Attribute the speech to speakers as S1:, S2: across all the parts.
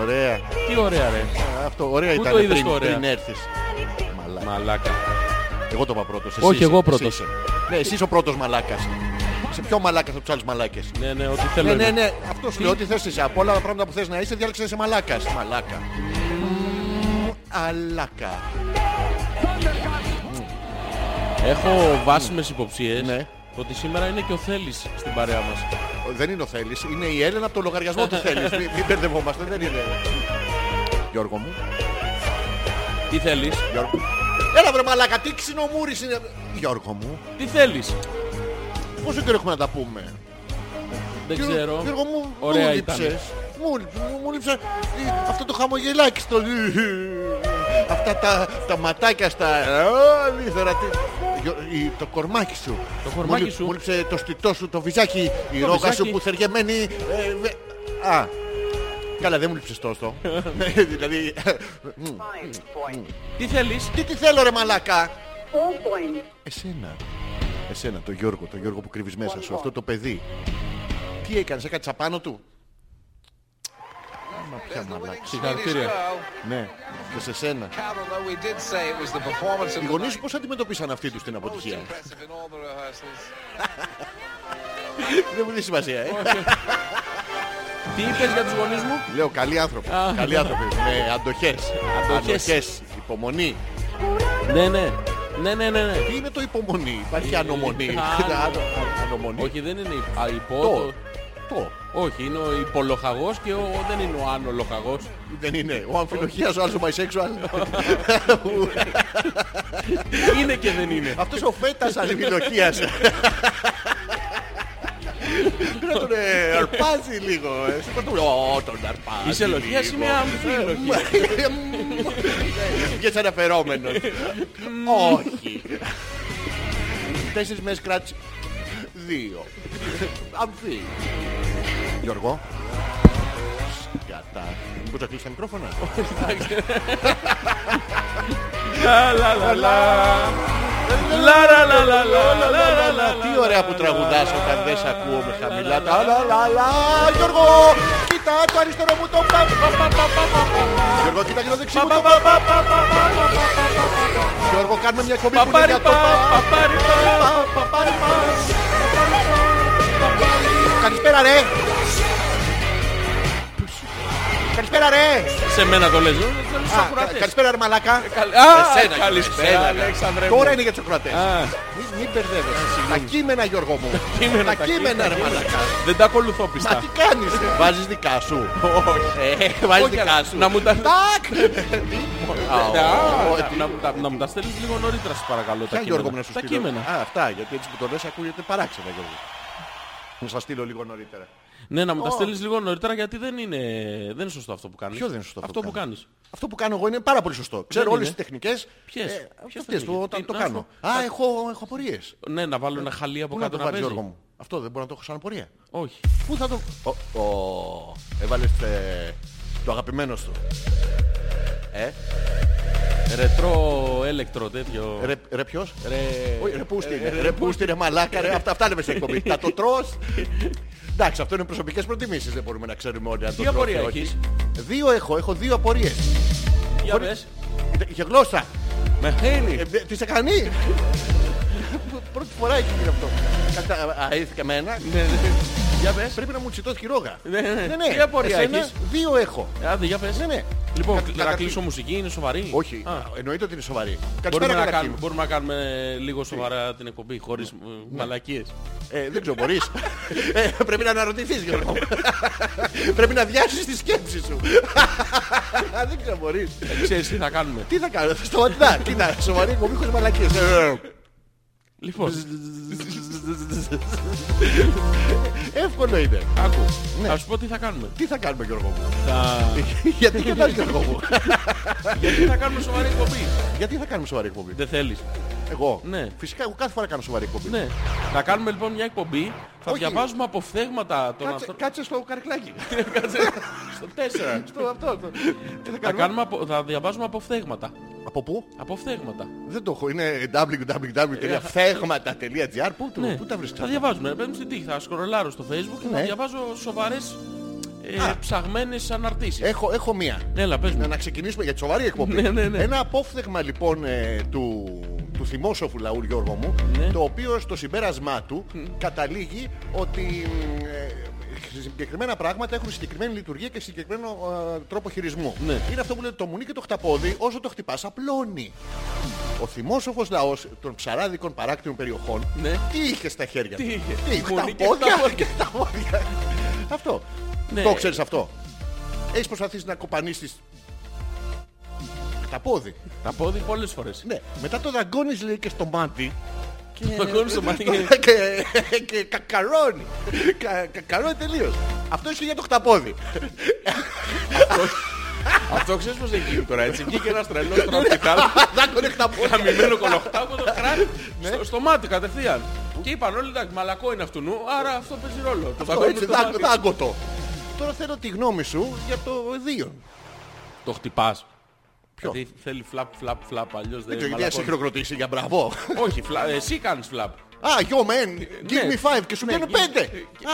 S1: Ωραία.
S2: Τι ωραία ρε.
S1: Α, Αυτό ωραία
S2: Πού
S1: ήταν
S2: το είδες
S1: πριν,
S2: το ωραία?
S1: πριν έρθεις. Μαλάκα.
S2: Μαλάκα.
S1: Εγώ το είπα πρώτος. Εσύ
S2: Όχι,
S1: είσαι,
S2: εγώ
S1: εσύ
S2: πρώτος.
S1: είσαι. Ναι, εσύ είσαι ο πρώτος μαλάκας. Σε πιο μαλάκας από τους άλλους μαλάκες.
S2: Ναι, ναι, ό,τι θέλω.
S1: Ναι, ναι,
S2: είναι.
S1: ναι. Αυτός σου λέω ότι θες είσαι. Από όλα τα πράγματα που θες να είσαι, διάλεξε να είσαι μαλάκας. Μαλάκα. Μμμ, Αλάκα.
S2: Έχω βάσιμες υποψίες
S1: Ναι.
S2: ότι σήμερα είναι και ο Θέλης στην παρέα μας.
S1: Ο- Δεν είναι ο Θέλης. Είναι η Έλενα από το λογαριασμό του Θέλης. Μην μην μπερδευόμαστε. Δεν είναι. Γιώργο μου.
S2: Τι θέλεις,
S1: Γιώργο. Έλα βρε μαλάκα. Τι ξινομούρης είναι. Γιώργο μου.
S2: τι θέλεις.
S1: Πόσο καιρό έχουμε να τα πούμε.
S2: Δεν
S1: Γιώργο-
S2: ξέρω.
S1: Γιώργο μου,
S2: Ωραία
S1: μου
S2: ήταν.
S1: λείψες. Μου, λείψ- μου, μου λείψα ε, αυτό το χαμογελάκι στο... Αυτά τα, τα ματάκια στα... Α, λίθαρα, τι- Γιω- η- Το κορμάκι σου.
S2: Το κορμάκι
S1: Μου λείψ-
S2: σου.
S1: Μου λείψε το στιτό σου, το βυζάκι, η
S2: Το
S1: ρόγα σου
S2: βυζάκι.
S1: που θεργεμένη... ε, βε- Α, καλά δεν μου λείψες τόσο. Ε, δηλαδή... μ,
S2: Τι θέλεις.
S1: Τι τι θέλω ρε μαλάκα.
S3: Four points.
S1: Εσένα. Εσένα, το Γιώργο, το Γιώργο που κρύβεις μέσα σου, αυτό το παιδί. Τι έκανες, έκατσα πάνω του. Άμα πια μαλάκα.
S2: Συγχαρητήρια.
S1: Ναι, και σε σένα. Οι γονείς σου
S4: Γονείς
S1: πώς αντιμετωπίσαν αυτή τους την αποτυχία. Δεν μου δίνεις σημασία, ε.
S2: Τι είπες για τους γονείς μου.
S1: Λέω καλοί άνθρωποι. Καλοί άνθρωποι. Με αντοχές.
S2: Αντοχές.
S1: Αντοχές. Υπομονή.
S2: Ναι, ναι. Ναι, ναι, ναι, ναι.
S1: Τι είναι το υπομονή. Υπάρχει ανομονή.
S2: Α,
S1: Άνω- Ανομονή.
S2: Όχι, δεν είναι η- α, υπό.
S1: Το.
S2: το-
S1: Το.
S2: Όχι, είναι ο υπολοχαγός και ο, δεν είναι ο ανολοχαγός.
S1: Δεν είναι. Ο αμφιλοχίας, ο άλλος ο bisexual.
S2: είναι και δεν είναι.
S1: Αυτός ο φέτας αλληλοχίας. Πρέπει να τον ε, αρπάζει λίγο. ε. Σε πρώτο μου, Ω, τον αρπάζει
S2: Η σελοχίας
S1: λίγο. Ε,
S2: είναι αμφιλοχή.
S1: Βγες αναφερόμενος. Όχι. Τέσσερις μέρες κράτηση. Δύο. Αμφί. Γιώργο. Σκατά. Μπορείς να κλείσεις τα μικρόφωνα.
S2: Λα, λα, λα, λα. Λα, λα, λα, λα, λα, λα, λα, λα, λα.
S1: Τι ωραία που τραγουδάς όταν δεν σε ακούω με χαμηλά. Τα λα λα λα. Γιώργο, κοίτα το αριστερό μου το πα. πα, πα, πα, πα, πα, πα. Γιώργο, κοίτα και το δεξί μου το πα. πα, πα, πα, πα, πα, πα, πα. Γιώργο, κάνουμε μια εκπομπή που είναι για το
S2: Παπαριπα,
S1: πα. πα,
S2: παπαριπα.
S1: πα, πα, πα, πα. Καλησπέρα ρε. Καλησπέρα ρε.
S2: Σε μένα το λες. ε, Δεν θέλω στους
S1: Α,
S2: ακροατές.
S1: Καλησπέρα ρε μαλάκα.
S2: Καλ- Α,
S1: Εσένα,
S2: καλησπέρα
S1: εσένα.
S2: Αλέξανδρε μου.
S1: Τώρα είναι για τους ακροατές.
S2: Α,
S1: Μην- Μην μπερδεύεσαι. Τα κείμενα Γιώργο μου.
S2: κείμενα,
S1: Τα
S2: τα
S1: κείμενα ρε
S2: κείμενα.
S1: μαλάκα.
S2: Δεν τα ακολουθώ
S1: Μα
S2: πιστά.
S1: τι κάνεις. ε? Βάζεις δικά σου. Όχι. Βάζεις
S2: Όχι,
S1: δικά
S2: αλλά
S1: σου.
S2: Να μου τα...
S1: Τάκ. Α,
S2: Α, α,
S1: ο,
S2: να-
S1: τι-
S2: να μου τα- Να μου τα στέλνεις λίγο νωρίτερα σας παρακαλώ τα
S1: Ποια Γιώργο μου να
S2: κείμενα.
S1: σου
S2: Τα
S1: στείλω.
S2: κείμενα.
S1: Α, αυτά. Γιατί έτσι που το λες ακούγεται παράξενα Γιώργο. Να σας στείλω λίγο νωρίτερα.
S2: Ναι, να μου τα στέλνεις λίγο νωρίτερα γιατί δεν είναι, δεν είναι σωστό αυτό που κάνεις.
S1: Ποιο δεν είναι σωστό αυτό
S2: αυτό
S1: που
S2: που κάνεις.
S1: Αυτό που κάνω εγώ είναι πάρα πολύ σωστό. Ξέρω
S2: είναι.
S1: όλες τις τεχνικές.
S2: Ποιες?
S1: Ε,
S2: Ποιες
S1: αυτές
S2: τεχνικές?
S1: που όταν
S2: Τι-
S1: το
S2: να
S1: κάνω.
S2: σου-
S1: Α, έχω, έχω απορίες.
S2: Ναι, να βάλω ένα χαλί από
S1: Πού να
S2: κάτω
S1: το
S2: να
S1: βάλεις
S2: παίζει.
S1: Γιώργο μου. Αυτό δεν μπορώ να το έχω σαν απορία.
S2: Όχι.
S1: Πού θα το... Ο, ο, έβαλες ε, το αγαπημένο σου. Ε,
S2: Ρετρό, έλεκτρο, τέτοιο.
S1: Ρε, ρε ποιος? Ρε,
S2: Ρε- ε,
S1: Όχι, ρε πούστη είναι. Ρε πούστη, ρε μαλάκα. Ρε, αυτά, αυτά λέμε σε εκπομπή. Θα το τρως. Εντάξει, αυτό είναι προσωπικές προτιμήσεις. Δεν μπορούμε να ξέρουμε όλοι αν το
S2: Τι
S1: τρώω
S2: απορία
S1: ή όχι.
S2: έχεις?
S1: Δύο έχω. Έχω δύο απορίες.
S2: Για
S1: χωρίς-
S2: πες.
S1: Ε, Για γλώσσα.
S2: Με χέλι.
S1: Ε, δε- Της έκανε. Πρώτη φορά έχει γίνει αυτό. Κατα- Αήθηκα με ένα.
S2: Ναι, ναι. Για πες.
S1: Πρέπει να μου τσιτώσει τη ρόγα.
S2: Ναι, ναι.
S1: ναι.
S2: Τι απορία
S1: Εσένα,
S2: έχεις?
S1: Δύο έχω.
S2: Άντε, για πες.
S1: Ναι, ναι.
S2: Λοιπόν,
S1: Κα-
S2: να
S1: καταρχήν-
S2: κλείσω μουσική, είναι σοβαρή.
S1: Όχι,
S2: Α.
S1: εννοείται ότι είναι σοβαρή. Καλησπέρα
S2: Μπορούμε να,
S1: καταρχήν. Ναι.
S2: κάνουμε, μπορούμε να κάνουμε λίγο σοβαρά την εκπομπή χωρίς ε, μαλακίες.
S1: Ε, δεν ξέρω, μπορείς. ε, πρέπει να αναρωτηθείς, Γιώργο. μου. πρέπει να διάσεις τη σκέψη σου. δεν ξέρω, μπορείς.
S2: Ε, Ξέρεις τι θα κάνουμε.
S1: Τι θα κάνω, θα σταματήσω. Κοίτα, σοβαρή εκπομπή χωρίς μαλακίες. Ε,
S2: Λοιπόν,
S1: Εύκολο είναι.
S2: Άκου.
S1: Ναι.
S2: Θα σου πω τι θα κάνουμε.
S1: Τι θα κάνουμε Γιώργο μου.
S2: Θα...
S1: Γιατί κοιτάς Γιώργο μου.
S2: Γιατί θα κάνουμε σοβαρή εκπομπή.
S1: Γιατί θα κάνουμε σοβαρή εκπομπή.
S2: Δεν θέλεις.
S1: Εγώ.
S2: Ναι.
S1: Φυσικά εγώ κάθε φορά κάνω σοβαρή εκπομπή.
S2: Ναι. Θα κάνουμε λοιπόν μια εκπομπή. Θα
S1: Όχι.
S2: διαβάζουμε αποφθέγματα των
S1: Κάτσε,
S2: αυτών.
S1: κάτσε στο καρκλάκι.
S2: Ναι. Κάτσε. Στο 4.
S1: Στο αυτό. αυτό. Τι θα
S2: Θα,
S1: κάνουμε.
S2: κάνουμε απο- θα διαβάζουμε αποφθέγματα.
S1: Από πού?
S2: Αποφθέγματα.
S1: Δεν το έχω. Είναι www.φέγματα.gr. Πού το-
S2: Ναι.
S1: πού τα βρίσκεις.
S2: Θα διαβάζουμε. Ρε παιδί μου στην τύχη. Θα σκρολάρω στο facebook και θα
S1: Ναι.
S2: διαβάζω σοβαρές ε,
S1: Α. Ε. Ναι,
S2: ψαγμένες αναρτήσεις. Ναι,
S1: Έχω, έχω μία.
S2: Έλα πες
S1: Να,
S2: μου.
S1: να ξεκινήσουμε για τη σοβαρή εκπομπή.
S2: Ναι, ναι, ναι.
S1: Ένα απόφθεγμα λοιπόν ε, του, του θυμόσοφου λαού Γιώργο μου,
S2: Ναι.
S1: το οποίο στο συμπέρασμά του καταλήγει ότι ε, συγκεκριμένα πράγματα έχουν συγκεκριμένη λειτουργία και συγκεκριμένο ε, τρόπο χειρισμού.
S2: Ναι.
S1: Είναι αυτό που λέει το μουνί και το χταπόδι, όσο το χτυπάς απλώνει. Ο θυμόσοφος λαός των ψαράδικων παράκτιων περιοχών
S2: Ναι.
S1: τι είχε στα χέρια
S2: Τι
S1: του.
S2: είχε?
S1: Τι,
S2: Μουνί και
S1: χταπόδια
S2: χταπόδια.
S1: και χταπόδια. αυτό.
S2: Ναι.
S1: Το ξέρεις αυτό. Έχεις προσπαθήσει να κοπανίσεις τα πόδι.
S2: Τα πόδι πολλές φορές.
S1: Ναι. Μετά το δαγκώνεις λέει και στο μάτι. Και... Ναι.
S2: Το κόβεις στο μάτι και-
S1: και... και κακαρώνει. Κα... Κακαρώνει τελείως. Αυτό είσαι για το χταπόδι.
S2: Ναι. Αυτό ξέρεις πως έχει γίνει τώρα έτσι. Βγήκε ένας
S1: Ναι.
S2: τρελός τραπικάλ.
S1: Δάγκωνε χταπόδι.
S2: Χαμημένο κολοχτάκο το κράτ
S1: Ναι.
S2: στο, στο μάτι κατευθείαν. Και είπαν όλοι εντάξει, μαλακό είναι αυτού νου, άρα αυτό παίζει ρόλο. Το
S1: Αυτό
S2: δαγκώνουν
S1: έτσι,
S2: στο
S1: δάγκω-
S2: μάτι.
S1: δάγκω το. Τώρα θέλω τη γνώμη σου για το δύο.
S2: Το χτυπάς.
S1: Ποιο?
S2: Γιατί θέλει φλαπ, φλαπ, φλαπ, αλλιώς δεν
S1: Δεν ξέρω γιατί να σε
S2: μαλακώνεις.
S1: χειροκροτήσει για μπραβό.
S2: Όχι, φλα- εσύ κάνεις φλαπ.
S1: Α, yo man, give
S2: Ναι.
S1: me five και σου
S2: Ναι,
S1: κάνω
S2: give-
S1: πέντε.
S2: give-
S1: Α,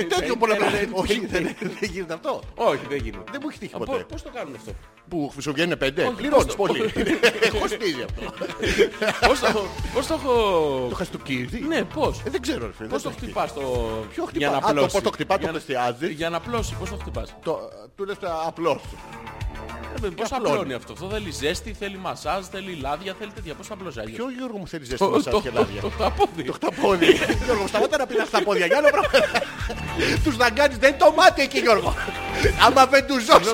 S1: ε, τέτοιο
S2: Ε,
S1: πολλά
S2: ε, ε, ε,
S1: πράγματα. Όχι,
S2: ε,
S1: δεν δεν γίνεται αυτό.
S2: Όχι, δεν γίνεται.
S1: Δεν μου έχει τύχει
S2: Α,
S1: ποτέ.
S2: πο- Πώς το κάνουν αυτό.
S1: Που σου βγαίνουν πέντε.
S2: Όχι,
S1: Πληρώνεις
S2: πώς το-
S1: πολύ. Έχω στείλει αυτό.
S2: Πώς το- Πώς το έχω...
S1: Το χαστοκίδι.
S2: Ναι, πώς.
S1: Ε, Δεν ξέρω, ρε φίλε.
S2: Πώς το
S1: δεν
S2: χτυπάς το...
S1: Ποιο
S2: για
S1: χτυπά.
S2: να
S1: Α, το
S2: απλώσει.
S1: πώς το χτυπά, το Ε,
S2: Για να-
S1: πλαισιάζει.
S2: Για να απλώσεις, πώς το χτυπάς.
S1: Το- Του λες τα απλώς.
S2: Ε, Πώς
S1: απλώνει.
S2: απλώνει αυτό. Αυτό θέλει ζέστη, θέλει μασάζ, θέλει λάδια, θέλει τέτοια. Πώς απλώσει. αλλιώς.
S1: Ποιο Γιώργο μου θέλει ζέστη
S2: Το-
S1: μασάζ
S2: το-
S1: και λάδια.
S2: Το χταπόδι.
S1: Το χταπόδι. Γιώργο, σταμάτα να πειράς τα πόδια. Για άλλο πράγμα. Τους δαγκάνεις. Δεν το μάτι εκεί, Γιώργο. Άμα δεν τους ζώσεις.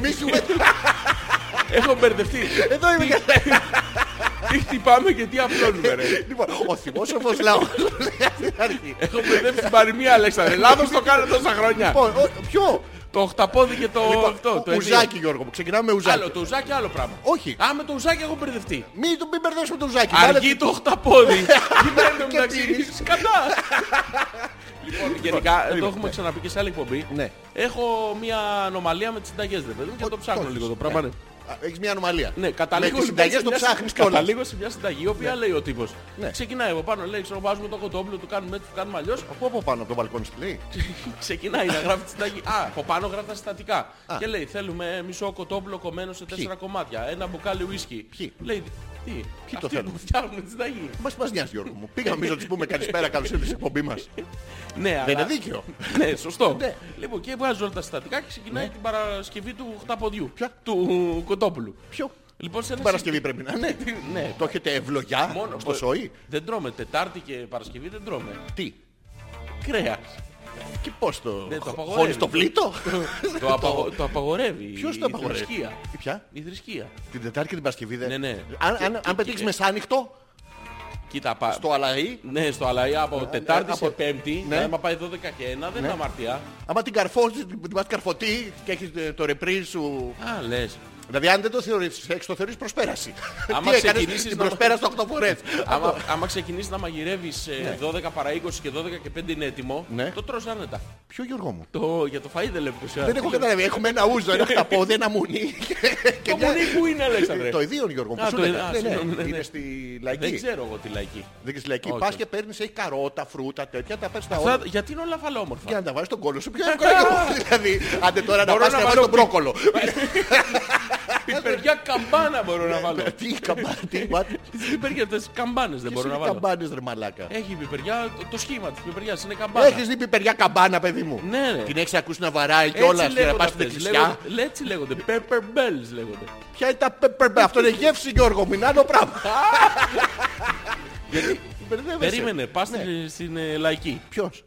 S1: Μη σου
S2: Ε, Έχω μπερδευτεί.
S1: Εδώ είμαι για
S2: Τι χτυπάμε και τι απλώνουμε, ρε.
S1: Λοιπόν, ο θυμόσοφος λαός. λέει στην αρχή.
S2: Έχω μπερδεύσει την παροιμία, Αλέξανδρε. Λάθος το κάνω τόσα χρόνια.
S1: Λοιπόν, ο- Ποιο?
S2: Το οχταπόδι και το αυτό. Το
S1: Ο- Ουζάκι, Γιώργο μου. Ξεκινάμε με
S2: ενίο. Άλλο,
S1: ουζάκι.
S2: το ουζάκι άλλο πράγμα.
S1: Όχι.
S2: Α, με το ουζάκι έχω μπερδευτεί.
S1: Μην του- μην μπερδέψουμε το ουζάκι. Βάλε-
S2: Αργεί το οχταπόδι. Τι παίρνουμε
S1: Και
S2: μεταξύ.
S1: τίνεις.
S2: Σκατά. Λοιπόν, γενικά το
S1: λοιπόν,
S2: έχουμε ξαναπεί και σε άλλη εκπομπή.
S1: Ναι.
S2: Έχω μια ανομαλία με τις συνταγές, ρε παιδί μου, και το ψάχνω
S1: το
S2: λίγο
S1: έχεις,
S2: το πράγμα. ναι.
S1: Α, Έχεις μια ανομαλία.
S2: Ναι, καταλήγω
S1: ε. Με τις
S2: λοιπόν
S1: συνταγές
S2: σε
S1: το
S2: μια-
S1: ψάχνεις κιόλας.
S2: Καταλήγω σε μια συνταγή, η οποία λέει ο τύπος.
S1: Ναι.
S2: Ξεκινάει από πάνω, λέει, ξέρω, βάζουμε το κοτόπουλο, του κάνουμε έτσι, του κάνουμε αλλιώς.
S1: Πού από πάνω από το μπαλκόνι σου λέει.
S2: Ξεκινάει να γράφει τη συνταγή. Α, από πάνω γράφει τα συστατικά. Και λέει, θέλουμε μισό κοτόπουλο κομμένο σε τέσσερα κομμάτια, ένα μπουκάλι ουίσκι.
S1: Ποιοι?
S2: Λέει, τι, ποιοι
S1: το θέλουν?
S2: που φτιάχνουν τη συνταγή.
S1: Μας μας νοιάζει Γιώργο μου. Πήγαμε εμείς να τους πούμε καλησπέρα καλώς ήρθατε στην εκπομπή μας.
S2: Ναι, αλλά...
S1: Δεν είναι δίκαιο.
S2: Ναι, σωστό.
S1: Ναι.
S2: Λοιπόν, και βγάζει όλα τα συστατικά και ξεκινάει την Παρασκευή του χταποδιού.
S1: Ποια?
S2: Του κοτόπουλου.
S1: Ποιο.
S2: Λοιπόν, σε ένα
S1: Την Παρασκευή πρέπει να είναι.
S2: συ- Ναι,
S1: Το έχετε ευλογιά
S2: μόνος
S1: στο σοϊ.
S2: Δεν τρώμε. Τετάρτη και Παρασκευή δεν τρώμε.
S1: Τι.
S2: Κρέας.
S1: Και πώς το.
S2: Ναι, το απαγορεύει.
S1: Χώνεις το πλήτο.
S2: το, απαγο... το απαγορεύει.
S1: Ποιος
S2: η-
S1: το απαγορεύει?
S2: Η θρησκεία.
S1: Η Ποια.
S2: Η θρησκεία.
S1: Την Τετάρτη και την Παρασκευή δεν.
S2: Ναι, ναι.
S1: Αν,
S2: Και-
S1: αν,
S2: και-
S1: αν πετύχεις
S2: και-
S1: μεσάνυχτο
S2: Κοίτα, πα...
S1: στο αλαή,
S2: Ναι, στο αλλά από Τετάρτη
S1: από-
S2: σε Πέμπτη,
S1: Ναι.
S2: άμα πάει 12 και 1, δεν είναι αμαρτία.
S1: άμα την καρφώσεις, την την πας καρφωτή και έχεις ε, το ρεπρί σου.
S2: Α, λες.
S1: Δηλαδή αν δεν το θεωρείς σεξ, το θεωρείς προσπέραση.
S2: Άμα
S1: Τι έκανες
S2: ξεκινήσεις
S1: την
S2: να-
S1: προσπέραση 8 φορές.
S2: Άμα, άμα ξεκινήσεις να μαγειρεύεις 12 παρά 20 και 12 και 5 είναι έτοιμο,
S1: Ναι.
S2: το τρως άνετα.
S1: Ποιο Γιώργο μου.
S2: Το, για το φαΐ δεν λέω 20
S1: Δεν έχω καταλάβει. Έχουμε ένα ούζο, ένα χταπόδι, ένα μουνί. και- και
S2: Το
S1: μια-
S2: μουνί που είναι, Αλέξανδρε.
S1: Το ιδίον Γιώργο μου.
S2: Α,
S1: που σου
S2: το-
S1: έλεγα.
S2: α,
S1: Ναι, ναι.
S2: συγγνώμη, ναι, ναι.
S1: Είναι στη
S2: Δεν
S1: λαϊκή.
S2: ξέρω εγώ τη λαϊκή.
S1: Δεν έχεις λαϊκή.
S2: Όχι.
S1: Πας και παίρνεις, έχει καρότα, φρούτα, τέτοια, τα παίρνεις τα
S2: Αυτά-
S1: όλα.
S2: γιατί είναι όλα φαλόμορφα.
S1: Και να τα βάλεις στον κόλο σου πιο εύκολα Γιώργο μου. Δηλαδή, άντε τώρα να
S2: Μπορώ
S1: πας
S2: να
S1: να βάλεις
S2: βάλω
S1: τον μπρόκολο.
S2: Πιπεριά καμπάνα μπορώ να βάλω.
S1: Τι καμπάνι, τι μάτι.
S2: Τις πιπεριές αυτές καμπάνες δεν
S1: Ποιες
S2: μπορώ να
S1: είναι οι
S2: βάλω. Ε,
S1: καμπάνες ρε μαλάκα.
S2: Έχει πιπεριά, το, το σχήμα της πιπεριάς είναι καμπάνα.
S1: Έχεις δει πιπεριά καμπάνα παιδί μου.
S2: Ναι, ρε.
S1: Την έχεις ακούσει να βαράει
S2: Έτσι
S1: κιόλας και να
S2: λέγονται
S1: πας στην
S2: αυτές,
S1: εκκλησιά.
S2: λέγονται- Έτσι λέγονται. Pepper bells λέγονται.
S1: Ποια είναι τα πεπερμπέ. Αυτό είναι γεύση Γιώργο μου. Είναι άλλο πράγμα. Γιατί μπερδεύεσαι.
S2: Περίμενε, πας στην- στην ε, λαϊκή.
S1: Ποιος.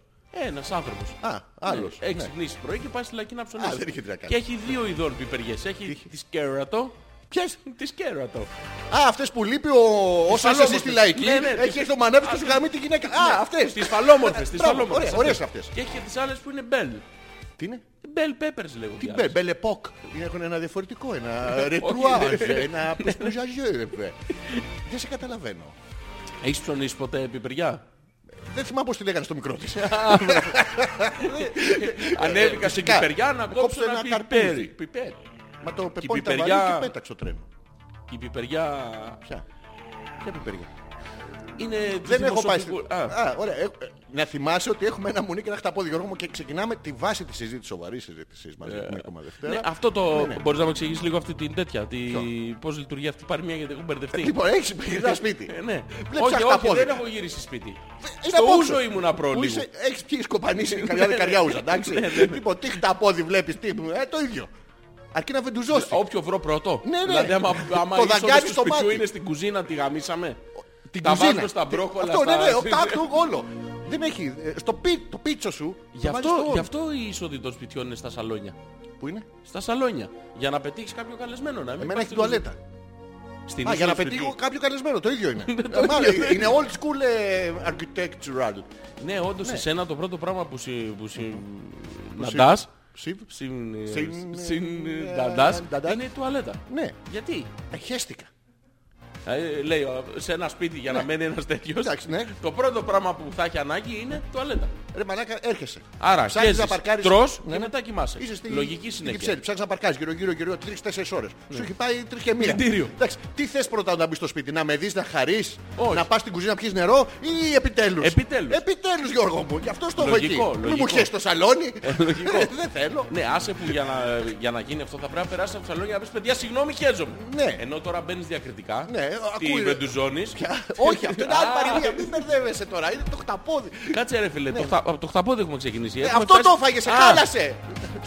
S2: Ένας άνθρωπος.
S1: Ναι. Α, άλλος.
S2: Ναι, έχει
S1: Ναι.
S2: ξυπνήσει πρωί και πάει στη λαϊκή να ψωνίσει.
S1: Α, δεν είχε τι να κάνει.
S2: Και έχει δύο ειδών πιπεριές. Έχει τις κέρατο
S1: Ποιες?
S2: Τη κέρατο.
S1: Α, αυτές που λείπει ο, ο Σαλόμος στη λαϊκή.
S2: Ναι, ναι, τις-
S1: έχει έρθει ο Μανάβης και γαμεί τη γυναίκα. Α, αυτές.
S2: Τις φαλόμορφες. Τις
S1: Μπράβο,
S2: φαλόμορφες.
S1: ωραία, ωραίες αυτές.
S2: Και έχει και τις άλλες που είναι μπέλ.
S1: Τι είναι?
S2: Μπέλ πέπερς λέγονται. οι
S1: Τι
S2: άλλες.
S1: μπε, μπελεπόκ. Έχουν ένα διαφορετικό, ένα ρετρουάζ, ένα πεσπουζαζιέ. Δεν σε καταλαβαίνω.
S2: Έχεις ψωνίσει ποτέ πιπεριά.
S1: Δεν θυμάμαι πώς τη λέγανε στο μικρό της.
S2: Ανέβηκα στην
S1: Ε, φυσικά.
S2: πιπεριά να κόψω
S1: Κόψε
S2: ένα
S1: ένα
S2: πιπέρι.
S1: καρπούζι.
S2: Πιπέρι.
S1: Μα το πεπόνι τα
S2: πιπεριά.
S1: βαρύ και πέταξε το τρένο.
S2: Η πιπεριά
S1: Ποια. Ποια πιπεριά.
S2: είναι... της
S1: Δεν έχω πάει.
S2: δημοσιοφιγου-
S1: στην-
S2: Α,
S1: Α, ωραία. Ε, ε, Να θυμάσαι ότι έχουμε ένα μουνί και ένα χταπόδι Γιώργο μου και ξεκινάμε τη βάση της συζήτησης, σοβαρής συζήτησης μαζί με την ακόμα
S2: Ναι,
S1: Δευτέρα.
S2: αυτό το.
S1: ναι.
S2: Μπορείς να μου εξηγήσεις λίγο αυτή την τέτοια. Τη... Πώς λειτουργεί αυτή η παροιμία γιατί έχω μπερδευτεί.
S1: Λοιπόν, έχεις ένα σπίτι.
S2: Ε, ναι.
S1: Βλέπεις
S2: όχι, όχι,
S1: αχταπόδι.
S2: δεν έχω γυρίσει σπίτι.
S1: Είναι
S2: Στο
S1: απόψε.
S2: ούζο ήμουν Ναι,
S1: Που
S2: πρόλογο.
S1: είσαι, έχεις πιει σκοπανίσει καμιά δεκαριά ούζα, εντάξει. Λοιπόν, τι χταπόδι βλέπεις, τι, ε, το ίδιο. Αρκεί να βεντουζώσει.
S2: Όποιο βρω πρώτο.
S1: Ναι, ναι.
S2: Δηλαδή, άμα, άμα
S1: Το
S2: η είσοδος
S1: δαγκάνι
S2: του
S1: στο
S2: σπιτιού
S1: μάτι.
S2: είναι στην κουζίνα, τη γαμίσαμε.
S1: Την
S2: τα
S1: κουζίνα.
S2: βάζω στα μπρόκολα.
S1: Αυτό,
S2: στα...
S1: ναι, ναι, ο τάκτου, όλο. Δεν έχει. ε, Στο πι, το πίτσο σου.
S2: Γι'
S1: το βάζεις
S2: αυτό, Ε,
S1: στο
S2: γι
S1: όλο.
S2: αυτό η είσοδη των σπιτιών είναι στα σαλόνια.
S1: Πού είναι.
S2: Στα σαλόνια. Για να πετύχεις κάποιο καλεσμένο. Να μην
S1: Εμένα
S2: πας
S1: έχει
S2: στην κουζίνα.
S1: τουαλέτα.
S2: Στην
S1: Α, για
S2: είσοδο
S1: να
S2: του
S1: πετύχω
S2: σπιτιού.
S1: κάποιο καλεσμένο. Το ίδιο είναι.
S2: Ναι,
S1: Ε, μάλλον, Είναι old school ε, architectural.
S2: Ναι, όντως εσένα το πρώτο πράγμα που, συ, που συ- ναντάς,
S1: Σιβ.
S2: συν, ε,
S1: Συν,
S2: συν,
S1: ε,
S2: ε, ναντάς,
S1: ναντάς.
S2: είναι η τουαλέτα.
S1: Ναι,
S2: Γιατί.
S1: ε, χαίστηκα.
S2: Ε, λέει, ο- σε ένα σπίτι για να μένει ένας τέτοιος,
S1: Ναι. Εντάξει, ναι.
S2: το πρώτο πράγμα που θα έχει ανάγκη είναι τουαλέτα.
S1: Ρε μαλάκα, έρχεσαι.
S2: Άρα,
S1: Ψάχνεις να
S2: χέζεις,
S1: παρκάρεις-
S2: τρως
S1: Ναι,
S2: και
S1: ναι.
S2: μετά κοιμάσαι.
S1: Είσαι στη
S2: Λογική
S1: στην
S2: συνέχεια. Ναι.
S1: Κυψέλη. Ψάχνεις να παρκάρεις γύρω γύρω γύρω 3-4 ώρες. Σου έχει πάει 3 και μία.
S2: Πλυντήριο.
S1: Εντάξει, τι θες πρώτα όταν μπεις στο σπίτι, να με δεις, να χαρείς,
S2: Όχι.
S1: να πας στην κουζίνα να πιεις νερό ή επιτέλους.
S2: Επιτέλους.
S1: Επιτέλους Γιώργο μου, γι' αυτό στο έχω εκεί.
S2: Λογικό,
S1: Μην
S2: λογικό. Ε,
S1: μου χέσεις το σαλόνι.
S2: λογικό.
S1: Ε, Δεν θέλω.
S2: Ναι, άσε που για να, για να γίνει αυτό θα πρέπει να περάσει από τα λόγια να πεις παιδιά, συγγνώμη, χέζομαι.
S1: Ναι.
S2: Ενώ τώρα μπαίνεις διακριτικά,
S1: Ναι, ακούει.
S2: τη βεντουζώνει.
S1: Όχι, αυτό είναι άλλη παροιμία. Μην μπερδεύεσαι τώρα, είναι το χταπόδι.
S2: Κάτσε ρε φίλε, το, χτα, από το χταπόδι έχουμε ξεκινήσει.
S1: Ε,
S2: Έχουμε
S1: Αυτό
S2: φτάσει-
S1: το έφαγες, σε
S2: Α,
S1: χάλασε.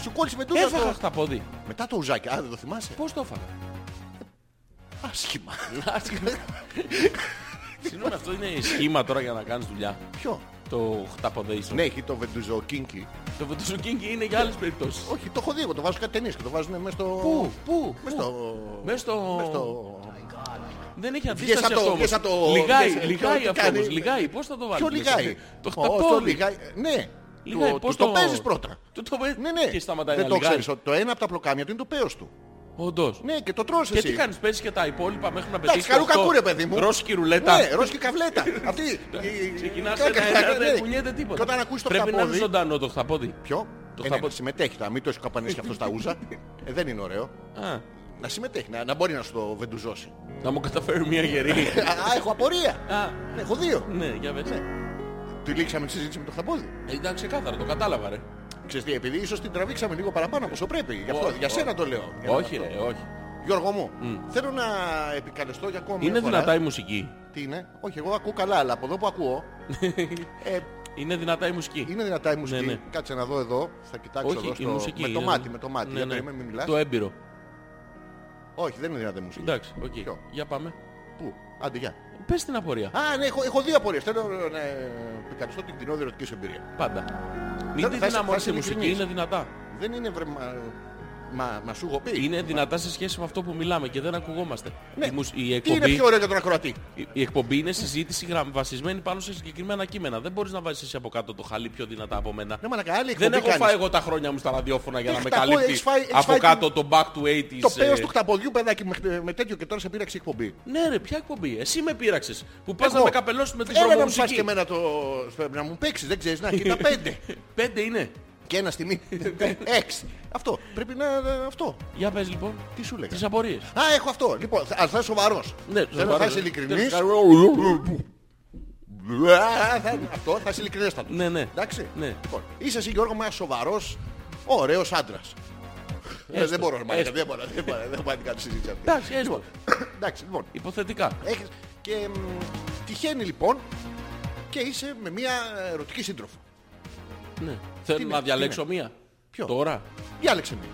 S1: Σου κόλλησε με τούτο.
S2: Έφαγα
S1: αυτό.
S2: χταπόδι.
S1: Μετά το ουζάκι, α δεν το θυμάσαι.
S2: Πώς το έφαγα.
S1: Άσχημα.
S2: Συγγνώμη, αυτό είναι σχήμα τώρα για να κάνεις δουλειά.
S1: Ποιο.
S2: Το χταποδέισο.
S1: Ναι, έχει το βεντουζοκίνκι.
S2: Το φωτοσουκίνγκι είναι για άλλες περιπτώσεις.
S1: Όχι, το έχω δει εγώ. Το βάζω κάτι ταινίες και το βάζουν μέσα στο...
S2: Πού, πού,
S1: Μέσα στο...
S2: Μες στο...
S1: Μες στο...
S2: Δεν έχει αντίσταση
S1: απ' το-
S2: αυτό όμως.
S1: βγες απ' το-
S2: Λιγάει,
S1: βγες-
S2: λιγάει
S1: τι
S2: αυτό
S1: κάνει.
S2: όμως. Λιγάει, πώς θα το βάλεις.
S1: Ποιο
S2: μέσα.
S1: λιγάει.
S2: ε, Το
S1: Ω, στο
S2: χταπόδι.
S1: λιγάει. Ναι.
S2: Λιγάει,
S1: Το-
S2: πώς
S1: το...
S2: το-
S1: παίζεις πρώτα.
S2: Του το παίζεις.
S1: Ναι, ναι.
S2: Και σταματάει
S1: Δεν
S2: να
S1: το
S2: λιγάει.
S1: ξέρεις. ότι Το ένα από τα πλοκάμια του είναι το πέος του.
S2: Όντως.
S1: Ναι, και το τρως
S2: Και
S1: εσύ.
S2: τι κάνεις, παίζεις και τα υπόλοιπα μέχρι να πετύχεις
S1: Εντάξει, καλού κακού ρε παιδί μου.
S2: Ρόσκι ρουλέτα.
S1: Ναι, ροσκι καβλέτα. Αυτή. η-
S2: Ξεκινάς
S1: η-
S2: ένα,
S1: ναι.
S2: ένα, δεν κουνιέται τίποτα.
S1: Και όταν ακούεις το
S2: Πρέπει να είναι
S1: χταπόδι.
S2: ζωντανό το χταπόδι.
S1: Ποιο. Ε,
S2: Το
S1: ναι,
S2: χταπόδι.
S1: Συμμετέχει τώρα, μην το έχεις καπανίσει και αυτό στα ούζα. Ε, δεν είναι ωραίο.
S2: Α,
S1: Να συμμετέχει, να, να μπορεί να σου το βεντουζώσει. Ε,
S2: να μου καταφέρει μια γερή.
S1: Α, έχω απορία.
S2: Α,
S1: Έχω δύο.
S2: ναι, για πες.
S1: Τη λήξαμε τη συζήτηση με το χταπόδι.
S2: Ε, Ήταν ξεκάθαρα, το κατάλαβα ρε.
S1: Ξέρεις τι, επειδή ίσως την τραβήξαμε λίγο παραπάνω όσο πρέπει. Γι' αυτό,
S2: Όχι,
S1: για
S2: όχι.
S1: σένα το λέω. Για
S2: Όχι
S1: αυτό.
S2: ρε, όχι.
S1: Γιώργο μου, θέλω να επικαλεστώ για ακόμα
S2: Είναι
S1: μια φορά.
S2: δυνατά η μουσική.
S1: Τι είναι, όχι εγώ ακούω καλά, αλλά από εδώ που ακούω, ε,
S2: Είναι δυνατά η μουσική.
S1: είναι δυνατά η μουσική.
S2: Ναι, ναι.
S1: Κάτσε να δω εδώ, θα κοιτάξω
S2: Όχι,
S1: εδώ
S2: η
S1: στο...
S2: μουσική.
S1: με το
S2: είναι-
S1: μάτι, με το μάτι.
S2: Ναι,
S1: για
S2: ναι.
S1: περίμενε, μην μιλάς.
S2: Το έμπειρο.
S1: Όχι, δεν είναι δυνατή η μουσική.
S2: Εντάξει, οκ.
S1: Ποιο?
S2: Για πάμε.
S1: Πού, άντε γεια.
S2: Πες την απορία.
S1: Α, ναι, έχω, έχω δύο απορίες. Θέλω να επικαλεστώ την κοινόδη ερωτική σου εμπειρία.
S2: Πάντα.
S1: Θα-
S2: Μην τη
S1: θα είσαι- θα
S2: δυναμώνεις
S1: είσαι
S2: η μουσική,
S1: ειλικρινής.
S2: είναι δυνατά.
S1: Δεν είναι βρε... Μα, μα, μα σου έχω πει.
S2: Είναι δυνατά σε σχέση με αυτό που μιλάμε και δεν ακουγόμαστε.
S1: Ναι.
S2: Η, μουσ- η
S1: Τι είναι
S2: εκπομπή,
S1: πιο ωραίο για τον ακροατή.
S2: η- η εκπομπή είναι συζήτηση γραμ- βασισμένη πάνω σε συγκεκριμένα κείμενα. Δεν μπορείς να βάζεις εσύ από κάτω το χαλί πιο δυνατά από μένα.
S1: Ναι, μαλακά, άλλη εκπομπή
S2: δεν έχω
S1: κάνεις.
S2: φάει εγώ τα χρόνια μου στα ραδιόφωνα για
S1: Τι
S2: να με
S1: χταπόδι,
S2: καλύπτει
S1: έχεις φάει- έχεις
S2: από
S1: φάει
S2: κάτω το back to 80s.
S1: Το
S2: ε,
S1: πέος του χταποδιού, παιδάκι, με, με τέτοιο και τώρα σε πήραξε η εκπομπή.
S2: Ναι ρε, ποια εκπομπή. Εσύ με πείραξες. Που πας να
S1: Εγώ.
S2: με καπελώσεις με την
S1: Έλα να μου φας
S2: προβομουσική.
S1: και εμένα το... στο- να μου παίξεις, δεν ξέρεις, να έχει τα πέντε.
S2: Πέντε είναι.
S1: και ένα στιγμή. Έξι. Αυτό. Πρέπει να... ε, Αυτό.
S2: Για πες λοιπόν.
S1: Τι σου λέγα.
S2: Τις απορίες.
S1: Α, έχω αυτό. Λοιπόν, θα- ας θα είσαι σοβαρός.
S2: Ναι,
S1: Θέλω να θα είσαι ειλικρινής. Α, θα- Αυτό θα είσαι ειλικρινέστατος.
S2: Ναι, ναι.
S1: Εντάξει.
S2: Ναι.
S1: Λοιπόν, είσαι εσύ Γιώργο μου ένας σοβαρός, ωραίος άντρας. Ε, Δεν μπορώ, ρε μαλάκα, δεν μπορώ, δεν μπορώ, δεν μπορώ να την κάνω συζήτηση αυτή.
S2: Εντάξει, έτσι.
S1: Εντάξει, λοιπόν,
S2: Υποθετικά.
S1: έχεις και μ, τυχαίνει λοιπόν και είσαι με μια ερωτική σύντροφο.
S2: Ναι. Θέλω
S1: είναι,
S2: να
S1: τι
S2: διαλέξω
S1: είναι.
S2: μία.
S1: Ποιο?
S2: Τώρα.
S1: Διάλεξε με.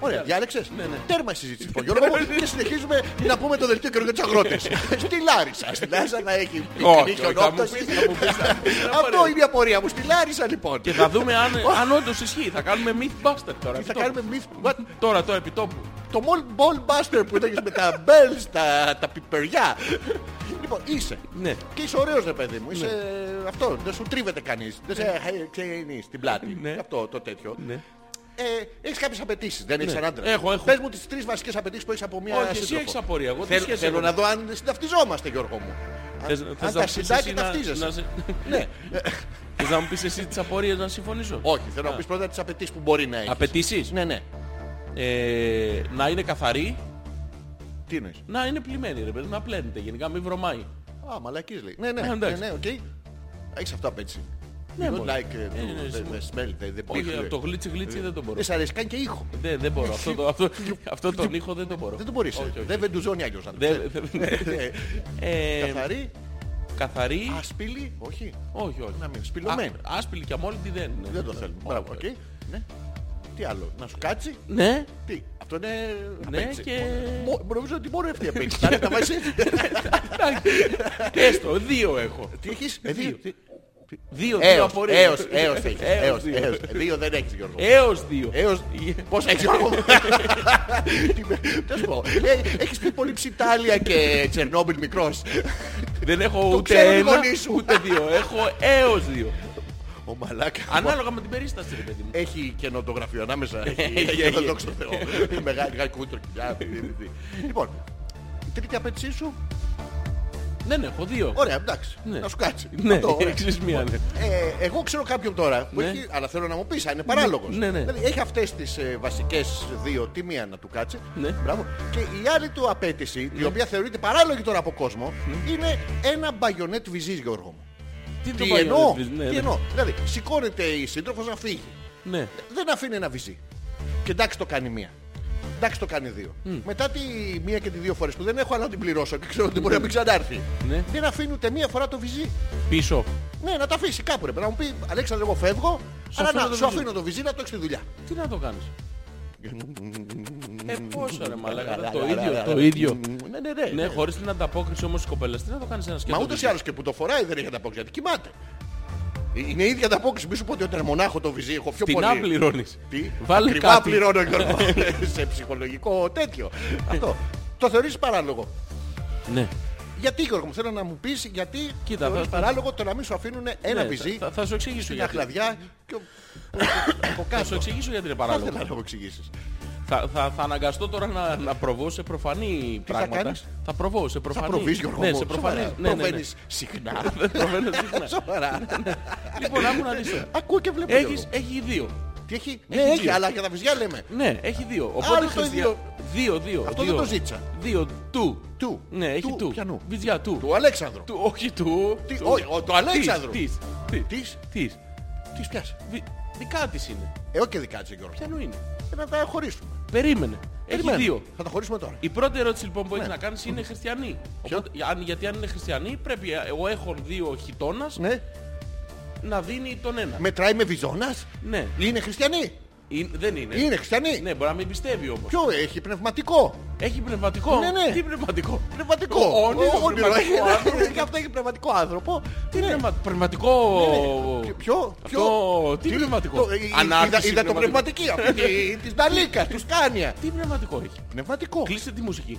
S1: Ωραία, διάλεξες.
S2: Ναι,
S1: Τέρμα η συζήτηση λοιπόν, Γιώργο μου, και συνεχίζουμε να πούμε το δελτίο καιρό για του αγρότε. Στη Λάρισα. Στη Λάρισα να έχει
S2: Όχι,
S1: πυκνή
S2: όχι, θα μου πεις,
S1: χιονόπτωση.
S2: θα μου πεις, θα-
S1: Αυτό είναι η απορία μου. Στη Λάρισα λοιπόν.
S2: Και θα δούμε αν, αν όντως ισχύει. Θα κάνουμε Mythbuster τώρα.
S1: Θα
S2: επιτόπου.
S1: κάνουμε myth. What?
S2: Τώρα το επιτόπου.
S1: Το Mall Ball Buster που ήταν με τα bells, τα, τα πιπεριά. λοιπόν, είσαι.
S2: Ναι.
S1: Και είσαι ωραίος ρε παιδί μου. Είσαι αυτό. Δεν σου τρίβεται κανείς. Δεν σε χα- ξεγενεί στην πλάτη.
S2: Ναι.
S1: Αυτό το τέτοιο.
S2: Ναι.
S1: Ε, έχεις κάποιες απαιτήσεις. Δεν έχεις άντρα.
S2: Έχω, έχω.
S1: Πες μου τις τρεις βασικές απαιτήσεις που έχεις από μια
S2: Όχι, εσύ
S1: σύντροφο.
S2: έχεις απορία. Εγώ τι
S1: Θέλω,
S2: σχέση
S1: θέλω
S2: έχω.
S1: να δω αν συνταυτιζόμαστε Γιώργο μου. Αν-
S2: Θες-
S1: αν
S2: θες να
S1: τα
S2: πεις εσύ
S1: συντάκει
S2: να-
S1: ταυτίζεσαι.
S2: να σε-
S1: Ναι.
S2: Θες να μου πεις εσύ τις απορίες να συμφωνήσω.
S1: Όχι, θέλω να πεις πρώτα τις απαιτήσεις που μπορεί να έχεις.
S2: Απαιτήσεις.
S1: Ναι, ναι.
S2: Ε, να είναι καθαρή,
S1: Τι εννοείς.
S2: να είναι πλημμένη ρε παιδί, να πλένεται γενικά, μην βρωμάει.
S1: Α, μαλακής λέει. Ναι, ναι,
S2: Ε,
S1: ναι,
S2: εντάξει.
S1: ναι, οκ. Έχεις αυτό απέτηση.
S2: Ναι,
S1: You don't
S2: μωρέ.
S1: like uh,
S2: Ε, ναι,
S1: the- the- the smell, the- the
S2: Όχι,
S1: picture.
S2: από το γλίτσι γλίτσι δεν το μπορώ.
S1: ε. Δεν σ' αρέσει, κάνει και ήχο.
S2: Ναι, Δεν, δεν μπορώ. Αυτό, το, αυτό, αυτό τον ήχο δεν το μπορώ.
S1: Δεν το μπορείς. ε.
S2: Όχι, όχι.
S1: Δεν βεντουζώνει αλλιώς. αν-
S2: Δεν- δεν-
S1: Ε,
S2: Ε,
S1: Καθαρή,
S2: Καθαρή.
S1: ασπίλη, όχι.
S2: Όχι, όχι.
S1: Να μην- σπηλωμένη.
S2: Α- Άσπηλη και αμόλυτη δεν είναι.
S1: Δεν το θέλουμε. Μπράβο, οκ.
S2: όχι.
S1: Ναι. Τι άλλο, να σου κάτσει.
S2: Ναι,
S1: Τι, αυτό είναι
S2: Ναι,
S1: απέτηση.
S2: και-
S1: Μο- Νομίζω ότι μόνο αυτή η απέτηση. Θα είναι να βάζεις-
S2: εντάξει. Έστω, δύο έχω.
S1: Τι έχεις, ε, δύο. Τι-
S2: Δύο, δύο
S1: Έως,
S2: απορίες.
S1: έως, έως έχεις.
S2: Έως Ε-
S1: Έως,
S2: δύο.
S1: έως. Ε, Δύο δεν έχεις Γιώργο.
S2: Έως δύο.
S1: Έως... Πώς έχεις ακόμα. Τι με- τι να σου πω. Ε, Έχεις πει πολύ ψιτάλια και Τσερνόμπιλ μικρός.
S2: Δεν έχω
S1: ξέρουν οι
S2: ούτε ένα,
S1: γονείς σου. Λοιπόν.
S2: ούτε δύο. Έχω έως δύο.
S1: Ο μαλάκα.
S2: Ανάλογα με την περίσταση, ρε παιδί μου.
S1: Έχει καινοτογραφείο ανάμεσα.
S2: Έχει,
S1: Έχει
S2: έχει.
S1: δόξα τω Θεώ. Μεγάλη γακούτρο. Λοιπόν, τρίτη απέτησή σου.
S2: Δεν έχω δύο.
S1: Ωραία, εντάξει.
S2: Ναι.
S1: Να σου κάτσει.
S2: Ναι,
S1: Αυτό, ωραία.
S2: εξής μία. ναι.
S1: Ε, εγώ ξέρω κάποιον τώρα που
S2: Ναι.
S1: έχει, αλλά θέλω να μου πεις αν είναι παράλογος.
S2: Ναι, ναι.
S1: Δηλαδή έχει αυτές τις ε, βασικές δύο, τι μία να του κάτσει.
S2: Ναι.
S1: Μπράβο. Και η άλλη του απέτηση, η οποία θεωρείται παράλογη τώρα από κόσμο,
S2: Ναι.
S1: είναι ένα μπαγιονέτ βυζής Γιώργο μου.
S2: είναι το
S1: Τι
S2: Bayern
S1: εννοώ,
S2: Leverkusen, ναι,
S1: τι
S2: ναι.
S1: εννοώ. Δηλαδή σηκώνεται η σύντροφος να φύγει.
S2: Ναι.
S1: Δεν αφήνει ένα βυζί. Και εντάξει το κάνει μία. Εντάξει το κάνει δύο. Μετά τη μία και τη δύο φορές που δεν έχω άλλο να την πληρώσω και ξέρω ότι μπορεί να μην ξανάρθει.
S2: Ναι.
S1: Δεν αφήνει ούτε μία φορά το βυζί.
S2: Πίσω.
S1: Ναι, να τα αφήσει κάπου ρε. παιδί, Να μου πει Αλέξανδρο, εγώ φεύγω.
S2: Σου
S1: Αλλά
S2: αφήνω
S1: να
S2: το
S1: σου
S2: βυζί.
S1: αφήνω το βυζί να το έχεις στη δουλειά.
S2: Τι να το κάνεις. Ε, πόσο ρε μαλάκα. Το
S1: Ρα, ρα, ρα,
S2: ίδιο,
S1: ρα,
S2: το
S1: ρα.
S2: ίδιο.
S1: Ναι, ναι, ναι.
S2: Ναι, χωρίς την ανταπόκριση όμως της κοπέλας. Τι να το κάνεις ένας σκέτο.
S1: Μα ούτως ή άλλως και που το φοράει δεν έχει ανταπόκριση. Γιατί κοιμάται. Ε, Είναι η ίδια ανταπόκριση. Μη σου πω ότι όταν μονάχο το βυζί έχω πιο
S2: Την
S1: πολύ.
S2: να πληρώνεις.
S1: Τι,
S2: Βάλε
S1: ακριβά
S2: κάτι.
S1: πληρώνω Γιώργο. σε ψυχολογικό τέτοιο. Αυτό. Το θεωρείς παράλογο.
S2: Ναι.
S1: Γιατί Γιώργο μου, θέλω να μου πεις γιατί
S2: Κοίτα,
S1: θεωρείς
S2: θα-
S1: παράλογο το να μην σου αφήνουν ένα
S2: Ναι,
S1: βυζί,
S2: θα- Θα σου εξηγήσω
S1: μια
S2: γιατί.
S1: χλαδιά και ο- από
S2: Θα σου
S1: κάτω.
S2: εξηγήσω γιατί είναι
S1: Θα
S2: παράλογο.
S1: ήθελα να μου εξηγήσεις.
S2: Θα, θα, θα αναγκαστώ τώρα να, να προβώ σε προφανή
S1: θα
S2: πράγματα.
S1: κάνεις?
S2: προβώ σε προφανή.
S1: Θα προβείς Γιώργο
S2: ναι,
S1: μου,
S2: σε προφανή.
S1: σοβαρά.
S2: Ναι, ναι, ναι.
S1: Προβαίνεις συχνά.
S2: Δεν προβαίνω συχνά.
S1: Σοβαρά.
S2: λοιπόν, άκου να δεις. τώρα.
S1: Ακούω και βλέπω.
S2: Έχεις,
S1: Γιώργο.
S2: έχει δύο.
S1: Τι έχει. Ναι,
S2: έχει
S1: έχει,
S2: δύο.
S1: αλλά για τα βυζιά λέμε.
S2: Ναι, έχει δύο.
S1: Άλλο
S2: Οπότε
S1: το
S2: χρειάζεται-
S1: δύο.
S2: Δύο, δύο.
S1: Αυτό
S2: δύο.
S1: δεν το ζήτησα.
S2: Δύο, του.
S1: Του.
S2: Ναι, έχει
S1: Του
S2: του.
S1: πιανού.
S2: Βυζιά, του.
S1: Του Αλέξανδρου.
S2: Του, όχι του.
S1: Τι,
S2: του.
S1: όχι, ο- του Αλέξανδρου.
S2: Της, της, της.
S1: Της,
S2: της.
S1: της πιάσες.
S2: Βι- Δικά της είναι.
S1: Ε, όχι και δικά της Γιώργο.
S2: Ποιανού είναι.
S1: Ε, Να τα χωρίσουμε.
S2: Περίμενε. Έχει
S1: Περιμένουμε.
S2: δύο.
S1: Θα τα χωρίσουμε τώρα.
S2: Η πρώτη ερώτηση λοιπόν που έχεις να κάνεις είναι χριστιανοί.
S1: Ποιο?
S2: Οπότε, αν- γιατί αν είναι χριστιανοί, πρέπει ε, ο έχων δύο χιτώνας
S1: Ναι.
S2: να δίνει τον ένα.
S1: Μετράει με βυζόνας.
S2: Ναι,
S1: Είναι χριστιανοί.
S2: Ε, δεν είναι.
S1: Είναι χριστιανοί.
S2: Ναι, μπορεί να μην πιστεύει όμως.
S1: Ποιο έχει πνευματικό.
S2: Έχει πνευματικό.
S1: Ναι, ναι.
S2: Τι πνευματικό.
S1: Πνευματικό.
S2: Ο- όνειρο, πνευματικό
S1: έχει.
S2: άνθρωπο.
S1: Και αυτό έχει πνευματικό άνθρωπο.
S2: Τι
S1: Ναι.
S2: πνευμα- πνευματικό.
S1: Ποιο- Ποιο,
S2: Αυτό,
S1: ποιο.
S2: τι πνευματικό.
S1: το- ε, ε, Είδα,
S2: Ανάρτηση
S1: είδα το
S2: πνευματική.
S1: πνευματική αυτή τη- της Νταλίκας, του Σκάνια.
S2: Τι πνευματικό έχει.
S1: Πνευματικό.
S2: Κλείστε τη μουσική.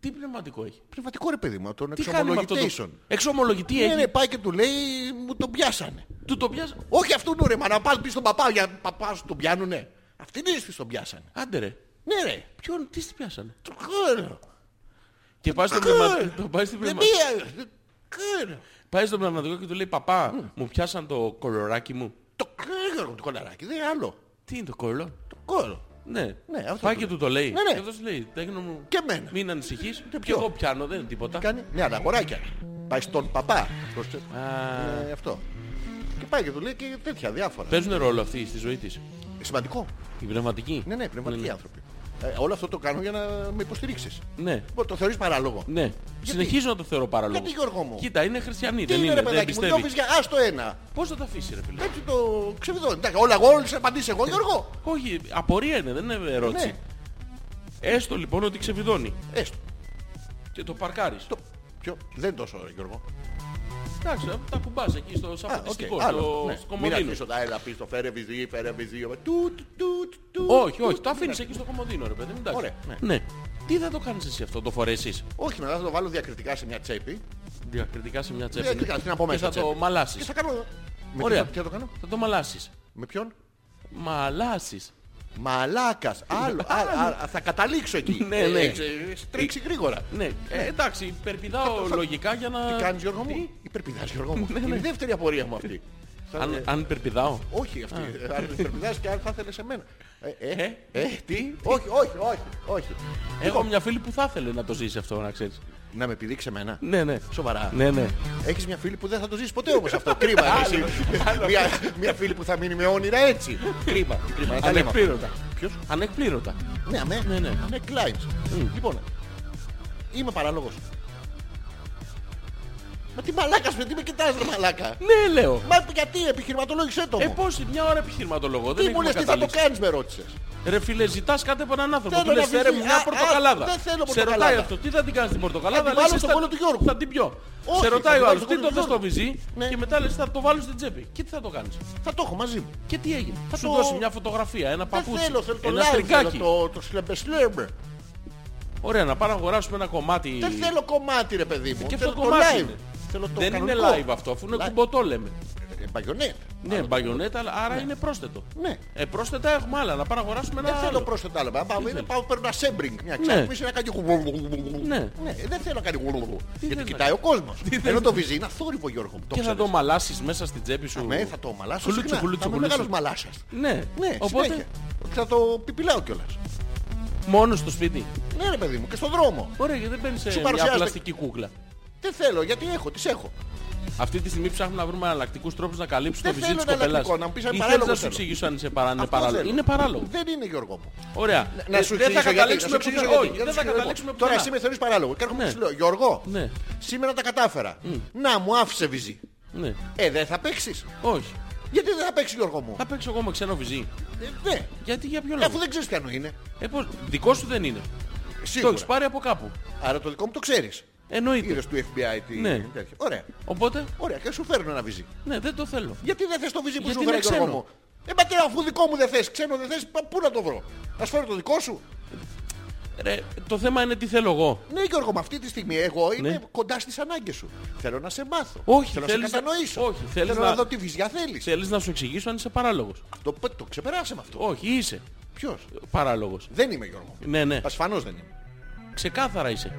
S2: Τι πνευματικό έχει.
S1: Πνευματικό ρε παιδί μου, τον
S2: Τι κάνει με αυτό το...
S1: εξομολογητέισον.
S2: Εξομολογητή
S1: Ναι,
S2: έχει.
S1: ναι, πάει και του λέει, μου τον πιάσανε.
S2: Του το πιάσα.
S1: Όχι αυτού ναι, ρε, μα να πάλι πει στον παπά, για παπάς σου τον πιάνουνε. Αυτή δεν είσαι τον πιάσανε.
S2: Άντε ρε.
S1: Ναι, ρε.
S2: Ποιον, τι στη πιάσανε.
S1: Το κόρο.
S2: Και πάει στο πνευμα- το πάει στην
S1: Δεν
S2: πνευμα-
S1: πια. το κόρο.
S2: Πάει στον πνευματικό και του λέει Παπά, μου πιάσαν το κολοράκι μου.
S1: Το κόρο το κολαράκι, δεν είναι άλλο.
S2: Τι είναι το κολό.
S1: Το κόρο.
S2: Ναι,
S1: Ναι, αυτό
S2: πάει
S1: του
S2: και
S1: λέω.
S2: του το λέει.
S1: Ναι, ναι.
S2: Και αυτός λέει, τέκνο μου,
S1: Και εμένα.
S2: μην ανησυχείς. Και
S1: ποιο?
S2: εγώ πιάνω, δεν είναι τίποτα.
S1: Κάνει. Ναι, αλλά αγοράκια. Πάει στον παπά. Προς- Ε, αυτό. Και πάει και του λέει και τέτοια διάφορα.
S2: Παίζουν ρόλο αυτοί στη ζωή της.
S1: Σημαντικό.
S2: Η πνευματική.
S1: Ναι, ναι, πνευματικοί άνθρωποι. Ε, όλο αυτό το κάνω για να με υποστηρίξεις.
S2: Ναι.
S1: Μπο- Το θεωρείς παράλογο.
S2: Ναι. Συνεχίζω να το θεωρώ παράλογο.
S1: Γιατί, Γιώργο μου?
S2: Κοίτα, είναι χριστιανοί.
S1: Τι
S2: δεν
S1: είναι ρε
S2: δεν
S1: παιδάκι μου,
S2: πιστεύει.
S1: διώχνεις για άστο ένα.
S2: Πώς θα τα αφήσει, ρε φίλε.
S1: Έτσι το ξεβιδώνει. Εντάξει, όλα εγώ, όλες απαντήσεις εγώ Γιώργο.
S2: Όχι, απορία είναι, δεν είναι ερώτηση.
S1: Ναι.
S2: Έστω λοιπόν ότι ξεβιδώνει
S1: Έστω.
S2: και το παρκάρεις.
S1: Το... Ποιο... Δεν τόσο ρε, Γιώργο.
S2: Εντάξει, Ε, τα κουμπάς εκεί στο
S1: Α, οκ,
S2: σαπατιστικό,
S1: άλλο.
S2: στο
S1: Ναι.
S2: στο
S1: Μην
S2: κομμωδίνο.
S1: αφήσω τα έλα πίσω, φέρε βυζί, φέρε βυζί. Του, του, του, του,
S2: Όχι,
S1: του,
S2: όχι,
S1: του,
S2: το
S1: μην
S2: αφήνει
S1: αφήσω.
S2: εκεί στο κομμωδίνο, ρε παιδί μου. εντάξει.
S1: Ωραία, ναι.
S2: Ναι. Τι θα το κάνεις εσύ αυτό, το φορέσεις
S1: Όχι, μετά θα το βάλω διακριτικά σε μια τσέπη.
S2: διακριτικά σε μια τσέπη.
S1: Διακριτικά, τι να πω
S2: Και
S1: μέσα.
S2: θα το
S1: τσέπη.
S2: μαλάσεις.
S1: Και θα κάνω... Με
S2: Ωραία.
S1: τι θα- Τι θα το κάνω.
S2: Θα το μαλάσεις.
S1: Με ποιον.
S2: Μαλάσεις.
S1: Μαλάκας. Άλλο. α, α, α, Θα καταλήξω εκεί.
S2: Ναι, ναι.
S1: Ε, ε, ε, Τρέξει γρήγορα.
S2: Ναι, ε, εντάξει, υπερπηδάω λογικά για να.
S1: Τι κάνεις Γιώργο μου. Υπερπηδάς Γιώργο
S2: Ναι,
S1: μου. Είναι η δεύτερη απορία μου αυτή. Θα-
S2: Αν, αν υπερπηδάω.
S1: Όχι αυτή. Αν υπερπηδάς και αν θα ήθελες εμένα. Ε, ε,
S2: Ε,
S1: ε, τι. Όχι, όχι, όχι. όχι. Λοιπόν,
S2: Έχω μια φίλη που θα ήθελε να το ζήσει αυτό, να ξέρεις.
S1: Να με επιδείξει εμένα.
S2: Ναι, ναι.
S1: Σοβαρά.
S2: Ναι, ναι.
S1: Έχεις μια φίλη που δεν θα το ζήσει ποτέ όμως αυτό. Κρίμα. ρε, εσύ. μια, μια φίλη που θα μείνει με όνειρα έτσι. Κρίμα. Κρίμα. να τα λέμε.
S2: Ανεκπλήρωτα.
S1: Ποιος?
S2: Ανεκπλήρωτα.
S1: Ναι, αμέ.
S2: Ναι, ναι.
S1: Αμέ, climbs.
S2: Mm.
S1: Λοιπόν, είμαι παράλογος. Μα τι μαλάκας με, τι με κοιτάς ρε μαλάκα.
S2: Ναι, λέω.
S1: Μα γιατί επιχειρηματολόγησέ το
S2: Ε,
S1: μου.
S2: πόση, μια ώρα επιχειρηματολογώ.
S1: Τι
S2: Δεν
S1: μου
S2: έχουμε
S1: λες, τι θα το
S2: καταλήξει.
S1: κάνεις με ρώτησες.
S2: Ρε φίλε, ζητάς κάτι από έναν άνθρωπο.
S1: Θέλω
S2: Του λες
S1: να
S2: φέρε
S1: βγει-
S2: μου μια
S1: Α, α,
S2: πορτοκαλάδα.
S1: δεν θέλω
S2: Σε
S1: πορτοκαλάδα.
S2: ρωτάει αυτό, τι θα την κάνεις την
S1: Θα
S2: πορτοκαλάδα.
S1: την
S2: λες,
S1: βάλω
S2: εσύ
S1: στον
S2: θα-
S1: κόλλο του Γιώργου.
S2: Θα την πιω.
S1: Όχι,
S2: Σε
S1: θα
S2: ρωτάει
S1: την βάλω
S2: ο άλλος,
S1: στον
S2: τι
S1: κόλλο
S2: το
S1: του
S2: δες στο
S1: Γιώργου.
S2: βυζί
S1: Ναι.
S2: και μετά λες θα το βάλω στην τσέπη. Και τι θα το κάνεις.
S1: Θα το έχω μαζί μου.
S2: Και τι έγινε. Θα σου
S1: το-
S2: δώσει μια φωτογραφία, ένα
S1: Δεν
S2: παπούτσι,
S1: θέλω, θέλω το
S2: ένα
S1: live, θέλω
S2: στριγκάκι.
S1: το, το σλεμπε σλεμπε.
S2: Ωραία, να πάμε να αγοράσουμε ένα κομμάτι.
S1: Δεν θέλω κομμάτι ρε παιδί μου.
S2: Και αυτό
S1: Θέλω το
S2: κομμάτι
S1: live.
S2: είναι.
S1: Θέλω το
S2: Δεν είναι live
S1: κανονικό.
S2: αυτό, αφού είναι
S1: Live.
S2: κουμποτό λέμε.
S1: Ε, μπαγιονέτ.
S2: Ναι, μπαγιονέτα, αλλά άρα είναι πρόσθετο.
S1: Ναι.
S2: Ε, πρόσθετα έχουμε άλλα, να πάμε να αγοράσουμε ένα
S1: Δεν θέλω
S2: άλλο.
S1: πρόσθετα άλλα. Πάω, είναι, πάω παίρνω ένα σέμπριγκ. Μια
S2: Ναι.
S1: ξάπνιση να κάνει.
S2: Ναι.
S1: δεν θέλω να κάνει.
S2: θες να
S1: Γιατί κοιτάει ο κόσμος. Ενώ το βυζί είναι αθόρυβο Γιώργο. μου, Το
S2: Και θα
S1: ξέρεις.
S2: το μαλάσεις μέσα στην τσέπη σου.
S1: Ναι, θα το μαλάσω.
S2: Κουλούτσου,
S1: συχνά.
S2: κουλούτσου,
S1: Θα είμαι
S2: κουλούτσου.
S1: μεγάλος μαλάσας.
S2: Ναι,
S1: Ναι,
S2: οπότε
S1: συνέχεια. Θα το πιπιλάω κιόλας.
S2: μόνος στο σπίτι.
S1: Ναι ρε παιδί μου και στον δρόμο.
S2: Ωραία, γιατί δεν παίρνεις σε μια
S1: παρουσιάζεται-
S2: πλαστική κούκλα.
S1: Δεν θέλω γιατί έχω, τις έχω.
S2: Αυτή τη στιγμή ψάχνουμε να βρούμε εναλλακτικού τρόπους να καλύψουμε
S1: Δεν
S2: το βυζί
S1: θέλω
S2: τη κοπελά.
S1: εναλλακτικό, να μου πεις αν είναι
S2: να
S1: παράλογο
S2: σου
S1: θέλω.
S2: εξηγήσω αν είσαι παρά... είναι
S1: Αυτό
S2: παράλογο.
S1: θέλω.
S2: Είναι παράλογο.
S1: Δεν είναι Γιώργο μου.
S2: Ωραία.
S1: Να
S2: Ε,
S1: σου
S2: δεν
S1: εξηγήσω
S2: θα
S1: γιατί, να σου
S2: καταλήξουμε
S1: εξηγήσω
S2: πουθενά.
S1: γιατί,
S2: Όχι,
S1: να
S2: δεν
S1: σου
S2: θα
S1: εξηγήσω
S2: καταλήξουμε
S1: γιατί. Τώρα
S2: πουθενά.
S1: εσύ με θεωρείς παράλογο. Και έρχομαι
S2: Ναι.
S1: και σου λέω Γιώργο,
S2: Ναι. Mm.
S1: σήμερα τα κατάφερα. Να μου άφησε βυζί.
S2: Ναι.
S1: Ε, δεν θα παίξεις.
S2: Όχι.
S1: Γιατί δεν θα παίξεις Γιώργο μου.
S2: Θα παίξω εγώ με ξένο βυζί.
S1: Ε, ναι.
S2: Γιατί για ποιο
S1: Ε, Αφού
S2: λόγο.
S1: δεν ξέρεις ποιανού είναι.
S2: Ε, πώς- Δικό σου δεν είναι. Το
S1: Σίγουρα.
S2: έχεις πάρει από κάπου.
S1: Άρα το δικό μου το ξέρεις.
S2: Εννοείται.
S1: Είδες του FBI τι
S2: Ναι.
S1: τέτοιο. Ωραία.
S2: Οπότε,
S1: Ωραία και σου φέρνω ένα βυζί.
S2: ναι, δεν το θέλω.
S1: Γιατί δεν θες το βυζί που
S2: Γιατί
S1: σου
S2: είναι
S1: φέρνει Γιώργο
S2: ξένο.
S1: μου. Ε, πατέρα, αφού δικό μου δεν θες, ξένο δεν θες, πα- πού να το βρω. Να σου φέρω το δικό σου.
S2: Ρε, το θέμα είναι τι θέλω εγώ.
S1: Ναι, Γιώργο, με αυτή τη στιγμή εγώ είμαι
S2: Ναι.
S1: κοντά στις ανάγκες σου. Θέλω να σε μάθω.
S2: Όχι,
S1: θέλω να
S2: θέλεις
S1: σε
S2: να-
S1: κατανοήσω.
S2: όχι, θέλεις
S1: θέλω να...
S2: να-
S1: δω τι βυζιά θέλεις.
S2: Θέλεις να σου εξηγήσω αν είσαι παράλογος.
S1: Αυτό π- το ξεπεράσαμε αυτό.
S2: Όχι, είσαι
S1: Ποιος.
S2: παράλογος.
S1: Δεν είμαι Γιώργο.
S2: Ναι, ναι.
S1: Ασφανώς δεν είμαι.
S2: Ξεκάθαρα είσαι.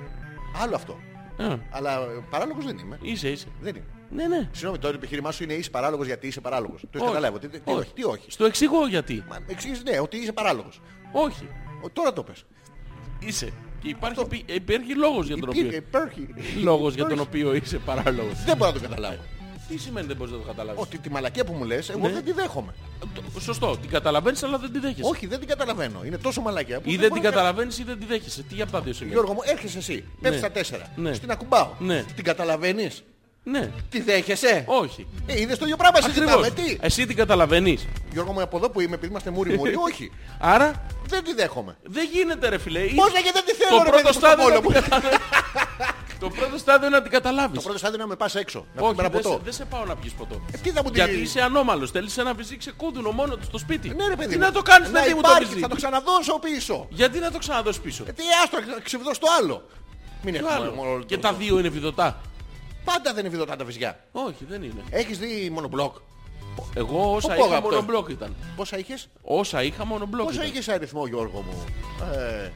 S1: Άλλο αυτό.
S2: Α,
S1: Αλλά ε, παράλογος δεν είμαι.
S2: είσαι, είσαι.
S1: Δεν είμαι.
S2: Ναι, ναι.
S1: Συγγνώμη, το επιχείρημά σου είναι είσαι παράλογος γιατί είσαι παράλογος. Το έχεις
S2: Όχι.
S1: καταλάβει. Τι, τι, τι όχι. Τι όχι.
S2: Στο εξηγώ γιατί.
S1: Μα εξήγησε ναι, ότι είσαι παράλογος.
S2: Όχι.
S1: Ο, τώρα το πες.
S2: Είσαι. Και υπάρχει, πι- υπάρχει λόγος για τον
S1: Υπήρχε,
S2: οποίο...
S1: υπήρχε.
S2: Λόγος για τον οποίο είσαι παράλογος.
S1: Δεν μπορώ να το καταλάβω.
S2: Τι σημαίνει δεν μπορείς να το καταλάβεις.
S1: Ότι τη μαλακία που μου λες, εγώ
S2: Ναι.
S1: δεν τη δέχομαι.
S2: Το- Σωστό. Την καταλαβαίνεις αλλά δεν τη δέχεσαι.
S1: Όχι, δεν την καταλαβαίνω. Είναι τόσο μαλακία που.
S2: Ή δεν
S1: μπορώ
S2: την
S1: να-
S2: καταλαβαίνεις ή δεν τη δέχεσαι. Τι από τα δύο σημαίνει.
S1: Γιώργο μου, έρχεσαι εσύ. Πέφτεις στα τέσσερα.
S2: Ναι.
S1: Στην ακουμπάω.
S2: Ναι.
S1: Την καταλαβαίνεις.
S2: Ναι.
S1: Τη δέχεσαι.
S2: Όχι.
S1: Ε, είδες το ίδιο πράγμα συζητάμε.
S2: Ακριβώς. Ε.
S1: Τι.
S2: Εσύ την καταλαβαίνεις.
S1: Γιώργο μου, από εδώ που είμαι, επειδή είμαστε μούρι μούρι, όχι.
S2: Άρα
S1: Δεν τη δέχομαι.
S2: δεν γίνεται ρε φίλε.
S1: Πώς να και δεν τη θέλω,
S2: Το
S1: ρε
S2: πρώτο
S1: παιδί, στον
S2: στάδιο είναι να
S1: πόλεμο.
S2: την καταλάβεις. Το πρώτο στάδιο είναι να την
S1: Το
S2: καταλάβεις.
S1: πρώτο στάδιο είναι να με πας έξω. Να
S2: Όχι,
S1: πούμε ένα
S2: δεν σε-
S1: ποτό.
S2: δεν σε πάω να πιεις ποτό.
S1: Ε, Τι θα μου τη
S2: Γιατί είσαι ανώμαλος. Θέλεις ένα βυζί ξεκούδουνο μόνο του στο σπίτι.
S1: Ναι, ρε παιδί.
S2: Τι
S1: μου.
S2: να το κάνεις
S1: να
S2: παιδί μου το
S1: υπάρχει,
S2: βυζί.
S1: Θα το ξαναδώσω πίσω.
S2: Γιατί να το ξαναδώσεις πίσω.
S1: Ε, Τι άστρο, να ξεβδώσω το άλλο. Μην
S2: Το
S1: έχουμε μόνο
S2: άλλο. Και
S1: το-
S2: τα δύο είναι βιδωτά.
S1: Πάντα δεν είναι βιδωτά τα βυζιά.
S2: Όχι, δεν είναι.
S1: Έχεις δει μονοπλοκ.
S2: Εγώ
S1: Πού
S2: όσα
S1: πω,
S2: είχα
S1: αγαπητέ.
S2: μονομπλοκ ήταν.
S1: Πόσα είχες.
S2: Όσα είχα μονομπλοκ
S1: Πόσο
S2: ήταν.
S1: είχες αριθμό, Γιώργο μου. Ε,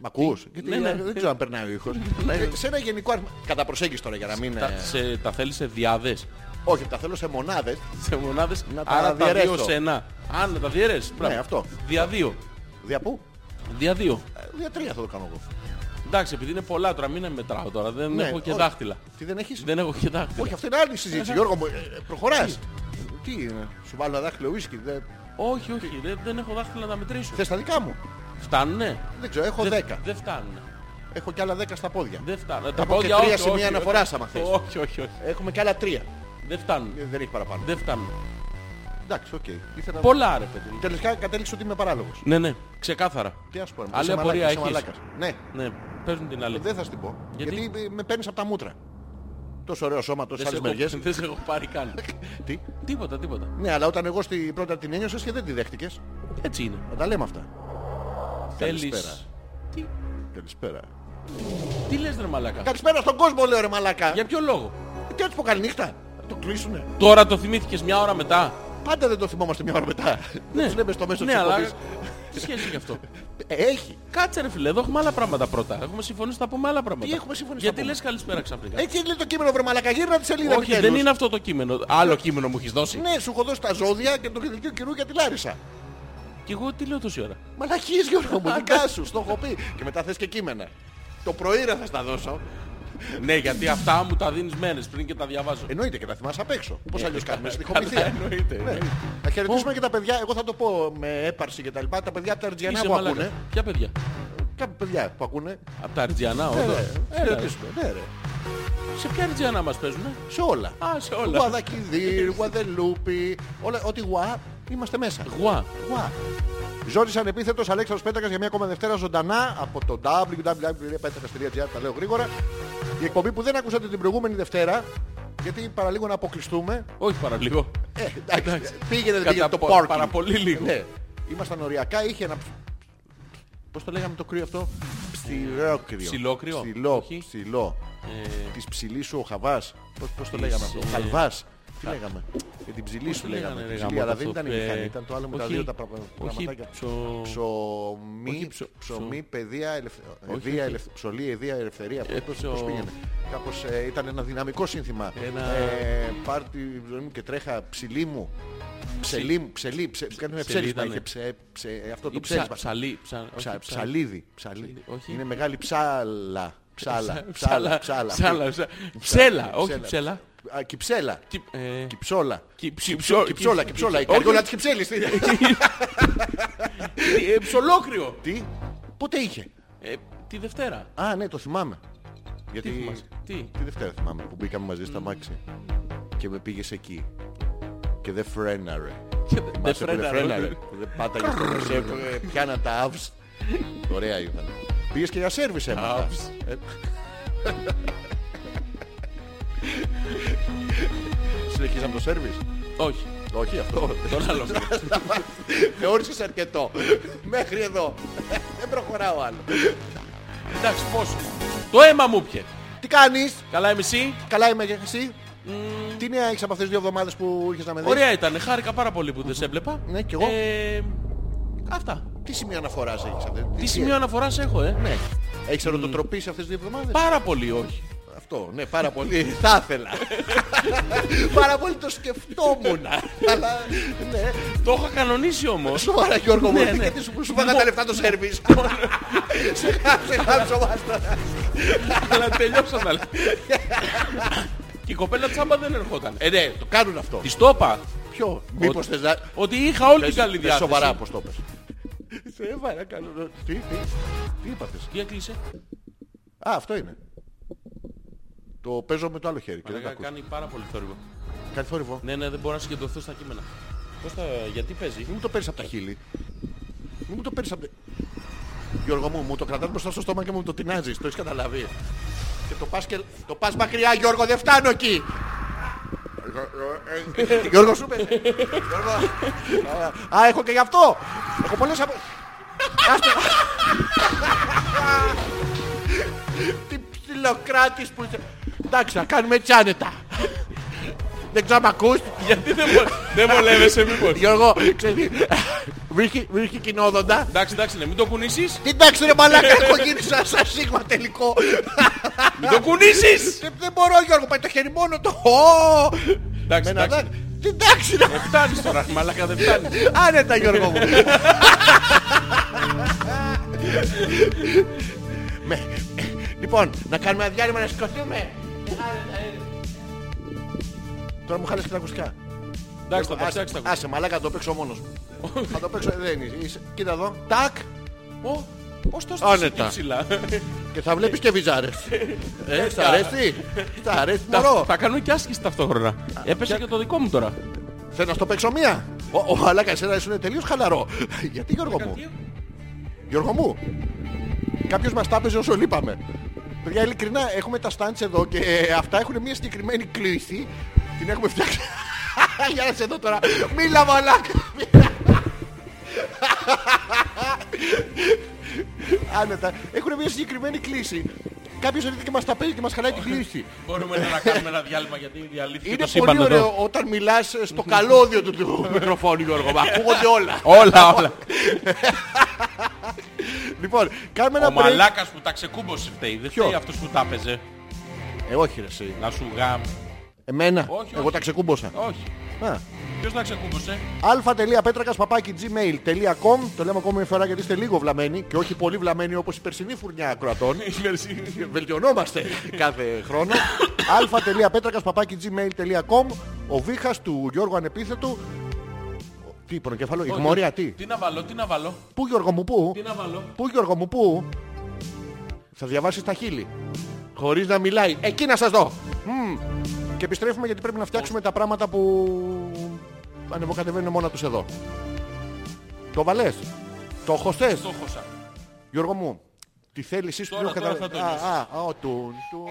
S1: μ' ακούς? Γιατί ε,
S2: Ναι, ναι.
S1: δεν ξέρω αν περνάει ο ήχος. Ε, σε ένα γενικό αριθμό. Κατά προσέγγιση τώρα για να μην.
S2: Τα,
S1: ε,
S2: σε, τα θέλεις σε διάδες,
S1: Όχι, τα θέλω σε μονάδες.
S2: σε μονάδες.
S1: Να τα
S2: άρα τα
S1: διαιρέσω.
S2: δύο σε ένα. Αν να τα διαιρέσεις, μπράβο.
S1: αυτό.
S2: Δια δύο.
S1: Δια πού?
S2: Δια δύο.
S1: Ε, Δια τρία θα το κάνω εγώ.
S2: Εντάξει, επειδή είναι πολλά τώρα, μην μετράω τώρα. Δεν
S1: Ναι,
S2: έχω και
S1: όχι.
S2: δάχτυλα.
S1: Τι δεν έχεις?
S2: Δεν έχω και δάχτυλα.
S1: Όχι, αυτή είναι άλλη συζήτηση. Γιώργο μου, ε, ε, προχωράς. Τι είναι, σου βάλω ένα δάχτυλο ουίσκι. δεν-
S2: όχι, όχι, δεν, δεν έχω δάχτυλα να μετρήσω.
S1: Θες τα δικά μου.
S2: Φτάνουνε.
S1: Δεν ξέρω, έχω 10.
S2: Δεν δεν φτάνουνε.
S1: Έχω κι άλλα 10 στα πόδια.
S2: Δεν φτάνουν. Τα
S1: πω και
S2: πόδια
S1: τρία
S2: όχι.
S1: σημεία
S2: όχι,
S1: αναφοράς,
S2: όχι.
S1: άμα θες.
S2: Όχι, όχι, όχι.
S1: Έχουμε κι άλλα 3.
S2: Δεν φτάνουν.
S1: Δεν έχει παραπάνω.
S2: Δεν φτάνουν.
S1: Εντάξει, οκ. Ήθελα...
S2: Πολλά ρε παιδί. μου.
S1: Τελικά κατέληξε ότι είμαι παράλογος.
S2: Ναι, ναι. Ξεκάθαρα.
S1: Τι ας πω, ρε,
S2: Άλλη
S1: είσαι
S2: απορία
S1: μαλάκας, είσαι
S2: έχεις?
S1: μαλάκας. Ναι,
S2: Ναι, παίζουν την αλήθεια.
S1: δεν θα σου την πω.
S2: Γιατί?
S1: Γιατί, με παίρνεις από τα μούτρα. Τόσο ωραίο σώμα, τόσες
S2: Δεν σε
S1: άλλες
S2: έχω-
S1: μεριές.
S2: Δεν σε έχω πάρει καν.
S1: Τι.
S2: Τίποτα, τίποτα.
S1: Ναι, αλλά όταν εγώ στη πρώτα την ένιωσες και δεν τη δέχτηκες.
S2: Έτσι είναι.
S1: Να τα λέμε αυτά.
S2: Θέλεις...
S1: Καλησπέρα.
S2: Τι,
S1: Καλησπέρα.
S2: τι λες ρε μαλάκα.
S1: Καλησπέρα στον κόσμο, λέω ρε μαλάκα.
S2: Για ποιο λόγο.
S1: Τι έτσι πω καλή νύχτα. Το κλείσουνε.
S2: Τώρα το θυμήθηκες μια ώρα μετά.
S1: Πάντα δεν το θυμόμαστε μια ώρα μετά. Δεν τους λέμε στο μέσο
S2: ναι,
S1: της
S2: αλλά...
S1: εκπομπής.
S2: Τι σχέση έχει αυτό.
S1: Ε, Έχει.
S2: Κάτσε ρε φίλε, εδώ έχουμε άλλα πράγματα πρώτα. Έχουμε συμφωνήσει να πούμε άλλα πράγματα.
S1: Τι έχουμε συμφωνήσει να
S2: Γιατί
S1: πούμε?
S2: λες καλησπέρα ξαφνικά.
S1: Έτσι λέει το κείμενο, βρε μαλακά. Γύρνα τη σελίδα.
S2: Όχι, δεν
S1: επιτέλους.
S2: είναι αυτό το κείμενο. Άλλο κείμενο μου έχεις δώσει.
S1: Ναι, σου έχω δώσει τα ζώδια και το κεντρικό καιρού για τη Λάρισα.
S2: Και εγώ τι λέω τόση ώρα.
S1: Μαλακίες Γιώργο μου, δικά σου, στο έχω πει. Και μετά θες και κείμενα. Το πρωί ρε θα στα δώσω.
S2: Ναι, γιατί αυτά μου τα δίνεις μέρες πριν και τα διαβάζω.
S1: Εννοείται και τα θυμάσαι απ' έξω. Πώς αλλιώς κάνουμε, στην
S2: Καλά,
S1: ηχομηθεία.
S2: εννοείται,
S1: Ναι.
S2: εννοείται.
S1: Να χαιρετήσουμε και τα παιδιά, εγώ θα το πω με έπαρση και τα λοιπά, τα παιδιά από τα Αρτζιανά
S2: Είσαι
S1: που
S2: μαλάκας.
S1: ακούνε.
S2: Ποια παιδιά.
S1: Κάποια παιδιά που ακούνε.
S2: Από τα Αρτζιανά,
S1: Ναι,
S2: όντω.
S1: ρε, χαιρετήσουμε, ναι, ρε.
S2: Σε ποια Αρτζιανά μας παίζουνε.
S1: Σε όλα.
S2: Α, σε όλα.
S1: Γουαδακιδίρ, Γουαδελούπη, όλα, ό,τι γουά, είμαστε μέσα.
S2: Γουά.
S1: Γουά. Ζόρις ανεπίθετος Αλέξανδρος Πέτρακας για μια ακόμα Δευτέρα ζωντανά από το www.πέτρακας.gr τα λέω γρήγορα. Η εκπομπή που δεν ακούσατε την προηγούμενη Δευτέρα γιατί παραλίγο να αποκλειστούμε.
S2: Όχι παραλίγο.
S1: Ε, εντάξει,
S2: Εντάξει.
S1: πήγαινε
S2: Κατά
S1: δηλαδή το
S2: πο-
S1: parking.
S2: παρα πολύ λίγο.
S1: Ναι. Ήμασταν οριακά, είχε ένα... ψ- Πώς το λέγαμε το κρύο αυτό? Ψιλόκρυο.
S2: Ψιλόκρυο.
S1: Ψιλό,
S2: Όχι.
S1: ψιλό.
S2: Ε,
S1: Της ψηλής σου ο χαβάς. Πώς, πώς το
S2: Της,
S1: λέγαμε αυτό.
S2: ε,
S1: Χαλβάς. Τι λέγαμε. Για την ψηλή
S2: πώς
S1: σου
S2: το λέγανε,
S1: λέγαμε. την
S2: ρε,
S1: ψηλή,
S2: γαμώτο
S1: Αλλά δεν
S2: αυτό,
S1: ήταν η
S2: ε,
S1: μηχανή. Ήταν το άλλο με τα
S2: όχι,
S1: δύο τα πρα-
S2: Όχι,
S1: πραγματάκια.
S2: ψω-
S1: Ψωμί,
S2: Όχι, ψω-
S1: ψωμί,
S2: ψω-
S1: παιδεία, ελευθε-
S2: Όχι,
S1: εδία,
S2: όχι.
S1: ελευθε- ψωλή, εδία, ελευθερία.
S2: Ε,
S1: Πώς
S2: ψω-
S1: πώς πήγαινε. Κάπως ε, ήταν ένα δυναμικό σύνθημα.
S2: Ένα-
S1: Ε, Πάρ τη ζωή μου και τρέχα ψηλή μου. Ψελή μου, ψελή, ψε- κάνε ένα
S2: ψελή
S1: ψέλισμα.
S2: ήταν.
S1: είχε ψε- ψε- ε, Αυτό το
S2: Ή ψα-
S1: ψέλισμα.
S2: Ψαλί. ψα- όχι,
S1: Ψα-
S2: ψα-
S1: Ψαλίδι. ψαλί.
S2: όχι.
S1: Είναι μεγάλη ψάλα. Ψάλα.
S2: ψα-
S1: Ψάλα.
S2: ψάλα,
S1: Ψάλα.
S2: ψα- Ψέλα. Όχι ψέλα.
S1: Α, Κυψέλα.
S2: Τι- ε,
S1: Κυψόλα.
S2: κι- ψι- ψο-
S1: Κυψόλα,
S2: κι-
S1: κυψόλα. Η
S2: όχι,
S1: καριόλα της κυψέλης. τι είναι.
S2: ε, Ψολόκριο.
S1: Τι. Πότε είχε.
S2: Ε, Τη Δευτέρα.
S1: Α, ναι, το θυμάμαι. Γιατί...
S2: Τι θυμάσαι? Τι.
S1: Τη Δευτέρα θυμάμαι που μπήκαμε μαζί στα μάξι. Και με πήγες εκεί. Και δεν φρέναρε.
S2: Δεν
S1: Θυμάσαι που
S2: φρέναρε.
S1: που Δεν πάταγε στο μεσαίο. που, ε, Πιάνα τα αύς. Ωραία ήταν. Πήγες και για σερβις έμαθα.
S2: Αύς.
S1: Ε, Συνεχίσαμε το σερβις.
S2: Όχι.
S1: Όχι αυτό.
S2: Τον άλλο.
S1: Θεώρησες αρκετό. Μέχρι εδώ. Δεν προχωράω άλλο.
S2: Εντάξει, πόσο. Το αίμα μου πιε.
S1: Τι κάνεις.
S2: Καλά, είμαι εσύ.
S1: Καλά είμαι και εσύ. Τι νέα έχεις από αυτές τις δύο εβδομάδες που είχες να με δεις.
S2: Ωραία ήταν. Χάρηκα πάρα πολύ που δεν σε έβλεπα.
S1: Ναι, κι εγώ.
S2: Ε, αυτά.
S1: Τι σημείο αναφοράς έχεις αυτές.
S2: Τι σημείο αναφοράς έχω, ε.
S1: Ναι. Έχεις ερωτοτροπήσει αυτές τις δύο εβδομάδες.
S2: Πάρα πολύ όχι.
S1: Αυτό, ναι, πάρα πολύ. Θα ήθελα. πάρα πολύ το σκεφτόμουν. Αλλά, ναι.
S2: Το είχα κανονίσει όμως.
S1: Σοβαρά Γιώργο μου,
S2: Ναι,
S1: γιατί
S2: ναι.
S1: τι σου- σου φάγα τα λεφτά το σερβις. Σε χάσε, χάσε σοβαρά.
S2: αλλά τελειώσαν τα λεφτά. Και η κοπέλα τσάμπα δεν ερχόταν. Ε, ναι,
S1: Το κάνουν αυτό.
S2: της το είπα
S1: Ποιο. Μήπως θες να...
S2: ότι είχα όλη την
S1: θες-
S2: καλή
S1: θες
S2: διάθεση.
S1: Σοβαρά Ε, πως το πες. Σε παρακαλώ. Τι, τι, τι είπατε.
S2: Τι έκλεισε.
S1: Α, αυτό είναι. Το παίζω με το άλλο χέρι και δεν τα
S2: Μαλάκα,
S1: ακούω.
S2: Κάνει πάρα πολύ θόρυβο.
S1: Κάνει θόρυβο.
S2: Ναι, ναι, δεν μπορώ να συγκεντρωθώ στα κείμενα. Πώς τα... Γιατί παίζει.
S1: Μην μου το παίρνεις από τα χείλη. Μην μου το παίρνεις από τα... Γιώργο μου, μου το κρατάς μπροστά στο στόμα και μου το τεινάζεις. Το έχεις καταλάβει. Και το πας, και... το πας μακριά, Γιώργο, δεν φτάνω εκεί. Γιώργο σου πες. Γιώργο. Α, Α, έχω και γι' αυτό. Έχω πολλές από... Άσπε. Τι ψιλοκράτης που είσαι. Εντάξει, να κάνουμε έτσι άνετα. Δεν ξέρω αν μ' ακούς.
S2: Γιατί δεν, βολ... δεν βολεύεσαι μήπως.
S1: Γιώργο, ξέρεις, βρίσκει, βρίσκει κοινόδοντα.
S2: εντάξει, εντάξει, ναι, μην το κουνήσεις.
S1: Τι εντάξει ρε μαλάκα, έχω γίνει σαν, σαν σίγμα τελικό. Ε,
S2: μην το κουνήσεις.
S1: Δεν- Δεν μπορώ Γιώργο, πάει το χέρι μόνο το. Ω!
S2: εντάξει,
S1: Με ένα
S2: εντάξει.
S1: δάκρυ. Τι εντάξει ρε.
S2: Δεν Ε, φτάνεις τώρα, μαλάκα δεν φτάνεις.
S1: Άνετα Γιώργο μου. Με- Λοιπόν, να κάνουμε ένα διάλειμμα να σηκωθούμε. Τώρα μου χάλασε και τα ακουστικά.
S2: Εντάξει, θα τα
S1: Άσε-
S2: φτιάξεις τα
S1: Άσε μαλάκα, θα το παίξω μόνος μου. Θα το παίξω, δεν είναι. είσαι- Κοίτα εδώ. Τακ.
S2: Ω, πώς το έστησες
S1: Άνετα.
S2: εκεί ψηλά.
S1: Και θα βλέπεις και βυζάρες. Ε, σ'
S2: τα-
S1: αρέσει. Σ' αρέσει
S2: Τα-
S1: μωρό.
S2: Θα κάνουμε και άσκηση ταυτόχρονα. Έπεσε και το δικό μου τώρα.
S1: Θέλω να στο παίξω μία. Ο, ο Αλάκα, εσένα είναι τελείως χαλαρό. Γιατί Γιώργο μου. Γιώργο μου. Κάποιος μας τα έπαιζε όσο λείπαμε. Παιδιά, ειλικρινά έχουμε τα στάντς εδώ και ε, αυτά έχουν μια συγκεκριμένη κλίση. Την έχουμε φτιάξει. Για να σε δω τώρα. Μίλα μαλάκα. Άνετα. Έχουν μια συγκεκριμένη κλίση. Κάποιος έρχεται και μας τα παίζει και μας χαλάει την κλίση.
S2: Μπορούμε τώρα να κάνουμε ένα διάλειμμα γιατί διαλύθηκε
S1: Είναι
S2: το σύμπαν
S1: πολύ ωραίο
S2: εδώ.
S1: όταν μιλάς στο καλώδιο του, του μικροφόνου Γιώργο. Μα ακούγονται όλα.
S2: Όλα, όλα.
S1: λοιπόν, κάνουμε
S2: Ο
S1: ένα break.
S2: μαλάκας που τα ξεκούμπωσε φταίει. Δεν
S1: Ποιο?
S2: φταίει αυτός που τα έπαιζε.
S1: Ε, όχι ρε εσύ.
S2: Να σου γάμ.
S1: Εμένα.
S2: Όχι,
S1: Εγώ
S2: όχι.
S1: τα ξεκούμποσα.
S2: Όχι.
S1: Α.
S2: Ποιος να ξεκούμπωσε.
S1: αλφα.πέτρακας παπάκι gmail.com Το λέμε ακόμη μια φορά γιατί είστε λίγο βλαμμένοι και όχι πολύ βλαμμένοι όπως η περσινή φουρνιά ακροατών. Βελτιωνόμαστε κάθε χρόνο. αλφα.πέτρακας παπάκι gmail.com Ο βήχας του Γιώργου Ανεπίθετου τι πονοκεφαλό, η γμωρία, τι.
S2: Τι να βάλω, τι να βάλω.
S1: Πού Γιώργο μου, πού.
S2: Τι να βάλω.
S1: Πού Γιώργο μου, πού. Θα διαβάσεις τα χείλη. Χωρίς να μιλάει. Εκεί να σας δω. Μμμ. Και επιστρέφουμε γιατί πρέπει να φτιάξουμε τα πράγματα που ανεβοκατεβαίνουν μόνα τους εδώ. Το βαλές. Το χωστές.
S2: Το χώσα.
S1: Γιώργο μου. Τη θέλησή σου
S2: Τώρα,
S1: πιο
S2: τώρα
S1: κατα-
S2: θα το λες.
S1: Α, α, ο, τουν, τουν.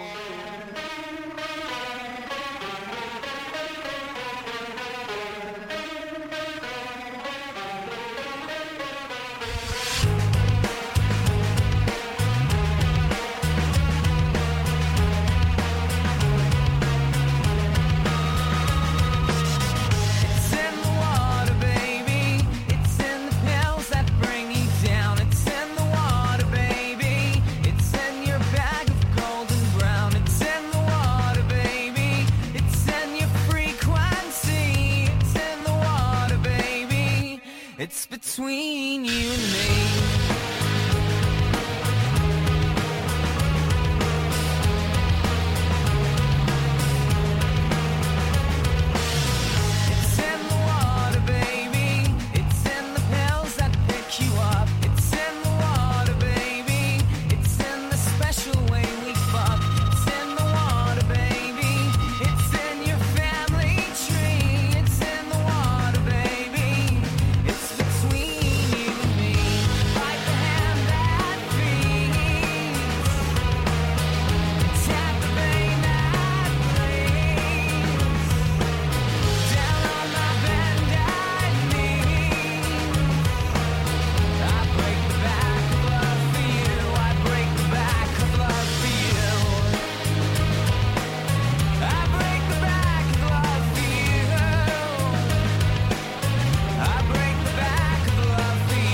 S3: It's in the water, baby. It's in the pills that bring you down. It's in the water, baby. It's in your bag of golden brown. It's in the water, baby. It's in your frequency. It's in the water, baby. It's between you and me. It's in the water, baby. It's in the pills that pick you up. It's in the water, baby. It's in the special way we fuck. It's in the water, baby. It's in your family tree. It's in the water, baby. It's between you and me. Like the hand that feeds. Tap the vein that bleeds. Down on my bended knees, I break the back of love for you. I break the back of love for you. I break the back of love for you. I break the back of love for you.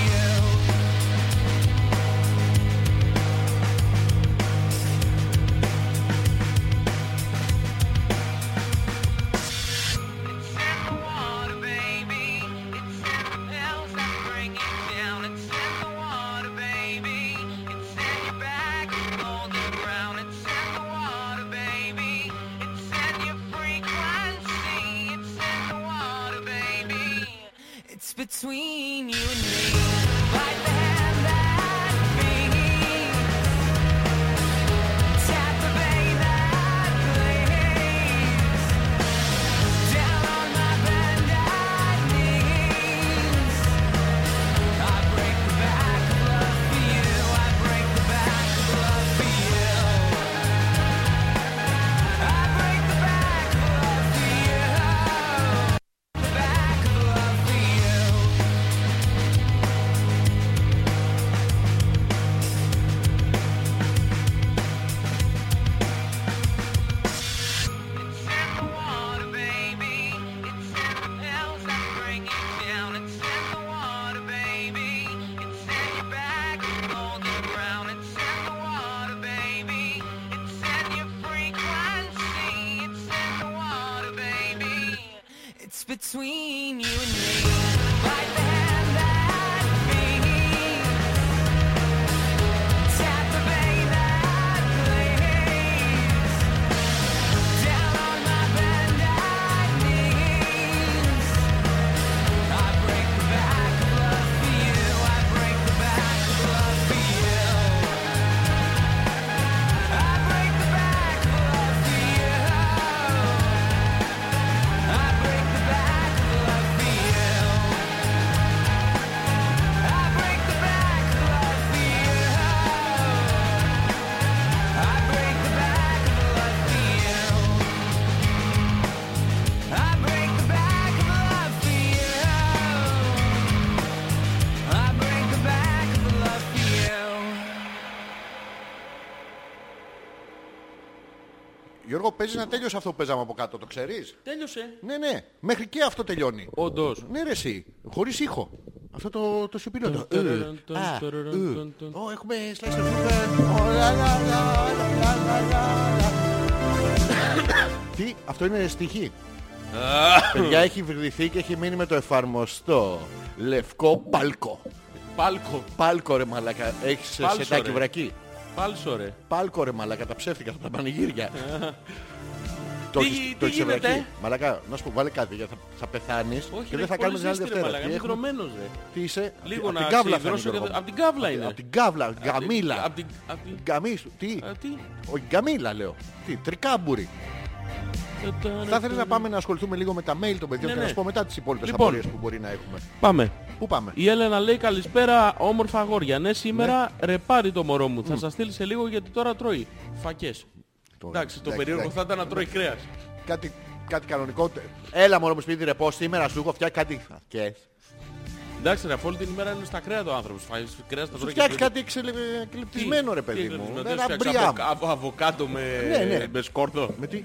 S3: It's in the water, baby. It's in the pills that bring it down. It's in the water, baby. It's in your bag of golden brown. It's in the water, baby. It's in your frequency. It's in the water, baby. It's between you and me. Bite the hand that feeds. Tap the vein that bleeds. Down on my bended knees, I break the back of love for you. I break the back of love for you. I break the back of love for you. The back of love for you. It's in the water, baby. It's in the pills that bring you down. It's in the water, baby. It's in your bag of golden brown. It's in the water, baby. It's in your frequency. It's in the water, baby. It's between you and me. Bite the hand that feeds. Tap the vein that bleeds. Down on my bended knees, I break the back of love for you. I break the back of love.
S1: Γιώργο, παίζει να τέλειωσε αυτό που παίζαμε από κάτω, το ξέρεις.
S2: Τέλειωσε.
S1: Ναι, ναι, μέχρι και αυτό τελειώνει.
S2: Όντως.
S1: Ναι, ρε, εσύ, χωρίς ήχο. Αυτό το, το σιωπηλό. το, ε, α, ε. Ω, Έχουμε slice of fruit. Ω, λα, λα, λα, λα, λα, λα, λα. Τι, αυτό είναι στοιχή. Παιδιά έχει βρεθεί και έχει μείνει με το εφαρμοστό. Λευκό πάλκο.
S2: Πάλκο.
S1: Πάλκο ρε μαλακα. Έχεις
S2: Πάλσο,
S1: σετάκι
S2: ρε.
S1: βρακί.
S2: Πάλσο ρε.
S1: Πάλκο ρε μαλακα. Τα ψεύτηκα αυτά τα πανηγύρια. Το
S2: Ε. Τι-
S1: έχεις-
S2: τι
S1: το έχεις σε βρακί.
S2: γίνεται? ε?
S1: Μαλακα, να σου πω, βάλε κάτι γιατί θα, θα πεθάνεις και
S2: Όχι,
S1: δεν θα κάνουμε την άλλη Δευτέρα.
S2: Μαλάκα,
S1: Τι
S2: είμαι
S1: έχουμε-
S2: δρομένος ρε.
S1: Τι είσαι,
S2: Λίγο
S1: απ'
S2: να
S1: την κάβλα φαίνεται,
S2: ξυδρώσω και
S1: Γιώργο
S2: δεν-
S1: μου.
S2: απ' την κάβλα είναι.
S1: Απ' την κάβλα, γκαμίλα.
S2: Απ' την- Ε, απ' την-
S1: Γκαμίσου, τι,
S2: Α, τι.
S1: όχι γκαμίλα λέω. Τι, τρικάμπουρη.
S2: Ναι, Ε,
S1: Θα ήθελα να πάμε να ασχοληθούμε λίγο με τα mail των παιδιών
S2: Ναι,
S1: και να
S2: ναι.
S1: σου πω μετά τις υπόλοιπες
S2: Λοιπόν.
S1: απορίες που μπορεί να έχουμε.
S2: Πάμε.
S1: Πού πάμε.
S2: Η Έλενα λέει καλησπέρα όμορφα αγόρια. Ναι, σήμερα ρεπάρει το μωρό μου. Θα σας στείλει σε λίγο γιατί τώρα τρώει. Φακές.
S1: Τώρα,
S2: Εντάξει, το
S1: εντάξει,
S2: περίεργο
S1: εντάξει.
S2: θα ήταν να τρώει κρέας.
S1: Κάτι, κάτι κανονικό. Έλα μωρό μου σπίτι ρε πως σήμερα σου έχω φτιάξει κάτι. Και...
S2: Εντάξει, ρε, αφού όλη την ημέρα είναι στα κρέα το άνθρωπο. Φάει κρέας, θα
S1: Σου
S2: τρώει και
S1: φτιάξει
S2: κρέα.
S1: κάτι εξελε- εκλεπτισμένο ρε
S2: Τι
S1: παιδί
S2: έκανες,
S1: μου.
S2: μετά
S1: Ένα
S2: σου φτιάξα
S1: μπριάμ.
S2: αβοκα- αβο- Αβοκάτο με,
S1: Ναι, ναι.
S2: με σκόρδο.
S1: Με τι.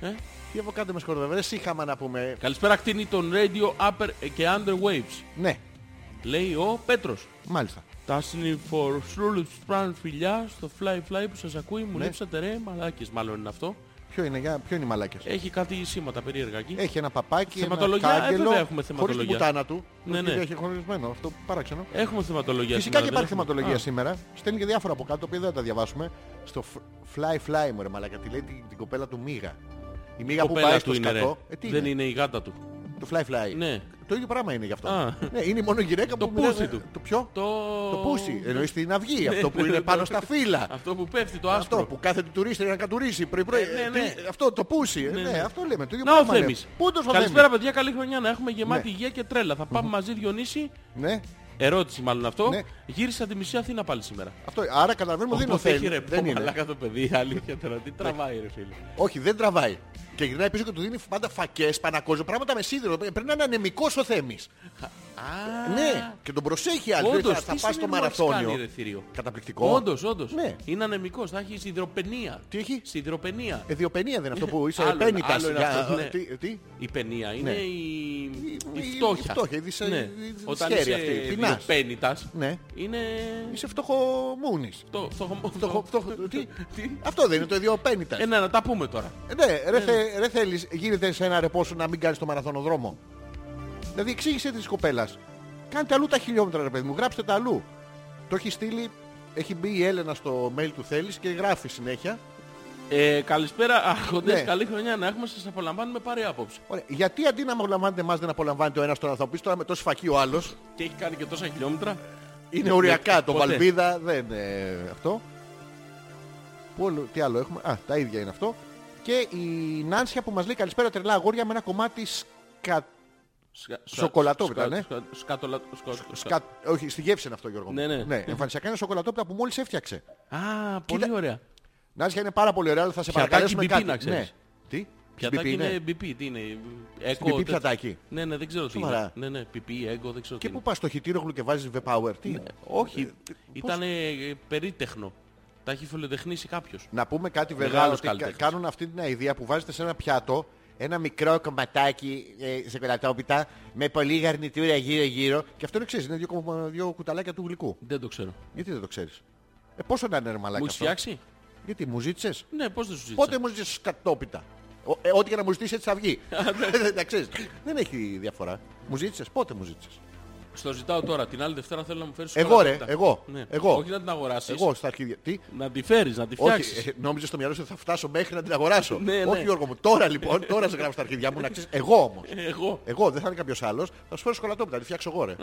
S2: Ε?
S1: Τι αβοκάντο με σκορδεύε. Εσύ είχαμε να πούμε.
S2: Καλησπέρα κτίνη των Radio Upper και Under Waves.
S1: Ναι,
S2: Λέει ο Πέτρος.
S1: μάλιστα.
S2: Τα συνειφορσούλου σπραν φιλιά στο Fly Fly που σας ακούει μου
S1: Ναι.
S2: λείψατε ρε μαλάκες μάλλον είναι αυτό.
S1: Ποιο είναι, για... ποιο είναι οι μαλάκες.
S2: Έχει κάτι σήματα περίεργα εκεί.
S1: Έχει ένα παπάκι, ένα
S2: Θεματολογία, ε,
S1: κάγκελο,
S2: βέβαια έχουμε
S1: χωρίς την
S2: θεματολογία.
S1: πουτάνα του.
S2: Ναι,
S1: Το
S2: ναι.
S1: έχει χωρισμένο, αυτό παράξενο.
S2: Έχουμε θεματολογία
S1: Φυσικά και
S2: σήμερα,
S1: υπάρχει
S2: δεν έχουμε.
S1: θεματολογία
S2: Α,
S1: σήμερα. Στέλνει και διάφορα από κάτω, τα οποία δεν θα τα διαβάσουμε. Στο φ- Fly Fly, μωρέ μαλάκα, τη λέει την, την κοπέλα του Μίγα. Η Μίγα που
S2: κοπέλα
S1: πάει
S2: του
S1: στο
S2: είναι, ρε.
S1: σκατό. Ε, τι
S2: Δεν είναι η γάτα του.
S1: Το Fly Fly.
S2: Ναι.
S1: Το ίδιο πράγμα είναι γι' αυτό.
S2: Α.
S1: Ναι, είναι μόνο η γυναίκα
S2: Το
S1: που μοιράζει-
S2: πούσι του.
S1: Το ποιο?
S2: Το...
S1: Το πούσι. Εννοείς την αυγή, Ε, αυτό που
S2: ναι,
S1: είναι
S2: ναι,
S1: πάνω
S2: ναι.
S1: στα φύλλα.
S2: Αυτό που πέφτει το άστρο.
S1: Αυτό που κάθεται τουρίστη να κατουρίσει πρωί πρωί.
S2: Ε, ναι, ναι.
S1: Τι- Αυτό το πούσι. ε, Ναι, αυτό λέμε. Το ίδιο
S2: Να ο
S1: πράγμα.
S2: Θέμης.
S1: λέμε. Πού το
S2: Καλησπέρα
S1: Θέμη.
S2: παιδιά, καλή χρονιά να έχουμε γεμάτη
S1: Ναι.
S2: υγεία και τρέλα. Θα πάμε μαζί Διονύση.
S1: Ναι,
S2: Ερώτηση μάλλον αυτό.
S1: Ναι.
S2: Γύρισα τη μισή Αθήνα πάλι σήμερα.
S1: αυτό. Άρα καταλαβαίνουμε ότι δεν είναι ο
S2: Οπότε έχει
S1: Θέμης.
S2: ρε
S1: Δεν
S2: πω
S1: είναι.
S2: μαλάκα το παιδί, αλήθεια τώρα. Τι τραβάει ρε φίλε.
S1: Όχι, δεν τραβάει. Και γυρνάει πίσω και του δίνει πάντα φακές, πανακόζο, πράγματα με σίδερο. Ε, Πρέπει να είναι ανεμικός ο Θέμης. Ναι, και τον προσέχει άλλη. δεν
S2: Όντως,
S1: θα, θα
S2: τι
S1: πας στο
S2: συνειδημάτες κάνει, ρε,
S1: μαραθώνιο.
S2: θηρίο.
S1: Καταπληκτικό.
S2: Όντως, όντως.
S1: Ναι.
S2: Είναι ανεμικός, θα έχει σιδηροπενία.
S1: Τι έχει? Ε.
S2: Σιδηροπενία.
S1: Εδιοπενία δεν είναι αυτό που είσαι
S2: Άλλο είναι,
S1: επένητα.
S2: άλλο είναι αυτό, ναι.
S1: Τι, ε, τι?
S2: Η παινία είναι
S1: Ναι.
S2: η... Η,
S1: η-
S2: φτώχεια.
S1: η φτώχεια, η δυσα-
S2: Ναι.
S1: η δυσχέρεια
S2: Όταν
S1: αυτή,
S2: είσαι
S1: η πεινάς.
S2: διοπένητας,
S1: Ναι.
S2: είναι...
S1: Είσαι φτωχομούνη.
S2: φτω- φτωχο-
S1: φτωχο- τι?
S2: Τι?
S1: Αυτό δεν είναι το εδιοπένητα.
S2: Ε, ναι, να τα πούμε τώρα.
S1: Ναι, ρε, θε, ρε θέλεις, γίνεται σε ένα ρεπό σου να μην κάνεις το μαραθωνοδρόμο. Δηλαδή εξήγησε της κοπέλας. Κάντε αλλού τα χιλιόμετρα ρε παιδί μου, γράψτε τα αλλού. Το έχει στείλει, έχει μπει η Έλενα στο mail του θέλεις και γράφει συνέχεια.
S2: Ε, καλησπέρα, αρχοντές,
S1: Ναι.
S2: καλή χρονιά να έχουμε, σας απολαμβάνουμε πάρει άποψη.
S1: Ωραία. Γιατί αντί να απολαμβάνετε εμάς δεν απολαμβάνετε ο ένας τον άλλο. Θα πεις τώρα με τόσο φακί ο άλλος.
S2: Και έχει κάνει και τόσα χιλιόμετρα.
S1: Είναι οριακά. Το
S2: Ποτέ.
S1: βαλβίδα δεν ε, αυτό. Πού άλλο- τι άλλο έχουμε. Α, τα ίδια είναι αυτό. Και η Νάνσια που μας λέει καλησπέρα τρελά αγόρια με ένα κομμάτι σκα...
S2: Σκα- σκα-
S1: Σοκολατό
S2: σκα-
S1: ήταν, ε.
S2: σκα- Σκατολα... σκο- σκο-
S1: Σκα... Όχι, στη γεύση είναι αυτό Γιώργο. μου.
S2: Ναι, ναι.
S1: εμφανισιακά είναι σοκολατόπιτα που μόλις έφτιαξε.
S2: Α, πολύ ωραία.
S1: Νάσια είναι πάρα πολύ ωραία, αλλά θα σε
S2: Πιατάκι
S1: παρακαλέσουμε
S2: BP
S1: κάτι. Ναι.
S2: να ξέρεις.
S1: Τι,
S2: Πιατάκι
S1: BP
S2: είναι BP, τι είναι. Έκο,
S1: BP
S2: τέτοιο.
S1: πιατάκι.
S2: Ναι, ναι, δεν ξέρω τι
S1: Σοβαρά.
S2: είναι. Ναι, ναι, PP, έγκο, δεν ξέρω
S1: Και
S2: τι
S1: πού
S2: είναι.
S1: πας στο χιτήρογλου και βάζεις V-Power. Τι.
S2: Ναι. Όχι, ήταν ε, περίτεχνο. Τα έχει φιλοτεχνήσει κάποιος.
S1: Να πούμε κάτι
S2: Μεγάλος
S1: μεγάλο. Ότι κα-
S2: καλλιτέχνης.
S1: κάνουν αυτή την αηδία που βάζετε σε ένα πιάτο ένα μικρό κομματάκι ε, σοκολατόπιτα με πολλή γαρνιτούρα γύρω-γύρω. Και αυτό είναι ξέρεις, είναι δύο, κομμα- δύο κουταλάκια του γλυκού.
S2: Δεν το ξέρω.
S1: Γιατί δεν το ξέρεις. Ε, πόσο να είναι ρε μαλάκα
S2: Μου έχεις
S1: αυτό.
S2: φτιάξει.
S1: Γιατί μου ζήτησες.
S2: Ναι, πώς δεν σου ζήτησα.
S1: Πότε μου ζητήσεις κατόπιτα. Ο- ε, ό,τι και να μου ζητήσεις έτσι θα βγει.
S2: ναι.
S1: Δεν τα ξέρεις. Δεν έχει διαφορά. Μου ζήτησες. Πότε μου ζήτησες.
S2: Στο ζητάω τώρα. Την άλλη Δευτέρα θέλω να μου φέρεις
S1: Εγώ ρε.
S2: σοκολατόπιτα.
S1: Εγώ.
S2: Ναι.
S1: Εγώ.
S2: Όχι να την αγοράσεις.
S1: Εγώ στα αρχίδια. Τι.
S2: Να τη φέρεις, να τη φτιάξεις.
S1: Όχι, ε, νόμιζες στο μυαλό σου ότι θα φτάσω μέχρι να την αγοράσω.
S2: Ναι, ναι.
S1: Όχι, Γιώργο μου. Τώρα λοιπόν, τώρα σε γράφω στα αρχίδια μου να ξέρεις. Εγώ όμως.
S2: Εγώ.
S1: Εγώ δεν θα είναι κάποιος άλλος. Θα σου φέρω σοκολατόπιτα, τη φτιάξω εγώ ρε.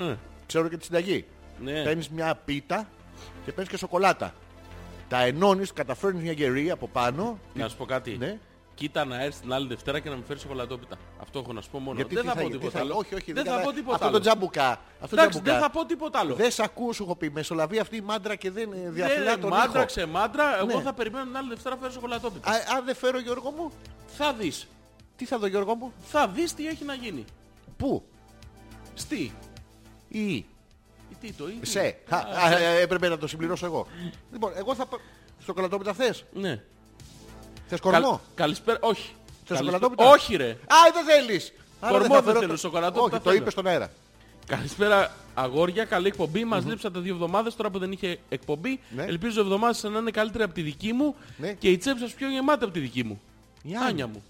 S1: Ξέρω και τη συνταγή.
S2: Ναι.
S1: Παίρνεις μια πίτα και παίρνεις και σοκολάτα. Τα ενώνεις, καταφέρνεις μια γερή από πάνω.
S2: Να σου πω κάτι.
S1: Ναι.
S2: Κοίτα να έρθει την άλλη Δευτέρα και να μου φέρει σοκολατόπιτα. Αυτό έχω να σου πω μόνο.
S1: Γιατί Ε,
S2: δεν
S1: τι
S2: θα, πω
S1: γίνει, τι
S2: τίποτα
S1: θα-
S2: άλλο.
S1: Όχι, όχι,
S2: δεν θα
S1: κατα-
S2: πω τίποτα
S1: Αυτό
S2: άλλο.
S1: το τζαμπουκά. Αυτό το
S2: Εντάξει, δεν
S1: τζαμπουκά.
S2: θα πω τίποτα άλλο.
S1: Δεν σε ακούω, σου έχω πει. Μεσολαβεί αυτή η μάντρα και δεν ε, διαφυλά
S2: Ναι,
S1: τον
S2: μάντρα,
S1: ήχο.
S2: ξεμάντρα, εγώ
S1: Ναι.
S2: θα περιμένω την άλλη Δευτέρα να φέρω σοκολατόπιτα.
S1: Α, Αν δεν φέρω Γιώργο μου,
S2: Θα δεις.
S1: τι θα δω Γιώργο μου.
S2: Θα δεις τι έχει να γίνει.
S1: Πού.
S2: Στη.
S1: Ή.
S2: Ή Τι το είναι.
S1: Σε. Χα. Α,
S2: ναι.
S1: ε, Έπρεπε να το συμπληρώσω εγώ. Λοιπόν, εγώ θα. πα- Σοκολατόπιτα θες.
S2: Ναι.
S1: Θες κορμό.
S2: Καλ- Καλησπέρα. Όχι.
S1: Θες
S2: Καλησπέρα-
S1: σοκολατόπιτα.
S2: Όχι, ρε.
S1: Α, δεν θέλεις. Άρα
S2: Κορμό
S1: θα
S2: δεν
S1: φέρω
S2: θέλω,
S1: το-
S2: σοκολατόπιτα
S1: Όχι, το
S2: θέλω.
S1: είπες στον αέρα.
S2: Καλησπέρα, αγόρια. Καλή εκπομπή. Μας λείψατε δύο εβδομάδες τώρα που δεν είχε εκπομπή.
S1: Ναι.
S2: Ελπίζω η εβδομάδα σα να είναι καλύτερη από τη δική μου
S1: Ναι.
S2: και η τσέπη σας πιο γεμάτη από τη δική μου. Η
S1: Άνια.
S2: Άνια μου.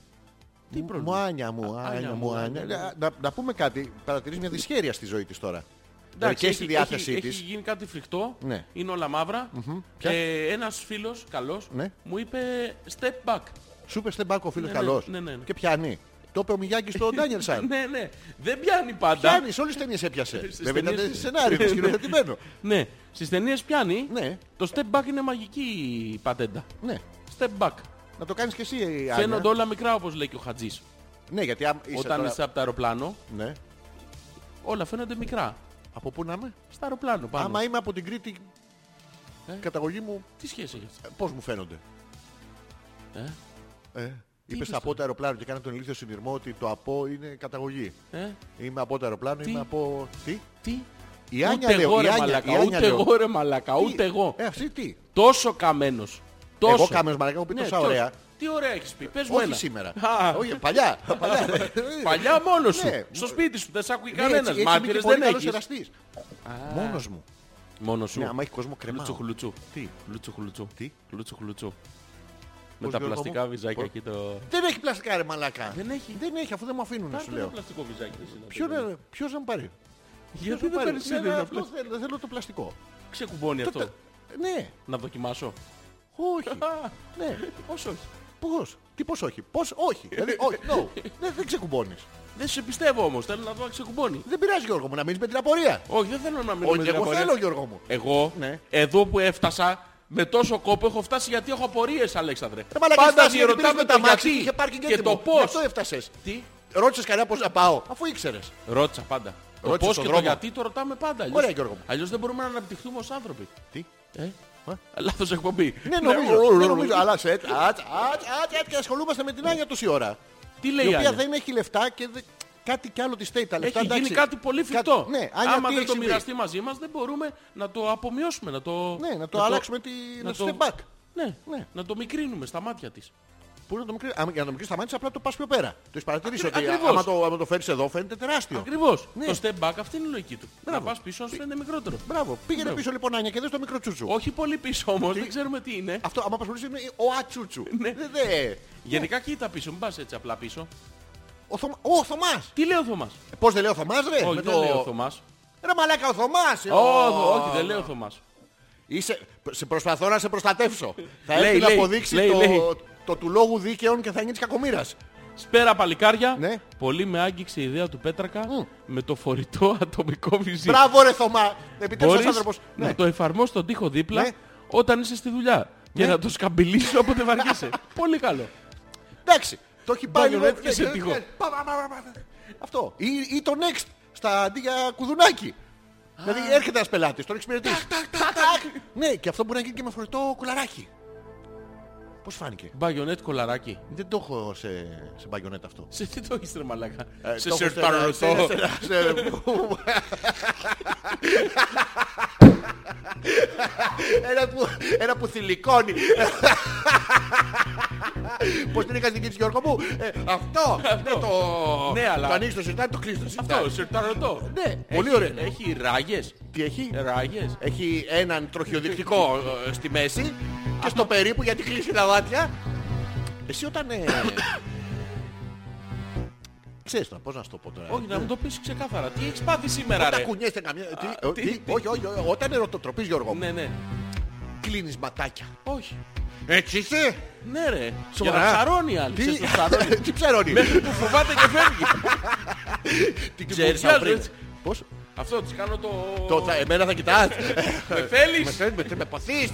S2: Τι πρόβλημα.
S1: Μουάνια μου,
S2: Α,
S1: άνια
S2: άνια
S1: μου,
S2: μου,
S1: άνια.
S2: άνια μου.
S1: Ε, Να, να πούμε κάτι. Παρατηρείς μια δυσχέρεια στη ζωή της τώρα.
S2: Εντάξει,
S1: και στη
S2: έχει-
S1: διάθεσή
S2: έχει,
S1: της.
S2: Έχει γίνει κάτι φρικτό.
S1: Ναι.
S2: Είναι όλα μαύρα.
S1: Ποια?
S2: Ε, Ένας φίλος, καλός,
S1: Ναι.
S2: μου είπε step back.
S1: Σου είπε στεμπάκο ο φίλος
S2: Ναι, ναι,
S1: καλός.
S2: ναι, ναι, ναι.
S1: Και πιάνει. Το είπε ο Μιγιάκης στον Ντάνιελσαν.
S2: ναι, ναι. Δεν πιάνει πάντα.
S1: Πιάνεις, όλες τις ταινίες έπιασε.
S2: Στις
S1: Βέβαια ήταν
S2: ταινίες-
S1: σενάριο, σκηνοθετημένο.
S2: Ναι. Στις ταινίες πιάνει.
S1: Ναι.
S2: Το step back είναι μαγική πατέντα.
S1: Ναι.
S2: Step back.
S1: Να το κάνεις και εσύ, ε,
S2: Φαίνονται
S1: Άνια.
S2: όλα μικρά όπως λέει και ο Χατζής.
S1: Ναι, γιατί άμα είσαι
S2: Όταν
S1: τώρα-
S2: είσαι από το αεροπλάνο,
S1: Ναι.
S2: όλα φαίνονται μικρά.
S1: Από πού να είμαι.
S2: Στα αεροπλάνο πάνω.
S1: Άμα είμαι από την Κρήτη,
S2: Ε.
S1: καταγωγή μου,
S2: Τι σχέση έχεις αυτό.
S1: ε, πώς μου φαίνονται.
S2: Ε,
S1: Ε,
S2: είπες
S1: είπες
S2: τώρα?
S1: από το αεροπλάνο και κάνατε τον ηλίθιο συνειρμό ότι το από είναι καταγωγή.
S2: ε,
S1: Είμαι από το αεροπλάνο,
S2: Τι?
S1: είμαι από... Τι?
S2: τι.
S1: Η Άνια
S2: ούτε
S1: λέω,
S2: εγώ
S1: η
S2: ρε
S1: Άνια, η
S2: μαλακά,
S1: Άνια
S2: ούτε
S1: λέω.
S2: εγώ ρε μαλακά,
S1: Τι?
S2: ούτε εγώ.
S1: Ε, αυτή τι.
S2: Τόσο καμένος. Τόσο.
S1: Εγώ κάμερος μαλακά μου πει τόσα
S2: τι
S1: ωραία.
S2: ω- Τι ωραία έχεις πει, πες μου
S1: Όχι
S2: ένα.
S1: σήμερα.
S2: Α,
S1: Όχι, παλιά. παλιά.
S2: Παλιά μόνος σου.
S1: Ναι.
S2: Στο σπίτι σου δεν σ' ακούει
S1: Ναι, έτσι- έτσι
S2: κανένας.
S1: είμαι και
S2: Μάρτυρες
S1: πολύ
S2: δεν
S1: καλός
S2: έχεις.
S1: εραστής. Μόνος μου.
S2: Μόνος
S1: Ναι,
S2: σου.
S1: άμα έχει κόσμο κρεμάω.
S2: Λούτσο χουλουτσού.
S1: Τι?
S2: Λούτσο χουλουτσού.
S1: Τι?
S2: Λούτσο χουλουτσού. Με τα
S1: Γιώργο μου?
S2: πλαστικά βυζάκια
S1: Πώς?
S2: και το...
S1: Δεν έχει πλαστικά ρε μαλακά.
S2: Δεν έχει.
S1: Δεν έχει, αφού δεν μου αφήνουν
S2: Πάρ'
S1: σου
S2: το ένα
S1: λέω.
S2: πλαστικό βυζάκι. ρε, εσύ, να
S1: Ποιο
S2: το
S1: να- Ποιος να μου πάρει. Ποιος
S2: Γιατί
S1: να μου
S2: δεν
S1: πάρει.
S2: παίρνεις
S1: Ναι,
S2: σίδερα,
S1: ναι,
S2: απλά
S1: αυτό θέλω- Θέλω το Ε, πλαστικό.
S2: Ξεκουμπώνει
S1: Το-
S2: αυτό.
S1: το- Ναι,
S2: Να δοκιμάσω.
S1: όχι. Ναι,
S2: Όσο όχι.
S1: πώς. Τι πώς όχι. Πώς όχι. Δηλαδή, όχι. No. Ναι, Δεν ξεκουμπώνεις.
S2: Δεν σε πιστεύω όμως. Θέλω να δω αν ξεκουμπώνει.
S1: Δεν πειράζει Γιώργο μου να μείνεις με την απορία.
S2: Όχι, δεν θέλω να μιλήσω.
S1: Όχι, εγώ θέλω Γιώργο μου.
S2: Εγώ,
S1: Ναι.
S2: εδώ που έφτασα, με τόσο κόπο έχω φτάσει γιατί έχω απορίες, Αλέξανδρε.
S1: Ρε Ε, μαλάκα,
S2: Πάντα
S1: έφτασες, γιατί
S2: διερωτάμε
S1: πήρες
S2: το
S1: με τα μάξι,
S2: γιατί
S1: είχε πάρκινγκ
S2: και
S1: έτοιμο.
S2: το
S1: Γι'
S2: πώς.
S1: αυτό έφτασες.
S2: Τι,
S1: Ρώτησες κανένα πώς να πάω, αφού ήξερες.
S2: ρώτησα πάντα. Το
S1: Ρώτησες
S2: πώς
S1: στον
S2: και
S1: δρόμο.
S2: το γιατί το ρωτάμε πάντα. Αλλιώς,
S1: Ωραία, Γιώργο μου.
S2: αλλιώς δεν μπορούμε να αναπτυχθούμε ως άνθρωποι.
S1: Τι.
S2: Ε?
S1: Ε?
S2: Λάθος εκπομπή.
S1: Ναι, νομίζω. ναι, νομίζω. Αλλά σε άτ, άτ, άτ, άτ, άτ, και ασχολούμαστε με την Άνια τόση ώρα.
S2: Τι λέει
S1: Η
S2: η
S1: οποία
S2: Άνια?
S1: δεν έχει λεφτά και δεν- κάτι κι άλλο της στέει τα λεφτά.
S2: Έχει γίνει
S1: εντάξει.
S2: κάτι πολύ φρικτό.
S1: Ναι, Άνια,
S2: Άμα
S1: τι
S2: δεν
S1: έχει
S2: το
S1: συμβεί?
S2: μοιραστεί μαζί μας δεν μπορούμε να το απομειώσουμε. Να το,
S1: Ναι, να το αλλάξουμε τη... να το step back.
S2: Ναι,
S1: Ναι.
S2: να το μικρύνουμε στα μάτια της.
S1: Πού να το μικρή... Για να το μικρή σταμάτησες απλά το πας πιο πέρα. Το έχεις παρατηρήσει
S2: Ακρι-
S1: ότι
S2: ακριβώς.
S1: άμα το, άμα το φέρεις εδώ φαίνεται τεράστιο.
S2: Ακριβώς.
S1: Ναι.
S2: Το step back αυτή είναι η λογική του.
S1: Μπράβο.
S2: Να πας πίσω όσο είναι μικρότερο.
S1: Μπράβο. Πήγαινε
S2: Μπράβο.
S1: πίσω λοιπόν Άνια και δες το μικρό τσούτσου.
S2: Όχι πολύ πίσω όμως, δεν ξέρουμε τι είναι.
S1: Αυτό άμα απασχολήσει είναι ο ατσούτσου.
S2: Ναι.
S1: Δε- δε.
S2: Γενικά κοίτα πίσω, μην πας έτσι απλά πίσω.
S1: Ο, Θωμα... ο Θωμάς.
S2: Τι λέει ο Θωμάς.
S1: Ε, Πώς δεν λέει ο Θωμάς ρε.
S2: Όχι,
S1: με
S2: δεν
S1: το-
S2: λέει ο Θωμάς.
S1: Ρε μαλάκα ο Θωμάς. ε,
S2: Ω,
S1: ο-
S2: Όχι, δεν λέει ο Θωμάς.
S1: Είσαι... Σε προσπαθώ να σε προστατεύσω. θα
S2: Λέει,
S1: έρθει να
S2: λέει,
S1: αποδείξει
S2: λέει,
S1: το...
S2: λέει.
S1: το του λόγου δίκαιων και θα γίνει κακομήρας.
S2: Σπέρα παλικάρια,
S1: Ναι.
S2: πολύ με άγγιξε η ιδέα του Πέτρακα με το φορητό ατομικό βυζί.
S1: Μπράβο ρε Θωμά. Επιτέλους ένας
S2: Μπορείς
S1: άνθρωπος.
S2: να
S1: Ναι.
S2: το εφαρμόσεις στον τοίχο δίπλα
S1: Ναι.
S2: όταν είσαι στη δουλειά. Και να το σκαμπιλίσω όποτε βαριέσαι. πολύ καλό.
S1: Εντάξει. Το έχει πάει λίγο.
S2: Μπαγιονέτηκε σε
S1: ναι,
S2: τείχο.
S1: ναι, ναι. Πα, πα, πα, πα, πα. Αυτό. Ή, ή το next στα αντί για κουδουνάκι. Δηλαδή έρχεται ένας πελάτης, τον εξυπηρετείς. Τακ, τακ. Ναι, και αυτό μπορεί να γίνει και με φορητό κουλαράκι. Πώς φάνηκε.
S2: Μπαγιονέτ κολαράκι.
S1: Δεν το έχω σε, σε μπαγιονέτα αυτό.
S2: Σε τι το έχεις ρε μαλάκα.
S1: Ε,
S2: σε
S1: το έχω
S2: σερταρωτό.
S1: σε- σε- σε- Ένα που, ένα που θηλυκώνει. Πώς την είχα στην κίνηση Γιώργο μου. Ε, αυτό. ναι, το,
S2: Ναι, αλλά-
S1: το ανοίγεις το σιρτάρι, το κλείσεις το
S2: Αυτό,
S1: σιρτάρι.
S2: σερταρωτό.
S1: Ναι,
S2: Έχει-
S1: πολύ ωραίο.
S2: Έχει ράγες.
S1: Τι έχει.
S2: Ράγες.
S1: Έχει έναν τροχιοδεικτικό ε, στη μέση και στο περίπου γιατί κλείσει τα δάτια. Εσύ όταν... Ε, ξέρεις τώρα, πώς να σου το πω τώρα.
S2: Όχι, να μου το πεις ξεκάθαρα. Τι έχεις πάθει σήμερα,
S1: Όταν
S2: ρε.
S1: κουνιέστε καμιά... Τι,
S2: Α,
S1: ε,
S2: τι,
S1: τι,
S2: τι.
S1: όχι, όχι, όχι, όταν ερωτοτροπείς Γιώργο μου,
S2: Ναι, ναι.
S1: κλείνεις ματάκια.
S2: Όχι.
S1: Έτσι είσαι.
S2: Ναι, ρε.
S1: Σοβαρά.
S2: Για να ψαρώνει η άλλη.
S1: Τι,
S2: Ξέρεις, το ψαρώνει.
S1: τι ψαρώνει.
S2: Μέχρι που φοβάται και φεύγει.
S1: Την
S2: ξέρεις,
S1: από
S2: άλλο,
S1: πριν.
S2: έτσι.
S1: Πώς.
S2: Αυτό της κάνω το... Ε,
S1: Το, θα, εμένα θα κοιτάς.
S2: Με
S1: Με
S2: θέλεις.
S1: θέλεις, με- με ποθείς.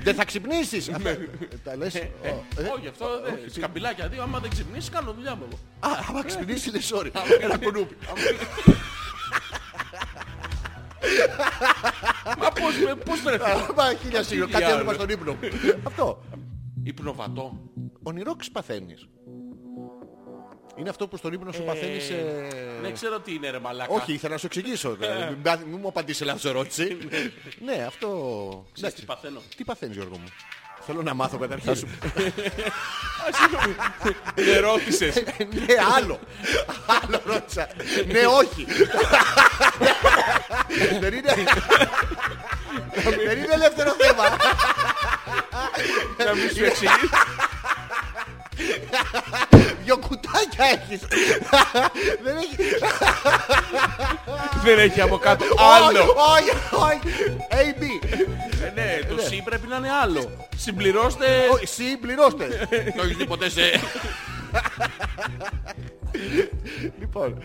S1: Δεν θα ξυπνήσεις. Αυτά, Τα λες.
S2: Ε,
S1: ο, ε,
S2: Όχι, αυτό δεν. Σκαμπιλάκια δύο, άμα δεν ξυπνήσεις κάνω δουλειά μου εγώ.
S1: Α, άμα ξυπνήσεις είναι sorry. Ένα κουνούπι.
S2: Μα πώς, με- πώς βρεθήκαμε.
S1: Άμα χίλια σίγουρα. Κάτι
S2: άλλο.
S1: άλλο στον ύπνο μου. Αυτό.
S2: Υπνοβατό.
S1: Ονειρόξεις παθαίνεις. Είναι αυτό που στον ύπνο σου παθαίνεις... ε,
S2: Δεν Ναι, ξέρω τι είναι ρε μαλάκα.
S1: Όχι, ήθελα να σου εξηγήσω. δηλαδή, μην πάθ- Μην μου απαντήσει λάθος ερώτηση. Ναι, αυτό...
S2: Ξέρεις
S1: εντάξει.
S2: τι παθαίνω.
S1: Τι παθαίνεις Γιώργο μου. Θέλω να μάθω καταρχήν.
S2: Και ρώτησες.
S1: ναι, άλλο. άλλο ρώτησα. ναι, όχι. δεν είναι... δεν είναι ελεύθερο θέμα.
S2: Να μην σου εξηγήσει.
S1: Δυο κουτάκια έχεις. δεν έχει...
S2: Δεν έχει από κάτω άλλο.
S1: Όχι, όχι. A, B.
S2: Ε, Ναι, το C πρέπει να είναι άλλο. Συμπληρώστε.
S1: Όχι, συμπληρώστε.
S2: Το έχεις δει ποτέ σε.
S1: λοιπόν,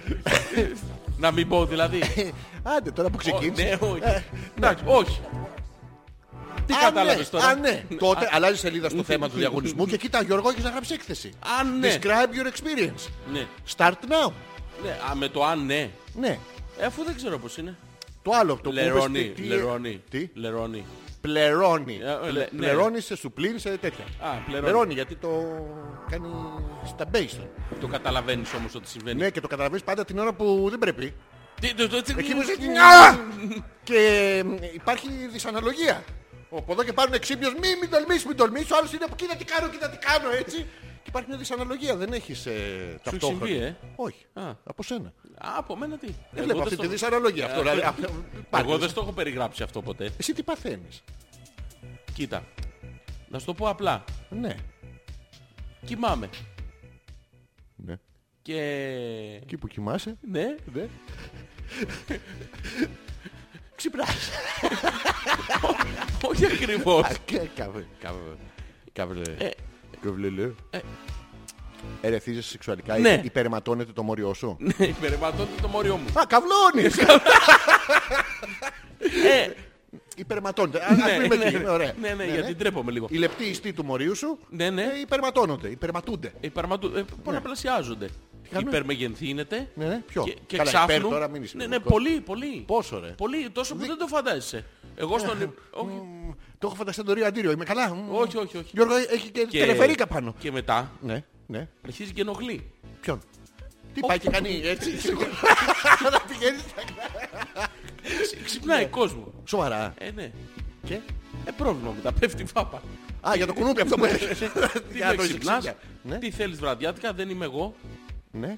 S2: Να μην πω δηλαδή.
S1: άντε τώρα που ξεκίνησε. Ε,
S2: Ναι, όχι. Εντάξει, όχι. Τι κατάλαβες τώρα.
S1: Α, ναι. Τότε αλλάζει σελίδα στο θέμα του διαγωνισμού και κοίτα, Γιώργο, έχεις να γράψει έκθεση.
S2: Α, ναι.
S1: Describe your experience.
S2: Ναι,
S1: Start now.
S2: ναι. Α, με το αν ναι.
S1: Ναι.
S2: Ε, αφού δεν ξέρω πώς είναι.
S1: Το άλλο το που είπες,
S2: Λερώνει,
S1: τι- τι-
S2: λερώνει.
S1: Τι?
S2: Λερώνει.
S1: Πλερώνει.
S2: Ε, ε, λε- ναι.
S1: Πλερώνεις σε σουπλίν, σε τέτοια.
S2: Α, πλερώνει.
S1: Πλερώνει γιατί το κάνει στα μπέιστα.
S2: Το καταλαβαίνεις όμως ότι συμβαίνει.
S1: Ναι, και το καταλαβαίνεις πάντα την ώρα που δεν πρέπει.
S2: Τι, το- το- τι-
S1: Εκεί μου ζητεί. «Α!» Και μ, υπάρχει δυσαναλογία. Από εδώ και πάρουν εξύπνιος, μη, μην τολμήσει, μην τολμήσεις. Ο άλλος είναι από κοίτα τι κάνω, κοίτα τι κάνω, έτσι. Και υπάρχει μια δυσαναλογία, δεν έχεις ε, ταυτόχρονα.
S2: συμβεί, ε?
S1: Όχι,
S2: Α.
S1: από σένα.
S2: Α, από μένα τι.
S1: Δεν
S2: Εγώ
S1: βλέπω αυτή
S2: στο- Ε,
S1: τη δυσαναλογία. Αυτό, δηλαδή, αυτό,
S2: Εγώ
S1: πάρτες.
S2: δεν στο έχω περιγράψει αυτό ποτέ.
S1: Εσύ τι παθαίνεις.
S2: Κοίτα. Να σου το πω απλά.
S1: Ναι.
S2: Κοιμάμαι.
S1: ναι.
S2: Και...
S1: Εκεί που κοιμάσαι,
S2: Ναι, ναι.
S1: ξυπνάς.
S2: Όχι ακριβώς. Ε,
S1: Καβε. Καβε. Καβλελέ. Ερεθίζεσαι σεξουαλικά,
S2: Ναι.
S1: υ- υπερματώνεται το μόριό σου.
S2: Ναι, υπερεματώνεται το μόριό μου.
S1: Α, καβλώνεις!
S2: Ε,
S1: Υπερματώνεται. Α, ας
S2: ναι,
S1: μείνουμε
S2: ναι,
S1: εκεί.
S2: ναι.
S1: Ωραία.
S2: Ναι, ναι, γιατί τρέπομαι λίγο.
S1: Οι λεπτοί ιστοί του μορίου σου
S2: Ναι, ναι.
S1: ε, υπερματώνονται, υπερματούνται.
S2: Ε, παραματου- ε, Πολλαπλασιάζονται.
S1: κάνουν?
S2: Υπερμεγενθύνεται.
S1: Ναι, ναι, ποιο?
S2: Και, και
S1: Καλά,
S2: ξάφνου.
S1: υπέρ τώρα, μην είσαι
S2: ναι, ναι,
S1: υπερβολικός.
S2: πολύ, πολύ.
S1: Πόσο, ρε? Ναι.
S2: Πολύ, τόσο που δεν το φαντάζεσαι. Εγώ στον... όχι,
S1: Μμμ, Το έχω φανταστεί το ρίο αντίριο. Είμαι καλά. Μμμ.
S2: όχι, όχι, όχι.
S1: Γιώργο έχει και,
S2: Και-
S1: τελεφερίκα Ναι. πάνω.
S2: Και μετά
S1: Ναι, ναι.
S2: αρχίζει και ενοχλεί. Ναι,
S1: Ποιον. Τι πάει και κάνει έτσι. Να πηγαίνεις.
S2: Ξυπνάει κόσμο.
S1: Σοβαρά.
S2: Ε, ναι.
S1: Και.
S2: Ε, πρόβλημα μετά. Πέφτει η φάπα.
S1: Α, για το κουνούπι αυτό που έχει.
S2: Τι
S1: Για να
S2: με
S1: το
S2: ξυπνάς,
S1: ξυπνάς. Ναι.
S2: τι θέλεις βραδιάτικα, δεν είμαι εγώ.
S1: Ναι.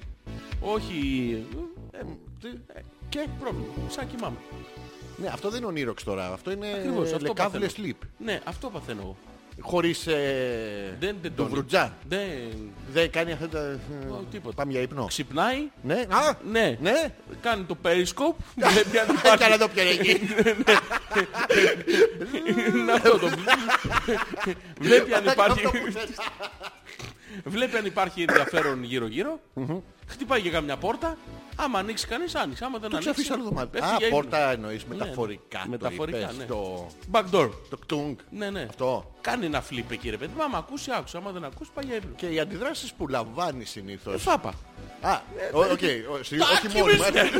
S2: Όχι. Ε,
S1: Και.
S2: πρόβλημα. Σαν κοιμάμαι.
S1: Ναι, αυτό δεν είναι ονείροξ τώρα. Αυτό είναι
S2: Ακριβώς, αυτό
S1: λεκάβλε
S2: παθαίνω.
S1: sleep.
S2: Ναι, αυτό παθαίνω εγώ.
S1: Χωρίς... ε,
S2: Δεν, δεν
S1: το
S2: τολμη-
S1: βρουτζά.
S2: Δεν.
S1: Δεν κάνει αυτά τα... ε,
S2: Ω, Τίποτα.
S1: Πάμε για ύπνο.
S2: Ξυπνάει.
S1: Ναι, α,
S2: Ναι.
S1: ναι. Ε,
S2: Κάνει το periscope. Βλέπει αν
S1: Καλά
S2: υπάρχει.
S1: το πιέρε εκεί.
S2: Είναι αυτό το. Βλέπει αν υπάρχει.
S1: Αυτό που θες.
S2: Βλέπει αν υπάρχει ενδιαφέρον γύρω-γύρω. Χτυπάει για κάμια πόρτα. Άμα ανοίξει κανείς, άνοιξε. Άμα δεν
S1: Το ξαφείς
S2: ανοίξει.
S1: άλλο δωμάτιο.
S2: πέφτει
S1: Α,
S2: για ύπνο.
S1: πόρτα εννοείς μεταφορικά.
S2: Ναι, Μεταφορικά,
S1: το είπες,
S2: ναι.
S1: Το...
S2: Backdoor.
S1: Το κτούγκ.
S2: Ναι, ναι.
S1: Αυτό.
S2: Κάνει ένα flip εκεί, ρε παιδί. μου. Άμα ακούσει, άκουσα. Άμα δεν ακούσει, πάει για ύπνο.
S1: Και οι αντιδράσεις που λαμβάνεις συνήθως.
S2: Φάπα.
S1: Α,
S2: Ε,
S1: οκ. οκ, ω, συ- Όχι
S2: τάκι,
S1: μόνο.
S2: μισέ.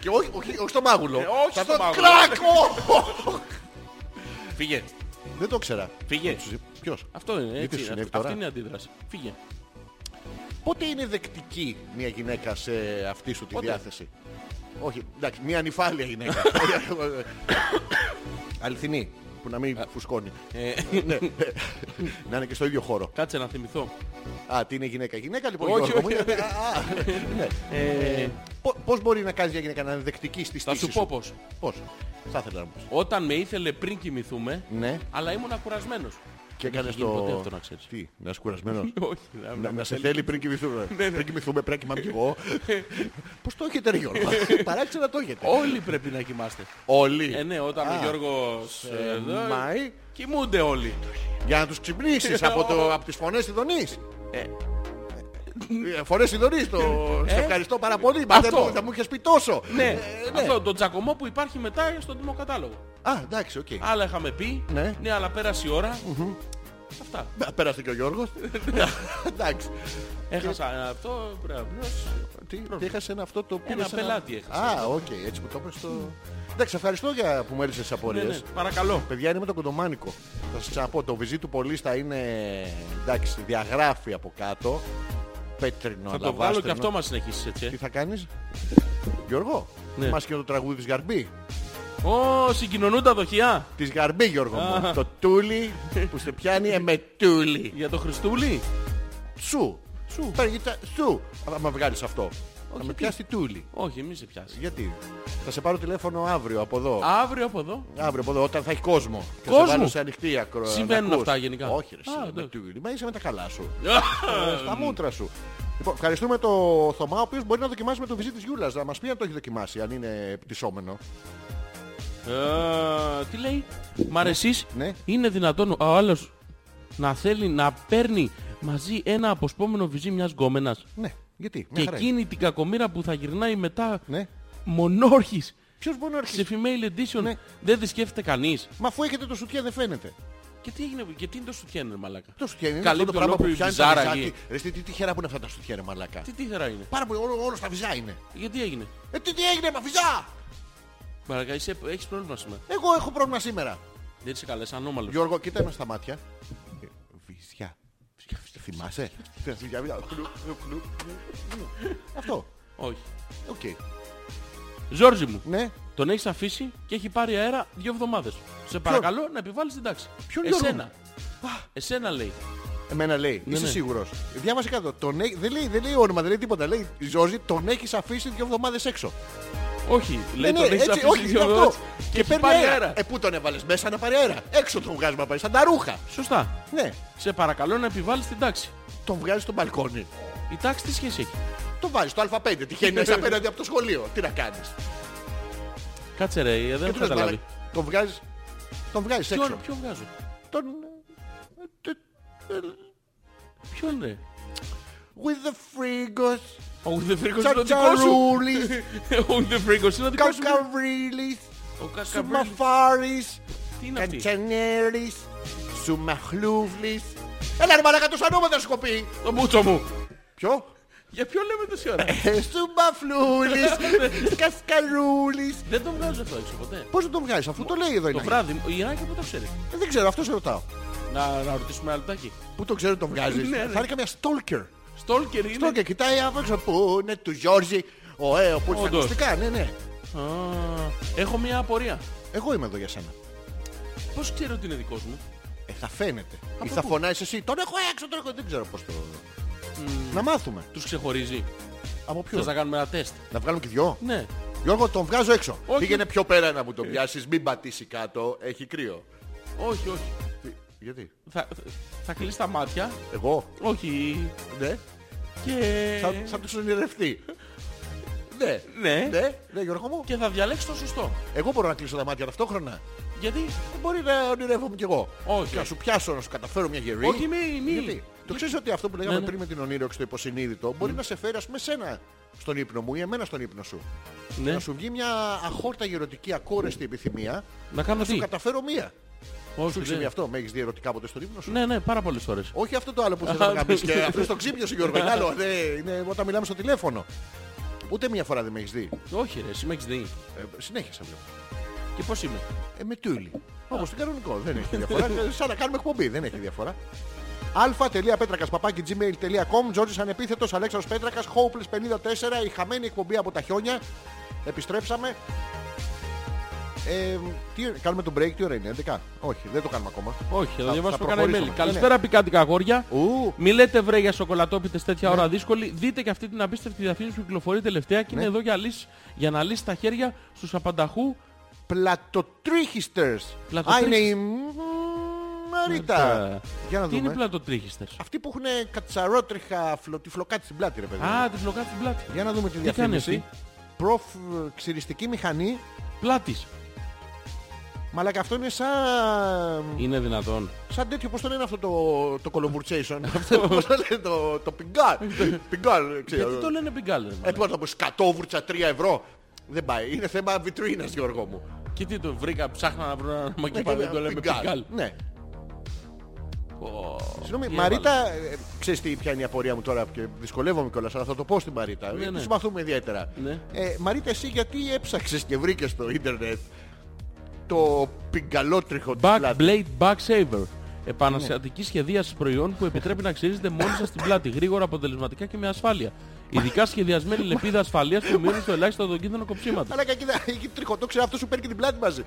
S1: Και όχι- όχι όχι στο μάγουλο.
S2: Ε, όχι
S1: Σε
S2: στο
S1: αυτό-
S2: μάγουλο.
S1: Κρακ! ω, ω.
S2: Φύγε.
S1: Δεν το ξέρα.
S2: Φύγε.
S1: Ποιος.
S2: Αυτό είναι.
S1: Γιατί
S2: Έτσι,
S1: συνέβη
S2: είναι.
S1: τώρα?
S2: Αυτή είναι η αντίδραση. Φύγε.
S1: Πότε είναι δεκτική μια γυναίκα σε αυτή σου τη
S2: Πότε?
S1: διάθεση. Όχι, εντάξει, μια ανυφάλια γυναίκα. Αληθινή, που να μην φουσκώνει.
S2: Ε.
S1: Ναι. Να είναι και στο ίδιο χώρο.
S2: Κάτσε να θυμηθώ.
S1: Α, τι είναι γυναίκα. Γυναίκα λοιπόν,
S2: Όχι,
S1: Γιώργο μου.
S2: όχι.
S1: είναι- Α, α, ναι. Ε, πο- Πώς μπορεί να κάνεις μια γυναίκα να είναι δεκτική στη
S2: Θα
S1: στήση
S2: σου πω πώς.
S1: Πώς. Θα ήθελα να μου πεις.
S2: Όταν με ήθελε πριν κοιμηθούμε,
S1: Ναι.
S2: αλλά ήμουν ακουρασμένος.
S1: Και έκανες
S2: γίνει ποτέ
S1: το...
S2: αυτό, να ξέρεις.
S1: Τι, να είσαι κουρασμένος.
S2: Όχι, να-
S1: Να, να σε θέλει πριν κοιμηθούμε.
S2: Ναι,
S1: Πριν κοιμηθούμε πρέπει να κοιμάμαι κι εγώ. Πώς το έχετε ρε Γιώργο. Παράξενα το έχετε.
S2: Όλοι πρέπει να κοιμάστε.
S1: Όλοι.
S2: Ε, ναι, όταν
S1: Α,
S2: ο Γιώργος... ε, εδώ,
S1: Μάη.
S2: Κοιμούνται όλοι.
S1: Για να τους
S2: Ε,
S1: ξυπνήσεις από, το, από τις φωνές ειδονής. Ε, φωνές ειδονής. Το... Σε ευχαριστώ πάρα πολύ. Μα δεν
S2: Ε. Αυτό.
S1: μου- θα μου είχες πει τόσο.
S2: Ναι, αυτό το τζακωμό που υπάρχει μετά στον τιμοκατάλογο.
S1: Α, εντάξει, οκ.
S2: Άλλα είχαμε πει,
S1: Ναι.
S2: αλλά πέρασε η ώρα. Αυτά.
S1: Πέ- Πέρασε και ο Γιώργος.
S2: Ναι.
S1: Εντάξει.
S2: Έχασα ένα αυτό, πρέπει να πληρώσω.
S1: Τι, τι έχασε ένα αυτό το πήρες
S2: πελάτη έχασα.
S1: Α, οκ. Έτσι που το είπες το... Εντάξει, ευχαριστώ για που μου έλυσες τις
S2: Ναι, ναι,
S1: απορίες.
S2: παρακαλώ.
S1: Παιδιά είναι με το κοντομάνικο. Θα σας ξαναπώ, το βυζί του πολίστα είναι εντάξει, διαγράφει από κάτω. Πέτρινο,
S2: Θα το βγάλω
S1: αλαβάστρινο.
S2: και αυτό μας συνεχίσεις έτσι.
S1: Τι
S2: ε.
S1: θα κάνεις, Γιώργο,
S2: Ναι.
S1: μας και το τραγούδι της Γαρμπή.
S2: Ω, συγκοινωνούν τα δοχεία.
S1: Της γαρμπή Γιώργο μου. Το τούλι που σε πιάνει ε, εμετούλι.
S2: Για το Χριστούλη.
S1: Σου.
S2: Σου.
S1: Τώρα, γιατί- Σου. Θα με βγάλεις αυτό. Θα με
S2: τι.
S1: πιάσει τούλι.
S2: Όχι, μη σε πιάσει.
S1: Γιατί. Θα σε πάρω τηλέφωνο αύριο από εδώ.
S2: Αύριο από εδώ.
S1: Αύριο από εδώ, όταν θα έχει κόσμο. Και θα
S2: Κόσμο.
S1: σε βάλω σε ανοιχτή ακρο...
S2: Συμβαίνουν
S1: να ακούς.
S2: αυτά γενικά.
S1: Όχι, ρε.
S2: Α,
S1: εσύ, με
S2: εντάξει.
S1: τούλι. Μα είσαι με τα καλά σου. Ε, Στα μούτρα σου. Λοιπόν, ευχαριστούμε το Θωμά, ο οποίος μπορεί να δοκιμάσει με το βυζί της Γιούλας. Να μας πει αν το έχει δοκιμάσει, αν είναι πτυσσόμενο.
S2: Ε, Τι λέει. Μ' αρεσείς.
S1: Ναι.
S2: Είναι δυνατόν ο άλλος να θέλει να παίρνει μαζί ένα αποσπόμενο βυζί μιας γκόμενας.
S1: Ναι, γιατί. Μια
S2: Και
S1: χαρά είναι.
S2: εκείνη την κακομήρα που θα γυρνάει μετά
S1: Ναι.
S2: μονόρχης
S1: Ποιος μπορεί να αρχίσει.
S2: σε female edition
S1: Ναι.
S2: δεν τη σκέφτεται κανείς.
S1: Μα αφού έχετε το σουτιέ δεν φαίνεται.
S2: Και τι έγινε, και τι είναι το σουτιέν, ρε μαλάκα.
S1: Το σουτιέ είναι
S2: Καλύπτει
S1: αυτό το πράγμα που
S2: ολόκληρη
S1: πιάνει
S2: βυζάρα
S1: τα βυζάκι.
S2: εκεί.
S1: Ρε, τι, τι τυχερά που είναι αυτά τα σουτιέ ρε μαλάκα.
S2: Τι τύχερα είναι.
S1: Πάρα πολύ, όλο, όλο στα βυζά είναι.
S2: Γιατί έγινε.
S1: Ε, τι, τι έγινε, μα βυζά!
S2: Μαλάκα, είσαι, έχεις πρόβλημα σήμερα.
S1: Εγώ έχω πρόβλημα σήμερα.
S2: Δεν είσαι καλά, είσαι ανώμαλος.
S1: Γιώργο, κοίτα με στα μάτια. Ε, Βυζιά. Θυμάσαι. Βυζιά, βυζιά. Χλου, χλου, χλου. Αυτό.
S2: Όχι.
S1: Οκ.
S2: Ζόρζι μου,
S1: Ναι.
S2: τον έχεις αφήσει και έχει πάρει αέρα δύο εβδομάδες. Σε παρακαλώ να επιβάλλεις την τάξη.
S1: Ποιον Γιώργο?
S2: Εσένα. Εσένα λέει.
S1: Εμένα λέει. Είσαι
S2: ναι.
S1: σίγουρος. Διάβασε κάτω. Τον έ- Δεν λέει, δεν λέει όνομα, δεν λέει τίποτα. Λέει Ζόρζι, τον έχεις αφήσει δύο εβδομάδες έξω.
S2: Όχι, λέει
S1: Ναι,
S2: τον
S1: ναι,
S2: έχεις
S1: έτσι,
S2: αφήσει
S1: όχι,
S2: δύο
S1: αυτό.
S2: εβδομάδες και
S1: Και
S2: έχεις
S1: παίρνει
S2: πάρει
S1: αέρα.
S2: αέρα.
S1: Ε, πού τον έβαλες μέσα να πάρει αέρα. Έξω τον βγάζουμε να πάρει. Σαν τα ρούχα.
S2: Σωστά.
S1: Ναι.
S2: Σε παρακαλώ να επιβάλλεις την τάξη.
S1: Τον βγάζεις στο μπαλκόνι.
S2: Η τάξη τι σχέση έχει.
S1: Το βάζεις στο Α5. Τυχαίνει να είσαι απέναντι από το σχολείο. Τι να κάνεις.
S2: Κάτσε ρε, ε, δεν
S1: Και
S2: έχω
S1: του λες,
S2: καταλάβει.
S1: «Μαλάκα, Τον βγάζεις. Τον βγάζεις έξω.
S2: Ποιον, ποιον βγάζω.
S1: Τον... ε, τε- ε,
S2: Ποιον ρε.
S1: With the frigos,
S2: Ο Ουδεφρίκος είναι ο δικός σου.
S1: τσατσαρούλης,
S2: Ο Ουδεφρίκος είναι ο δικός σου.
S1: κακαβρίλης,
S2: Ο Κακαβρίλης.
S1: σουμαφάρης,
S2: Τι είναι αυτή.
S1: κατσανέρης, σουμαχλούβλης. Έλα ρε μαλάκα τους ανώματα σου έχω πει.
S2: Το μπούτσο μου.
S1: Ποιο?
S2: Για ποιον λέμε τόση ώρα.
S1: Ε, Σουμαφλούλης, κασκαρούλης.
S2: Δεν τον βγάζω αυτό έξω ποτέ.
S1: Πώς δεν τον βγάζεις αφού το λέει εδώ
S2: Το
S1: είναι.
S2: βράδυ, η Ιράκη που το ξέρει.
S1: Ε, Δεν ξέρω, αυτό σε ρωτάω.
S2: Να, να ρωτήσουμε άλλο τάκι.
S1: Πού το ξέρω τον βγάζεις.
S2: Ναι, ρε.
S1: Θα είναι καμιά stalker.
S2: Στόλκερ είναι.
S1: Stalker κοιτάει από έξω. Πού είναι του Γιώργη. Ο ε, ο, που είναι στα
S2: Όντως.
S1: ακουστικά. Ναι, ναι.
S2: Α, έχω μια απορία.
S1: Εγώ είμαι εδώ για σένα.
S2: Πώς ξέρω ότι είναι δικός μου.
S1: Ε, θα φαίνεται. Ή θα φωνάεις εσύ. Τον έχω έξω, τον έχω. Δεν ξέρω πώς το. Να μάθουμε.
S2: Τους ξεχωρίζει.
S1: Από ποιον.
S2: Θες να
S1: Να...
S2: κάνουμε ένα τεστ.
S1: βγάλουμε και δυο.
S2: Ναι.
S1: Γιώργο, τον βγάζω έξω.
S2: Όχι. Ε.
S1: Πήγαινε πιο πέρα να μου τον πιάσεις. Μην πατήσει κάτω. Έχει κρύο.
S2: Όχι, όχι.
S1: Τι- Γιατί.
S2: Θα, θα κλείσει τα μάτια.
S1: Εγώ.
S2: Όχι.
S1: Ναι.
S2: Και...
S1: Θα, θα τους ονειρευτεί. ναι.
S2: Ναι.
S1: ναι. Ναι, Γιώργο μου.
S2: Και θα διαλέξει το σωστό.
S1: Εγώ μπορώ να κλείσω τα μάτια ταυτόχρονα.
S2: Γιατί.
S1: Δεν μπορεί να ονειρεύομαι κι εγώ.
S2: Όχι.
S1: Και να σου πιάσω, να σου καταφέρω μια γερή.
S2: Όχι, μη, μη.
S1: Γιατί. Το ξέρεις ότι αυτό που λέγαμε
S2: ναι.
S1: πριν με την ονείροξη, το υποσυνείδητο, μπορεί να σε φέρει, ας πούμε, σένα στον ύπνο μου ή εμένα στον ύπνο σου.
S2: Ναι.
S1: Να σου βγει μια αχόρτα ερωτική, ακόρεστη επιθυμία,
S2: Να κάνω τι.
S1: σου καταφέρω μία.
S2: Όχι,
S1: Σου έχει συμβεί
S2: δεν.
S1: αυτό, με έχεις δει ερωτικά ποτέ στον ύπνο σου.
S2: Ναι, ναι, πάρα πολλές ώρες.
S1: Όχι αυτό το άλλο που θες να γαμίσεις και αυτό το ξύπνιωσε Γιώργο. Είναι άλλο, ναι, είναι όταν μιλάμε στο τηλέφωνο. Ούτε μία φορά δεν με έχεις δει.
S2: Όχι, ρε, εσύ με έχεις δει.
S1: Ε, συνέχεια σε βλέπω.
S2: Και πώς είμαι.
S1: Ε, με τούλι. Όπως το κανονικό. Δεν έχει διαφορά. Ε, Σαν να κάνουμε εκπομπή. Δεν έχει διαφορά. α.πέτρακας.gmail.com Τζόρτζης Ανεπίθετος, Αλέξανδρος Πέτρακας, Hopeless 54, η χαμένη εκπομπή από τα χιόνια. Επιστρέψαμε. Ε, τι, κάνουμε το break, τι ώρα είναι, 11. Όχι, δεν το κάνουμε ακόμα.
S2: Όχι, θα, Ναι.
S1: Θα-
S2: διαβάσουμε
S1: θα
S2: κανένα email.
S1: προχωρήσουμε.
S2: Καλησπέρα, πικάντικα αγόρια.
S1: Ου,
S2: Μη λέτε βρε για σοκολατόπιτε τέτοια
S1: Ναι.
S2: ώρα δύσκολη. Δείτε και αυτή την απίστευτη διαφήμιση που κυκλοφορεί τελευταία και είναι εδώ για, λύσεις- για να λύσεις τα χέρια στους απανταχού.
S1: πλατοτρίχιστερς. Α, είναι η Μαρίτα. Για να
S2: Ε, Τι είναι οι
S1: δούμε.
S2: πλατοτρίχιστες.
S1: Αυτοί που έχουν κατσαρότριχα, φλο- τη φλοκάτη στην πλάτη, ρε παιδί.
S2: Α, τη φλοκά στην πλάτη.
S1: Για να δούμε τη
S2: Τι κάνει
S1: διαφήμιση.
S2: αυτή?
S1: Προφ ξυριστική μηχανή.
S2: Πλάτης.
S1: Μαλάκα αυτό είναι σαν,
S2: Είναι δυνατόν.
S1: σαν τέτοιο, πώς το λένε αυτό το, το coloburtation. Αυτό, πώς το λένε το, το πιγκάρ. πιγκάρ, ξέρω.
S2: Γιατί το λένε πιγκάλ. ρε,
S1: Ε,
S2: μαλάκα.
S1: πώς να πω, σκατόβουρτσα 3 ευρώ. Δεν πάει. Είναι θέμα βιτρίνας, Γιώργο μου.
S2: Και τι το βρήκα, ψάχνα να βρω
S1: Ε,
S2: ένα μακεπά, δεν το λέμε πιγκάλ.
S1: Ναι.
S2: Ω,
S1: Συγγνώμη,
S2: τι
S1: Μαρίτα, ε, ξέρεις τι, ποια είναι η απορία μου τώρα και δυσκολεύομαι κιόλας, αλλά θα το πω στην Μαρίτα.
S2: Ναι, ναι.
S1: Τη συμπαθούμε ιδιαίτερα.
S2: Ναι.
S1: Ε, Μαρίτα, εσύ γιατί έψαξες και βρήκες στο ίντερνετ το πιγκαλότριχο της
S2: Back
S1: πλάτης.
S2: Blade Back
S1: Ναι.
S2: Saver. Επαναστατική σχεδίαση προϊόν που επιτρέπει να ξυρίζεται μόνη σας στην πλάτη γρήγορα, αποτελεσματικά και με ασφάλεια. Ειδικά σχεδιασμένη λεπίδα ασφαλείας που μειώνει στο ελάχιστο τον κίνδυνο κοψίματος.
S1: Αλλά κακίδα, έχει τριχωτό, ξέρω αυτός σου παίρνει και την πλάτη μαζί.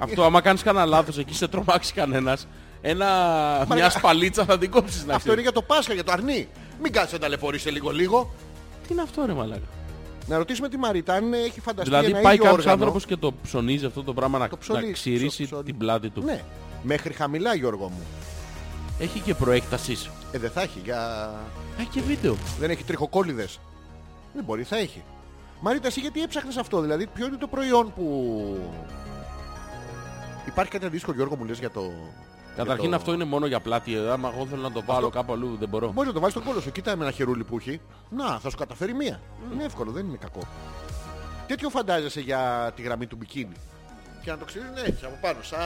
S2: Αυτό άμα κάνεις κανένα λάθος εκεί σε τρομάξει κανένας, ένα, μια σπαλίτσα θα την κόψεις να
S1: Αυτό είναι
S2: ξέρεις.
S1: για το Πάσχα, για το αρνί. Μην κάτσε να ταλαιπωρήσει λίγο-λίγο.
S2: Τι είναι αυτό ρε μαλάκα.
S1: Να ρωτήσουμε τη Μαρίτα αν έχει φανταστεί
S2: Δηλαδή
S1: ένα
S2: πάει
S1: ίδιο
S2: κάποιος
S1: όργανο.
S2: άνθρωπος και το ψωνίζει αυτό το πράγμα να,
S1: Το ψωλί,
S2: να ξυρίσει
S1: ψω- ψωλί.
S2: την πλάτη του.
S1: Ναι, μέχρι χαμηλά Γιώργο μου.
S2: Έχει και προέκτασης.
S1: Ε, δεν θα έχει, για...
S2: Έχει και βίντεο.
S1: δεν έχει τριχοκόλλιδες. Δεν μπορεί, θα έχει. Μαρίτα, εσύ γιατί έψαχνες αυτό, δηλαδή ποιο είναι το προϊόν που... Υπάρχει κάτι αντίστοιχο Γιώργο μου λες για το...
S2: Καταρχήν
S1: για το-
S2: αυτό είναι μόνο για πλάτη. ε, Άμα εγώ θέλω να το βάλω κάπου αλλού δεν μπορώ.
S1: Μπορείς να το βάλεις στον κόλλο σου. Κοίτα με ένα χερούλι που έχει. Να, θα σου καταφέρει μία. Είναι εύκολο, δεν είναι κακό. Τέτοιο φαντάζεσαι για τη γραμμή του μπικίνι. Και να το ξυρίζουν έτσι από πάνω. Σαν...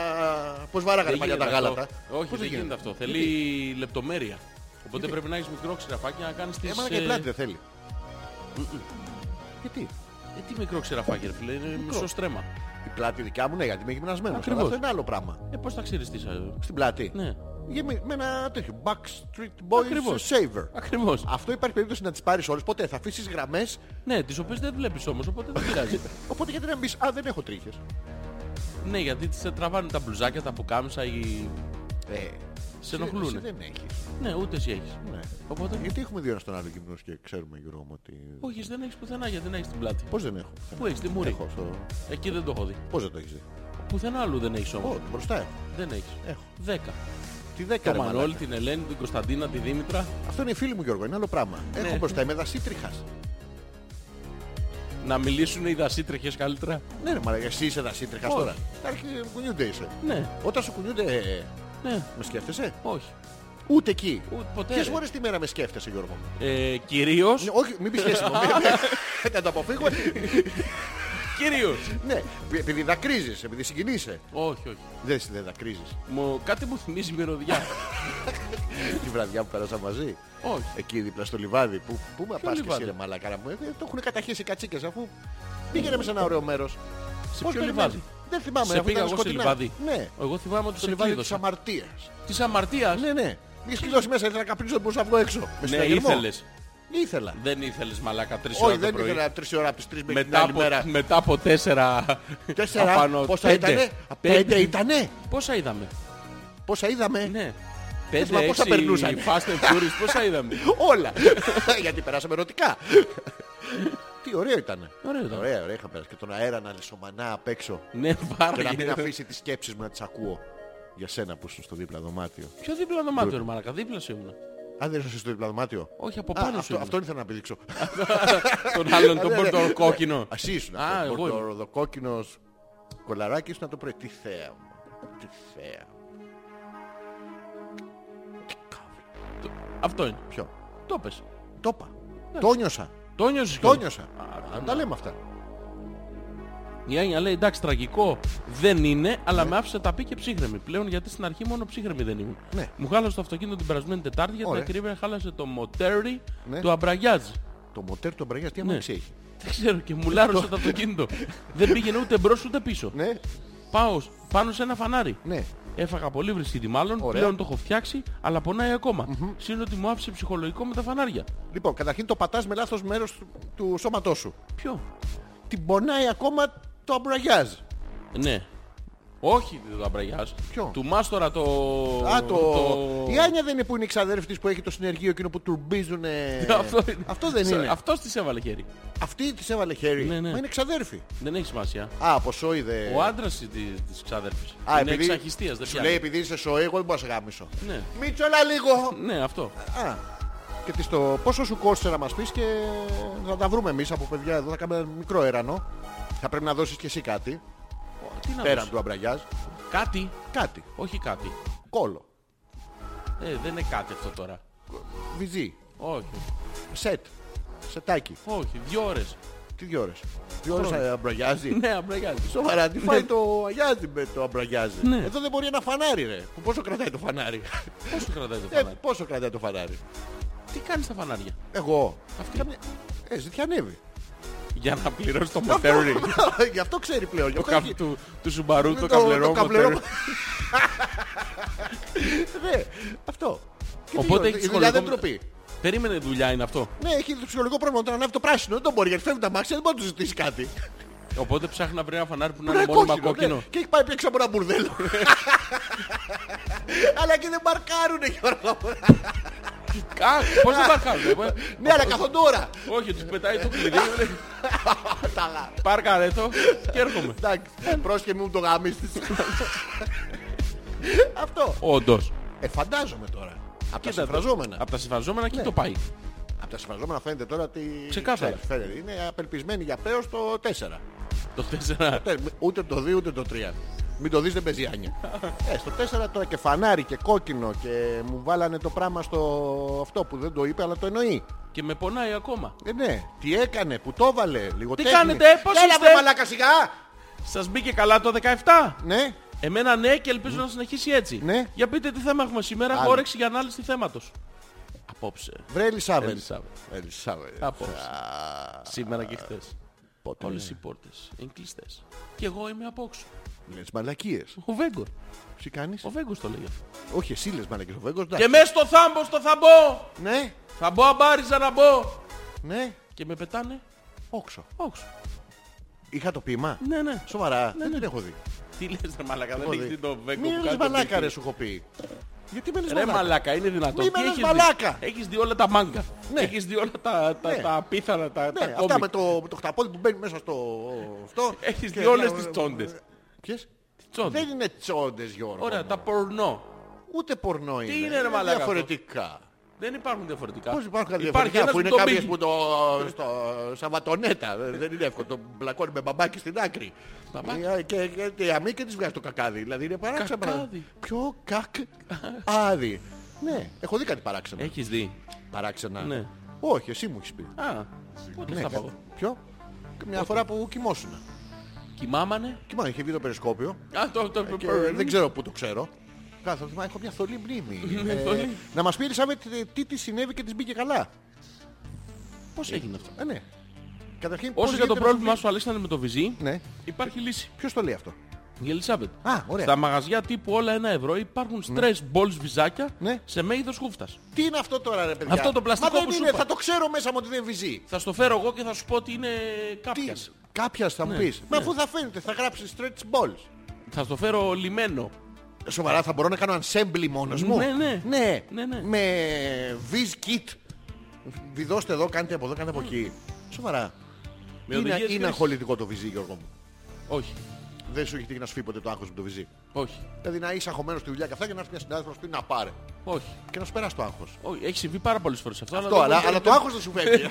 S1: Πώς βάραγανε
S2: Δεν
S1: παλιά τα
S2: γίνεται
S1: γάλατα.
S2: αυτό. Όχι,
S1: Πώς
S2: δεν γίνεται αυτό. Θέλει λεπτομέρεια. Οπότε πρέπει να έχεις μικρό ξηραφάκι να κάνεις τις...
S1: Έμανα και
S2: ε,
S1: η πλάτη δεν θέλει. Γιατί.
S2: ε, τι μικρό ξηραφάκι ρε φίλε, είναι μισό στρέμμα.
S1: Η πλάτη δικιά μου, ναι, γιατί είμαι γυμνασμένος.
S2: Ακριβώς.
S1: Αυτό είναι άλλο πράγμα.
S2: Ε, πώς θα ξυριστείς. ε,
S1: Στην πλάτη.
S2: Ναι,
S1: Για με, με ένα τέτοιο. Backstreet Boys
S2: Ακριβώς.
S1: Saver.
S2: ακριβώς.
S1: Αυτό υπάρχει περίπτωση να τις πάρεις όλες. Ποτέ θα αφήσεις γραμμές.
S2: Ναι, τις οποίες δεν βλέπεις όμως, οπότε δεν πειράζει.
S1: Οπότε γιατί να μπεις. Α, δεν έχω τρίχες.
S2: ναι, γιατί τις τραβάνε τα μπλουζάκια, τα πουκάμισα ή...
S1: Ε,
S2: Σε
S1: εσύ
S2: ενοχλούν.
S1: δεν έχεις.
S2: Ναι, ούτε εσύ έχεις.
S1: Ναι.
S2: Οπότε,
S1: Γιατί έχουμε δύο ένας τον άλλο γυμνούς και ξέρουμε Γιώργο μου ότι...
S2: όχι, δεν έχεις πουθενά γιατί δεν έχεις την πλάτη.
S1: Πώς δεν έχω.
S2: Πού έχεις, τη μούρη.
S1: Έχω στο...
S2: Εκεί δεν το έχω δει.
S1: Πώς δεν το έχεις δει.
S2: Πουθενά αλλού δεν έχεις όμως.
S1: Ω, μπροστά έχω.
S2: Δεν έχεις.
S1: Έχω.
S2: Δέκα.
S1: Τη δέκα
S2: Το
S1: ρε
S2: Μανώλη,
S1: μαλάκα.
S2: την Ελένη, την Κωνσταντίνα, τη Δήμητρα.
S1: Αυτό είναι η φίλη μου Γιώργο, είναι άλλο πράγμα.
S2: Ναι.
S1: Έχω μπροστά, είμαι δασίτριχας.
S2: Να μιλήσουν οι δασίτρεχες καλύτερα.
S1: Ναι ρε μαλάκα, εσύ είσαι δασίτριχας
S2: Όχι.
S1: τώρα. Άρχι κουνιούνται είσαι.
S2: Ναι,
S1: Όταν σου κουνιούνται, ε,
S2: ναι,
S1: με σκέφτεσαι.
S2: όχι.
S1: Ούτε εκεί.
S2: Ούτε ποτέ.
S1: Ποιες
S2: ρε.
S1: φορές τη μέρα με σκέφτεσαι Γιώργο μου.
S2: Ε, κυρίως,
S1: Ναι, Όχι, μην πεις σχέση μου. Να το αποφύγουμε.
S2: κυρίως.
S1: Ναι, επειδή δακρύζεις, επειδή συγκινείσαι.
S2: όχι, όχι.
S1: Δεν δεν δακρύζεις.
S2: Μου, κάτι μου θυμίζει μυρωδιά.
S1: Τη βραδιά που περάσα μαζί.
S2: όχι.
S1: Εκεί δίπλα στο λιβάδι. Πού, πού με πας και εσύ
S2: λιβάδι?
S1: ρε μαλάκα να μου. Ε, Το έχουν καταχέσει οι κατσίκες αφού πήγαινε με σε ένα ωραίο μέρος.
S2: Σε
S1: Πώς
S2: ποιο
S1: περιμένεις?
S2: λιβάδι.
S1: Δεν θυμάμαι.
S2: Σε
S1: αφού
S2: πήγα
S1: ήταν
S2: εγώ σε
S1: σκοτεινά.
S2: λιβάδι.
S1: Ναι.
S2: Εγώ θυμάμαι ότι
S1: Στο
S2: σε
S1: λιβάδι της
S2: κλείδωσα.
S1: αμαρτίας.
S2: Της αμαρτίας.
S1: Ναι, ναι. Μη σκυλώσει μέσα, ήθελα να καπνίζω, δεν μπορούσα να βγω έξω. Με
S2: Ναι,
S1: συναγερμό.
S2: ήθελες.
S1: Ήθελα.
S2: Δεν ήθελες μαλάκα τρεις
S1: Όχι,
S2: ώρα το
S1: δεν
S2: πρωί.
S1: ήθελα τρεις ώρα από τις τρεις μέχρι την
S2: Μετά
S1: άλλη
S2: από,
S1: μέρα.
S2: μετά από τέσσερα
S1: Τέσσερα,
S2: απάνω,
S1: πόσα
S2: πέντε.
S1: ήτανε, Α,
S2: Πέντε.
S1: πέντε Ε. ήτανε,
S2: Πόσα είδαμε.
S1: πόσα είδαμε,
S2: Ναι.
S1: μα
S2: Πέντε,
S1: πόσα
S2: έξι,
S1: περνούσανε.
S2: Fast and Furious, πόσα είδαμε.
S1: όλα, γιατί περάσαμε ερωτικά. Τι ωραίο ήταν.
S2: Ωραίο ήταν.
S1: Ωραία, ωραία είχα περάσει. Και τον αέρα να λησομανά απ' έξω.
S2: Ναι,
S1: Και να μην
S2: βάρη.
S1: αφήσει τις σκέψεις μου να τις ακούω. Για σένα που είσαι στο δίπλα δωμάτιο.
S2: Ποιο δίπλα δωμάτιο, ρε μαλάκα, δίπλα σου ήμουν.
S1: Αν δεν είσαι στο δίπλα δωμάτιο.
S2: Όχι, από
S1: Α,
S2: πάνω σου
S1: αυτό,
S2: ήμουν.
S1: αυτό ήθελα να επιδείξω.
S2: Τον άλλον, τον
S1: Ναι, ναι.
S2: πορτοκόκκινο. κόκκινο.
S1: Α, εσύ ήσουν.
S2: Α, εγώ ήμουν.
S1: Το κόκκινο κολαράκι ήσουν το πρωί. Τι θέα μου. Τι θέα. μου. Τι καύλα.
S2: Αυτό είναι.
S1: Ποιο.
S2: Το πες.
S1: Το είπα.
S2: Ναι.
S1: Το νιώσα.
S2: Το νιώσες
S1: Το
S2: κιόλας.
S1: νιώσα.
S2: Α,
S1: Αν τα λέμε αυτά.
S2: Η Άνια λέει εντάξει τραγικό δεν είναι, αλλά με άφησε τα πει και ψύχρεμη. Πλέον γιατί στην αρχή μόνο ψύχρεμη δεν ήμουν.
S1: Ναι.
S2: Μου χάλασε το αυτοκίνητο την περασμένη Τετάρτη γιατί
S1: Ωραία.
S2: την ακρίβεια χάλασε το μοτέρι
S1: Ναι.
S2: του Αμπραγιάζ.
S1: Το μοτέρ του Αμπραγιάς
S2: Ναι.
S1: τι αμάξι έχει.
S2: Δεν ξέρω και μου λάρωσε το αυτοκίνητο. δεν πήγαινε ούτε μπρος ούτε πίσω.
S1: Ναι,
S2: Πάω σ- πάνω σε ένα φανάρι.
S1: ναι.
S2: Έφαγα πολύ βρυσίδι μάλλον,
S1: Ωραία.
S2: πλέον το έχω φτιάξει, αλλά πονάει ακόμα. Συν ότι μου άφησε ψυχολογικό με τα φανάρια.
S1: Λοιπόν, καταρχήν το πατάς με λάθος μέρος του, του σώματός σου.
S2: Ποιο?
S1: Την πονάει ακόμα το Αμπραγιάζ.
S2: Ναι. Όχι του Αμπραγιάζ.
S1: Ποιο?
S2: Του Μάστορα το...
S1: Α, το... Η Άνια δεν είναι που είναι η ξαδέρφη της που έχει το συνεργείο εκείνο που τουρμπίζουνε.
S2: Ναι, Αυτό, είναι.
S1: Ε, Αυτό δεν
S2: Σε-
S1: είναι.
S2: Αυτός της έβαλε χέρι.
S1: Αυτή της έβαλε χέρι.
S2: Ναι, ναι.
S1: Μα είναι ξαδέρφη.
S2: Δεν έχει σημασία.
S1: Α, από σόιδε.
S2: Ο άντρας της, της ξάδερφης. είναι εξαχιστίας, δεν
S1: Σου
S2: πιάνει.
S1: λέει επειδή είσαι σοή, εγώ δεν μπορώ να σε γάμισω.
S2: Ναι.
S1: Μίτσο έλα λίγο.
S2: ναι, αυτό.
S1: Α. Και της το πόσο σου κόστησε να μας πεις και θα τα βρούμε εμείς από παιδιά εδώ. Θα κάνουμε ένα μικρό έρανο. Θα πρέπει να δώσεις και εσύ κάτι.
S2: Τι να
S1: Πέραν
S2: δώσω.
S1: του αμπραγιάζ.
S2: Κάτι,
S1: Κάτι.
S2: όχι κάτι.
S1: Κόλο.
S2: Ε, δεν είναι κάτι αυτό τώρα.
S1: Βυζί.
S2: Όχι,
S1: Σετ. Σετάκι.
S2: όχι, δύο ώρες.
S1: Τι δύο ώρες. Δύο ώρες
S2: Χρόνο.
S1: ε, αμπραγιάζει.
S2: ναι, αμπραγιάζει.
S1: Σοβαρά, τι φάει το αγιάζει με το αμπραγιάζει.
S2: Ναι.
S1: Εδώ δεν μπορεί ένα φανάρι ρε. Που Πόσο κρατάει το φανάρι.
S2: Πώς το κρατάει το
S1: Ε,
S2: φανάρι.
S1: πόσο κρατάει το φανάρι.
S2: Τι κάνεις τα φανάρια.
S1: Εγώ.
S2: Αυτή.
S1: Καμιά- Ε, ζητιανεύει.
S2: Για να πληρώσει το μοτέρι.
S1: Γι' αυτό ξέρει πλέον. Γι'
S2: Το
S1: αυτό
S2: καπ-
S1: Ε, έχει-
S2: του, του σουμπαρού, το,
S1: το-
S2: καπλερό
S1: το καπλερό
S2: μοτέρι.
S1: Ναι, αυτό. Και τι,
S2: Οπότε
S1: η
S2: έχει
S1: δουλειά δεν
S2: ψυχολογικό-
S1: τροπεί.
S2: Περίμενε δουλειά είναι αυτό.
S1: Ναι, έχει το ψυχολογικό πρόβλημα όταν ανάβει το πράσινο. Δεν τον μπορεί γιατί φεύγουν τα μάξια, δεν μπορεί να του ζητήσει κάτι.
S2: Οπότε ψάχνα πριν ένα φανάρι που να
S1: Ναι,
S2: είναι μόνιμα
S1: κόκκινο,
S2: κόκκινο.
S1: ναι. Και έχει πάει πίσω από ένα μπουρδέλο. Αλλά και δεν μαρκάρουνε, Γιώργο. μου.
S2: Α, πώς δεν παρκάρουν. ε,
S1: Ναι, αλλά καθόντορα.
S2: Όχι, τους πετάει το κλειδί. λέει,
S1: Τα γα-
S2: Πάρκαρε το και έρχομαι. Ε,
S1: Εντάξει, πρόσχε μου το γαμίστη. Αυτό.
S2: Όντως.
S1: Ε, φαντάζομαι τώρα. Από τα
S2: Κοίτα το.
S1: συμφραζόμενα.
S2: Από τα συμφραζόμενα και το πάει.
S1: Από τα συμφραζόμενα φαίνεται τώρα ότι...
S2: Ξεκάθαρα.
S1: ξέρεις, φαίνεται. Είναι απελπισμένοι για πέος το 4.
S2: Το 4.
S1: Ε, Ούτε το 2 ούτε το 3. Μην το δεις δεν παίζει Άνια. ε, στο 4 τώρα και φανάρι και κόκκινο και μου βάλανε το πράγμα στο αυτό που δεν το είπε αλλά το εννοεί.
S2: Και με πονάει ακόμα.
S1: Ε, ναι, τι έκανε, που το έβαλε, λίγο
S2: Τι κάνετε, πώς
S1: Έλα,
S2: είστε?
S1: βρε μαλάκα σιγά.
S2: Σας μπήκε καλά το 17.
S1: Ναι,
S2: Εμένα ναι και ελπίζω να συνεχίσει έτσι.
S1: Ναι.
S2: Για πείτε τι θέμα έχουμε σήμερα. Έχω
S1: Άλλο.
S2: όρεξη για ανάλυση θέματος. Απόψε.
S1: βρε Ελισάβελ.
S2: Ελισάβετ.
S1: Ελισάβελ.
S2: Απόψε. Σήμερα και χθες.
S1: Πότε
S2: Όλες οι πόρτες είναι κλειστές. Και εγώ είμαι από όξω.
S1: Λες μαλακίες.
S2: Ο Βέγκορ.
S1: Τι κάνεις.
S2: Ο Βέγκος το λέει αυτό.
S1: Όχι εσύ λες μαλακίες. Ο Βέγκος εντάξει.
S2: Και μέσα στο θάμπο στο θαμπό.
S1: Ναι,
S2: Θα μπω αμπάριζα να μπω.
S1: ναι,
S2: Και με πετάνε
S1: όξο.
S2: όξο.
S1: Είχα το πείμα.
S2: Ναι, ναι.
S1: Σοβαρά, δεν την έχω δει.
S2: Τι λες ρε μαλακά, δεν
S1: Έχω
S2: έχεις
S1: δει.
S2: δει το Βέγκο
S1: Μη
S2: που
S1: λες
S2: κάνει το
S1: μαλάκα
S2: παιχνίδι.
S1: ρε σου έχω πει. Γιατί με λες
S2: Ρε
S1: μαλάκα.
S2: μαλάκα, είναι δυνατό.
S1: Μη
S2: Τι
S1: με λες
S2: έχεις
S1: μαλάκα.
S2: δει. Έχεις δει όλα τα μάγκα.
S1: Ναι.
S2: Έχεις δει όλα τα, τα,
S1: Ναι.
S2: τα απίθανα, τα, τα
S1: Ναι, αυτά
S2: κόμικ.
S1: με το, με το χταπόδι που μπαίνει μέσα στο αυτό.
S2: Έχεις
S1: Και- ε,
S2: δει όλες τις τσόντες.
S1: Ποιες?
S2: Τσόντα.
S1: Δεν είναι τσόντες Γιώργο.
S2: Ωραία,
S1: μου.
S2: τα πορνό.
S1: Ούτε πορνό είναι.
S2: είναι, ρε μαλάκα, αυτό?
S1: Διαφορετικά.
S2: Δεν υπάρχουν διαφορετικά.
S1: Πώς υπάρχουν κάποια
S2: Υπάρχει
S1: διαφορετικά
S2: ένας
S1: που είναι
S2: τον
S1: κάποιες
S2: πήγε.
S1: που το... στο Σαββατονέτα. Δεν δεν είναι εύκολο. Το μπλακώνει με μπαμπάκι στην άκρη.
S2: Μπαμπάκι.
S1: Ε, Και, και, και η αμή και της βγάζει το κακάδι. Δηλαδή είναι παράξενα.
S2: Κακάδι.
S1: Πιο κακάδι. ναι, έχω δει κάτι παράξενα.
S2: Έχεις δει.
S1: Παράξενα.
S2: Ε, Ναι.
S1: Όχι, εσύ μου έχεις πει.
S2: Α, πότε
S1: Ναι,
S2: θα
S1: κα-
S2: πάω.
S1: Ποιο? Μια φορά που κοιμόσουν.
S2: Κοιμάμανε.
S1: Κοιμάμαι, είχε βγει το περισκόπιο
S2: Α, το, το,
S1: Ε, και δεν ξέρω πού το ξέρω. Κάθε θυμάμαι, έχω μια θολή μνήμη. Ε,
S2: θολή.
S1: να μας πεις, Ελισάβετ, τι της συνέβη και της μπήκε καλά.
S2: Πώς έγινε αυτό.
S1: Ε, ναι. Καταρχήν, πώς
S2: Όσο για το
S1: γίνεται να
S2: πρόβλημά
S1: σου
S2: σου Αλέξανδρε με το βυζί,
S1: πει- Ναι.
S2: υπάρχει λύση.
S1: Ποιος το λέει αυτό.
S2: Η Ελισάβετ.
S1: Α, ωραία.
S2: Στα μαγαζιά τύπου όλα ένα ευρώ υπάρχουν στρες μπολ βυζάκια
S1: Ναι.
S2: σε μέγεθος χούφτας.
S1: Τι είναι αυτό τώρα, ρε παιδιά.
S2: Αυτό το πλαστικό
S1: Μα δεν
S2: που σου
S1: είναι,
S2: είπα.
S1: θα το ξέρω μέσα μου ότι δεν βυζεί.
S2: Θα στο φέρω εγώ και θα σου πω ότι είναι
S1: Τι.
S2: κάποιας.
S1: Κάποιας θα μου
S2: Ναι,
S1: πεις. Μα αφού θα φαίνεται, θα γράψει stretch balls. Ε,
S2: Θα στο φέρω λιμένο.
S1: Σοβαρά, θα μπορώ να κάνω assembly μόνος μου.
S2: Ναι, ναι.
S1: ναι.
S2: Ναι, ναι.
S1: Με viz kit. Βιδώστε εδώ, κάντε από εδώ, κάντε από εκεί. Σοβαρά.
S2: Ναι.
S1: είναι
S2: Με οδηγίες
S1: είναι
S2: χρήσης.
S1: αγχολητικό το βυζί, Γιώργο μου.
S2: Όχι.
S1: Δεν σου έχει τύχει να σου φύγει ποτέ το άγχος με το βυζί.
S2: Όχι.
S1: Δηλαδή να είσαι αγχωμένος στη δουλειά και αυτά και να έρθει μια συνάδελφος να σου πει να πάρε.
S2: Όχι.
S1: Και να σου περάσει το άγχος.
S2: Όχι. Έχει συμβεί πάρα πολλές φορές αυτό.
S1: Αυτό, αλλά,
S2: δεν-
S1: αλλά το άγχος δεν σου φεύγει.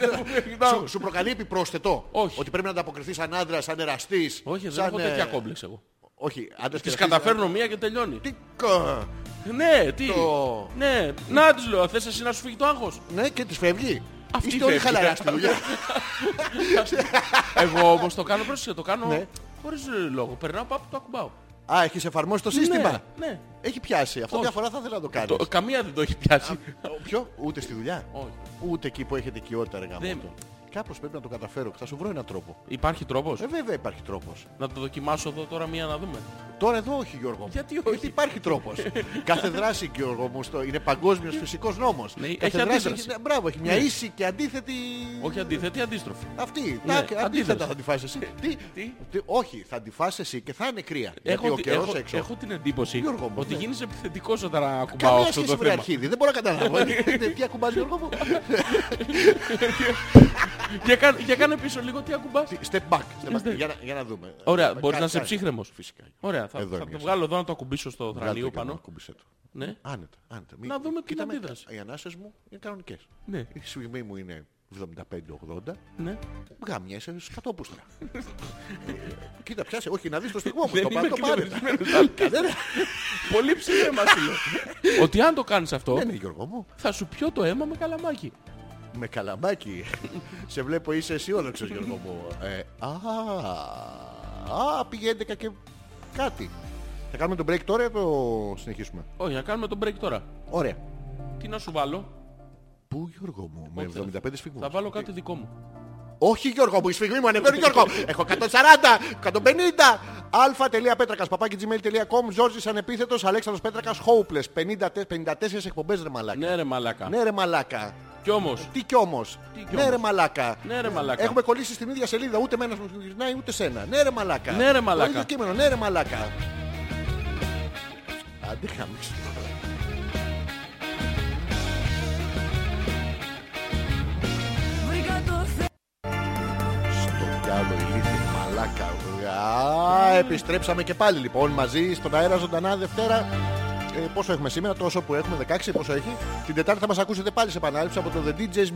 S2: άγχος.
S1: σου, σου προκαλεί επιπρόσθετο.
S2: Όχι.
S1: Ότι πρέπει να ανταποκριθείς σαν άντρα, σαν ε, εραστής.
S2: Όχι, δεν έχω τέτοια κόμπλεξ εγώ.
S1: Όχι, άντρας και
S2: Τις
S1: εραστής, ε,
S2: καταφέρνω μία και τελειώνει.
S1: Τι κα-
S2: Ναι, τι.
S1: Το-
S2: Ναι, να τους λέω, θες εσύ να σου φύγει το άγχος.
S1: Ναι, και της φεύγει.
S2: Αυτή
S1: Είστε όλοι
S2: φεύγει.
S1: χαλαρά στη δουλειά.
S2: Εγώ όμως το κάνω, πρόσεχε, το
S1: Ναι.
S2: κάνω χωρίς ε, λόγο. Περνάω πάω το ακουμπάω.
S1: Α, έχεις εφαρμόσει το σύστημα.
S2: Ναι, ναι.
S1: Έχει πιάσει. Αυτό
S2: Όχι.
S1: μια φορά θα ήθελα να το κάνει.
S2: Το- καμία δεν το έχει πιάσει.
S1: Ποιο? Ούτε στη δουλειά.
S2: Όχι.
S1: Ούτε εκεί που έχετε κοιότητα, ρε
S2: Δεν-
S1: γαμότο. Κάπως πρέπει να το καταφέρω. και Θα σου βρω έναν τρόπο.
S2: Υπάρχει τρόπος
S1: Ε, βέβαια υπάρχει τρόπος.
S2: να το δοκιμάσω εδώ τώρα μία να δούμε.
S1: Τώρα εδώ όχι Γιώργο μου.
S2: Γιατί όχι?
S1: υπάρχει τρόπος. Κάθε δράση Γιώργο μου στο... είναι παγκόσμιος φυσικός νόμος.
S2: Ναι,
S1: Κάθε
S2: έχει αντίδραση.
S1: ναι, μπράβο, έχει μια
S2: Ναι.
S1: ίση και αντίθετη...
S2: Όχι αντίθετη, αντίστροφη.
S1: Αυτή,
S2: Ναι,
S1: τάκ, αντίθετα
S2: αντίδραση.
S1: θα τη φας εσύ. Τι,
S2: τι?
S1: όχι, θα τη φας εσύ και θα είναι κρύα. γιατί ο
S2: τη-
S1: καιρός
S2: έχω-
S1: έξω.
S2: έχω την εντύπωση
S1: Γιώργο μου,
S2: ότι
S1: ναι.
S2: γίνεις επιθετικός όταν ακουμπάω
S1: Καμία
S2: αυτό
S1: σχέση
S2: το
S1: με
S2: θέμα.
S1: αρχίδι, δεν μπορώ να καταλάβω. Είναι- Τι ακουμπάς Γιώργο μου.
S2: Για, κάν- για κάνε πίσω λίγο, τι ακουμπάς.
S1: Step back, step back. Για, να, για να δούμε.
S2: Ωραία,
S1: Κάτσε,
S2: μπορείς να
S1: κάτσε.
S2: είσαι ψύχρεμος.
S1: Φυσικά.
S2: Ωραία, θα,
S1: Εδώ
S2: θα
S1: είναι
S2: το
S1: εσύ.
S2: βγάλω εδώ να το ακουμπήσω στο
S1: Βγάλε το
S2: θρανίο
S1: Γιώργο,
S2: πάνω.
S1: ακούμπησέ το.
S2: Ναι.
S1: Άνετα, άνετα. Μη-
S2: Να δούμε την
S1: κοίτα με,
S2: αντίδραση.
S1: Οι ανάσες μου είναι κανονικές.
S2: Ναι.
S1: Η στιγμή μου είναι 75-80.
S2: ναι.
S1: Γαμιέσαι σκατόπουστρα. Ε, Κοίτα, πιάσε. Όχι, να δεις το στιγμό μου.
S2: Δεν
S1: Το πάρε,
S2: είμαι
S1: το πάρε.
S2: κλειδωμένος, αλλά
S1: Κανένα.
S2: Πολύ ψύχρεμα σου λέω. Ότι αν το κάνεις αυτό,
S1: Ναι, ναι, Γιώργο μου.
S2: θα σου πιω το αίμα με καλαμάκι.
S1: Με καλαμάκι. Σε βλέπω είσαι αισιόδοξος, Γιώργο μου. Ε, α, α, πήγε 11 και κάτι. Θα κάνουμε τον break τώρα ή το συνεχίσουμε.
S2: Όχι, να κάνουμε τον break τώρα.
S1: Ωραία.
S2: Τι να σου βάλω,
S1: Πού Γιώργο μου, με
S2: Ω, Θεέ.
S1: 75 σφιγμούς.
S2: θα βάλω κάτι δικό μου.
S1: Όχι Γιώργο μου, η σφιγμή μου ανεβαίνει Γιώργο. Έχω 140, 150. αλφα.πέτρακα, παπάκι.gmail.com, Ζόρζη ανεπίθετος, Αλέξανδρος Πέτρακας, Hopeless. 50, 54 εκπομπές ρε μαλάκα.
S2: Ναι ρε μαλάκα.
S1: Ναι, ρε μαλάκα.
S2: Κι όμως.
S1: Τι κι όμως.
S2: Τι κι
S1: Ναι,
S2: όμως.
S1: ρε μαλάκα.
S2: Ναι, ρε μαλάκα.
S1: Έχουμε κολλήσει στην ίδια σελίδα. Ούτε μένα μου γυρνάει, ούτε σένα. Ναι, ρε μαλάκα.
S2: Ναι, ρε,
S1: Το
S2: μαλάκα.
S1: ίδιο κείμενο, ναι, ρε μαλάκα. Αντί χαμίξου. Στο πιάλο ηλίθιε μαλάκα. Α, επιστρέψαμε και πάλι λοιπόν μαζί στον αέρα ζωντανά Δευτέρα. Ε, πόσο έχουμε σήμερα, τόσο που έχουμε, 16, πόσο έχει. Την Τετάρτη θα μας ακούσετε πάλι σε επανάληψη από το thedjsmusic.com.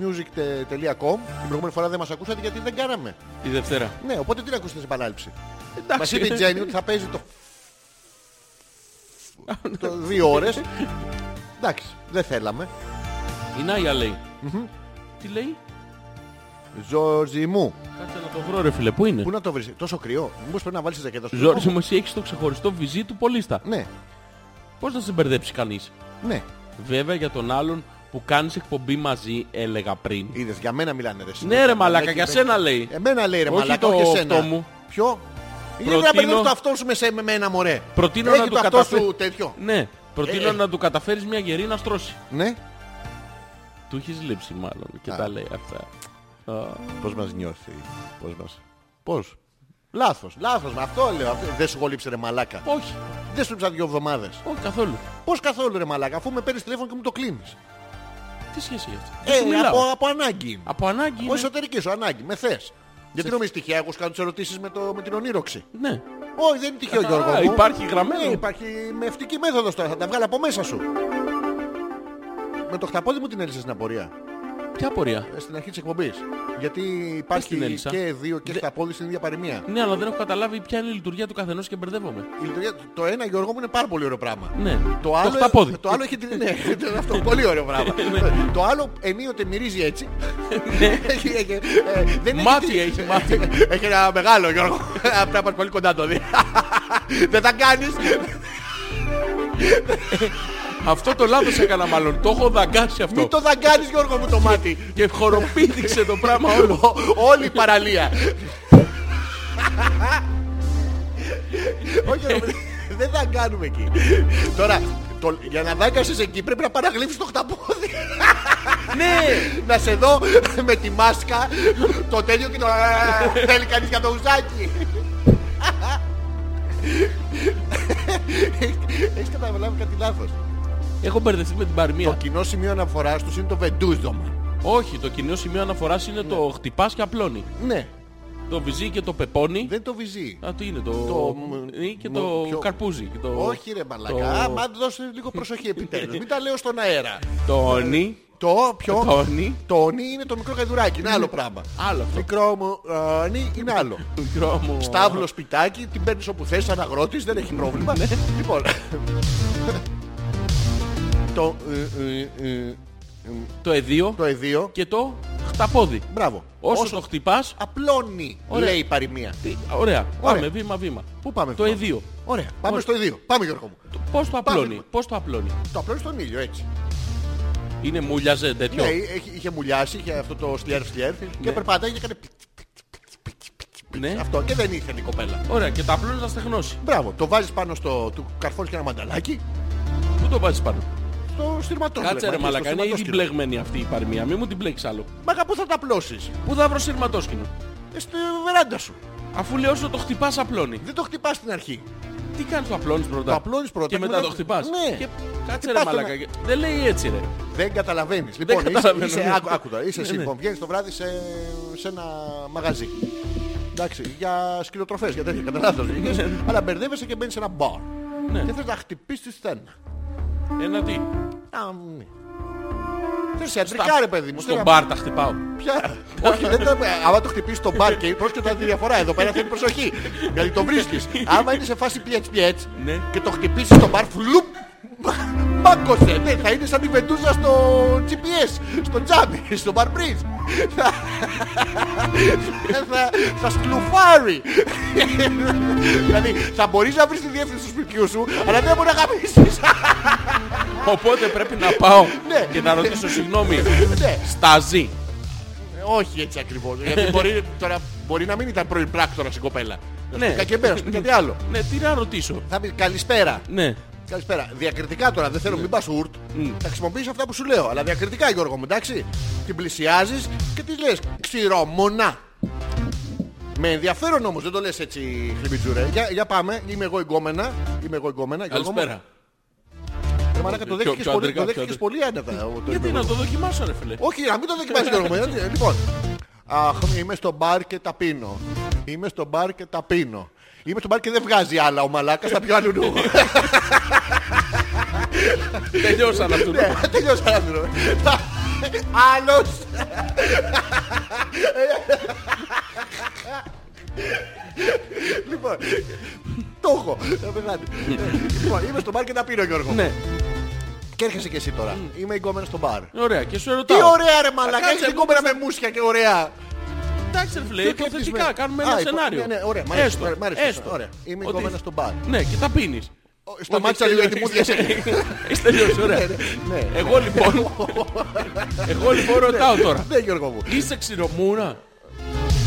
S1: Την προηγούμενη φορά δεν μας ακούσατε γιατί δεν κάναμε.
S2: Η Δευτέρα.
S1: Ναι, οπότε τι να ακούσετε σε επανάληψη. Μας
S2: Εντάξει.
S1: είπε η Τζέννη ότι θα παίζει το... το δύο ώρες. Εντάξει, δεν θέλαμε.
S2: Η Νάγια λέει. Τι λέει.
S1: Ζόρζι μου,
S2: Κάτσε να το βρω ρε φίλε. Πού είναι.
S1: πού να το βρεις, τόσο κρυό. Μήπως πρέπει να βάλεις τη ζακέτα σου.
S2: Ζόρι μου εσύ έχεις το ξεχωριστό βυζί του πολίστα.
S1: Ναι,
S2: Πώς να σε μπερδέψει κανείς.
S1: ναι.
S2: Βέβαια για τον άλλον που κάνεις εκπομπή μαζί έλεγα πριν.
S1: Είδες, για μένα μιλάνε ρε.
S2: Ναι ρε μαλάκα,
S1: Έχει
S2: για
S1: πέ-
S2: σένα λέει.
S1: Ε, Εμένα λέει ρε
S2: Όχι
S1: μαλάκα,
S2: το
S1: όχι εσένα.
S2: αυτό μου.
S1: Ποιο? Είναι να
S2: Προτείνω-
S1: μπερδεύεις το αυτό σου με, σε, με ένα μωρέ.
S2: Προτείνω
S1: Έχεις
S2: να
S1: το
S2: του
S1: αυτό
S2: καταφέρει-
S1: σου τέτοιο.
S2: Ναι, προτείνω
S1: Ε, ε.
S2: να του καταφέρεις μια γερή να στρώσει.
S1: Ναι.
S2: Του έχεις λείψει μάλλον και
S1: Α.
S2: τα λέει αυτά. Α,
S1: Πώς μας νιώθει. Πώς μας. Πώς. Λάθος, λάθος, με αυτό λέω. αυτό- Δεν σου γολύψε ρε μαλάκα.
S2: Όχι,
S1: Δεν σου έψα δύο εβδομάδες.
S2: όχι καθόλου.
S1: Πώς καθόλου ρε μαλάκα, αφού με παίρνεις τηλέφωνο και μου το κλείνεις.
S2: Τι σχέση έχει αυτό. Δεν σου
S1: Ε,
S2: μιλάω.
S1: από, από ανάγκη είναι.
S2: Από ανάγκη.
S1: Από
S2: είναι.
S1: εσωτερική σου ανάγκη, με θες. Γιατί νομίζεις τυχαία, εγώ σου κάνω τις ερωτήσεις με, το, με την ονείροξη.
S2: Ναι.
S1: Όχι, δεν είναι τυχαίο
S2: Α,
S1: Γιώργο. μου.
S2: ε, υπάρχει γραμμένο.
S1: Ναι, υπάρχει με ευτική μέθοδος τώρα. Θα τα βγάλω από μέσα σου. Με το χταπόδι μου την έλυσες την απορία.
S2: Ποια πορεία.
S1: ε, Στην αρχή της εκπομπής. Γιατί
S2: την
S1: υπάρχει
S2: έλυσα.
S1: και δύο και
S2: Δε-
S1: χταπόδι στην ίδια παροιμία.
S2: Ναι, αλλά δεν έχω καταλάβει ποια είναι η λειτουργία του καθενός και μπερδεύομαι.
S1: Η λειτουργία- Το ένα Γιώργο μου είναι πάρα πολύ ωραίο πράγμα.
S2: Ναι.
S1: Το άλλο,
S2: χταπόδι. Ναι,
S1: το άλλο έχει την. Ναι, ήταν αυτό. Πολύ ωραίο πράγμα. το άλλο ενίοτε μυρίζει έτσι. Έχει- έχει- ε, δεν έχει
S2: Μάτι
S1: τι-
S2: έχει, μάτι.
S1: Έχει ένα μεγάλο Γιώργο. Πρέπει να πας πολύ κοντά να το δει. Δεν θα κάνεις.
S2: Αυτό το λάθος έκανα μάλλον. Το έχω δαγκάσει αυτό. Ναι.
S1: Μην το δαγκάνεις Γιώργο μου το μάτι.
S2: Και χοροπήδηξε το πράγμα όλο.
S1: Ό- Όλη η παραλία. Όχι, ρε παιδί, δεν θα κάνουμε εκεί. Τώρα, το- για να δάκασες εκεί πρέπει να παραγλύψεις το χταπόδι.
S2: Ναι.
S1: Να σε δω με τη μάσκα το τέλειο και το «Α, θέλει κανείς για το ουζάκι. Έχεις καταλάβει κάτι λάθος.
S2: Έχω μπερδευτεί με την
S1: Το
S2: παροιμία.
S1: κοινό σημείο αναφοράς τους είναι το βεντούζωμα.
S2: Όχι, το κοινό σημείο αναφοράς είναι το χτυπάς και απλώνει.
S1: Ναι,
S2: Το βυζί και το πεπώνει.
S1: δεν το βυζεί.
S2: Α, τι είναι, το,
S1: Το-
S2: είναι και
S1: μ-
S2: το
S1: ποιο-
S2: καρπούζι. και το...
S1: Όχι ρε
S2: το-
S1: μαλακά, άμα δώσε λίγο προσοχή επιτέλους. Μην τα λέω στον αέρα.
S2: Τόνι.
S1: Το πιο...
S2: Τόνι.
S1: Το όνι είναι το μικρό καδουράκι, είναι άλλο πράγμα.
S2: Άλλο αυτό.
S1: Μικρό μου όνι είναι άλλο.
S2: Του δρόμου.
S1: Στάβλο σπιτάκι, την παίρνεις όπου θες, σαν αγρότης, δεν έχει πρόβλημα.
S2: Ναι.
S1: Λοιπόν. Το, ε, ε, ε,
S2: Το εδίο
S1: το εδίο,
S2: και το χταπόδι.
S1: μπράβο.
S2: Όσο, το χτυπάς.
S1: Απλώνει,
S2: Ωραία.
S1: λέει η παροιμία.
S2: τι- Ωραία. Πάμε
S1: Ωραία.
S2: βήμα-βήμα.
S1: Πού πάμε
S2: Το
S1: τώρα?
S2: εδίο.
S1: Ωραία, πάμε
S2: Ωραία.
S1: στο εδίο. Πάμε Γιώργο μου.
S2: Πώς το απλώνει.
S1: Πάμε.
S2: Πώς το απλώνει.
S1: Το απλώνει στον ήλιο, έτσι.
S2: Είναι μουλιαζέ τέτοιο.
S1: Ναι, είχε, είχε μουλιάσει, είχε αυτό το σλιέρ σλιέρ και
S2: Ναι.
S1: περπατάει και έκανε πιτ, πιτ, πιτ, πιτ, πιτ, πιτ,
S2: Ναι.
S1: αυτό και δεν ήθελε η κοπέλα.
S2: Ωραία. Και τα απλώνεις να στεγνώσει.
S1: Μπράβο, το βάζεις πάνω στο του καρφώνεις και ένα μανταλάκι
S2: Πού το βάζεις πάνω.
S1: στο στυρματόσκυλο.
S2: Κάτσε ρε
S1: στο
S2: μαλακά. Είναι ήδη
S1: στυρματόσκυλο.
S2: μπλεγμένη αυτή η παροιμία. Μην μου την μπλέξεις άλλο.
S1: Μα κάπου θα τα πλώσεις.
S2: Πού θα βρω σειρματόσκηνο.
S1: Ε, Στη βεράντα σου.
S2: Αφού λέω όσο το χτυπάς απλώνει.
S1: Δεν το χτυπάς στην αρχή.
S2: Τι κάνεις το απλώνεις πρώτα.
S1: Το απλώνεις πρώτα
S2: Ναι. Και
S1: και
S2: μετά
S1: μετά-
S2: το χτυπάς.
S1: Ναι.
S2: Και... Κάτσε
S1: Χτυπάς
S2: ρε
S1: το
S2: μαλακά.
S1: ένα.
S2: Δεν λέει έτσι ρε.
S1: Δεν καταλαβαίνεις. Λοιπόν, είσαι,
S2: καταλαβαίνω,
S1: είσαι,
S2: ναι.
S1: άκου, άκου τώρα, είσαι
S2: Ναι, ναι.
S1: σύμπον. Βγαίνεις το βράδυ σε, σε ένα μαγαζί. Εντάξει, για σκυλοτροφές, για τέτοια, κατά λάθος. Αλλά μπερδεύεσαι και μπαίνεις σε ένα μπαρ.
S2: Ναι.
S1: Και θες να χτυπήσεις τη στένα.
S2: Ένα τι.
S1: Α, ναι. Θες ιατρικά ρε παιδί μου.
S2: Στον
S1: θέλω-
S2: μπαρ τα χτυπάω.
S1: Πια. Όχι, δεν το... άμα το χτυπήσεις το μπαρ και πρόσκειται να τη διαφορά. Εδώ πέρα θέλει προσοχή. Γιατί το βρίσκεις. Άμα είναι σε φάση πιέτς πιέτς
S2: Ναι.
S1: και το χτυπήσεις το μπαρ φλουπ. Μάκωσε. Ναι, θα είναι σαν η βεντούζα στο GPS, στο τζάμπι, στο μπαρ μπρίζ. Θα- θα- Θα σκλουφάρει. Δηλαδή θα μπορείς να βρεις τη διεύθυνση του σπιτιού σου, αλλά δεν μπορεί να γαμίσεις.
S2: Οπότε πρέπει να πάω
S1: Ναι.
S2: και να ρωτήσω συγγνώμη.
S1: Ναι.
S2: Σταζί.
S1: Ε, Όχι έτσι ακριβώς. Γιατί μπορεί, τώρα, μπορεί να μην ήταν πρώην πράκτορα η κοπέλα.
S2: Ναι.
S1: Κακεμπέρα, κάτι άλλο.
S2: Ναι, τι να ρωτήσω.
S1: Θα πει καλησπέρα.
S2: Ναι.
S1: Καλησπέρα. Διακριτικά τώρα, δεν θέλω, μην πας ουρτ. Θα χρησιμοποιήσω αυτά που σου λέω. Αλλά διακριτικά, Γιώργο μου, εντάξει. Την πλησιάζεις και τη λες ξηρόμονα. Με ενδιαφέρον όμως, δεν το λες έτσι χλιμπιτζουρέ. Για, για πάμε, είμαι εγώ εγκόμενα. Είμαι εγώ εγκόμενα. Γιώργο μου.
S2: Καλησπέρα.
S1: Ε, μαλάκα, το
S2: Πιο-
S1: δέχτηκες
S2: πιο
S1: πολύ, το
S2: αντρικά, πιο
S1: δέχτηκες πολύ άνετα. ο- το
S2: Γιατί
S1: είμαι
S2: να
S1: εγώ.
S2: το δοκιμάσω, ρε φίλε.
S1: Όχι, να μην το δοκιμάσεις Γιώργο μου. Ε, Λοιπόν, αχ, είμαι στο μπαρ και τα πίνω. Είμαι στο μπαρ και τα πίνω. Είμαι στο μπαρ και δεν βγάζει άλλα ο μαλάκας, θα πιω αλλού.
S2: Τελειώσαν αυτό.
S1: Ναι, τελειώσα να δίνω. Άλλος. Λοιπόν, το έχω. Θα πεθάνει. Λοιπόν, είμαι στο μπαρ και τα πίνω Γιώργο.
S2: Ναι.
S1: Και έρχεσαι και εσύ τώρα. Είμαι εγκόμενος στο μπαρ.
S2: Ναι, Ωραία, και σου
S1: Τι
S2: ερωτάω.
S1: ωραία ρε μαλακά,
S2: Ε, Κάτσε,
S1: έχεις εγκόμενα με μουσια και ωραία.
S2: Εντάξει, ρε φίλε,
S1: Πιο κλεπτισμένη.
S2: υποθετικά κάνουμε
S1: Α,
S2: ένα
S1: υπο-
S2: σενάριο.
S1: Ναι, ναι, ωραία. Μ' αρέσει. Μ' αρέσει. Ωραία. Είμαι
S2: Ότι-
S1: εγκόμενα στο μπαρ.
S2: Ναι, και τα πίνεις.
S1: Ω, Σταμάτησα λίγο Ναι, γιατί μου διέσαι.
S2: Ναι, Έχεις τελειώσει, ωραία. Εγώ λοιπόν. Εγώ λοιπόν ρωτάω τώρα.
S1: Ναι, Γιώργο μου.
S2: Είσαι ξηρομούρα.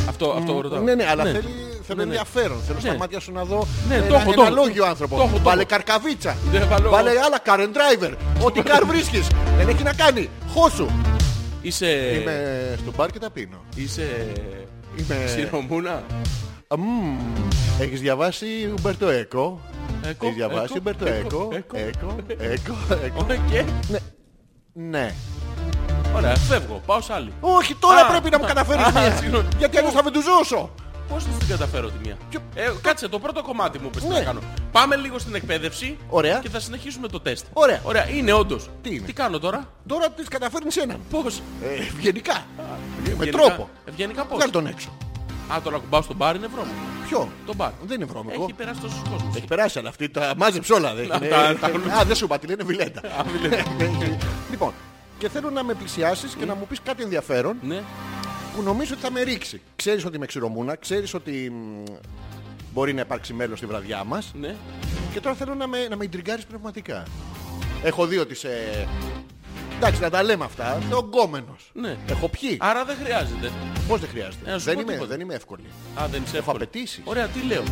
S2: Αυτό, αυτό ρωτάω.
S1: Ναι, ναι, αλλά θέλει, θέλω ενδιαφέρον. Θέλω στα
S2: Ναι.
S1: μάτια σου να δω
S2: Ναι,
S1: ένα-
S2: το έχω, το
S1: ένα
S2: έχω.
S1: λόγιο
S2: Το έχω,
S1: άνθρωπο.
S2: το
S1: Βάλε
S2: έχω.
S1: καρκαβίτσα.
S2: Δεν Ναι, βάλω-
S1: Βάλε άλλα car and driver. Ό,τι car βρίσκεις. Δεν έχει να κάνει. Χώσου.
S2: Είσαι.
S1: Είμαι Ε, στο μπαρ και τα πίνω.
S2: Είσαι.
S1: Είμαι...
S2: Ξηρομούρα.
S1: Μμμ. Έχεις διαβάσει Ουμπερτο Έκο.
S2: Έκο,
S1: Έχεις διαβάσει
S2: έκο,
S1: Ουμπερτο
S2: έκο,
S1: Έκο.
S2: έκο.
S1: Έκο. Έκο. Έκο.
S2: Ωραία, και.
S1: Ναι.
S2: Ωραία, φεύγω. Πάω σ' άλλη.
S1: Όχι, τώρα
S2: Α,
S1: πρέπει να μου
S2: α,
S1: καταφέρεις
S2: α,
S1: μία.
S2: συγγνώμη.
S1: Γιατί αλλιώς θα βεντουζώσω.
S2: Πώς θα την καταφέρω τη μία.
S1: Ποιο-
S2: Ε, κάτσε, το πρώτο κομμάτι μου πες τι
S1: Ναι.
S2: να κάνω. Πάμε λίγο στην εκπαίδευση.
S1: Ωραία.
S2: Και θα συνεχίσουμε το τεστ.
S1: Ωραία.
S2: Ωραία, είναι όντως.
S1: Τι είναι?
S2: κάνω τώρα.
S1: Τώρα τις καταφέρνεις έναν.
S2: Πώς.
S1: Ε, Ευγενικά. Με τρόπο.
S2: Ευγενικά πώς.
S1: Βγάλ τον έξω.
S2: Α, τώρα κουμπάω στον μπαρ είναι βρώμικο.
S1: Ποιο.
S2: Το μπαρ.
S1: Δεν είναι βρώμικο.
S2: Έχει περάσει τόσους κόσμους.
S1: Έχει περάσει αλλά αυτή τα μάζεψε όλα. δεν-
S2: Να,
S1: ναι.
S2: τα- τα-
S1: Α, δεν σου είπα, τη λένε Βιλέτα.
S2: Α, βλέπεις.
S1: Λοιπόν, και θέλω να με πλησιάσεις και να μου πεις κάτι ενδιαφέρον
S2: Ναι.
S1: που νομίζω ότι θα με ρίξει. Ξέρεις ότι είμαι ξηρομούνα, ξέρεις ότι μ, μπορεί να υπάρξει μέλος στη βραδιά μας
S2: Ναι.
S1: και τώρα θέλω να με, να με ιντριγκάρεις πνευματικά. Έχω δει ότι σε... Εντάξει, να τα λέμε αυτά. Είμαι ογκόμενος.
S2: Ναι.
S1: Έχω πιει.
S2: Άρα δεν χρειάζεται.
S1: Πώς δεν χρειάζεται.
S2: Ε, να σου
S1: δεν,
S2: πω
S1: είμαι,
S2: τίποτα.
S1: δεν είμαι εύκολη.
S2: Α, δεν
S1: Έχω
S2: είσαι εύκολο.
S1: απαιτήσεις.
S2: Ωραία, τι λέω.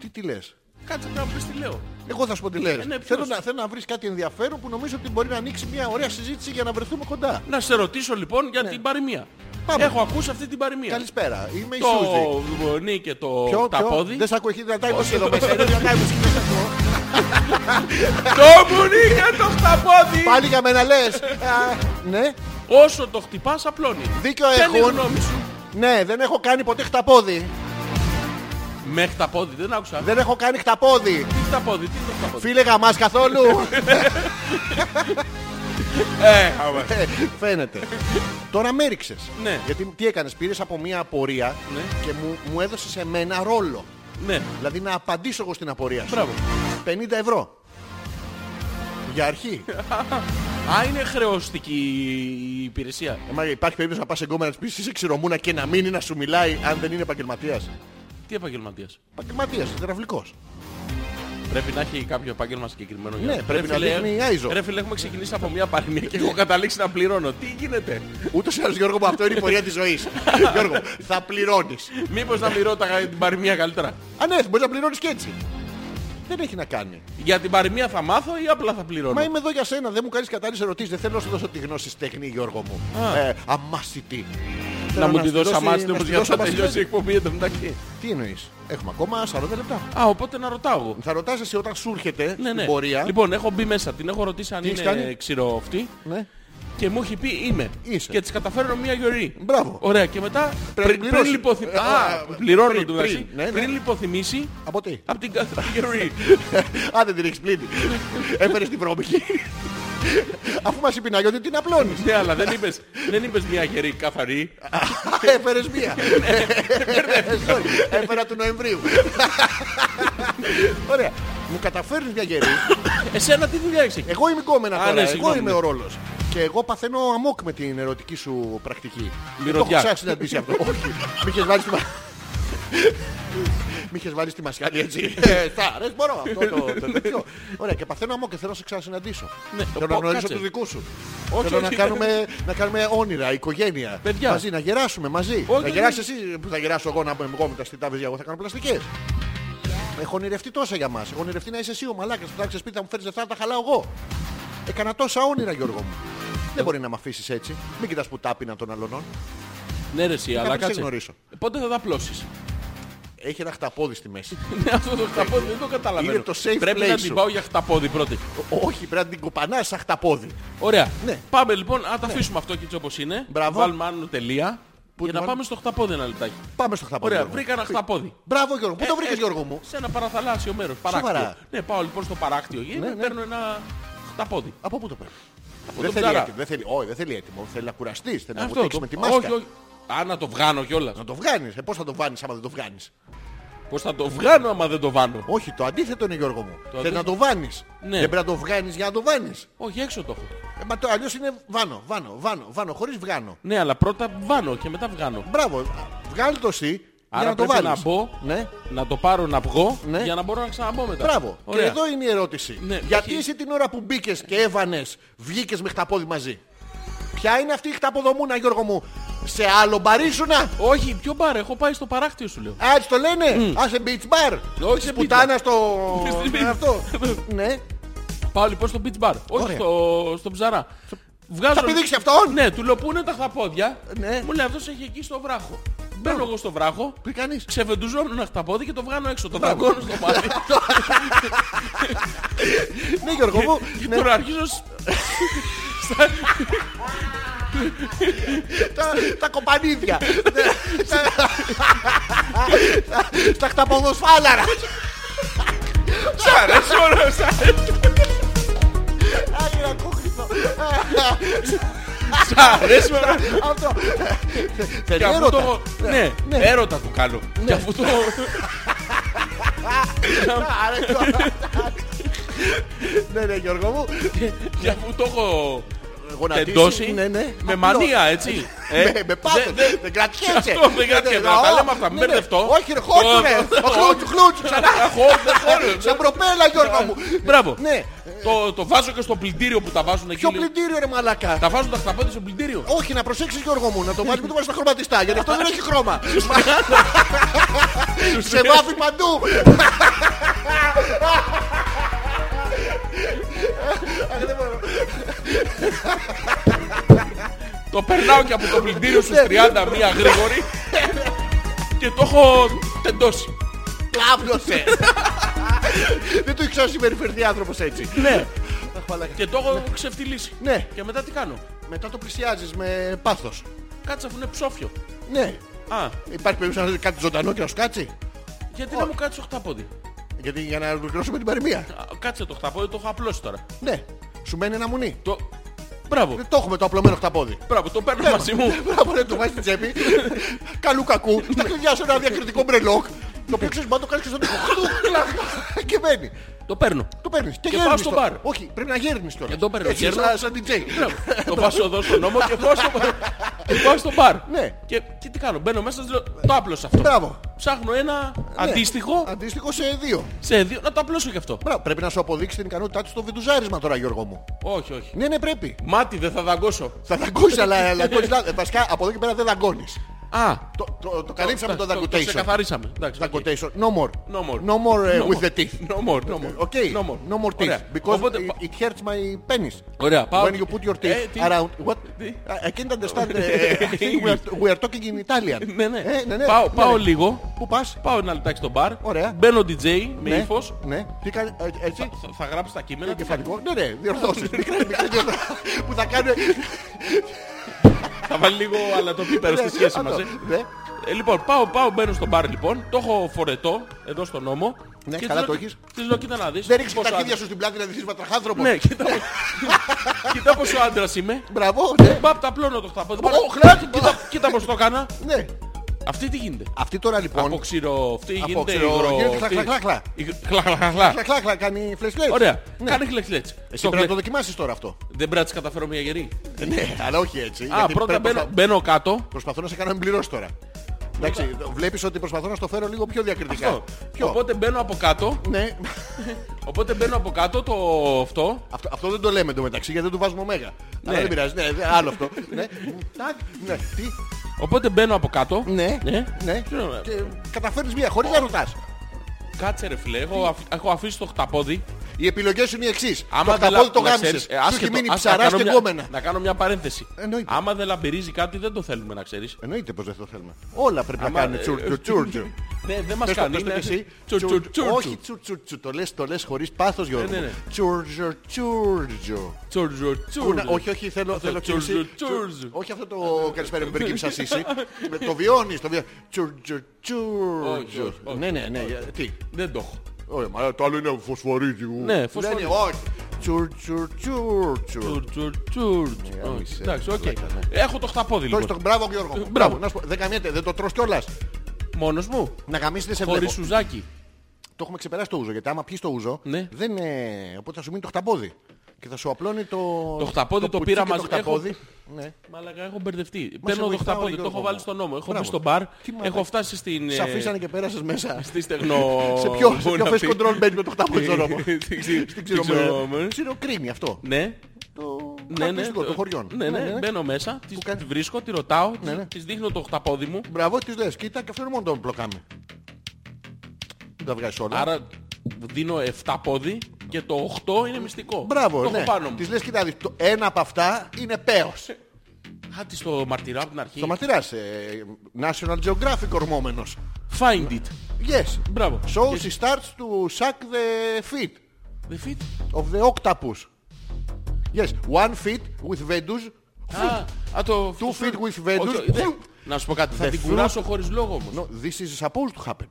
S1: Τι, τι λες.
S2: Κάτσε να πεις τι λέω.
S1: Εγώ θα σου πω τι
S2: Ε,
S1: λες.
S2: ναι, ποιος.
S1: θέλω, να, θέλω να βρεις κάτι ενδιαφέρον που νομίζω ότι μπορεί να ανοίξει μια ωραία συζήτηση για να βρεθούμε κοντά.
S2: Να σε ρωτήσω λοιπόν για την παροιμία.
S1: Ναι. Πάμε.
S2: Έχω ακούσει αυτή την παροιμία.
S1: Καλησπέρα. Είμαι η
S2: Το
S1: Σούζη.
S2: γονί και το ταπόδι.
S1: Δεν σ' ακούω, έχει δυνατά υποσχέδιο μέσα. Είναι δυνατά υποσχέδιο, δεν σ' ακούω.
S2: Το γονί και το χταπόδι.
S1: Πάλι για μένα λες. Α, Ναι,
S2: Όσο το χτυπάς απλώνει.
S1: Δίκιο
S2: Ποια είναι η
S1: έχουν.
S2: γνώμη σου.
S1: ναι, δεν έχω κάνει ποτέ χταπόδι.
S2: Με χταπόδι, δεν άκουσα.
S1: Δεν έχω κάνει χταπόδι.
S2: Τι χταπόδι, τι είναι το χταπόδι.
S1: Φίλε γαμάς καθόλου.
S2: Ε, άμα.
S1: Ε, Φαίνεται. Τώρα με έριξες.
S2: Ναι.
S1: Γιατί τι έκανες, πήρες από μια απορία
S2: Ναι.
S1: και μου, μου έδωσες εμένα ρόλο.
S2: Ναι,
S1: Δηλαδή να απαντήσω εγώ στην απορία σου.
S2: μπράβο.
S1: 50 ευρώ. Για αρχή.
S2: Α, είναι χρεωστική η υπηρεσία.
S1: Ε, μα υπάρχει περίπτωση να πας εγκόμενα να της πεις είσαι ξηρομούνα και να μείνει να σου μιλάει αν δεν είναι επαγγελματίας.
S2: Τι επαγγελματίας.
S1: Επαγγελματίας, υδραυλικός.
S2: Πρέπει να έχει κάποιο επάγγελμα συγκεκριμένο.
S1: Ναι,
S2: Ρε
S1: πρέπει να
S2: φίλε,
S1: δείχνει άιζο.
S2: Ρε φίλε, έχουμε ξεκινήσει από μια παροιμία και έχω καταλήξει να πληρώνω. Τι γίνεται.
S1: Ούτως ή άλλως Γιώργο μου αυτό είναι η πορεία της ζωής. Γιώργο, θα πληρώνεις.
S2: Μήπως να πληρώνω τα- την παροιμία καλύτερα.
S1: Α ναι, μπορείς να πληρώνεις και έτσι. Δεν έχει να κάνει.
S2: Για την παροιμία θα μάθω ή απλά θα πληρώνω.
S1: Μα είμαι εδώ για σένα, δεν μου κάνεις κατάλληλες ερωτήσεις. Δεν θέλω να σου δώσω τη γνώση στη τέχνη, Γιώργο μου. Ε, αμάσιτη.
S2: να
S1: Θέλω
S2: μου τη
S1: σου
S2: δώσεις
S1: δώσει-
S2: αμάστη
S1: να
S2: όμως
S1: σου
S2: για να
S1: δώσω
S2: θα
S1: αμάσιτη.
S2: τελειώσει η εκπομπή εν τω μεταξύ.
S1: Τι εννοείς, έχουμε ακόμα 40 λεπτά.
S2: Α, οπότε να ρωτάω εγώ.
S1: Θα ρωτάς εσύ όταν σου έρχεται
S2: Ναι,
S1: στην
S2: ναι.
S1: πορεία.
S2: Λοιπόν, έχω μπει μέσα, την έχω ρωτήσει αν
S1: Τι έχεις
S2: είναι
S1: κάνει?
S2: ξηροφτη
S1: Ναι.
S2: και μου έχει πει είμαι.
S1: Είσαι.
S2: Και της καταφέρνω μια γιορτή.
S1: Μπράβο.
S2: Ωραία, και μετά πριν, πριν
S1: πληρώσεις.
S2: λιποθυμ-
S1: Ε,
S2: Α,
S1: α,
S2: πληρώνω
S1: πριν,
S2: το μεταξύ.
S1: πριν, ναι, ναι.
S2: Πριν λιποθυμήσει
S1: Από τι.
S2: από την κάθε γιορτή.
S1: Α, δεν την έχεις πλύνει. Έφερες την βρώμικη. Αφού μας είπε η Ναγιώτη, την απλώνεις.
S2: Ναι, αλλά δεν είπες, δεν είπες μια γερή καθαρή.
S1: Έφερες μία.
S2: Ναι,
S1: Ε, Sorry, Έφερα του Νοεμβρίου. Ωραία. Μου καταφέρνεις μια γερή.
S2: Εσένα τι δουλειά έχεις εκεί.
S1: Εγώ είμαι κόμενα
S2: Α,
S1: τώρα.
S2: ναι,
S1: Εγώ
S2: συγγνώμη.
S1: είμαι ο ρόλος. Και εγώ παθαίνω αμόκ με την ερωτική σου πρακτική. Δεν Το
S2: Μυρωδιά.
S1: έχω ψάξει να πεις αυτό. Όχι. Μη είχες βάλει στη μα- Μη είχες βάλει στη μασχάλη έτσι. Ε, Τα ρε, μπορώ αυτό το- το τέτοιο. Ωραία, και παθαίνω αμόκ και θέλω να σε ξανασυναντήσω.
S2: Ναι,
S1: Θέλω
S2: πω,
S1: να γνωρίσω
S2: κάτσε.
S1: του δικού σου.
S2: Όχι,
S1: Θέλω να
S2: όχι.
S1: κάνουμε, να κάνουμε όνειρα, οικογένεια.
S2: Παιδιά.
S1: Μαζί, να γεράσουμε μαζί.
S2: Όχι,
S1: να
S2: όχι.
S1: γεράσεις εσύ που θα γεράσω εγώ να είμαι εγώ με τα στιτάβες για εγώ θα κάνω πλαστικές. Έχω ονειρευτεί τόσα για μας. Έχω ονειρευτεί να είσαι εσύ ο μαλάκας. Φτάξει σπίτι, θα μου φέρεις λεφτά, θα τα χαλάω εγώ. Έκανα τόσα όνειρα, Γιώργο μου. Δεν μπορεί να με αφήσεις έτσι. Μην κοιτάς που τάπινα των αλωνών.
S2: Ναι, ρε, εσύ, αλλά
S1: πρέπει να σε
S2: κάτσε.
S1: γνωρίσω.
S2: Πότε θα τα πλώσει.
S1: Έχει ένα χταπόδι στη μέση.
S2: Ναι, αυτό το χταπόδι δεν το καταλαβαίνω.
S1: Ε, Είναι το safe
S2: Πρέπει
S1: play
S2: να
S1: σου.
S2: την πάω για χταπόδι πρώτη.
S1: Όχι, πρέπει να την κοπανάς σαν χταπόδι.
S2: Ωραία.
S1: Ναι.
S2: Πάμε λοιπόν, να τα αφήσουμε αυτό και έτσι όπως είναι.
S1: Μπράβο.
S2: Βάλουμε άνω τελεία.
S1: Πού
S2: για
S1: την βάλουμε?
S2: να πάμε στο χταπόδι ένα λεπτάκι.
S1: Πάμε στο χταπόδι.
S2: Ωραία,
S1: Γιώργο.
S2: βρήκα ένα χταπόδι.
S1: Μπράβο, Γιώργο. Πού το βρήκες,
S2: ε,
S1: Γιώργο μου.
S2: Σε ένα παραθαλάσσιο μέρος.
S1: Σοβαρά.
S2: Παράκτιο. Ναι, πάω λοιπόν στο παράκτιο και
S1: Ναι, ναι.
S2: παίρνω ένα χταπόδι.
S1: Από πού το παίρνεις.
S2: Από
S1: Δεν
S2: τον
S1: θέλει,
S2: ψαρά.
S1: έτοιμο, δεν, θέλει, όχι, δεν θέλει έτοιμο. Θέλει να κουραστείς. Θέλει να
S2: Αυτό
S1: βουτήξεις
S2: το-
S1: με τη μάσκα.
S2: Όχι, όχι. Α, να το βγάνω κιόλας.
S1: Να το βγάνεις. Ε, πώς θα το βγάνεις άμα δεν το βγάνεις.
S2: Πώς θα το βγάνω άμα δεν το βάνω.
S1: Όχι, το αντίθετο είναι Γιώργο μου. Θέλει
S2: αντίθετο.
S1: να το βάνεις.
S2: Ναι.
S1: Δεν πρέπει να το βγάνεις για να το βάνεις.
S2: Όχι, έξω το έχω.
S1: Ε, μα το αλλιώς είναι βάνω, βάνω, βάνω, βάνω, χωρίς βγάνω.
S2: Ναι, αλλά πρώτα βάνω και μετά βγάνω.
S1: Μπράβο, βγάλει το εσύ για
S2: Άρα
S1: να το
S2: πρέπει
S1: βάλεις.
S2: να μπω,
S1: Ναι.
S2: να το πάρω να βγω
S1: Ναι.
S2: για να μπορώ να ξαναμπω μετά.
S1: Μπράβο.
S2: Ωραία.
S1: Και εδώ είναι η ερώτηση.
S2: Ναι,
S1: Γιατί
S2: έχει-
S1: εσύ την ώρα που μπήκες και έβανες, βγήκες με χταπόδι μαζί. Ποια είναι αυτή η χταποδομούνα, Γιώργο μου, σε άλλο μπαρίσουνα.
S2: Όχι, πιο μπαρ, έχω πάει στο παράκτιο σου λέω.
S1: Α, έτσι το λένε. Α, σε beach bar.
S2: Όχι σε beach
S1: Πουτάνας
S2: bar.
S1: στο.
S2: Στην
S1: Ναι,
S2: beach.
S1: αυτό. ναι.
S2: Πάω λοιπόν στο beach bar. Όχι
S1: Ωραία.
S2: στο, στο ψαρά. Βγάζω...
S1: Θα πηδήξεις αυτόν.
S2: Ναι, του λέω πού είναι τα χταπόδια.
S1: Ναι.
S2: Μου λέει αυτός έχει εκεί στο βράχο. Μπαίνω εγώ στο βράχο.
S1: Τι κάνεις?
S2: Ξεβεντουζώνω ένα χταπόδι και το βγάνω έξω. Το δαγκώνω στο μάτι.
S1: Ναι, Γιώργο μου. ναι,
S2: Τώρα αρχίζω. σ-
S1: τα, τα κοπανίδια. Ναι, τα- Τα χταποδοσφάλαρα. Άγιε ένα κόκκινο.
S2: Σ' αρέσει μωρέ.
S1: Αυτό. Θέλει
S2: Και αφού
S1: έρωτα.
S2: το... Ναι, έρωτα του κάνω.
S1: Ναι.
S2: Και αφού το...
S1: Άρα, Γιώργο. Ναι, ναι, Γιώργο μου.
S2: Και αφού το έχω
S1: Γονατίσει.
S2: τεντώσει
S1: Ναι, ναι.
S2: με
S1: Απλό. Ναι,
S2: μανία, έτσι. ε.
S1: Με- Με πάθος.
S2: Δε- δε-
S1: Δεν κρατιέσαι.
S2: Αυτό δεν κρατιέται.
S1: Ναι, ναι,
S2: Τα
S1: ο,
S2: λέμε αυτά. Μην
S1: ναι, ναι.
S2: μπερδευτώ.
S1: Όχι, ρε, ναι. χόρτου, ρε. Ο χλούτ, χλούτ. Ξανά.
S2: Αχώ, δεν χώρευε.
S1: Σαν προπέλα, Γιώργο μου.
S2: Μπράβο.
S1: Ναι.
S2: Το, το βάζω και στο πλυντήριο που τα βάζουν εκεί.
S1: Ποιο
S2: λίγο.
S1: πλυντήριο, ρε μαλάκα.
S2: Ναι. Τα Ναι. βάζουν τα χταπόδια στο πλυντήριο.
S1: Όχι, να προσέξεις Γιώργο μου, να το βάλεις, μην το βάλεις στα χρωματιστά, γιατί αυτό δεν έχει χρώμα. Ε, Σε βάφει παντού.
S2: Το περνάω και από το πλυντήριο
S1: Ναι,
S2: στους 30 μία γρήγορη. Και το έχω τεντώσει.
S1: Κάβλωσε. Δεν του ήξερα να συμπεριφερθεί άνθρωπος έτσι.
S2: Ναι.
S1: Αχ, μαλάκα.
S2: Και το έχω ξεφτυλίσει.
S1: Ναι.
S2: Και μετά τι κάνω.
S1: Μετά το πλησιάζεις με πάθος.
S2: Κάτσε αφού είναι ψόφιο.
S1: Ναι.
S2: Α,
S1: Υπάρχει περίπτωση να δει κάτι ζωντανό και να σου κάτσει.
S2: γιατί να μου κάτσει το χταπόδι.
S1: Γιατί για να ολοκληρώσουμε την παροιμία.
S2: Α, Κάτσε το χταπόδι, το έχω απλώσει τώρα.
S1: Ναι. Σου μένει ένα μουνί.
S2: Το... Μπράβο.
S1: Δεν το έχουμε το απλωμένο χταπόδι.
S2: Μπράβο, το παίρνω μαζί μου.
S1: Μπράβο, δεν το βάζει στην τσέπη. Καλού κακού. Να χρειάζεσαι ένα διακριτικό μπρελόκ. Το οποίο ξέρεις, μπορεί να το κάνεις και στον τοίχο. Και μπαίνει.
S2: Το παίρνω.
S1: Το παίρνεις. Και,
S2: Και
S1: γέρνεις
S2: πάω στο
S1: τώρα.
S2: μπαρ.
S1: Όχι, πρέπει να γέρνεις τώρα.
S2: Και το παίρνω,
S1: Έτσι,
S2: γέρνω.
S1: σαν- Σαν DJ.
S2: το βάζω εδώ στον νόμο και πάω στο, και πάω στο μπαρ.
S1: Ναι.
S2: Και, και τι κάνω, μπαίνω μέσα, της λέω, το άπλωσα αυτό.
S1: Μπράβο. Ναι.
S2: Ψάχνω ένα αντίστοιχο
S1: Αντίστοιχο σε δύο.
S2: σε δύο, να το απλώσω κι αυτό.
S1: Μπράβο. Πρέπει να σου αποδείξει την ικανότητά του στο βιντουζάρισμα τώρα, Γιώργο μου.
S2: Όχι, όχι.
S1: Ναι, ναι, πρέπει.
S2: Μάτι δεν θα δαγκώσω.
S1: Θα δαγκώσει, αλλά δαγκώνεις λάθος. Ε, Βασικά από εδώ και πέρα δεν δαγκώνεις.
S2: Α,
S1: Το, το, το καλύψαμε το
S2: Το
S1: δαγκωτέισον.
S2: ξεκαθαρίσαμε. Εντάξει, οκ.
S1: Δαγκωτέισον. No more.
S2: No more.
S1: No more uh, with
S2: No more.
S1: the teeth.
S2: No more, no more.
S1: Okay.
S2: No more.
S1: Ε, No more teeth.
S2: Ωραία.
S1: Because
S2: Οπότε,
S1: it,
S2: πα-
S1: it hurts my penis.
S2: Ωραία, πάω.
S1: When you put your teeth
S2: Ε, τι-
S1: around. What?
S2: Τι?
S1: I- I can't understand. uh, I think we, are, we are talking in Italian.
S2: Ναι, ναι.
S1: Ε, ναι, ναι.
S2: Πάω,
S1: Ναι,
S2: πάω
S1: ναι.
S2: λίγο.
S1: Πού πας?
S2: Πάω ένα λεπτάκι στο μπαρ.
S1: Ωραία.
S2: Μπαίνω DJ με
S1: Ναι.
S2: ύφος.
S1: Ναι. Τι κάνει. ε, Έτσι.
S2: Θα, θα γράψω τα κείμενα. και θα,
S1: Κεφαλικό. Ναι, ναι. Διορθώσεις. Μικρά- μικρά διορθώσεις. Που θα κάνει.
S2: θα βάλει λίγο αλατοπίπερο στη σχέση μας. ε.
S1: Ναι.
S2: Ε, λοιπόν, πάω, πάω, μπαίνω στο μπαρ λοιπόν. Το έχω φορετό εδώ στον νόμο.
S1: Ναι,
S2: της
S1: καλά
S2: λέω-
S1: το έχεις.
S2: Της λέω, κοίτα να δεις.
S1: Δεν ρίξεις τα
S2: πόσο
S1: χέρια
S2: άντρας-
S1: σου στην πλάτη να δεις βατραχάνθρωπος.
S2: Ναι, κοίτα, κοίτα πόσο άντρας είμαι.
S1: Μπράβο. ναι.
S2: Μπαπ, τα πλώνω το χταπόδι.
S1: Ω,
S2: Πάω,
S1: χλάτ.
S2: κοίτα- κοίτα, Κοίτα πώς το έκανα.
S1: Ναι.
S2: Αυτή τι γίνεται.
S1: Αυτή τώρα λοιπόν.
S2: Από ξηρό, αυτή γίνεται
S1: ξηρό,
S2: υγρό.
S1: γίνεται
S2: αυτή-
S1: χλα, χλα, χλα.
S2: η- χλα, χλα, χλα, χλα.
S1: Κλακ, κλακ, κλακ, κάνει flashlight.
S2: Ωραία.
S1: Ναι.
S2: Κάνει χλεξλέτς.
S1: Εσύ πρέπει να το δοκιμάσεις τώρα αυτό.
S2: Δεν πρέπει να της καταφέρω μια γερή.
S1: Ναι, αλλά όχι έτσι.
S2: Ε, Α,
S1: γιατί
S2: πρώτα
S1: πρέπει να-
S2: μπαίνω- μπαίνω κάτω.
S1: Προσπαθώ να σε κάνω να πληρώσει τώρα. Εντάξει, βλέπεις ότι προσπαθώ να στο φέρω λίγο πιο διακριτικά.
S2: Αυτό.
S1: Ποιο?
S2: Οπότε μπαίνω από κάτω.
S1: Ναι,
S2: Οπότε μπαίνω από κάτω το αυτό.
S1: αυτό, αυτό δεν το λέμε εντωμεταξύ γιατί δεν του βάζουμε ωμέγα. Ναι. Αλλά δεν πειράζει, ναι, δε- άλλο αυτό. ναι. Τάκ, ναι. Τι,
S2: Οπότε μπαίνω από κάτω.
S1: ναι,
S2: Ναι.
S1: ναι.
S2: Τι ωραία.
S1: Και καταφέρνεις μία χωρίς να ρωτάς.
S2: Κάτσε ρε φίλε, έχω, αφ- έχω αφήσει το χταπόδι.
S1: Οι επιλογές σου είναι οι εξής.
S2: Άμα
S1: Το
S2: δεν
S1: χταπόδι
S2: λα-
S1: το
S2: να
S1: γάμισες.
S2: ξέρεις, ε,
S1: Σου έχει
S2: άσχετο,
S1: μείνει
S2: άσχετο,
S1: ψαράς
S2: να
S1: και ναι.
S2: κάνω μια-
S1: κόμενα.
S2: Να κάνω μια παρένθεση.
S1: Εννοείται.
S2: Άμα δεν λαμπυρίζει κάτι δεν το θέλουμε να ξέρεις.
S1: Εννοείται πως δεν το θέλουμε. Όλα πρέπει να
S2: Άμα- ε,
S1: κάνουν τσουρτζου τσουρτζου.
S2: Ναι, δεν
S1: Πες
S2: μας
S1: το,
S2: κάνει.
S1: πες το
S2: είναι-
S1: κι εσύ.
S2: Τσουρ, τσουρ,
S1: Τσουρ-
S2: τσουρ,
S1: Όχι τσουρτσουρτσου. Το λες, το λες χωρίς πάθος Γιώργο.
S2: ναι, ναι.
S1: Τσουρτζου τσουρτζου.
S2: τσουρ, τσουρ, τσουρ.
S1: Κούνα- Όχι, όχι, θέλω, θέλω κι
S2: τσουρτζου,
S1: εσύ.
S2: τσουρτζου.
S1: Τσου- Όχι αυτό το καλησπέρα μου πήρε ψασίσει. Με Το βιώνεις, το βιώνεις. Τσουρτζου
S2: Όχι,
S1: τσουρτζου.
S2: όχι, όχι.
S1: Ναι, ναι, ναι. Τι.
S2: Δεν το έχω.
S1: Όχι, μα το άλλο είναι φωσφορίζει. ου.
S2: Ναι, φωσφορίζει.
S1: Δεν είναι, Όχι. Τσουρτσουρτσουρτσου.
S2: Τσουρ, τσουρ, τσουρ.
S1: Ναι,
S2: Όχι,
S1: μισέ,
S2: Εντάξει, οκ.
S1: πλάκα, ναι.
S2: Έχω το χταπόδι
S1: Το έχεις
S2: λοιπόν.
S1: το μπράβο Γιώργο. μου.
S2: μπράβο.
S1: Να σου πω, Δεν καμιέται, δεν το τρως κιόλας.
S2: Μόνος μου.
S1: Να γαμίσετε σε βλέπω.
S2: Χωρίς σουζάκι.
S1: Το έχουμε ξεπεράσει το ούζο. Γιατί άμα πιεις το ούζο,
S2: Ναι.
S1: δεν, ε, οπότε θα σου μείνει το χταπόδι. Και θα σου απλώνει το.
S2: Το χταπόδι το
S1: πουτσί
S2: πήρα
S1: και το
S2: μαζί-
S1: χταπόδι.
S2: έχω-
S1: Ναι.
S2: Μαλάκα, έχω μπερδευτεί.
S1: σε
S2: Παίρνω το
S1: βοηθάω,
S2: χταπόδι, το
S1: Γιώργο
S2: έχω
S1: μου.
S2: βάλει στο νόμο. Έχω μπει
S1: Μπράβο.
S2: στο μπαρ,
S1: Τι μαλάκα.
S2: έχω φτάσει στην.
S1: Σε
S2: ε,
S1: αφήσανε και πέρασες μέσα.
S2: Στη στεγνό.
S1: Σε ποιο, σε
S2: μπορεί
S1: ποιο
S2: να
S1: face
S2: πει.
S1: control μπαίνει με το χταπόδι στον δρόμο.
S2: Στην ξυ- Στην
S1: Ξηρομέ-
S2: ξυρωμένη.
S1: Ξηροκρίνη αυτό.
S2: Ναι.
S1: Το
S2: Ναι, ναι,
S1: χαρακτηριστικό των χωριών.
S2: Ναι, ναι, μπαίνω μέσα, της-
S1: κάνει?
S2: τη βρίσκω, τη ρωτάω,
S1: ναι.
S2: της δείχνω το χταπόδι μου.
S1: Μπράβο, τις λες. Κοίτα και αυτό είναι μόνο το μπλοκάμε. Δεν τα βγάζεις όλα.
S2: Άρα δίνω 7 πόδι και το 8 είναι μυστικό.
S1: Μπράβο,
S2: το
S1: ναι.
S2: έχω πάνω μου. Ε,
S1: Τις λες, κοίτα, δεις, το ένα από αυτά είναι πέος.
S2: Κάτι στο μαρτυρά από την αρχή.
S1: Το μαρτυράς. ε, National Geographic ορμόμενος.
S2: Find it.
S1: Yes.
S2: Μπράβο.
S1: So she starts to suck the feet
S2: The fit.
S1: of the octopus. Yes, one feet with Ventus.
S2: Α, α, το...
S1: Two feet with Ventus.
S2: Όχι, δεν- Να σου πω κάτι,
S1: The
S2: θα την
S1: fruit-
S2: κουράσω χωρίς λόγο όμως.
S1: No, this is supposed to happen.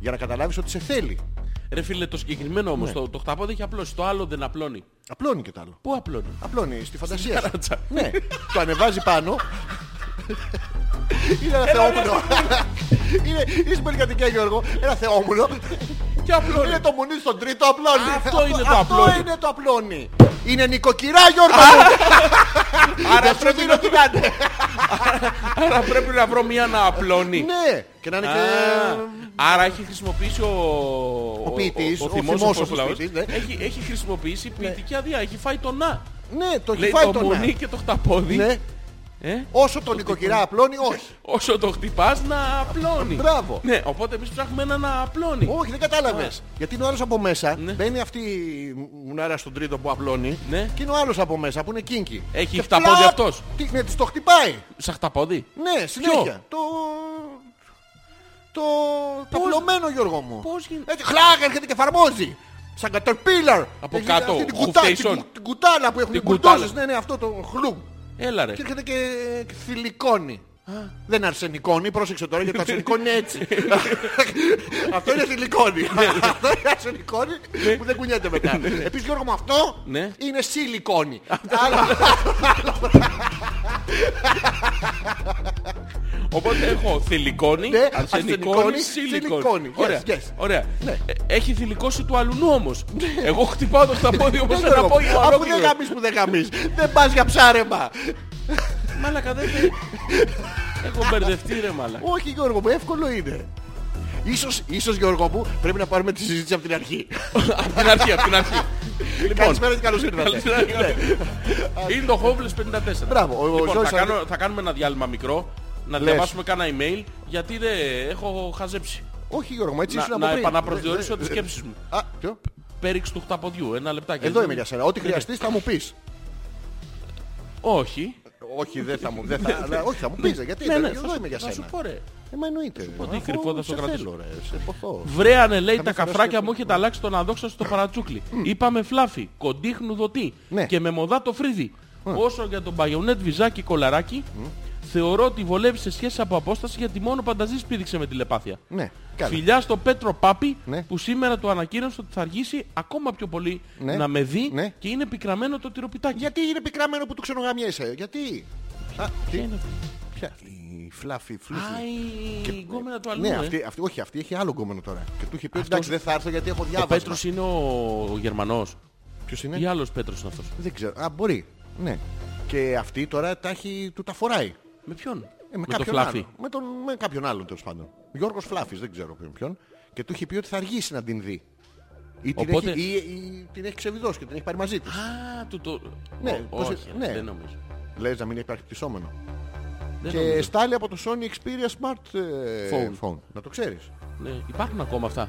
S1: Για να καταλάβεις ότι σε θέλει.
S2: Ρε φίλε, το συγκεκριμένο
S1: Ναι.
S2: όμως, το, το χταπόδι έχει απλώσει, το άλλο δεν απλώνει.
S1: Απλώνει και τ' άλλο.
S2: Πού απλώνει.
S1: Απλώνει στη φαντασία σου.
S2: Ταράτσα.
S1: ναι, το ανεβάζει πάνω. είναι ένα θεόμουνο. είναι, είσαι πολυκατοικία Γιώργο, ένα θεόμουνο.
S2: Και απλώνει.
S1: είναι το μουνί στον τρίτο απλώνει.
S2: Αυτό είναι το
S1: Αυτό
S2: απλώνει.
S1: είναι το απλώνει. Είναι νοικοκυρά Γιώργο. μου.
S2: Άρα
S1: Ναι. Δεν σου
S2: πρέπει,
S1: δίνω
S2: να,
S1: τι να είναι.
S2: άρα πρέπει να βρω μία να απλώνει.
S1: Ναι, και να είναι
S2: Α,
S1: και...
S2: Άρα έχει χρησιμοποιήσει ο, ο
S1: ποιητής, ο
S2: θυμός
S1: θυμός
S2: όπως
S1: ο
S2: λαός.
S1: ποιητής, ναι.
S2: έχει, έχει χρησιμοποιήσει ποιητική αδεία. Έχει φάει το να.
S1: Ναι, το έχει
S2: Λέει
S1: φάει
S2: το
S1: το
S2: μουνί
S1: να.
S2: και το χταπόδι.
S1: Ναι,
S2: Ε,
S1: όσο το νοικοκυρά απλώνει, όχι.
S2: όσο το χτυπάς να απλώνει.
S1: Μπράβο.
S2: Ναι, οπότε εμείς ψάχνουμε ένα να απλώνει.
S1: Όχι, δεν κατάλαβες. Γιατί είναι ο άλλος από μέσα.
S2: Ναι.
S1: Μπαίνει αυτή η μουνάρα στον τρίτο που απλώνει.
S2: Ναι.
S1: Και είναι ο άλλος από μέσα που είναι κίνκι.
S2: Έχει
S1: Και
S2: χταπόδι
S1: πλά-
S2: αυτός.
S1: Τι, ναι, της το χτυπάει.
S2: Σαν χταπόδι.
S1: Ναι, συνέχεια.
S2: Ποιο?
S1: Το. Το. Το απλωμένο Γιώργο μου.
S2: πώς γίνεται?
S1: Έτσι, χλάκ, έρχεται και εφαρμόζει. Σαν caterpillar.
S2: Από
S1: Έχει
S2: κάτω,
S1: αυτή την, κουτά, την,
S2: χουφτέισον.
S1: κου- την κουτάλα που έχουν οι
S2: Την κουτάλα.
S1: κουτάλες. Ναι, ναι, αυτό το χλουμ.
S2: Έλα ρε.
S1: Και έρχεται και θηλυκώνει. Δεν είναι αρσενικόνη, πρόσεξε τώρα γιατί το αρσενικόνη είναι έτσι. αυτό είναι θηλυκόνη.
S2: Ναι,
S1: αυτό είναι αρσενικόνη που δεν κουνιέται μετά. Επίσης Γιώργο μου αυτό
S2: Ναι.
S1: είναι σιλικόνη. Άλλο-
S2: Οπότε έχω θηλυκόνη,
S1: Ναι,
S2: αρσενικόνη,
S1: αρσενικόνη,
S2: σιλικόνη.
S1: σιλικόνη.
S2: Ωραία.
S1: Yes, yes.
S2: Ωραία.
S1: Ναι.
S2: Ε, Έχει θηλυκώσει του αλουνού όμως. Εγώ χτυπάω το χταπόδι
S1: Ναι,
S2: όμως ένα
S1: Γιώργο μου,
S2: απόγευμα
S1: Αφού δεν
S2: ολόκληρο.
S1: γαμείς που δεν γαμείς. Δεν πας για ψάρεμα.
S2: Μάλακα δεν θέλει. Έχω μπερδευτεί ρε μάλακα.
S1: Όχι Γιώργο μου, εύκολο είναι. Ίσως, ίσως Γιώργο μου πρέπει να πάρουμε τη συζήτηση από την αρχή.
S2: Απ' την αρχή, απ' την αρχή. Λοιπόν,
S1: Καλησπέρα και καλώς ήρθατε. Ναι.
S2: Καλύτερα, Είναι το Homeless 54.
S1: Μπράβο, ο- ο
S2: λοιπόν,
S1: Ζόρις
S2: θα, κάνω- θα κάνουμε ένα διάλειμμα μικρό, να
S1: Λες.
S2: διαβάσουμε κάνα email, γιατί δεν έχω χαζέψει.
S1: Όχι Γιώργο μου, έτσι
S2: Να-
S1: ήσουν από
S2: να
S1: πριν.
S2: επαναπροσδιορίσω
S1: Ναι,
S2: τις
S1: ναι.
S2: σκέψεις μου.
S1: Α, ποιο?
S2: Πέριξ του χταποδιού, ένα λεπτάκι.
S1: Εδώ είμαι για σένα.
S2: ε,
S1: Ό,τι χρειαστείς θα μου πεις.
S2: Όχι.
S1: Όχι, δεν θα μου δεν θα, Ναι, αλλά, όχι, θα μου πεις, Ε, γιατί
S2: Ναι,
S1: δεν
S2: ναι,
S1: εδώ
S2: θα σου-
S1: είμαι για
S2: θα σου
S1: σένα.
S2: πω ρε.
S1: Ε, μα εννοείται.
S2: τι,
S1: Αφού
S2: κρυφό θα στο
S1: σε
S2: κρατήσω.
S1: θέλω, ρε, σε ποθώ.
S2: Βρέ ανελέει τα
S1: Καμιά φοράς
S2: καφράκια
S1: σκέφτομαι.
S2: μου έχετε αλλάξει τον αδόξα στο παρατσούκλι. Είπαμε φλάφι, κοντίχνου δοτή
S1: Ναι.
S2: και με μοδά το φρύδι. Όσο για τον παγιονέτ βυζάκι κολαράκι, θεωρώ ότι βολεύει σε σχέση από απόσταση γιατί μόνο πανταζής πήδηξε με τηλεπάθεια.
S1: Ναι, καλά.
S2: Φιλιά στο Πέτρο Πάπη
S1: Ναι.
S2: που σήμερα του ανακοίνωσε ότι θα αργήσει ακόμα πιο πολύ
S1: Ναι.
S2: να με δει
S1: Ναι.
S2: και είναι πικραμένο το τυροπιτάκι.
S1: Γιατί είναι πικραμένο που του ξενογαμιέσαι, γιατί. Α, τι. Ποια. Η φλάφη
S2: Α,
S1: φλούφη.
S2: η γκόμενα του αλλού.
S1: Ναι,
S2: ε.
S1: αυτή, αυτή, όχι, αυτή έχει άλλο γκόμενο τώρα. Και του είχε πει ότι
S2: Αυτός-
S1: εντάξει δεν θα έρθω γιατί έχω
S2: Ο
S1: διάβασμα.
S2: Πέτρος είναι ο, ο Γερμανός
S1: Ποιος
S2: ή
S1: είναι?
S2: άλλος Πέτρος είναι αυτός.
S1: Δεν ξέρω. Α, μπορεί. Ναι. Και αυτή τώρα τα έχει, του τα φοράει.
S2: Με ποιον.
S1: Ε, με,
S2: το
S1: κάποιον
S2: φλάφι.
S1: Άλλο. Με, τον, με κάποιον άλλον τέλος πάντων. Γιώργος Φλάφης, δεν ξέρω ποιον, ποιον. Και του είχε πει ότι θα αργήσει να την δει. Ή την,
S2: Οπότε-
S1: έχει, ή, ή, την έχει ξεβιδώσει και την έχει πάρει μαζί της.
S2: Α, του το...
S1: Ναι,
S2: Ω,
S1: πώς-
S2: όχι,
S1: ναι.
S2: δεν νομίζω.
S1: Λες να μην υπάρχει πτυσσόμενο.
S2: Δεν
S1: και
S2: νομίζω.
S1: στάλει από το Sony Xperia Smart ε,
S2: Phone.
S1: phone. Να το ξέρεις.
S2: Ναι, υπάρχουν ακόμα αυτά.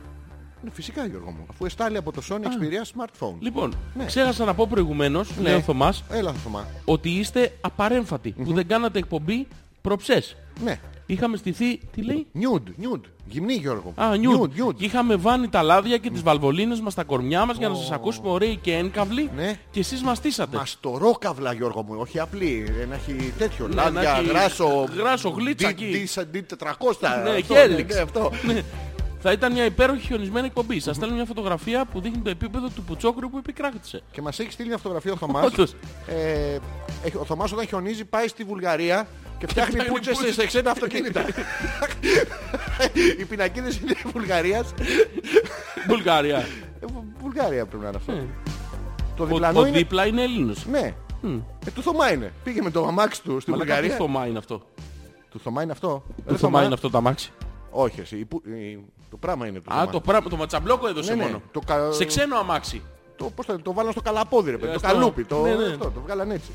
S1: Ναι, Φυσικά Γιώργο μου. Αφού εστάλει από το Sony Xperia smartphone.
S2: Λοιπόν,
S1: Ναι.
S2: ξέχασα να πω προηγουμένως, λέει ο Θωμάς,
S1: Έλα Θωμά.
S2: ότι είστε απαρέμφατοι που δεν κάνατε εκπομπή προψές.
S1: Ναι.
S2: Είχαμε στηθεί, τι λέει,
S1: Νιούντ, νιούντ. Γυμνή Γιώργο. μου.
S2: Α, νιούντ.
S1: νιούντ.
S2: Και είχαμε βάνει τα λάδια και τις βαλβολίνες μας, τα κορμιά μας για να σας ακούσουμε ωραίοι και ένκαυλοι
S1: Ναι.
S2: και εσείς μας στήσατε.
S1: Μα στο ρόκαυλα Γιώργο μου, όχι απλή. ε, Να έχει τέτοιο.
S2: Ναι,
S1: Λάδια,
S2: να έχει
S1: γράσο.
S2: γράσο, γλίτσα
S1: D-
S2: εκεί.
S1: D- D400.
S2: Ναι,
S1: αυτό,
S2: Helix.
S1: ναι, αυτό.
S2: Ναι. Θα ήταν μια υπέροχη χιονισμένη εκπομπή. Σας στέλνω μια φωτογραφία που δείχνει το επίπεδο του πουτσόκρου που επικράτησε.
S1: Και μας έχει στείλει μια φωτογραφία ο Θωμάς.
S2: Όντως.
S1: Ε, έχει- ο Θωμάς όταν χιονίζει πάει στη Βουλγαρία και φτιάχνει
S2: φτιάχνει
S1: πούτσες
S2: πούτσες.
S1: σε ξένα αυτοκίνητα. Οι πινακίδες είναι Βουλγαρίας.
S2: Βουλγαρία.
S1: Ε, Βου- Βουλγαρία πρέπει να είναι αυτό. Το
S2: Ο,
S1: διπλανό
S2: ο
S1: είναι...
S2: Ναι. δίπλα είναι Έλληνος.
S1: Ναι. Ε, του Θωμά είναι. Πήγε με το αμάξι του στη
S2: Μαλάκα τι
S1: Βουλγαρία.
S2: θωμά είναι αυτό.
S1: Του Θωμά είναι αυτό. Ρε,
S2: Το θωμά είναι αυτό το αμάξι.
S1: Όχι εσύ. η που- η- Το πράγμα είναι του
S2: Α,
S1: Θωμά.
S2: το πράγμα, το ματσαμπλόκο έδωσε
S1: Ναι, ναι,
S2: μόνο.
S1: το κα-
S2: Σε ξένο αμάξι.
S1: Το, πώς το, το βάλαν στο καλαπόδι ρε παιδί,
S2: Ε,
S1: το
S2: αυτό.
S1: καλούπι, το,
S2: Ναι, ναι.
S1: Αυτό, το βγάλαν έτσι.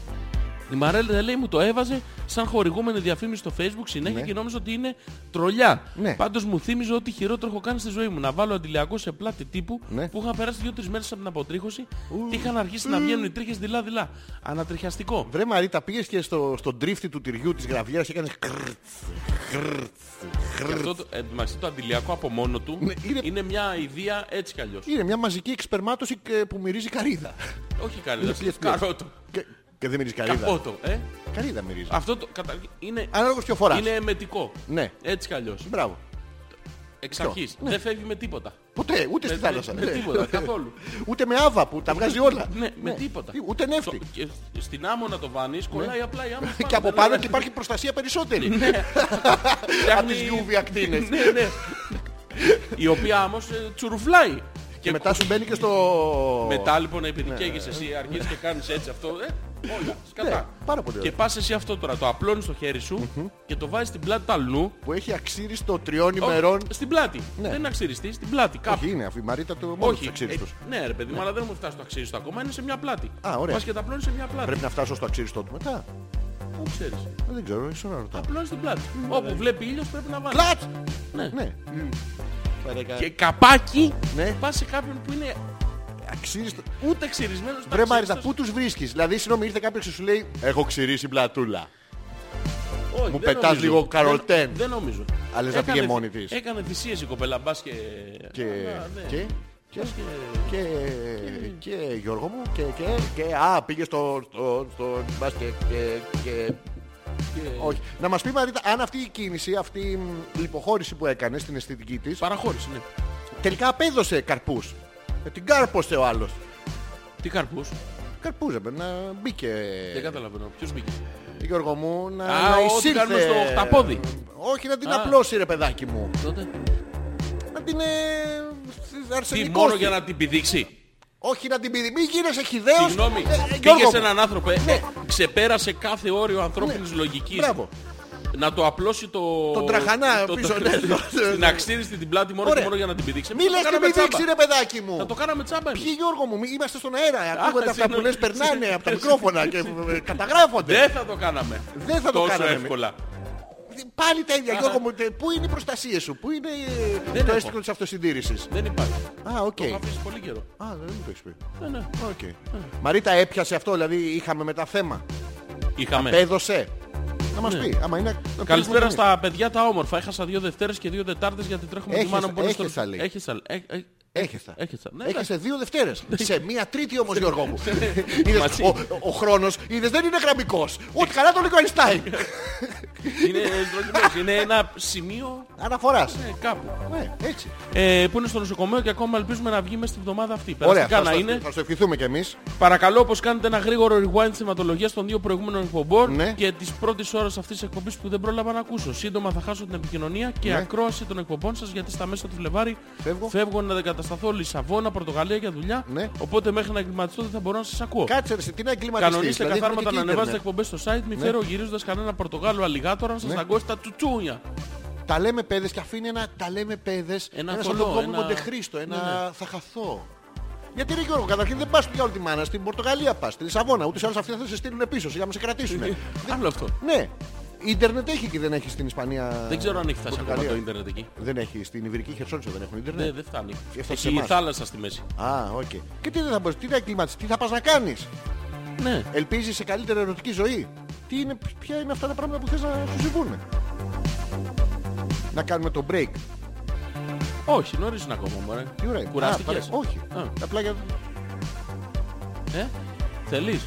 S2: Η Μαρέλ δεν λέει μου το έβαζε σαν χορηγούμενη διαφήμιση στο facebook συνέχεια και νόμιζα ότι είναι τρολιά.
S1: Ναι.
S2: Πάντως μου θύμιζε ότι χειρότερο έχω κάνει στη ζωή μου. Να βάλω αντιλιακό σε πλάτη τύπου
S1: Ναι.
S2: που είχαν περάσει 2-3 μέρες από την αποτρίχωση και είχαν αρχίσει να βγαίνουν οι τρίχες δειλά-δειλά. Ανατριχιαστικό.
S1: Βρε Μαρίτα, πήγες και στο, στον τρίφτη του τυριού της γραβιέρας και έκανες κρρτς, κρρτς,
S2: Και
S1: κρρτς.
S2: αυτό το, εν τω μεταξύ, το αντιλιακό από μόνο του
S1: Ναι, είναι-
S2: είναι... μια ιδέα έτσι κι αλλιώς.
S1: Είναι μια μαζική εξπερμάτωση και- που μυρίζει καρύδα.
S2: Όχι καλή.
S1: Λες, λες,
S2: Καρότο.
S1: Και, και δεν μυρίζει καρύδα.
S2: Καφότο. Ε.
S1: Καρύδα μυρίζει.
S2: Αυτό το κατα... είναι,
S1: Ανάλογος ποιο φοράς.
S2: είναι εμετικό.
S1: Ναι.
S2: Έτσι κι αλλιώς.
S1: Μπράβο.
S2: Εξ αρχής. Δεν φεύγει με τίποτα.
S1: Ποτέ, ούτε στη
S2: με-
S1: θάλασσα.
S2: με
S1: Ναι.
S2: τίποτα, καθόλου.
S1: Ούτε με άβα που τα βγάζει όλα.
S2: Ναι, με τίποτα.
S1: Τι- Ε, Ούτε νεύτη. Ναι.
S2: Στο- και στην άμμο να το βάνεις, κολλάει απλά η δηλαδή. άμμος
S1: Και από πάνω και υπάρχει προστασία περισσότερη. από τις UV ακτίνες.
S2: Ναι, ναι. Η οποία όμως ε, τσουρουφλάει.
S1: Και μετά σου μπαίνει και στο... Ναι.
S2: Μετά λοιπόν επειδή καίγεσαι εσύ, αρχίζεις και κάνεις έτσι αυτό, ε, όλα, σκατά.
S1: Ναι, πάρα πολύ
S2: Και
S1: ωραία.
S2: πας εσύ αυτό τώρα, το απλώνεις στο χέρι σου και το βάζεις στην πλάτη του αλλού.
S1: Που έχει αξίριστο τριών ημερών.
S2: Όχι, Στην πλάτη.
S1: Ναι.
S2: Δεν είναι αξιριστή, στην πλάτη. Κάπου.
S1: Όχι, είναι αφή. Η Μαρίτα το μόνος του
S2: ε,
S1: αξίριστος.
S2: ναι, ρε παιδί μου, αλλά δεν μου φτάσει το αξίριστο ακόμα, είναι σε μια πλάτη.
S1: Α, ωραία.
S2: Πας και τα απλώνεις σε μια πλάτη.
S1: Πρέπει να φτάσω στο αξίριστό του μετά.
S2: Πού ξέρεις.
S1: Δεν ξέρω, εσύ να ρωτάω.
S2: Απλώνεις την πλάτη. Όπου βλέπει ήλιος πρέπει να βάλεις.
S1: Πλάτ!
S2: Ναι.
S1: Ναι. Παρακαλώ.
S2: Και καπάκι
S1: Ναι.
S2: πας σε κάποιον που είναι
S1: Αξίριστο.
S2: ούτε ξυρισμένος. ούτε
S1: Βρε Μαρίτα,
S2: αξίριστος.
S1: πού τους βρίσκεις. Δηλαδή, συγγνώμη, ήρθε κάποιος και σου λέει Έχω ξηρίσει πλατούλα.
S2: Όχι,
S1: μου
S2: δεν
S1: πετάς
S2: νομίζω.
S1: λίγο καροτέν.
S2: Δεν, δεν νομίζω.
S1: Αλλά δεν θα
S2: Έκανε
S1: πήγε
S2: θυ-
S1: μόνη της.
S2: Έκανε θυσίες η κοπέλα, μπας και...
S1: Και.
S2: Αλλά, ναι.
S1: Και. Και.
S2: Μπας και-
S1: Και. Και. Γιώργο μου. Και. Και. Και. Α, πήγε στο. στο. στο. μπας και- και- και- Όχι. Να μας πει Μαρίτα, αν αυτή η κίνηση, αυτή μ, η υποχώρηση που έκανε στην αισθητική της,
S2: Παραχώρηση, ναι.
S1: τελικά απέδωσε καρπούς. Ε, Την κάρποσε ο άλλος.
S2: Τι καρπούς.
S1: Καρπούζε, μπε, να μπήκε.
S2: Δεν καταλαβαίνω. Ποιος μπήκε.
S1: Γιώργο μου, να,
S2: Α,
S1: να
S2: ό,τι
S1: εισήλθε.
S2: κάνουμε στο οχταπόδι.
S1: Όχι, να την
S2: Α.
S1: απλώσει ρε παιδάκι μου.
S2: Τότε.
S1: Να την ε,
S2: Τι,
S1: αρσενικώσει.
S2: μόνο για να την πηδήξει.
S1: Όχι να την πει, μην γίνεσαι χιδαίος.
S2: Συγγνώμη,
S1: Ε, ε, Γιώργο
S2: πήγε
S1: μου. Ναι.
S2: σε έναν άνθρωπο, ε, ε, ξεπέρασε κάθε όριο ανθρώπινης λογικής.
S1: Μπράβο.
S2: Να το απλώσει το...
S1: Τον τραχανά
S2: το-
S1: πίσω,
S2: το-
S1: ναι.
S2: Στην αξίριστη την πλάτη μόνο και
S1: Ωραία.
S2: μόνο για να την πηδήξει.
S1: Μη
S2: Θα το
S1: λες και
S2: κάναμε
S1: μην
S2: τσάμπα.
S1: δείξεις ρε παιδάκι μου.
S2: Θα το κάναμε τσάμπα εμείς.
S1: Ποιοι Γιώργο μου, μη- είμαστε στον αέρα. Ακούγονται αυτά που
S2: συγγνώμη.
S1: λες περνάνε από τα μικρόφωνα και ε, καταγράφονται.
S2: Δεν θα το κάναμε.
S1: Δεν θα το
S2: Τόσο
S1: κάναμε.
S2: εύκολα.
S1: Πάλι τα ίδια
S2: Άρα.
S1: Γιώργο μου. τε- Πού είναι οι προστασίες σου, πού είναι ε,
S2: Δεν
S1: το
S2: έχω.
S1: αίσθημα της αυτοσυντήρησης.
S2: Δεν υπάρχει.
S1: Α, οκ.
S2: Το έχω αφήσει πολύ καιρό.
S1: Α, δεν μου το έχεις πει.
S2: Ναι, ναι. Ναι.
S1: Οκ. Μαρίτα έπιασε αυτό, δηλαδή είχαμε μετά θέμα.
S2: Είχαμε.
S1: Έδωσε. Να μας πει, άμα είναι... να
S2: Ναι. Καλησπέρα
S1: πεις μου,
S2: στα παιδιά τα όμορφα. Έχασα δύο Δευτέρες και δύο Τετάρτες γιατί τρέχουμε τη
S1: Έχεσα-
S2: μάνα μου. μπορεί να
S1: έχεσα,
S2: στο-
S1: λέει.
S2: Έχεσα, ε, ε,
S1: Έχεσαι.
S2: έχεσα. Ναι,
S1: Έχεσαι δύο Δευτέρες. Σε μία Τρίτη όμως Γιώργο μου. Είδες,
S2: Μαζί.
S1: ο, ο χρόνος είδες, δεν είναι γραμμικός. Ούτε καλά το λέει ο Einstein.
S2: Είναι, δοκιμές. είναι ένα σημείο
S1: Αναφοράς.
S2: ε, κάπου.
S1: Ναι, έτσι.
S2: Ε, που είναι στο νοσοκομείο και ακόμα ελπίζουμε να βγει μέσα στην εβδομάδα αυτή.
S1: Ωραία,
S2: Περαστικά
S1: θα,
S2: να
S1: στο-
S2: είναι.
S1: θα στο ευχηθούμε κι εμείς.
S2: Παρακαλώ όπως κάνετε ένα γρήγορο rewind θεματολογίας των δύο προηγούμενων εκπομπών
S1: Ναι.
S2: και της πρώτης ώρας αυτής της εκπομπής που δεν πρόλαβα να ακούσω. Σύντομα θα χάσω την επικοινωνία και
S1: Ναι.
S2: ακρόαση των εκπομπών σας γιατί στα μέσα του Φλεβάρι
S1: Φεύγω.
S2: να εγκατασταθώ Λισαβόνα, Πορτογαλία για δουλειά.
S1: Ναι.
S2: Οπότε μέχρι να εγκληματιστώ δεν θα μπορώ να σας ακούω.
S1: Κάτσε ρε, σε τι να εγκληματιστείς.
S2: Κανονίστε
S1: δηλαδή, έχουμε
S2: καθάρματα
S1: και
S2: να ανεβάζετε
S1: ίντερνετ. Ναι.
S2: εκπομπές στο site, μη φέρω γυρίζοντας κανένα Πορτογάλο αλιγάτορα να σας δαγκώσει τα τσουτσούνια.
S1: Τα λέμε παιδες και αφήνει ένα τα λέμε παιδες.
S2: Ένα
S1: Ένας
S2: θολό,
S1: σολοκό μου
S2: ένα- Ναι,
S1: Μοντεχρήστο, ένα θα χαθώ. Γιατί ρε Γιώργο, καταρχήν δεν πας για όλη τη μάνα, Ναι. στην Πορτογαλία πας, στη Λισαβόνα, ούτως ή άλλως αυτοί θα σε στείλουν πίσω, για να σε κρατήσουν.
S2: Άλλο αυτό.
S1: ναι. Ιντερνετ έχει και δεν έχει στην Ισπανία.
S2: Δεν ξέρω αν έχει φτάσει ακόμα
S1: Πορτογαλία.
S2: το ίντερνετ εκεί.
S1: Δεν έχει. Στην Ιβυρική Χερσόνησο δεν έχουν Ιντερνετ.
S2: Ναι, δεν φτάνει.
S1: Έφτασε σε
S2: Έχει η
S1: εμάς.
S2: θάλασσα στη μέση.
S1: Α, οκ. Και τι δεν θα μπορείς, τι θα εγκληματιστεί, τι θα πας να κάνεις.
S2: Ναι.
S1: Ελπίζεις σε καλύτερη ερωτική ζωή. Τι είναι, ποια είναι αυτά τα πράγματα που θες να σου συμβούν. Να κάνουμε το break.
S2: Όχι, νωρίζουν ακόμα. Μωρέ.
S1: Τι ώρα είναι. Α,
S2: Κουράστηκες.
S1: πάρε. Όχι.
S2: Α.
S1: Απλά για.
S2: Ε, θέλεις.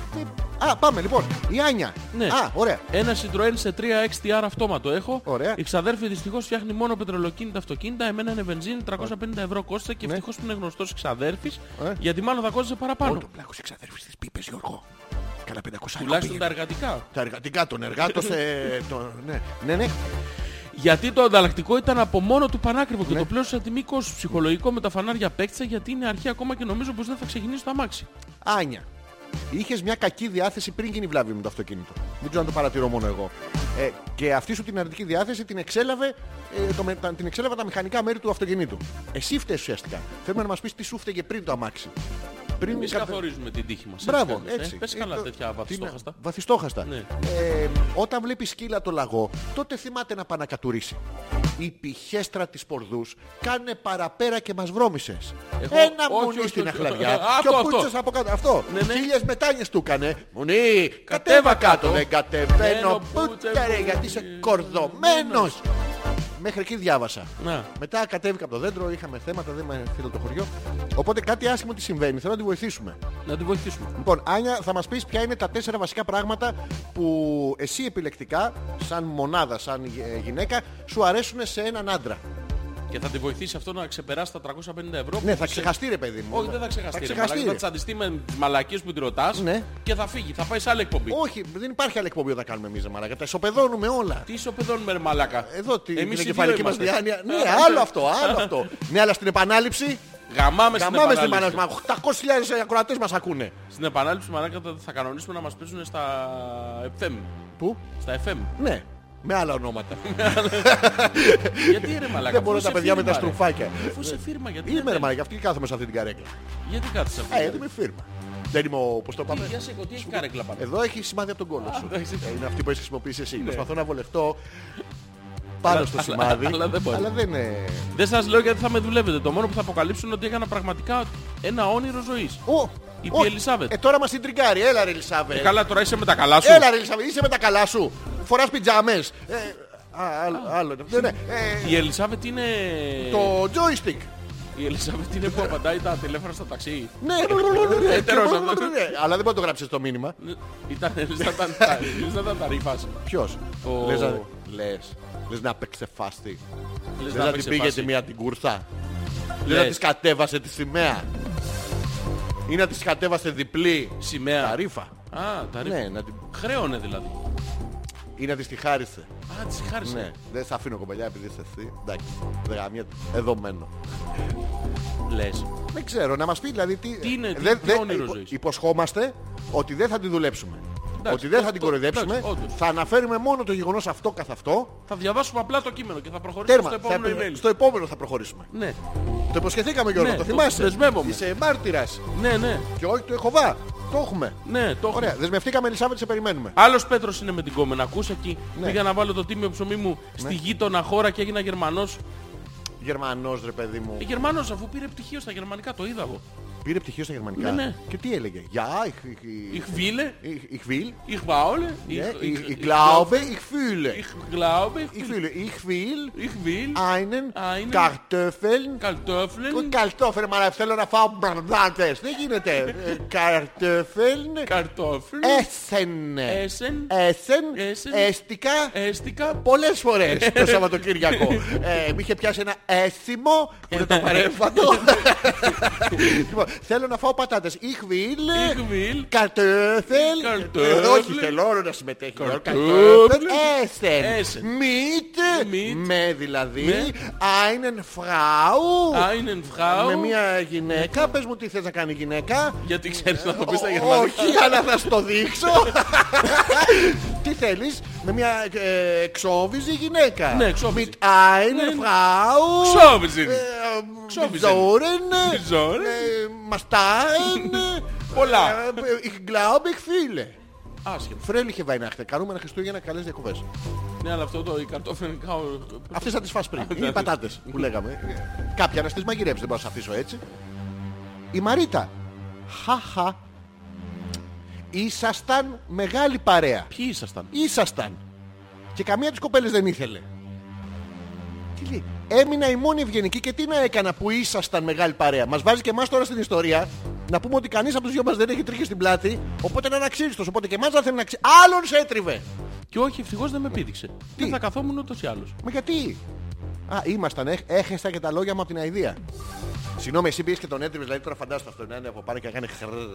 S1: Α, πάμε λοιπόν. Η Άνια.
S2: Ναι.
S1: Α, ωραία.
S2: Ένα Citroën σε 3 XTR αυτόματο έχω.
S1: Ωραία.
S2: Η ξαδέρφη δυστυχώς φτιάχνει μόνο πετρελοκίνητα αυτοκίνητα. Εμένα είναι βενζίνη 350 ευρώ κόστησε και
S1: Ναι.
S2: ευτυχώς που είναι γνωστός ξαδέρφης.
S1: Ε.
S2: Γιατί μάλλον θα κόστησε παραπάνω.
S1: Πρώτο πλάκο εξαδέρφη τη πίπες Γιώργο. Κάνα 500
S2: Τουλάχιστον τα εργατικά.
S1: Τα εργατικά, τον εργάτο. ε, τον- ναι. ναι, ναι.
S2: Γιατί το ανταλλακτικό ήταν από μόνο του πανάκριβο και
S1: Ναι.
S2: το πλέον σε τιμή κόστος. Ψυχολογικό με τα φανάρια παίκτησα γιατί είναι αρχή ακόμα και νομίζω πως δεν θα ξεκινήσει το αμάξι.
S1: Άνια. Είχες μια κακή διάθεση πριν γίνει η βλάβη με το αυτοκίνητο. Δεν ξέρω αν το παρατηρώ μόνο εγώ. Ε, και αυτή σου την αρνητική διάθεση την εξέλαβε, ε, το, με- τα- την εξέλαβα τα μηχανικά μέρη του αυτοκινήτου. Εσύ φταίεις ουσιαστικά. Θέλουμε να μας πεις τι σου φταίγε πριν το αμάξι. Πριν
S2: Εμείς
S1: κατα-
S2: καθορίζουμε την τύχη μας.
S1: Μπράβο, έτσι.
S2: Πες
S1: Ε,
S2: καλά
S1: το-
S2: τέτοια
S1: τι να-
S2: βαθιστόχαστα.
S1: Βαθιστόχαστα.
S2: Ναι.
S1: Ε, όταν βλέπεις σκύλα το λαγό, τότε θυμάται να πάει να κατουρίσει. Η πηχέστρα της πορδούς κάνε παραπέρα και μας βρώμησες.
S2: Εγώ-
S1: Ένα
S2: όχι,
S1: μουνί
S2: όχι,
S1: στην
S2: όχι.
S1: αχλαβιά
S2: Αυτό,
S1: και ο
S2: αυτό.
S1: Πούτσος από κάτω. Αυτό.
S2: Ναι, ναι.
S1: Χίλιες μετάνιες του έκανε. Μουνί, κατέβα κάτω. Δεν κατεβαίνω
S2: Μπαίνω,
S1: πούτσα
S2: πούτσε,
S1: ρε
S2: μου.
S1: γιατί είσαι κορδωμένος. Μέχρι εκεί διάβασα.
S2: Να.
S1: Μετά κατέβηκα από το δέντρο, είχαμε θέματα, δεν με θέλω το χωριό. Οπότε κάτι άσχημο τι συμβαίνει, θέλω να τη βοηθήσουμε.
S2: Να την βοηθήσουμε.
S1: Λοιπόν, Άνια, θα μας πεις ποια είναι τα τέσσερα βασικά πράγματα που εσύ επιλεκτικά, σαν μονάδα, σαν γυ- ε, γυναίκα, σου αρέσουν σε έναν άντρα.
S2: Και θα τη βοηθήσει αυτό να ξεπεράσει τα 350 ευρώ.
S1: Ναι,
S2: που
S1: θα
S2: σε-
S1: ξεχαστεί ρε παιδί μου.
S2: Όχι, δεν θα ξεχαστεί. ρε
S1: ξεχαστεί,
S2: μαλάκα. Θα
S1: ρε.
S2: τσαντιστεί με τις μαλακίες που τη ρωτάς
S1: Ναι.
S2: και θα φύγει. Θα πάει σε άλλη εκπομπή.
S1: Όχι, δεν υπάρχει άλλη εκπομπή που θα κάνουμε εμείς, ρε μαλάκα. Τα ισοπεδώνουμε όλα.
S2: Τι ισοπεδώνουμε, ρε μαλάκα.
S1: Εδώ την
S2: Εμείς
S1: Εμείς
S2: οι δύο
S1: κεφαλική μας
S2: είμαστε.
S1: διάνοια. ναι, άλλο αυτό, άλλο αυτό. ναι, αλλά στην επανάληψη,
S2: Γαμάμε στην
S1: γαμάμε στην
S2: επανάληψη.
S1: επανάληψη. Μα 800.000 ακροατές μας ακούνε.
S2: Στην επανάληψη, μαλάκα, θα- θα κανονίσουμε να μας παίζουν στα FM.
S1: Πού?
S2: Στα FM.
S1: Ναι, με άλλα ονόματα.
S2: γιατί ρε
S1: Δεν
S2: μαλάκα. αφού
S1: μπορούν τα
S2: είσαι
S1: παιδιά με τα
S2: φίρμα, ρε.
S1: στρουφάκια.
S2: Αφού σε φίρμα, γιατί.
S1: Είμαι
S2: δεν-
S1: ρε μαλάκα, αυτή κάθομαι σε αυτή την καρέκλα.
S2: Γιατί κάθεσαι
S1: Ε, δεν
S2: αυτό.
S1: είμαι φίρμα. Δεν είμαι ο, πώς το πάμε.
S2: Για σε τι έχει καρέκλα πάνω.
S1: Εδώ έχει σημάδι από τον κόλο σου.
S2: εντάξει. Ναι.
S1: Ε, Είναι αυτή που έχεις χρησιμοποιήσει εσύ. Προσπαθώ να βολευτώ πάνω στο
S2: αλλά-
S1: σημάδι.
S2: αλλά δεν μπορώ.
S1: Αλλά δεν είναι.
S2: Δεν σας λέω γιατί θα με δουλεύετε. Το μόνο που θα αποκαλύψουν είναι ότι έκανα πραγματικά ένα όνειρο ζωής.
S1: Ω!
S2: Η
S1: όχι.
S2: Ελισάβετ.
S1: Ε, τώρα μας συντριγκάρει. Έλα, ρε Ελισάβετ.
S2: Ε, Καλά, τώρα είσαι με τα καλά σου.
S1: Έλα, ρε Ελισάβετ. Είσαι με τα καλά σου. Φοράς πιτζάμες. Ε, α, άλλο. άλλο. Ναι, ναι. Ε,
S2: Η Ελισάβετ είναι.
S1: Το joystick.
S2: Η Ελισάβετ είναι που απαντάει τα τηλέφωνα στα ταξί.
S1: Ναι, ναι, ναι, ναι.
S2: Έτερος αυτός.
S1: Ναι, Αλλά δεν μπορεί να το γράψεις το μήνυμα.
S2: Ήταν ήταν τα- λες να ήταν τα ρήφας.
S1: Ποιος.
S2: Ο-
S1: Λες να- Λες. Λες να παίξε
S2: Λες
S1: Λες να την
S2: παίξει
S1: πήγε
S2: φάση.
S1: μία την κούρσα. Λες να
S2: Λες.
S1: της κατέβασε τη σημαία. Ή να της κατέβασε διπλή. Τα
S2: Σημαία.
S1: ρήφα.
S2: Α, τα ρήφα.
S1: Ναι, να την...
S2: Χρέωνε δηλαδή.
S1: ή να της τη χάρισε.
S2: Α, της χάρισε.
S1: Ναι. Δεν σε αφήνω κοπελιά επειδή είσαι εσύ. Εντάξει. Δεν γαμιέται. Εδώ μένω. Ναι,
S2: Λες.
S1: Δεν ξέρω, να μας πει δηλαδή τι...
S2: Τι είναι, τι-
S1: δεν-
S2: τι
S1: δεν-
S2: όνειρο
S1: υπο-
S2: ζωής.
S1: Υποσχόμαστε ότι δεν θα τη δουλέψουμε. ότι δεν θα
S2: το-
S1: την
S2: το-
S1: κοροϊδέψουμε.
S2: εντάξει, όντως.
S1: θα αναφέρουμε μόνο το γεγονός αυτό καθ' αυτό.
S2: Θα διαβάσουμε απλά το κείμενο και θα προχωρήσουμε
S1: Τέρμα.
S2: στο
S1: Θα-
S2: επόμενο email.
S1: στο επόμενο θα προχωρήσουμε.
S2: Ναι.
S1: Το υποσχεθήκαμε Γιώργο,
S2: Ναι,
S1: το
S2: το-
S1: θυμάσαι.
S2: δεσμεύομαι.
S1: Είσαι μάρτυρας.
S2: ναι, ναι,
S1: Και όχι, το έχω βά. Το έχουμε.
S2: ναι, το έχω.
S1: Ωραία, δεσμευτήκαμε Ελισάβετ, σε περιμένουμε.
S2: Άλλος Πέτρος είναι με την κόμενα. Ακούς εκεί.
S1: Ναι.
S2: Πήγα να βάλω το τίμιο ψωμί μου στη γείτονα χώρα και έγινα Γερμανός.
S1: Γερμανός ρε παιδί μου.
S2: Ε, Γερμανός αφού πήρε πτυχίο στα γερμανικά, το είδα εγώ.
S1: Πήρε πτυχίο στα γερμανικά.
S2: Ναι, ναι.
S1: Και τι έλεγε. Ja, ich, ich,
S2: Ich will,
S1: ich, ich will.
S2: ich baue,
S1: Ναι,
S2: ich-
S1: ich, ich
S2: ich-
S1: glaube, ich fühle.
S2: ich glaube, ich-
S1: Ich fühle. Ich will
S2: ich will
S1: einen
S2: Einen
S1: Kartoffeln.
S2: Kartoffeln,
S1: Καλτόφελ, μα θέλω να φάω μπραντάτες. Δεν γίνεται. Καρτόφελν.
S2: Kartoffeln,
S1: Ε. Έσεν.
S2: Essen,
S1: Έσεν.
S2: Essen.
S1: Έστικα.
S2: Έστικα,
S1: πολλές φορές το Σαββατοκύριακο. ε, μ' είχε πιάσει ένα έθιμο που δεν το παρέμφατο. λοιπόν, θέλω να φάω πατάτες. Ich will.
S2: Ich will.
S1: Kartoffel.
S2: Kartoffel.
S1: Ε, Όχι, θέλω όλο να συμμετέχει.
S2: Kartoffel.
S1: Kartoffel. Essen.
S2: Essen.
S1: Meat.
S2: Meat.
S1: Με δηλαδή.
S2: Με.
S1: Einen Frau.
S2: einen Frau,
S1: Με μια γυναίκα. Πες μου τι θες να κάνει η γυναίκα.
S2: γιατί ξέρεις να το πεις στα
S1: Ο-
S2: γερμανικά.
S1: Όχι, αλλά θα σου το δείξω. Τι θέλεις, με μια ε, εξόβιζη γυναίκα.
S2: Ναι, εξόβιζη.
S1: Mit einer Frau.
S2: Ξόβιζιν. Εξόβιζη.
S1: Ξόβιζεν.
S2: Zoren.
S1: Μαστάιν.
S2: Πολλά.
S1: Ich glaube, ich fühle.
S2: Άσχετο.
S1: Φρέλιχε Βαϊνάχτε. Κάνουμε ένα Χριστούγεννα καλές διακοπές.
S2: Ναι, αλλά αυτό το η καρτόφενικά.
S1: Αυτές θα τις φας πριν. Είναι οι πατάτες που λέγαμε. Κάποια να στις μαγειρέψει. Δεν μπορώ να σας αφήσω έτσι. Η Μαρίτα. Χαχα. Ήσασταν μεγάλη παρέα.
S2: Ποιοι ήσασταν.
S1: Ήσασταν. Και καμία της κοπέλες δεν ήθελε. Τι λέει. Έμεινα η μόνη ευγενική και τι να έκανα που ήσασταν μεγάλη παρέα. Μας βάζει και εμάς τώρα στην ιστορία να πούμε ότι κανείς από τους δυο μας δεν έχει τρίχει στην πλάτη. Οπότε είναι αναξύριστος. Οπότε και εμάς δεν θέλει να ξύ... Άλλον σε έτριβε.
S2: Και όχι, ευτυχώς δεν με πήδηξε. Δεν θα καθόμουν ούτως ή άλλως.
S1: Μα γιατί. Α, ήμασταν, έχ, έχεστα και τα λόγια μου από την αηδία. Συγγνώμη, εσύ πήγες και τον έτριβες, δηλαδή τώρα φαντάζεσαι αυτό να είναι από πάνω και να κάνει χρρρτ.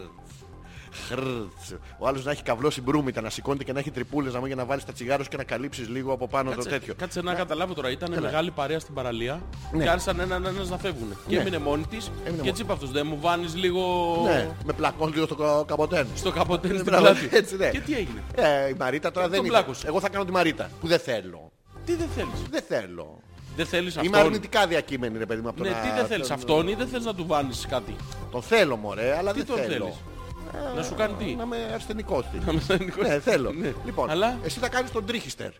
S1: Χρρρτ. Ο άλλος να έχει καβλώσει μπρούμητα, να σηκώνεται και να έχει τρυπούλες να μου για να βάλεις τα τσιγάρα σου και να καλύψεις λίγο από πάνω το τέτοιο. Ναι.
S2: Κάτσε να καταλάβω τώρα. Ήταν μεγάλη παρέα στην παραλία και άρχισαν έναν ένα να φεύγουν. Και
S1: Ναι.
S2: έμεινε μόνη της
S1: μόνη.
S2: και έτσι είπα αυτός, Δεν μου βάνεις λίγο
S1: Ναι, με πλακών λίγο στο κα- καμποτέν.
S2: στο καποτέν στην
S1: Μπράβο,
S2: πλάτη.
S1: έτσι, ναι.
S2: Και τι έγινε.
S1: Ε, η Μαρίτα τώρα
S2: Τον
S1: δεν είναι.
S2: πλάκωσε.
S1: Εγώ θα κάνω τη Μαρίτα. Που δεν θέλω.
S2: Τι δεν θέλεις.
S1: Δεν θέλω.
S2: Δεν θέλεις
S1: Είμαι
S2: αυτόν.
S1: αρνητικά διακείμενη, ρε παιδί μου, από το
S2: Ναι,
S1: να-
S2: τι δεν θέλεις
S1: τον-
S2: αυτόν ή δεν θέλεις να του βάλει κάτι.
S1: Το θέλω, μωρέ, αλλά
S2: Τι
S1: δεν
S2: τον
S1: θέλω.
S2: θέλεις. Να σου κάνει τι.
S1: Να είμαι αρσενικός της.
S2: Να με στέλνει κόσμο.
S1: Ναι, θέλω.
S2: Ναι.
S1: Λοιπόν,
S2: Αλλά
S1: εσύ θα κάνεις τον τρίχιστερ.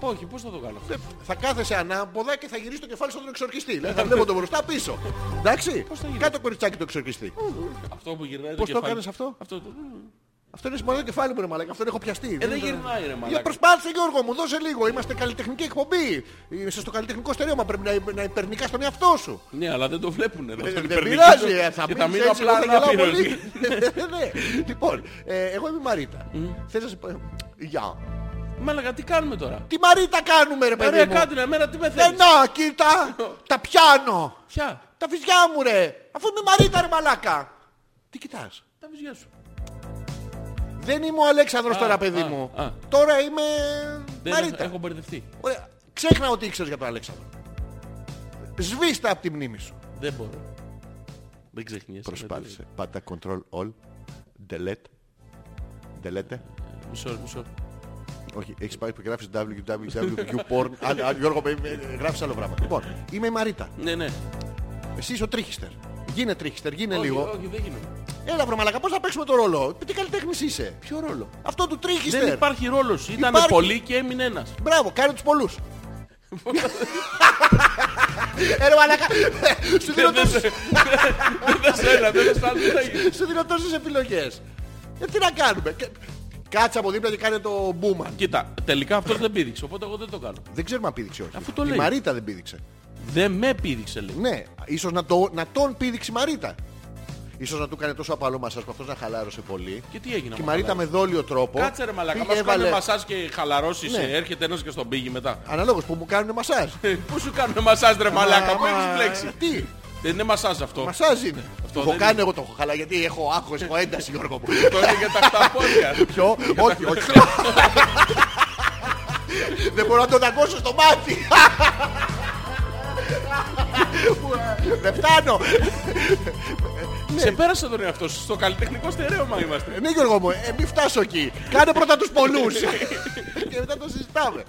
S2: όχι, πώς θα το κάνω.
S1: Ε, Θα κάθεσαι ανάποδα και θα γυρίσεις το κεφάλι στον εξορκιστή. Δηλαδή θα βλέπω τον μπροστά πίσω. Εντάξει.
S2: Ναι. Πώς θα γίνει.
S1: Κάτω κοριτσάκι του εξορκιστή.
S2: Αυτό που γυρνάει
S1: Πώς το
S2: κεφάλι.
S1: έκανες αυτό?
S2: Αυτό το...
S1: Αυτό είναι σημαντικό κεφάλι μου, ρε Μαλάκα. Αυτό έχω πιαστεί.
S2: Ε, δεν γυρνάει, ρε
S1: Για
S2: μαλάκα.
S1: προσπάθησε Γιώργο μου, δώσε λίγο. Είμαστε καλλιτεχνική εκπομπή. Είσαι στο καλλιτεχνικό στερέωμα. Πρέπει να, υ- να υπερνικάς τον εαυτό σου.
S2: Ναι, αλλά δεν το βλέπουν. Εδώ
S1: Ε,
S2: τον
S1: Δεν
S2: υπερνικήσω
S1: πειράζει, ε, θα
S2: και
S1: μείνεις
S2: τα μείνω
S1: έτσι,
S2: απλά
S1: εγώ θα γελάω
S2: ανάπηρος.
S1: πολύ. Ναι. Λοιπόν, ε, εγώ είμαι η Μαρίτα. Θες να σε πω... ε, Γεια.
S2: Μαλάκα, τι κάνουμε τώρα.
S1: Τι Μαρίτα κάνουμε Ε, ρε
S2: Ωραία,
S1: παιδί μου.
S2: Ε, κάντε εμένα τι με
S1: Ε,
S2: θέλεις.
S1: να, κοίτα, τα πιάνω.
S2: Ποια,
S1: Τα βυζιά μου ρε. Αφού είμαι η Μαρίτα ρε μαλάκα. Τι κοιτάς.
S2: τα βυζιά σου.
S1: Δεν είμαι ο Αλέξανδρος
S2: Α,
S1: τώρα παιδί
S2: α,
S1: μου.
S2: α.
S1: Τώρα είμαι
S2: Δεν
S1: Μαρίτα.
S2: έχω μπερδευτεί.
S1: Ωραία. Ξέχνα ότι ήξερες για τον Αλέξανδρο. Σβήστα από τη μνήμη σου.
S2: Δεν μπορώ. Δεν ξεχνιέσαι.
S1: Προσπάθησε. Πάντα control all. Delete. Delete.
S2: Δεν- Μισό, μισό.
S1: Όχι, έχεις πάει που γράφεις www.porn. Αν- αν, Γιώργο, με- με- γράφεις άλλο πράγμα. Λοιπόν, είμαι η Μαρίτα.
S2: Ναι, ναι.
S1: Εσύ είσαι ο τρίχιστερ. Γίνε τρίχιστερ, γίνε
S2: όχι,
S1: Ε, λίγο.
S2: όχι, δεν γίνεται.
S1: Έλα βρε μαλακά, πώς θα παίξουμε το ρόλο. Τι καλλιτέχνης είσαι.
S2: Ποιο ρόλο.
S1: Αυτό του τρίχιστερ.
S2: Δεν υπάρχει ρόλος. Ήταν
S1: Υπάρχει.
S2: πολλοί και έμεινε ένας.
S1: Μπράβο, κάνε τους πολλούς. Ε, ρε μαλακά, σου δίνω
S2: Δεν δεν-
S1: τόσες-
S2: δεν θες ένα, δεν θες άλλο. τι θα γίνει.
S1: σου δίνω τόσες επιλογές. Ε, τι να κάνουμε. Κα- Κάτσε από δίπλα και κάνε το μπούμαν.
S2: Κοίτα, τελικά αυτός δεν πήδηξε, οπότε εγώ δεν το κάνω.
S1: Δεν ξέρουμε αν πήδηξε ή όχι.
S2: Αφού το
S1: Η
S2: λέει.
S1: Μαρίτα δεν πήδηξε.
S2: Δεν με πήδηξε, λέει.
S1: Ναι, ίσως να, το, να τον πήδηξε η Μαρίτα. Ίσως να του κάνει τόσο απαλό μασάζ που αυτός να χαλάρωσε πολύ.
S2: Και τι έγινε.
S1: Και η
S2: άμα
S1: Μαρίτα
S2: χαλάρωσε.
S1: με δόλιο τρόπο.
S2: Κάτσε ρε μαλακά,
S1: πήγε,
S2: μας
S1: έβαλε-
S2: κάνει μασάζ και χαλαρώσεις,
S1: Ναι.
S2: ε, έρχεται ένας και στον πήγει μετά.
S1: Αναλόγως που μου κάνουν μασάζ. Ε,
S2: Ε, Πού σου κάνουμε μασάζ ρε μαλακά, πού
S1: Μα-
S2: έχεις μπλέξει.
S1: Τι,
S2: Δεν είναι μασάζ αυτό.
S1: μασάζ είναι.
S2: Αυτό
S1: Το έχω
S2: δεν
S1: κάνει,
S2: είναι.
S1: εγώ το έχω χαλά γιατί έχω άγχος, έχω ένταση Γιώργο μου.
S2: Το είναι για τα χταπόδια.
S1: Ποιο, όχι, όχι. Δεν μπορώ να το δαγκώσω στο μάτι. Δεν φτάνω.
S2: Σε πέρασε τον εαυτό σου, στο καλλιτεχνικό στερέωμα είμαστε.
S1: Ναι Γιώργο μου, ε, μην φτάσω εκεί. Κάνε πρώτα τους πολλούς. Και μετά το συζητάμε.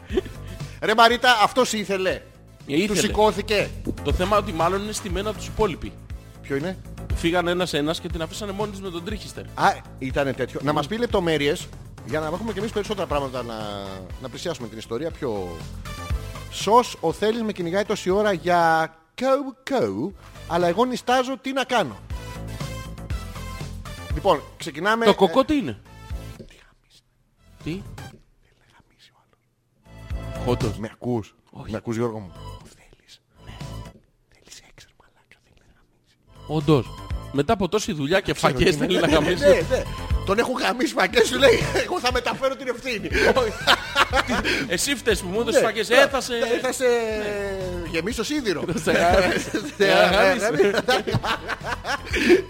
S1: Ρε Μαρίτα, αυτός ήθελε. Του
S2: Ε, ήθελε.
S1: σηκώθηκε.
S2: Το θέμα ότι μάλλον είναι στημένα από τους υπόλοιποι.
S1: Ποιο είναι?
S2: Φύγανε ένας-ένας και την αφήσανε μόνη της με τον τρίχιστερ.
S1: Α, ήταν τέτοιο. Να μας πει λεπτομέρειες για να έχουμε και εμείς περισσότερα πράγματα να, να πλησιάσουμε την ιστορία πιο... Σως ο Θέλης με κυνηγάει τόση ώρα για κοου κοου, αλλά εγώ νιστάζω τι να κάνω. Λοιπόν, ξεκινάμε...
S2: Το κοκό τι είναι. Τι. Χότος.
S1: Ε, με ακούς,
S2: Όχι. Ναι.
S1: με ακούς Γιώργο μου. Ο Θέλης. Θέλης έξω, μαλάκα, θέλεις να γαμίσεις.
S2: Όντως. Μετά από τόση δουλειά και φακές
S1: Ναι,
S2: θέλει
S1: ναι,
S2: να
S1: Ναι,
S2: γαμίσει.
S1: ναι. Τον έχουν γαμίσει φαγκές σου λέει, εγώ θα μεταφέρω την ευθύνη.
S2: Εσύ φταίς που μου έδωσες
S1: Ναι,
S2: φακές.
S1: τώρα,
S2: Έθασε.
S1: θα- Θα σε
S2: Ναι.
S1: γεμίσω σίδηρο.
S2: σε γαμίσει.
S1: Ναι,
S2: Θα
S1: ναι,
S2: γαμίσει.
S1: ναι.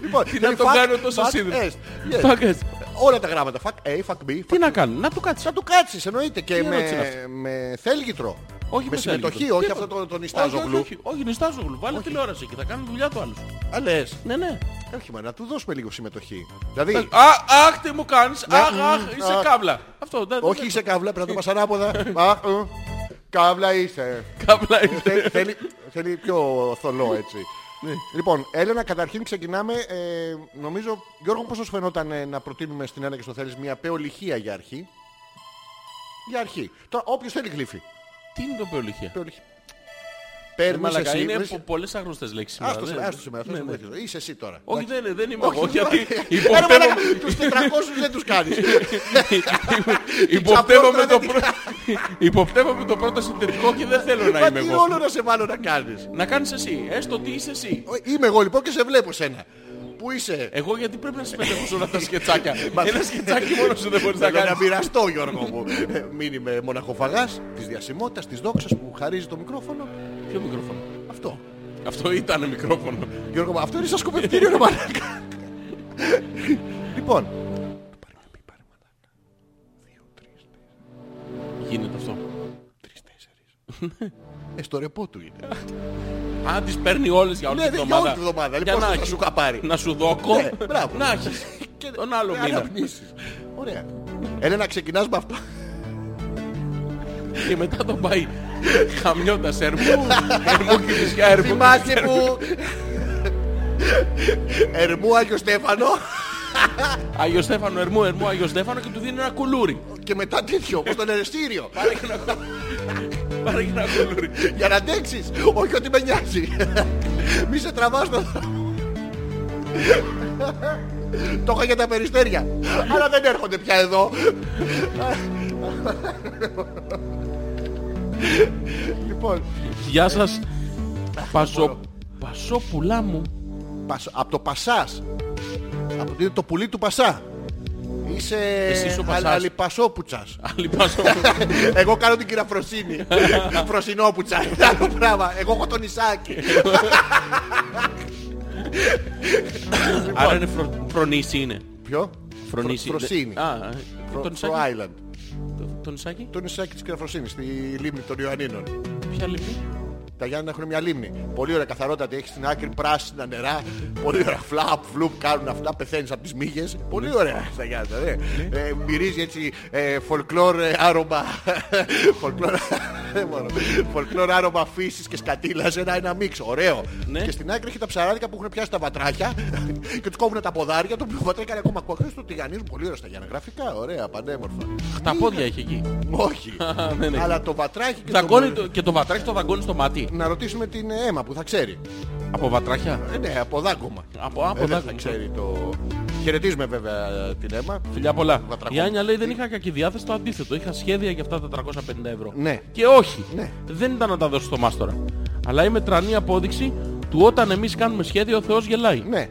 S1: Λοιπόν,
S2: να
S1: είναι
S2: τον
S1: fuck-
S2: κάνω τόσο
S1: fuck
S2: σίδηρο.
S1: yes, yes.
S2: Φακές.
S1: Όλα τα γράμματα. Fuck A, fuck B.
S2: Τι
S1: fuck-
S2: να κάνω, να του κάτσεις.
S1: Θα του κάτσεις εννοείται και
S2: Τι ερώτηση είναι
S1: με,
S2: αυτή?
S1: με θέλγητρο.
S2: Όχι
S1: με
S2: με
S1: συμμετοχή,
S2: θέλγητρο.
S1: όχι
S2: Τίποτα.
S1: αυτό το, τον
S2: Όχι, όχι,
S1: Ιστάζογλου.
S2: όχι, όχι, νηστάζογλου. Βάλε τηλεόραση και θα κάνει δουλειά του άλλου.
S1: Α, λες. Ε,
S2: Ναι, ναι.
S1: Όχι, μα να του δώσουμε λίγο συμμετοχή. Δηλαδή,
S2: Ε, Α, αχ, τι μου κάνεις.
S1: Ναι,
S2: Αχ,
S1: μ,
S2: αχ, είσαι
S1: α.
S2: κάβλα. Αυτό, δεν
S1: όχι είσαι καύλα, πρέπει να το
S2: ε,
S1: πας ανάποδα. Α, ε, Καύλα είσαι.
S2: κάβλα.
S1: Θέλει- θέλει- Θέλει πιο θολό έτσι.
S2: Ναι.
S1: Λοιπόν, Έλενα, καταρχήν ξεκινάμε. Ε, νομίζω, Γιώργο, πώς σου φαινόταν ε, να προτείνουμε στην Έλενα και στο Θέλεις μια πεολυχία για αρχή. Για αρχή. Τώρα, όποιος θέλει γλύφει.
S2: Τι είναι το πεολυχία.
S1: Πεολυχία. Παίρνεις
S2: Ε, Μαλακά,
S1: εσύ.
S2: είναι
S1: είσαι-
S2: πολλές άγνωστες λέξεις.
S1: Άστο σήμερα, άστο σήμερα. αυτός δεν βοηθάει. Είσαι εσύ τώρα.
S2: Όχι, δεν, είναι, δεν είμαι εγώ. Γιατί
S1: Άρα, μαλάκα,
S2: υποπτεύομαι-
S1: τους 400 δεν τους κάνεις.
S2: υποπτεύομαι το
S1: τσαπλώτα
S2: πρώτο. Υποπτεύομαι το πρώτο συντηρητικό και δεν θέλω να
S1: Μα
S2: είμαι
S1: τι
S2: εγώ.
S1: ρόλο να σε βάλω να κάνεις.
S2: Να κάνεις εσύ. Έστω ότι είσαι εσύ.
S1: Ε, Είμαι εγώ λοιπόν και σε βλέπω σένα. Πού είσαι.
S2: Εγώ γιατί πρέπει να συμμετέχω σε όλα τα σκετσάκια.
S1: Μα-
S2: Ένα σκετσάκι μόνος σου δεν μπορείς να
S1: Θα να
S2: κάνεις.
S1: μοιραστώ Γιώργο μου. Ε, Μην είμαι μοναχοφαγάς της διασημότητας, της δόξας που χαρίζει το μικρόφωνο.
S2: Ποιο μικρόφωνο.
S1: Αυτό.
S2: Αυτό ήταν μικρόφωνο.
S1: Γιώργο μου, αυτό είναι σαν σκοπευτήριο ρε μαλάκα. Λοιπόν,
S2: Γίνεται αυτό.
S1: ε, στο ρεπό του είναι.
S2: Α, τις παίρνει όλες για όλη
S1: Ναι,
S2: την
S1: ναι, για όλη
S2: εβδομάδα.
S1: την εβδομάδα.
S2: Για
S1: Λοιπόν,
S2: να
S1: θα
S2: έχεις.
S1: σου καπάρει.
S2: Να σου δώκω.
S1: Ναι, μπράβο.
S2: Να έχεις. Και τον άλλο
S1: Να
S2: μήνα.
S1: αναπνήσεις. Ωραία. Έλενα, ξεκινάς με αυτό.
S2: Και μετά τον πάει χαμιώντας ερμού. Ερμού και φυσικά ερμού.
S1: Θυμάσαι που... Ερμού Άγιο Στέφανο
S2: Άγιο Στέφανο, ερμού, ερμού, Άγιο Στέφανο και του δίνει ένα κουλούρι.
S1: και μετά τέτοιο, όπως τον ερεστήριο.
S2: Πάρε και ένα κου- Πάρε και ένα κουλούρι.
S1: Για να αντέξεις, όχι ότι με νοιάζει. Μη σε τραβάς το Το είχα για τα περιστέρια. Αλλά δεν έρχονται πια εδώ. λοιπόν,
S2: Γεια σας. Πασο... Πασόπουλά μου.
S1: πασ- από το Πασάς. Από το, είναι το πουλί του Πασά. Είσαι
S2: Εσύ είσαι ο Πασάς.
S1: α- αλιπασόπουτσας.
S2: Άλλη Πασόπουλα.
S1: Εγώ κάνω την κυρία Φροσίνη. Φροσινόπουτσα. Είναι Άλλο πράγμα. Εγώ έχω τον Ισάκη.
S2: Άρα είναι φρο... φρονήσι είναι.
S1: Ποιο?
S2: Φρονήσι.
S1: Φρο- Φροσίνη.
S2: Α, ε,
S1: Φρο-
S2: τον
S1: Φρο
S2: Ισάκη.
S1: Island.
S2: Τον Ισάκη.
S1: Το νησάκι της Κραφροσύνης, στη λίμνη των Ιωαννίνων.
S2: Ποια λυπή.
S1: Τα Γιάννενα έχουν μια λίμνη. Πολύ ωραία καθαρότατη, έχεις στην άκρη πράσινα νερά. Πολύ ωραία. Φλαπ, φλουπ κάνουν αυτά, πεθαίνεις από τις μύγες. Πολύ ωραία τα Γιάννενα, ναι. Ε, μυρίζει έτσι ε, φολκλόρ ε, άρωμα. φολκλόρ, δεν μπορώ. φολκλόρ άρωμα φύσης και σκατήλας, ένα, ένα μίξ. Ωραίο.
S2: Ναι.
S1: Και στην άκρη έχει τα ψαράδικα που έχουν πιάσει τα βατράκια και τους κόβουν τα ποδάρια. Το βατράκι κάνει ακόμα κόκκινο, το τηγανίζουν. Πολύ ωραία στα Γιάννενα. Γραφικά, ωραία, πανέμορφα.
S2: Τα πόδια έχει εκεί.
S1: Όχι.
S2: ναι, ναι.
S1: Αλλά το βατράχι και
S2: Δαγκώνει
S1: το...
S2: το- και το βατράχι το δαγκώνει στο μάτι.
S1: Να ρωτήσουμε την ε, αίμα που θα ξέρει.
S2: Από βατράχια.
S1: Ε, ναι, από δάγκωμα.
S2: Από
S1: Ε,
S2: από
S1: δεν
S2: δάγκωμα.
S1: θα ξέρει το... Χαιρετίζουμε βέβαια την αίμα.
S2: Φιλιά πολλά.
S1: Βατραχό.
S2: Η Άνια λέει δεν είχα κακή διάθεση, το αντίθετο. Είχα σχέδια για αυτά τα 350 ευρώ.
S1: Ναι.
S2: Και όχι.
S1: Ναι.
S2: Δεν ήταν να τα δώσω στο μάστορα. Αλλά είμαι τρανή απόδειξη του όταν εμείς κάνουμε σχέδιο ο Θεός γελάει.
S1: Ναι.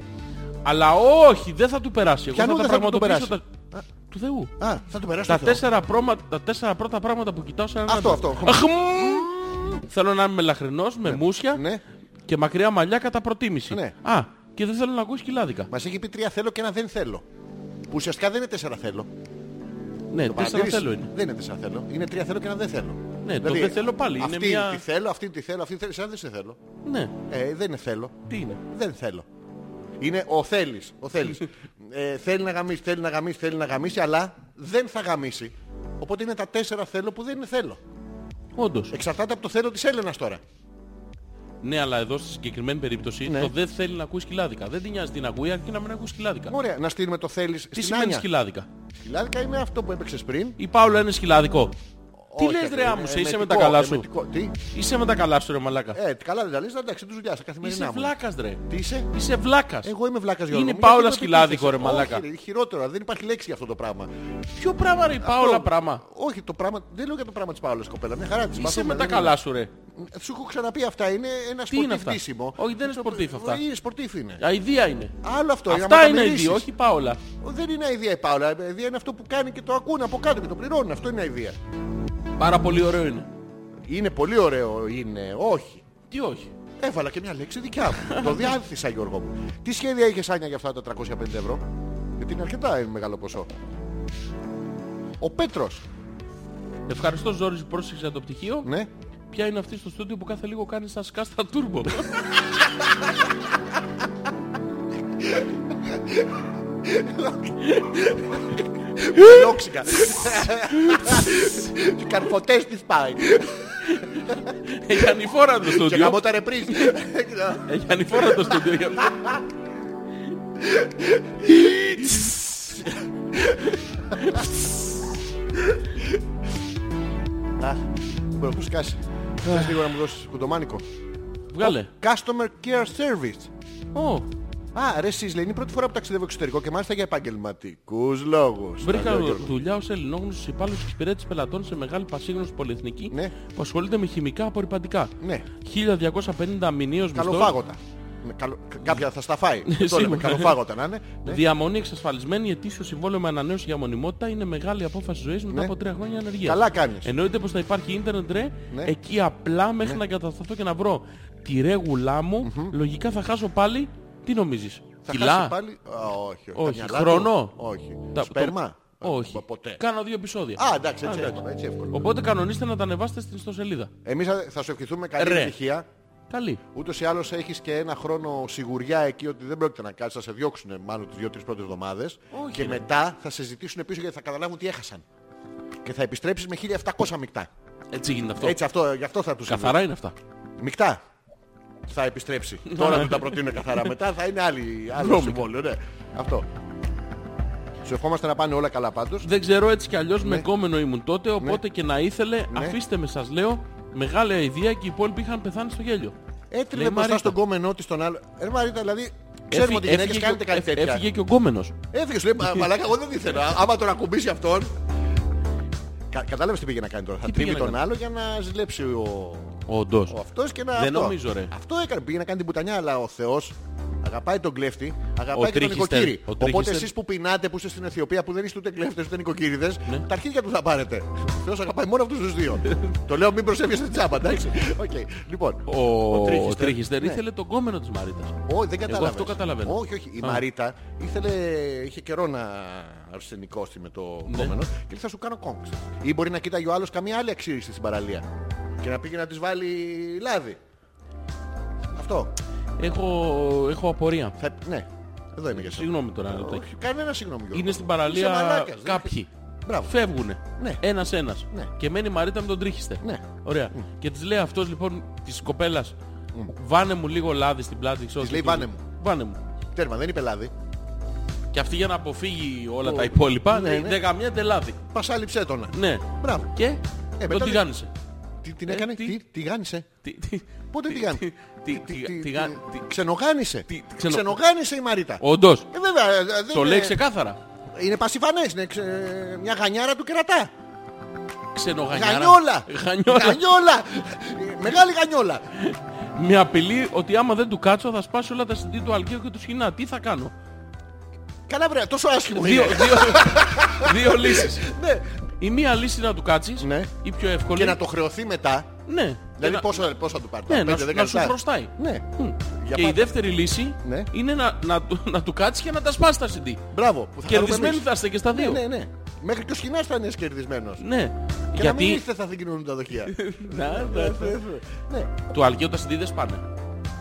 S2: Αλλά όχι, δεν θα του περάσει. Εγώ
S1: Ποιανού
S2: θα τα
S1: δεν θα του το
S2: πραγματοποιήσω
S1: περάσει?
S2: τα- του Θεού.
S1: Α, θα το περάσω.
S2: Τα
S1: στο Θεός.
S2: τέσσερα, πρώμα- τα τέσσερα πρώτα πράγματα που κοιτάω σε έναν
S1: Αυτό,
S2: άντρα.
S1: αυτό.
S2: Αχμ! Θέλω να είμαι μελαχρινός, με μουσια
S1: ναι.
S2: και μακριά μαλλιά κατά προτίμηση.
S1: Ναι.
S2: Α, και δεν θέλω να ακούω σκυλάδικα.
S1: Μας έχει πει τρία θέλω και ένα δεν θέλω. Που ουσιαστικά δεν είναι τέσσερα θέλω.
S2: Ναι, τέσσερα
S1: Παρατήρησες?
S2: θέλω είναι.
S1: Δεν είναι τέσσερα θέλω. Είναι τρία θέλω και ένα δεν θέλω. Δηλαδή,
S2: Ναι, το δεν θέλω πάλι είναι
S1: Αυτή
S2: μια-
S1: τη θέλω, αυτή τη θέλω, αυτή τη θέλω. Σαν δεν σε θέλω.
S2: Ναι,
S1: Ε, δεν είναι θέλω.
S2: τι είναι.
S1: Δεν θέλω. Είναι ο θέλεις. Ο θέλεις. ε, θέλει να γαμίσει, θέλει να γαμίσει, θέλει να γαμίσει, αλλά δεν θα γαμίσει. Οπότε είναι τα τέσσερα θέλω που δεν είναι θέλω.
S2: Όντως.
S1: Εξαρτάται από το θέλω της Έλενας τώρα.
S2: Ναι, αλλά εδώ στη συγκεκριμένη περίπτωση
S1: Ναι.
S2: το δεν θέλει να ακούει σκυλάδικα. Δεν την νοιάζει την ακούει, αρκεί να μην ακούει σκυλάδικα.
S1: Ωραία, να στείλουμε το θέλεις
S2: Τι
S1: στην
S2: σημαίνει
S1: Άνια.
S2: σκυλάδικα.
S1: Σκυλάδικα είναι αυτό που έπαιξες πριν.
S2: Η Πάολα είναι σκυλάδικο. Τι
S1: Όχι, ε,
S2: λες
S1: αυτό
S2: ρε
S1: είναι
S2: άμουσε, είσαι με
S1: εμετικό,
S2: τα καλά σου.
S1: εμετικό. Τι,
S2: Είσαι με τα καλά σου ρε μαλάκα.
S1: ε, τι καλά δεν τα λες, εντάξει, τους δουλειάς, τα καθημερινά
S2: Είσαι
S1: μου.
S2: βλάκας ρε.
S1: Τι είσαι.
S2: Είσαι βλάκας.
S1: Εγώ είμαι βλάκας Γιώργο.
S2: Είναι η
S1: μου, γιατί
S2: Πάολα
S1: το
S2: σκυλάδικο ρε
S1: επιτίθεσαι.
S2: μαλάκα.
S1: Όχι, ρε, χειρότερο, δεν υπάρχει λέξη για αυτό το πράγμα.
S2: Ποιο πράγμα ρε η Πάολα πράγμα.
S1: Όχι, το πράγμα, δεν λέω για το πράγμα της Πάολας κοπέλα, μια χαρά της.
S2: Είσαι
S1: συμπαθούμε,
S2: με τα
S1: δεν
S2: καλά σου ρε.
S1: Σου έχω ξαναπεί αυτά. Είναι ένα
S2: Τι είναι
S1: σπορτίφ
S2: αυτά.
S1: ντύσιμο.
S2: Όχι δεν είναι σπορτίφ αυτά.
S1: Είναι σπορτίφ είναι.
S2: Αιδία είναι.
S1: Άλλο αυτό. άμα
S2: Αυτά
S1: τα
S2: είναι
S1: μυρίσεις.
S2: αιδία, όχι η Πάολα.
S1: Δεν είναι αηδία η Πάολα. Η αηδία είναι αυτό που κάνει και το ακούνε από κάτω και το πληρώνουν. Αυτό είναι αηδία.
S2: Πάρα πολύ ωραίο είναι.
S1: Είναι πολύ ωραίο. Είναι. Όχι.
S2: Τι όχι.
S1: Έβαλα και μια λέξη δικιά μου. το διάθεσα Γιώργο μου. Τι σχέδια είχες Άνια για αυτά τα 350 ευρώ. Γιατί είναι αρκετά είναι μεγάλο ποσό. Ο Πέτρος.
S2: Ευχαριστώ Ζόρι που πρόσεξε το πτυχίο.
S1: Ναι.
S2: Ποια είναι αυτή στο στούντιο που κάθε λίγο κάνει σαν σκάστα τούρμπο.
S1: Λόξικα. Τι καρφωτές της πάει.
S2: Έχει ανηφόρα το
S1: Και
S2: στούντιο.
S1: γαμώ τα ρεπρίζ.
S2: Έχει ανηφόρα το στούντιο. γι' αυτό.
S1: Αχ, Μπορεί να έχω σκάσει.
S2: Ε.
S1: Θες λίγο να μου δώσεις κουντομάνικο.
S2: Βγάλε.
S1: Customer Care Service.
S2: Ω,
S1: Α, ρε εσείς λέει, είναι η πρώτη φορά που ταξιδεύω εξωτερικό και μάλιστα για επαγγελματικούς λόγους.
S2: Βρήκα
S1: Τα λέω, Γιώργος.
S2: δουλειά ως ελληνόγνωστος υπάλληλος της υπηρέτησης πελατών σε μεγάλη πασίγνωση πολυεθνική
S1: Ναι.
S2: που ασχολείται με χημικά απορριπαντικά.
S1: Ναι.
S2: 1250 μηνύως μισθός,
S1: Καλοφάγωτα. Με καλο- κα- Κάποια θα στα φάει. Το λέμε,
S2: Σίγουρα.
S1: καλοφάγωτα να είναι. Ναι.
S2: διαμονή εξασφαλισμένη, ετήσιο συμβόλαιο με ανανέωση για μονιμότητα είναι μεγάλη απόφαση ζωής μετά
S1: Ναι.
S2: από τρία χρόνια ανεργίας.
S1: Καλά κάνεις.
S2: Εννοείται πως θα υπάρχει ίντερνετ ρε,
S1: Ναι.
S2: εκεί απλά μέχρι να εγκατασταθώ και να βρω τη ρέγουλά μου, λογικά θα χάσω πάλι, τι νομίζεις,
S1: Θα χάσει
S2: κιλά,
S1: πάλι. Α, όχι.
S2: Όχι.
S1: Τα μυαλά του.
S2: Χρόνο.
S1: Όχι.
S2: Τα-
S1: Σπέρμα.
S2: το- Όχι.
S1: Ποτέ.
S2: Κάνω δύο επεισόδια.
S1: Α, εντάξει, έτσι
S2: Α,
S1: εύκολα. Έτσι εύκολα.
S2: Οπότε κανονίστε να τα ανεβάσετε στην ιστοσελίδα.
S1: Εμείς θα- θα σου ευχηθούμε καλή
S2: Ρε.
S1: επιτυχία.
S2: Καλή.
S1: Ούτως ή άλλως έχεις και ένα χρόνο σιγουριά εκεί ότι δεν πρόκειται να κάτσεις, θα σε διώξουν μάλλον τις δύο-τρεις πρώτες εβδομάδες
S2: Όχι,
S1: και
S2: ρε.
S1: μετά θα σε ζητήσουν πίσω γιατί θα καταλάβουν ότι έχασαν. Και θα επιστρέψεις με 1700 μεικτά.
S2: Έτσι γίνεται αυτό.
S1: Έτσι αυτό, γι' αυτό θα τους
S2: Καθαρά Ναι. είναι αυτά.
S1: Μεικτά. Θα επιστρέψει. Τώρα δεν τα προτείνω καθαρά. Μετά θα είναι άλλη, άλλο
S2: Βρώμικα.
S1: συμβόλαιο. Ναι. Αυτό. Σου ευχόμαστε να πάνε όλα καλά πάντως.
S2: Δεν ξέρω έτσι κι αλλιώς με κόμενο ήμουν τότε, οπότε και να ήθελε,
S1: Ναι.
S2: αφήστε με σας λέω, μεγάλη ιδέα και οι υπόλοιποι είχαν πεθάνει στο γέλιο.
S1: Έτριγε
S2: Λέει
S1: μπροστά
S2: Ναι. Μαρίτα.
S1: στον κόμενό της τον άλλο. Ρε Μαρίτα, δηλαδή ξέρουμε ότι οι γυναίκες
S2: και-
S1: κάνετε κάτι
S2: έφυγε-
S1: τέτοια.
S2: Έφυγε και ο κόμενος.
S1: Έφυγε, σου λέει «Μα- Μαλάκα, εγώ δεν ήθελα. Άμα τον ακουμπήσει αυτόν. Κα, Κατάλαβες τι πήγε να κάνει τώρα. Θα
S2: Τι
S1: τρίβει
S2: πήγε να
S1: τον
S2: κάνει?
S1: άλλο για να ζηλέψει ο,
S2: Όντως.
S1: ο αυτός και να.
S2: Δεν
S1: αυτό.
S2: νομίζω, ρε.
S1: Αυτό έκανε. Πήγε να κάνει την πουτανιά, αλλά ο Θεός αγαπάει τον κλέφτη, αγαπάει
S2: Ο
S1: και τον
S2: τρίχιστερ.
S1: νοικοκύρη.
S2: Ο
S1: Οπότε
S2: τρίχιστερ.
S1: εσείς που πεινάτε, που είστε στην Αιθιοπία, που δεν είστε ούτε κλέφτες ούτε νοικοκύριδες,
S2: Ναι.
S1: τα αρχίδια του θα πάρετε. Ο Θεός αγαπάει μόνο αυτούς τους δύο. Το λέω μην προσέβει στην τσάμπα, εντάξει. Οκ. Λοιπόν,
S2: Ο, ο
S1: τρίχιστερ.
S2: Τρίχιστερ
S1: Ναι.
S2: ήθελε τον κόμενο της Μαρίτας.
S1: Όχι, δεν κατάλαβα.
S2: αυτό καταλαβαίνω.
S1: Όχι, όχι. Η
S2: Α.
S1: Μαρίτα ήθελε, είχε καιρό να αρσενικώσει με το
S2: Ναι.
S1: κόμενο και λέει, θα σου κάνω κόμξ. Ή μπορεί να κοίταγε ο άλλος καμία άλλη αξίριση στην παραλία και να πήγε να της βάλει λάδι. Αυτό.
S2: Έχω, έχω απορία.
S1: Θα... Ναι, εδώ είμαι για σένα.
S2: Συγγνώμη τώρα ένα λεπτάκι.
S1: Όχι, κανένα συγγνώμη. Γιώργο.
S2: Είναι στην
S1: Είσαι
S2: παραλία
S1: μαλάκας, δεν-
S2: κάποιοι.
S1: Μπράβο.
S2: Φεύγουνε.
S1: Ναι.
S2: Ένας-ένας.
S1: Ναι.
S2: Και μένει η Μαρίτα με τον τρίχιστε.
S1: Ναι. Ναι.
S2: Ωραία. Και της λέει αυτός λοιπόν της κοπέλας βάνε μου λίγο λάδι στην πλάτη. ξέρω,
S1: Της λέει,
S2: του-
S1: «Βάνε μου».
S2: Βάνε μου.
S1: Τέρμα, δεν είπε λάδι.
S2: Και αυτή για να αποφύγει όλα
S1: Ο-
S2: τα υπόλοιπα
S1: Ναι,
S2: λέει,
S1: ναι.
S2: δεν γαμιέται λάδι.
S1: Πασάλιψέ τον.
S2: Ναι.
S1: Μπράβο.
S2: Και
S1: μετά
S2: τον
S1: δεν-
S2: τηγάνισε.
S1: Τι, την έκανε,
S2: τι-
S1: τι, τι γάνισε.
S2: Τι- τι-
S1: Πότε
S2: τι-
S1: τη γάνισε.
S2: τι- τι- τι- τι- γάν- τι-
S1: Ξενογάνισε.
S2: Τι- τι- ξενο-
S1: Ξενογάνισε η Μαρίτα.
S2: Όντως.
S1: Ε, βέβαια, ε, δεν
S2: Το λέει
S1: είναι-
S2: ξεκάθαρα.
S1: Είναι πασιφανές, είναι ξε- μια γανιάρα του κερατά.
S2: Ξενογανιάρα.
S1: Γανιόλα!
S2: Γανιόλα.
S1: Γανιόλα! Ε, Μεγάλη γανιόλα!
S2: Με απειλεί ότι άμα δεν του κάτσω θα σπάσει όλα τα συντή του αλκείου και του σχοινά. Τι θα κάνω.
S1: Καλά βρε, τόσο άσχημο
S2: Δύο,
S1: είναι.
S2: δύο, δύο λύσεις.
S1: Ναι.
S2: Η μία λύση να του κάτσεις,
S1: Ναι.
S2: η πιο εύκολη.
S1: Και να το χρεωθεί μετά.
S2: Ναι. Και
S1: Δηλαδή
S2: να-
S1: πόσο, πόσο θα του πάρει,
S2: ναι,
S1: τώρα,
S2: να,
S1: πέντε,
S2: σου-
S1: δέκα
S2: να σου
S1: λεπτά?
S2: χρωστάει.
S1: Ναι. Για
S2: Και η
S1: πάντα.
S2: δεύτερη λύση
S1: Ναι.
S2: είναι να, να, του- να του κάτσεις και να τα σπάσει τα CD.
S1: Μπράβο. που θα χαρούμε
S2: Κερδισμένοι
S1: εμείς.
S2: θα είστε και στα δύο.
S1: Ναι, ναι. Μέχρι και ο σκηνάς θα είναι κερδισμένος. Και
S2: Ναι.
S1: να μην
S2: Γιατί
S1: ήρθε θα την κοινωνούν τα δοχεία.
S2: να, να, να.
S1: Ναι.
S2: του αλκείου τα CD δεν σπάνε.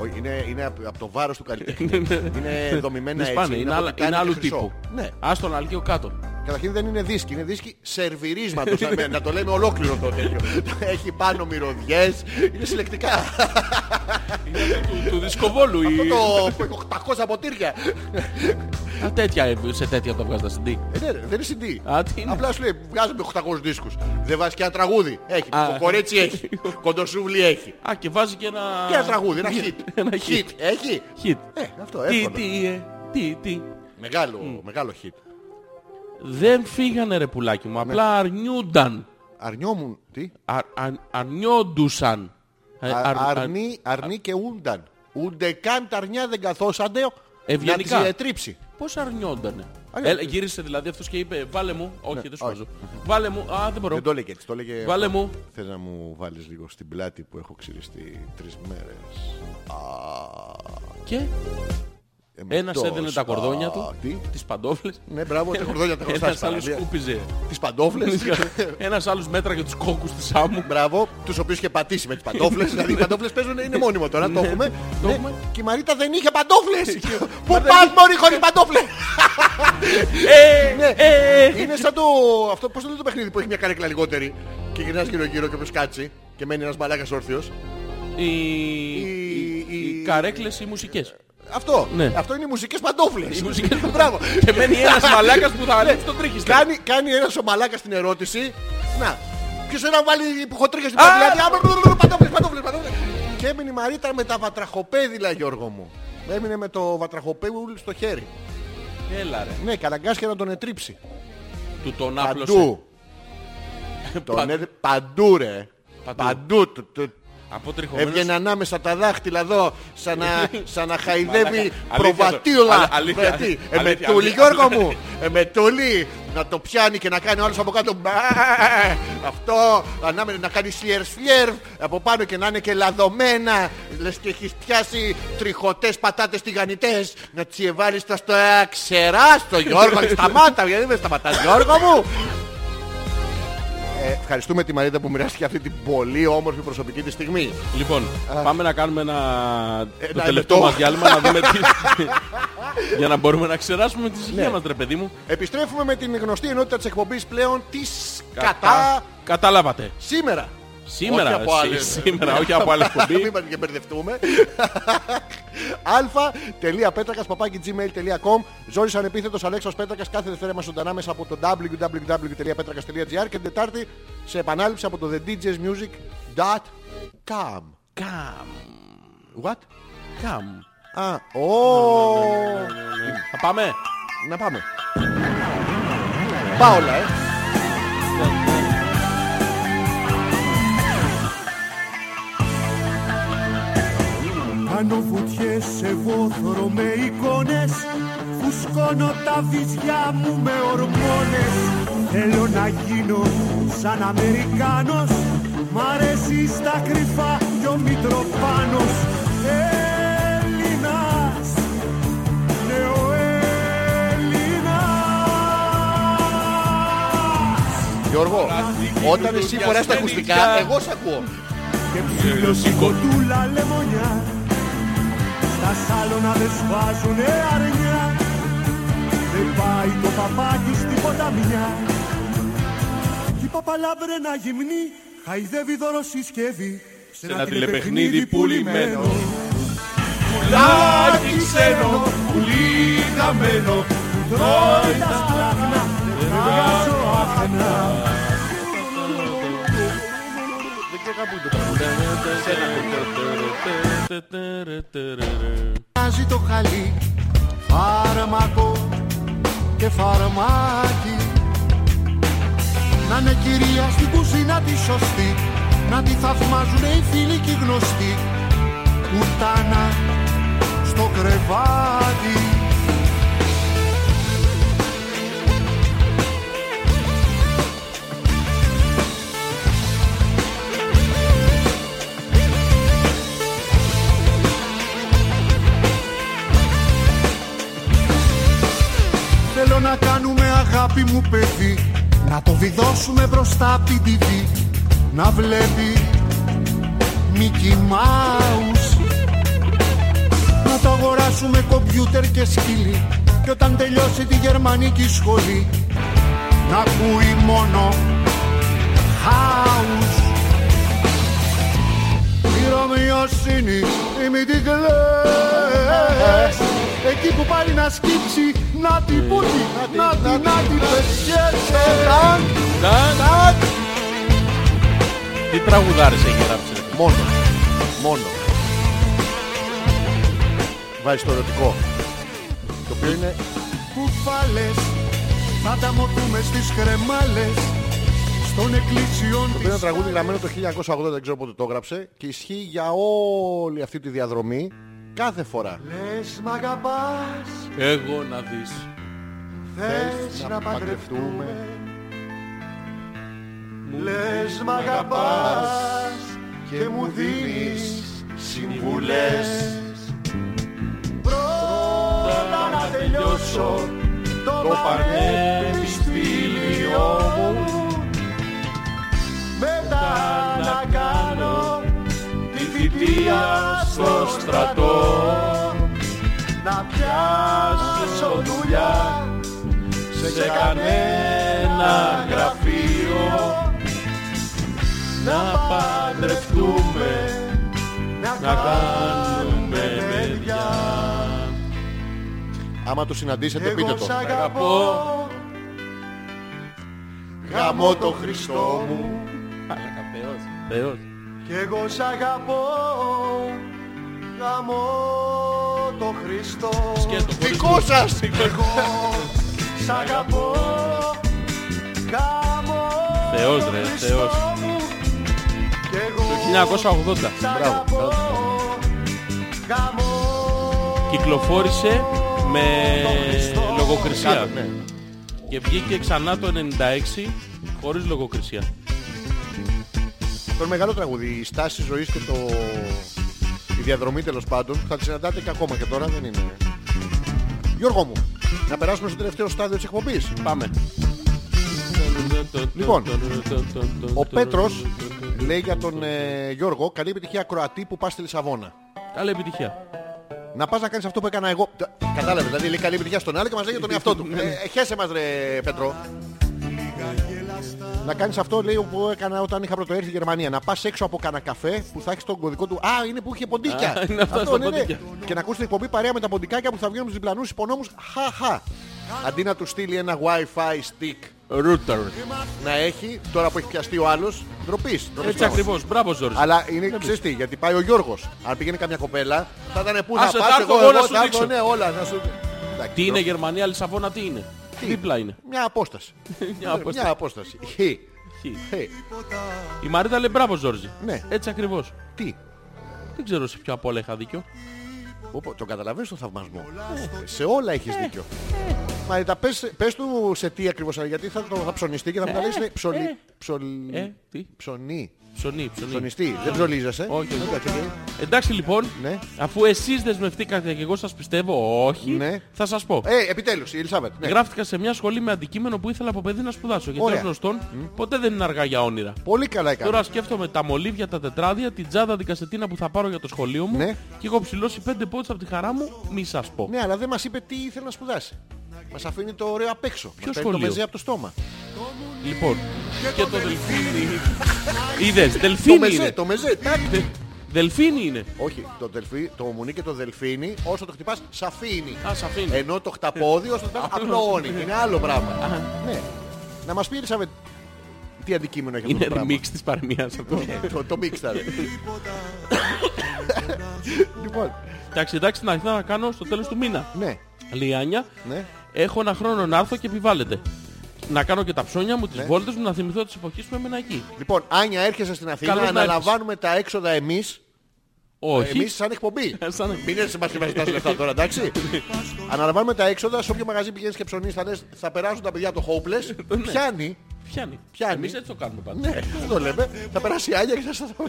S1: Ο- Είναι, είναι από από το βάρος του καλλιτέχνη.
S2: Ναι,
S1: είναι δομημένα
S2: Δεν
S1: έτσι.
S2: σπάνε. Είναι,
S1: από
S2: άλλα-
S1: τιτάνιο
S2: είναι
S1: και
S2: άλλου
S1: χρυσό.
S2: τύπου.
S1: Ναι.
S2: Ας τον αλκείο κάτω.
S1: Καταρχήν δεν είναι δίσκη, είναι δίσκη σερβιρίσματος να, με- να το λέμε ολόκληρο το τέτοιο. Έχει πάνω μυρωδιές, είναι συλλεκτικά.
S2: του, του δισκοβόλου. η-
S1: Αυτό το 800 ποτήρια.
S2: Α, τέτοια, ε, σε τέτοια το βγάζεις τα CD.
S1: Ε, ναι, ρε, δεν είναι CD.
S2: Α, τι είναι.
S1: Απλά σου λέει βγάζουμε 800 δίσκους. Δεν βάζει και ένα τραγούδι. Έχει.
S2: Α.
S1: Κοκορέτσι έχει. Κοντοσούβλι έχει.
S2: Α, και βάζει και ένα...
S1: Και ένα τραγούδι, ένα hit.
S2: ένα hit.
S1: Έχει.
S2: Hit.
S1: Ε, αυτό
S2: Τι,
S1: εύκολο.
S2: τι, ε, τι, τι.
S1: Μεγάλο, μεγάλο hit.
S2: Δεν φύγανε ρε πουλάκι
S1: Ναι.
S2: μου, απλά αρνιούνταν.
S1: Αρνιόμουν. Τι.
S2: Αρ, αρ- αρνιόντουσαν. Ε,
S1: Α-
S2: αρ- αρ-
S1: αρνί, αρνί και ούνταν. Ούτε καν τα αρνιά δεν καθόσαντε να τις
S2: Ε, Ευγενικά.
S1: διατρίψει.
S2: Πώς αρνιόντανε.
S1: Αρνιόντουσαν.
S2: Έλα, γύρισε δηλαδή αυτός και είπε βάλε μου. Όχι, δεν σου
S1: ε, Ναι, όχι.
S2: βάζω. Βάλε μου. Α, δεν μπορώ.
S1: Δεν το έλεγε έτσι, το έλεγε...
S2: Βάλε μου.
S1: Θες να μου βάλεις λίγο στην πλάτη που έχω ξυριστεί τρεις μέρες.
S2: Και
S1: Εμετός.
S2: ένας έδινε τα κορδόνια
S1: Α,
S2: του,
S1: Τι.
S2: τις παντόφλες.
S1: Ναι, μπράβο, τα κορδόνια τα έχω στα
S2: Ένας άλλος
S1: σπαλία.
S2: σκούπιζε.
S1: Τις παντόφλες.
S2: Ένας άλλος μέτραγε τους κόκκους της άμμου.
S1: Μπράβο, τους οποίους είχε πατήσει με τις παντόφλες. δηλαδή οι παντόφλες παίζουν, είναι μόνιμο τώρα, το
S2: Ναι,
S1: έχουμε.
S2: το
S1: Ναι,
S2: έχουμε.
S1: Και η Μαρίτα δεν είχε παντόφλες. Πού πας μωρή χωρίς παντόφλες.
S2: Ε,
S1: Ναι.
S2: ε, ε.
S1: Είναι σαν το. Αυτό, πώς το λέει το παιχνίδι που έχει μια καρέκλα λιγότερη και γυρνάς γύρω γύρω και πες κάτσει. και μένει ένας μαλάκας όρθιος.
S2: Οι,
S1: Οι-
S2: οι...
S1: οι-
S2: οι καρέκλες οι μουσικές.
S1: Αυτό.
S2: Ναι.
S1: Αυτό είναι οι μουσικές παντόφλες.
S2: Οι μουσικές-
S1: Μπράβο.
S2: Και μένει ένας μαλάκας που θα ανοίξει το τρίχιστρο.
S1: κάνει, κάνει ένας ο μαλάκας την ερώτηση. Να. Ποιος είναι να βάλει που έχω τρίχες στην δηλαδή, παντόφλη. Α, μπρ, μπρ, μπρ, Παντόφλες, παντόφλες, παντόφλες. Και έμεινε η Μαρίτα με τα βατραχοπέδιλα Γιώργο μου. Έμεινε με το βατραχοπέδιλ στο χέρι.
S2: Έλα ρε.
S1: Ναι, καταγκάστηκε να τον ετρίψει.
S2: Του τον άπλωσε.
S1: Παντού. Τον έδε- Παντού ρε.
S2: ε. Παντού.
S1: Παντού. του- του-
S2: Από
S1: Έβγαινε
S2: τριχωμένος.
S1: ανάμεσα τα δάχτυλα εδώ, σαν να, σαν να χαϊδεύει
S2: Μαλάκα.
S1: προβατήλα.
S2: Ε, Αλήθεια το- αλήθεια,
S1: Βρετή.
S2: αλήθεια,
S1: Ε, με
S2: αλήθεια,
S1: τούλι,
S2: αλήθεια.
S1: Γιώργο μου. Ε, με τούλι. Να το πιάνει και να κάνει ο άλλος από κάτω. Μπα, Αυτό. Ανάμενα να κάνει σλιερ σλιερ. Από πάνω και να είναι και λαδωμένα. Λες και έχεις πιάσει τριχωτές πατάτες τηγανιτές. Να τσιεβάλεις τα στο ε, ξερά στο Γιώργο. Σταμάτα, γιατί δεν σταματάς Γιώργο μου. Ε, Ευχαριστούμε τη Μαρίτα που μοιράστηκε αυτή την πολύ όμορφη προσωπική της στιγμή.
S2: Λοιπόν, πάμε να κάνουμε ένα... το
S1: ένα
S2: τελευταίο
S1: λεπτό.
S2: μας διάλειμμα να δούμε τι... Για να μπορούμε να ξεράσουμε τη ζυγεία μας ρε παιδί μου.
S1: Επιστρέφουμε με την γνωστή ενότητα της εκπομπής πλέον της κατά,
S2: Κατάλαβατε.
S1: σήμερα.
S2: Σήμερα,
S1: όχι από
S2: σή-
S1: άλλες.
S2: σήμερα, όχι από άλλη εκπομπή.
S1: Μην και μπερδευτούμε. α.πέτρακας.gmail.com Ζόρις ανεπίθετος Αλέξος Πέτρακας κάθε Δευτέρα μας ζωντανά μέσα από το www.πέτρακας.gr και την Τετάρτη σε επανάληψη από το thedjsmusic.com
S2: Καμ.
S1: What?
S2: Καμ.
S1: Α, ω,
S2: Θα πάμε.
S1: Να πάμε. Πάολα, ε.
S4: Κάνω βουτιές σε βόθρο με εικόνες Φουσκώνω τα βυζιά μου με ορμόνες Θέλω να γίνω σαν Αμερικάνος Μ' αρέσει στα κρυφά κι ο Μητροπάνος Έλληνας, ναι ο Έλληνας
S1: Γιώργο, όταν εσύ
S2: δουλειά
S1: φοράς τα
S2: στα
S1: ακουστικά,
S2: νησιά.
S1: εγώ σε ακούω.
S4: Και ψήλωση κοντούλα λεμονιά Στα σάλωνα δεν σπάζουνε αρνιά Δεν πάει το παπάκι στην ποταμιά Η παπαλάβρενα γυμνή Χαϊδεύει δωροσυσκεύη Σε
S2: ένα τηλεπαιχνίδι πουλημένο.
S4: Πουλάκι ξένο, πουλί χαμένο Που τρώει τα σπλάχνα, δεν βγάζω άχνα Μοιάζει το χαλί φάρμακο και φαρμάκι Να είναι κυρία στην κουζίνα τη σωστή Να τη θαυμάζουν οι φίλοι και οι γνωστοί Κουτάνα στο κρεβάτι Θέλω να κάνουμε αγάπη μου παιδί Να το βιδώσουμε μπροστά απ' την TV Να βλέπει Mickey Mouse Να το αγοράσουμε κομπιούτερ και σκύλι Και όταν τελειώσει τη γερμανική σχολή Να ακούει μόνο House Η Ρωμιοσύνη η μη την Ε, κλαις. Εκεί που πάλι να σκύψει Να την πούτη Να την να την πεσιέσαι
S2: Τι τραγουδάρες έχει γράψει. ρε παιδί.
S1: Μόνο. Μόνο. Βάζεις το ερωτικό. Το οποίο είναι...
S4: κουφάλες Θα τα μοτούμε στις κρεμάλες Στον εκκλησιόν
S1: Το
S4: της
S1: οποίο είναι ένα τραγούδι γραμμένο το 1980, δεν ξέρω πότε το έγραψε και ισχύει για όλη αυτή τη διαδρομή κάθε φορά.
S4: Λες μ' αγαπάς
S2: Εγώ να δεις.
S4: Θες να παντρευτούμε Λες μ' αγαπάς Και μου δίνεις συμβουλές Πρώτα να τελειώσω Το Ε, πανεπιστήμιο μου Μετά να κάνω Τη θητεία στο στρατό Να πιάσω δουλειά σε κανένα γραφείο
S2: Να παντρευτούμε,
S4: να
S2: να κάνουμε παιδιά.
S1: Άμα το συναντήσετε πείτε
S4: Εγώ σ'
S1: το.
S4: αγαπώ
S2: Αγαπώ.
S1: Γαμώ το Χριστό μου
S2: Μαλάκα, Θεός, Θεός.
S4: Κι εγώ σ' αγαπώ Γαμώ το Χριστό
S2: Σκέτο, χωρίς
S1: Δικό σας!
S2: Εγώ.
S4: Σ' αγαπώ Γαμώ
S2: Θεός,
S4: το
S2: ρε,
S4: Χριστό
S2: Θεός.
S4: μου. Κι εγώ
S2: Το 1980
S4: σ'
S1: Μπράβο,
S4: αγαπώ Γαμώ
S2: κυκλοφόρησε με
S4: το Χριστό μου.
S2: Ε, λογοκρισία.
S1: Κάτω, ναι.
S2: Και βγήκε ξανά το 96 χωρίς λογοκρισία.
S1: Το μεγάλο τραγούδι, η στάση ζωής και το... η διαδρομή τέλος πάντων θα τη συναντάτε και ακόμα και τώρα δεν είναι. Γιώργο μου, να περάσουμε στο τελευταίο στάδιο της εκπομπής.
S2: Πάμε.
S1: Λοιπόν, Ο Πέτρος λέει για τον ε, Γιώργο, καλή επιτυχία Κροατή που πας στη Λισαβόνα.
S2: Καλή επιτυχία.
S1: Να πας να κάνεις αυτό που έκανα εγώ. Τα- Κατάλαβε, δηλαδή λέει καλή επιτυχία στον άλλο και μας λέει για τον εαυτό του.
S2: Ναι.
S1: Ε, χέσε μας ρε Πέτρο. Να κάνεις αυτό λέει που έκανα όταν είχα πρωτοέρθει στη Γερμανία. Να πας έξω από κανένα καφέ που θα έχεις τον κωδικό του. Α, είναι που είχε ποντίκια. ναι,
S2: Α, είναι αυτά στα ποντίκια.
S1: Και να ακούσεις την εκπομπή παρέα με τα ποντικάκια που θα βγαίνουν στους διπλανούς υπονόμους. Χαχα. Αντί να του στείλει ένα wifi stick
S2: Router.
S1: να έχει, τώρα που έχει πιαστεί ο άλλος, ντροπής. ντροπής
S2: Έτσι
S1: πράγματι.
S2: ακριβώς. Μπράβο Ζόρις.
S1: Αλλά είναι ξέρεις τι, γιατί πάει ο Γιώργος. Αν πήγαινε καμιά κοπέλα, θα ήταν πού θα
S2: Άσε,
S1: πας,
S2: θα έρθω
S1: εγώ,
S2: εγώ να
S1: εγώ,
S2: σου
S1: θα
S2: δείξω.
S1: έρθω, ναι, όλα, να σου... Εντάξει,
S2: Τι είναι
S1: ντροπή.
S2: Γερμανία, Λισαβόνα, τι είναι. Δίπλα είναι.
S1: Μια απόσταση.
S2: Μια απόσταση.
S1: Μια απόσταση. Χ.
S2: Χι.
S1: Χ.
S2: Η Μαρίτα λέει μπράβο Ζόρζι.
S1: Ναι.
S2: Έτσι ακριβώς.
S1: Τι.
S2: Δεν ξέρω σε ποιο από όλα είχα δίκιο.
S1: Οπό, τον καταλαβαίνεις τον θαυμασμό. Ε, Σε όλα έχεις δίκιο. Μα τα πες, πες του σε τι ακριβώς, γιατί θα, το, θα ψωνιστεί και θα μου τα λες ε, ψολι... ψολι-
S2: Ε, τι.
S1: Ψωνί.
S2: Ψωνί, ψωνί.
S1: Ψωνιστή. Δεν ψολίζεσαι.
S2: Όχι, όχι.
S1: Εντάξει, οκ.
S2: Εντάξει λοιπόν,
S1: Ναι.
S2: αφού εσείς δεσμευτήκατε και εγώ σας πιστεύω όχι,
S1: Ναι.
S2: θα σας πω.
S1: Ε, επιτέλους, η Ελισάβετ. Ναι.
S2: Γράφτηκα σε μια σχολή με αντικείμενο που ήθελα από παιδί να σπουδάσω. Γιατί
S1: Ωραία.
S2: ως γνωστόν, ποτέ δεν είναι αργά για όνειρα.
S1: Πολύ καλά έκανε.
S2: Τώρα σκέφτομαι τα μολύβια, τα τετράδια, την τζάδα, την κασετίνα που θα πάρω για το σχολείο μου
S1: Ναι.
S2: και έχω ψηλώσει πέντε πόντους από τη χαρά μου, μη σας πω.
S1: Ναι, αλλά δεν μας είπε τι ήθελε να σπουδάσει. Μας αφήνει το ωραίο απ' έξω. Μας παίρνει το
S2: σχολείο?
S1: μεζέ από το στόμα.
S2: Λοιπόν, και το δελφίνι. Είδες,
S1: Το
S2: δελφίνι
S1: μεζέ,
S2: είναι. Ε.
S1: το μεζέ. τάκ.
S2: Δελφίνι είναι.
S1: Όχι, το, δελφί, το μουνί και το δελφίνι, όσο το χτυπάς, σ' αφήνει.
S2: Α, σ' αφήνει.
S1: Ενώ το χταπόδι, όσο το χτυπάς, απλώνει. Είναι άλλο πράγμα. ναι. Να μας πεις, Ελισάβετ, τι αντικείμενο έχει αυτό
S2: Είναι
S1: το πράγμα.
S2: remix της παρμίας αυτό.
S1: το, το mix θα είναι. Λοιπόν,
S2: Εντάξει, εντάξει, την αρχή να κάνω στο τέλος του μήνα.
S1: ναι,
S2: Λέει η Άνια,
S1: ναι.
S2: έχω ένα χρόνο να έρθω και επιβάλλεται. Να κάνω και τα ψώνια μου, τις
S1: Ναι.
S2: βόλτες μου, να θυμηθώ τις εποχές που έμενα εκεί.
S1: Λοιπόν, Άνια, έρχεσαι στην Αθήνα,
S2: Καλώς να
S1: αναλαμβάνουμε τα έξοδα εμείς
S2: Όχι.
S1: Εμείς σαν εκπομπή.
S2: Ε, Σαν εκπομπή.
S1: Μην έρθεις μα και μα ζητάς λεφτά τώρα, εντάξει. Αναλαμβάνουμε τα έξοδα σε όποιο μαγαζί πηγαίνεις και ψωνεί, θα λες, θα περάσουν τα παιδιά από το hopeless.
S2: Ναι.
S1: Πιάνει.
S2: Πιάνει.
S1: Πιάνει.
S2: Εμείς έτσι το κάνουμε πάντα.
S1: Ναι, δεν το λέμε. Θα περάσει η Άνια και θα σας το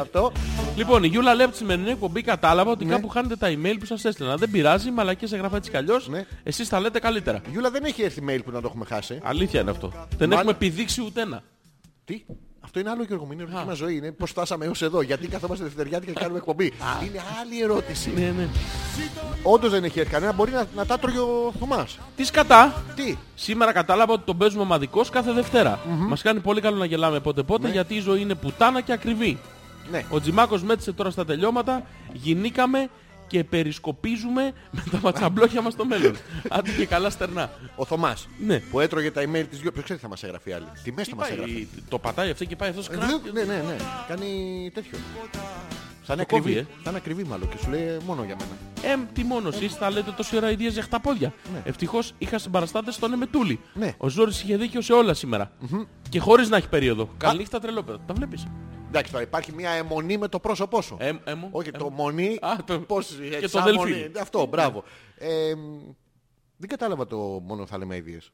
S1: Αυτό.
S2: Λοιπόν, η Γιούλα λέει από τη σημερινή εκπομπή κατάλαβα
S1: Ναι.
S2: ότι κάπου χάνετε τα email που σας έστελνα. Δεν πειράζει, μαλακές έγραφα έτσι κι αλλιώς.
S1: Ναι.
S2: Εσείς τα λέτε καλύτερα.
S1: Η Γιούλα δεν έχει έρθει mail που να το έχουμε χάσει.
S2: Αλήθεια είναι αυτό. Δεν
S1: Μα-
S2: έχουμε επιδείξει ούτε ένα.
S1: Τι. Αυτό είναι άλλο Γιώργο, μου, είναι ερωτική
S2: Α.
S1: μας ζωή. Είναι πώς φτάσαμε έως εδώ. Γιατί καθόμαστε δευτεριάτικα και κάνουμε εκπομπή. Είναι άλλη ερώτηση.
S2: Ναι, ναι.
S1: Όντως δεν έχει έρθει κανένα. Μπορεί να, να τα τρώει ο Θωμάς.
S2: Τι σκατά.
S1: Τι.
S2: Σήμερα κατάλαβα ότι τον παίζουμε ομαδικός κάθε Δευτέρα. Μας κάνει πολύ καλό να γελάμε πότε-πότε γιατί η ζωή είναι πουτάνα και ακριβή.
S1: Ναι.
S2: Ο Τζιμάκος μέτρησε τώρα στα τελειώματα, γινήκαμε και περισκοπίζουμε με τα ματσαμπλόχια μας στο μέλλον. Άντε και καλά στερνά.
S1: Ο Θωμάς.
S2: Ναι.
S1: Που έτρωγε τα email της Γιώργης. Ποιος ξέρει τι θα μας έγραφε η άλλη. Τι μέσα
S2: Τι
S1: θα μας
S2: πάει,
S1: έγραφε.
S2: το πατάει αυτό και πάει αυτός
S1: Ε,
S2: κράτο.
S1: Ναι, ναι, ναι. Κάνει τέτοιο. Θα είναι
S2: Το
S1: ακριβή.
S2: κόβει,
S1: Θα είναι ακριβή μάλλον και σου λέει μόνο για μένα.
S2: Ε, τι μόνος εσείς θα λέτε τόση ώρα ιδέες για χταπόδια.
S1: Ναι.
S2: Ευτυχώς είχα συμπαραστάτες στον Εμετούλη.
S1: Ναι.
S2: Ο Ζόρις είχε δίκιο σε όλα σήμερα. Και χωρίς να έχει περίοδο. Καληνύχτα τρελόπεδο. Τα βλέπεις.
S1: Εντάξει, τώρα υπάρχει μια αιμονή με το πρόσωπό σου.
S2: Ε, εμ-
S1: Όχι,
S2: εμ-
S1: το μονή.
S2: Α, το-
S1: πώς,
S2: και
S1: έτσι,
S2: το
S1: σαν
S2: δελφίνι.
S1: μονή. Αυτό, μπράβο. Ε, μ, δεν κατάλαβα το μόνο θα λέμε αηδίες.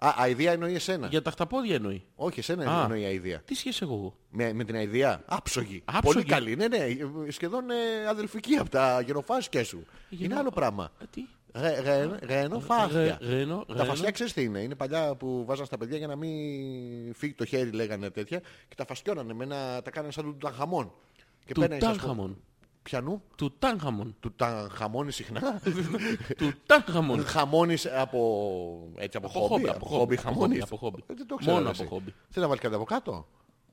S1: Α, αηδία εννοεί εσένα.
S2: Για τα χταπόδια εννοεί.
S1: Όχι, εσένα
S2: Α.
S1: εννοεί αηδία.
S2: Τι σχέση έχω εγώ.
S1: Με, με την αηδία. Άψογη.
S2: Άψογη.
S1: Πολύ καλή. Ναι, ναι. ε, Σχεδόν ε, αδελφική από τα γενοφάσκια σου. Είναι
S2: Γενο-
S1: άλλο πράγμα.
S2: Ε, Τι.
S1: Γε- γε- Γενοφάσκια.
S2: Γε- γενο-
S1: Τα
S2: γενο-
S1: φασιά ξέρεις τι είναι. Είναι παλιά που βάζαν στα παιδιά για να μην φύγει το χέρι, λέγανε τέτοια. Και τα φασιώνανε με ένα. Τα κάνανε σαν του Τουταγχαμών. Και
S2: Του
S1: παίρνανε, ας
S2: Τάγχαμον.
S1: πούμε, Πιανού.
S2: Του Τάγχαμον.
S1: Του Ταγχαμώνει συχνά.
S2: Του Τάγχαμον.
S1: Χαμώνεις από. Έτσι από,
S2: Από
S1: χόμπι.
S2: χόμπι,
S1: Από
S2: από
S1: χόμπι
S2: χόμπι,
S1: χαμώνεις.
S2: από χόμπι.
S1: Ε, Δεν το ξέρω.
S2: Μόνο
S1: εσύ.
S2: από χόμπι.
S1: Θέλει να βάλεις κάτι από κάτω.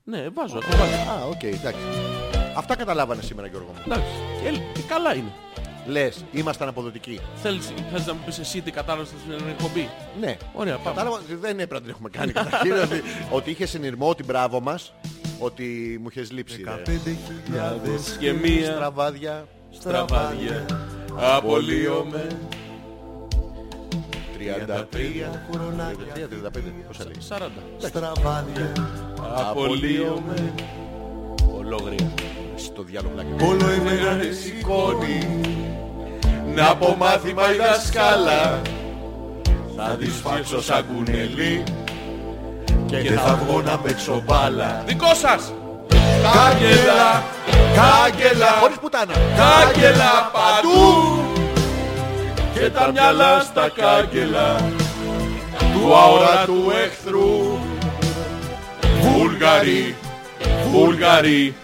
S2: Ναι, βάζω. έχω βάλει.
S1: Α, οκ, εντάξει. Αυτά καταλάβανε σήμερα, Γιώργο μου.
S2: Εντάξει. Ε, τι καλά είναι.
S1: Λες, ήμασταν αποδοτικοί.
S2: Θέλεις, θες να μου πεις εσύ τι κατάλαβες στην εκπομπή.
S1: Ναι.
S2: Ωραία, πάμε.
S1: Κατάλαβα ότι δεν έπρεπε να την έχουμε κάνει καταρχήν. ότι, ότι είχε συνειρμό, ότι μπράβο μας, ότι μου είχες λείψει. ρε.
S4: 15.000
S2: Και μία
S1: Στραβάδια,
S2: στραβάδια απολύομαι.
S1: 33
S4: χρονάκια
S1: 35, πώς θα λέει.
S2: 40.
S4: στραβάδια
S2: Απολύομαι. Ολόγρια.
S1: Στο διάλογο
S4: Όλο εμένα με σηκώνει
S2: Να από μάθημα η δασκάλα
S4: Θα δυσφάξω σαν κουνελί
S1: Και
S4: Και θα βγω να παίξω μπάλα
S2: Δικό σας!
S4: Κάγκελα, κάγκελα,
S1: Χωρίς πουτάνα.
S4: κάγκελα παντού
S2: Και τα μυαλά στα κάγκελα
S4: του αόρατου εχθρού Βούλγαροι,
S2: Βούλγαροι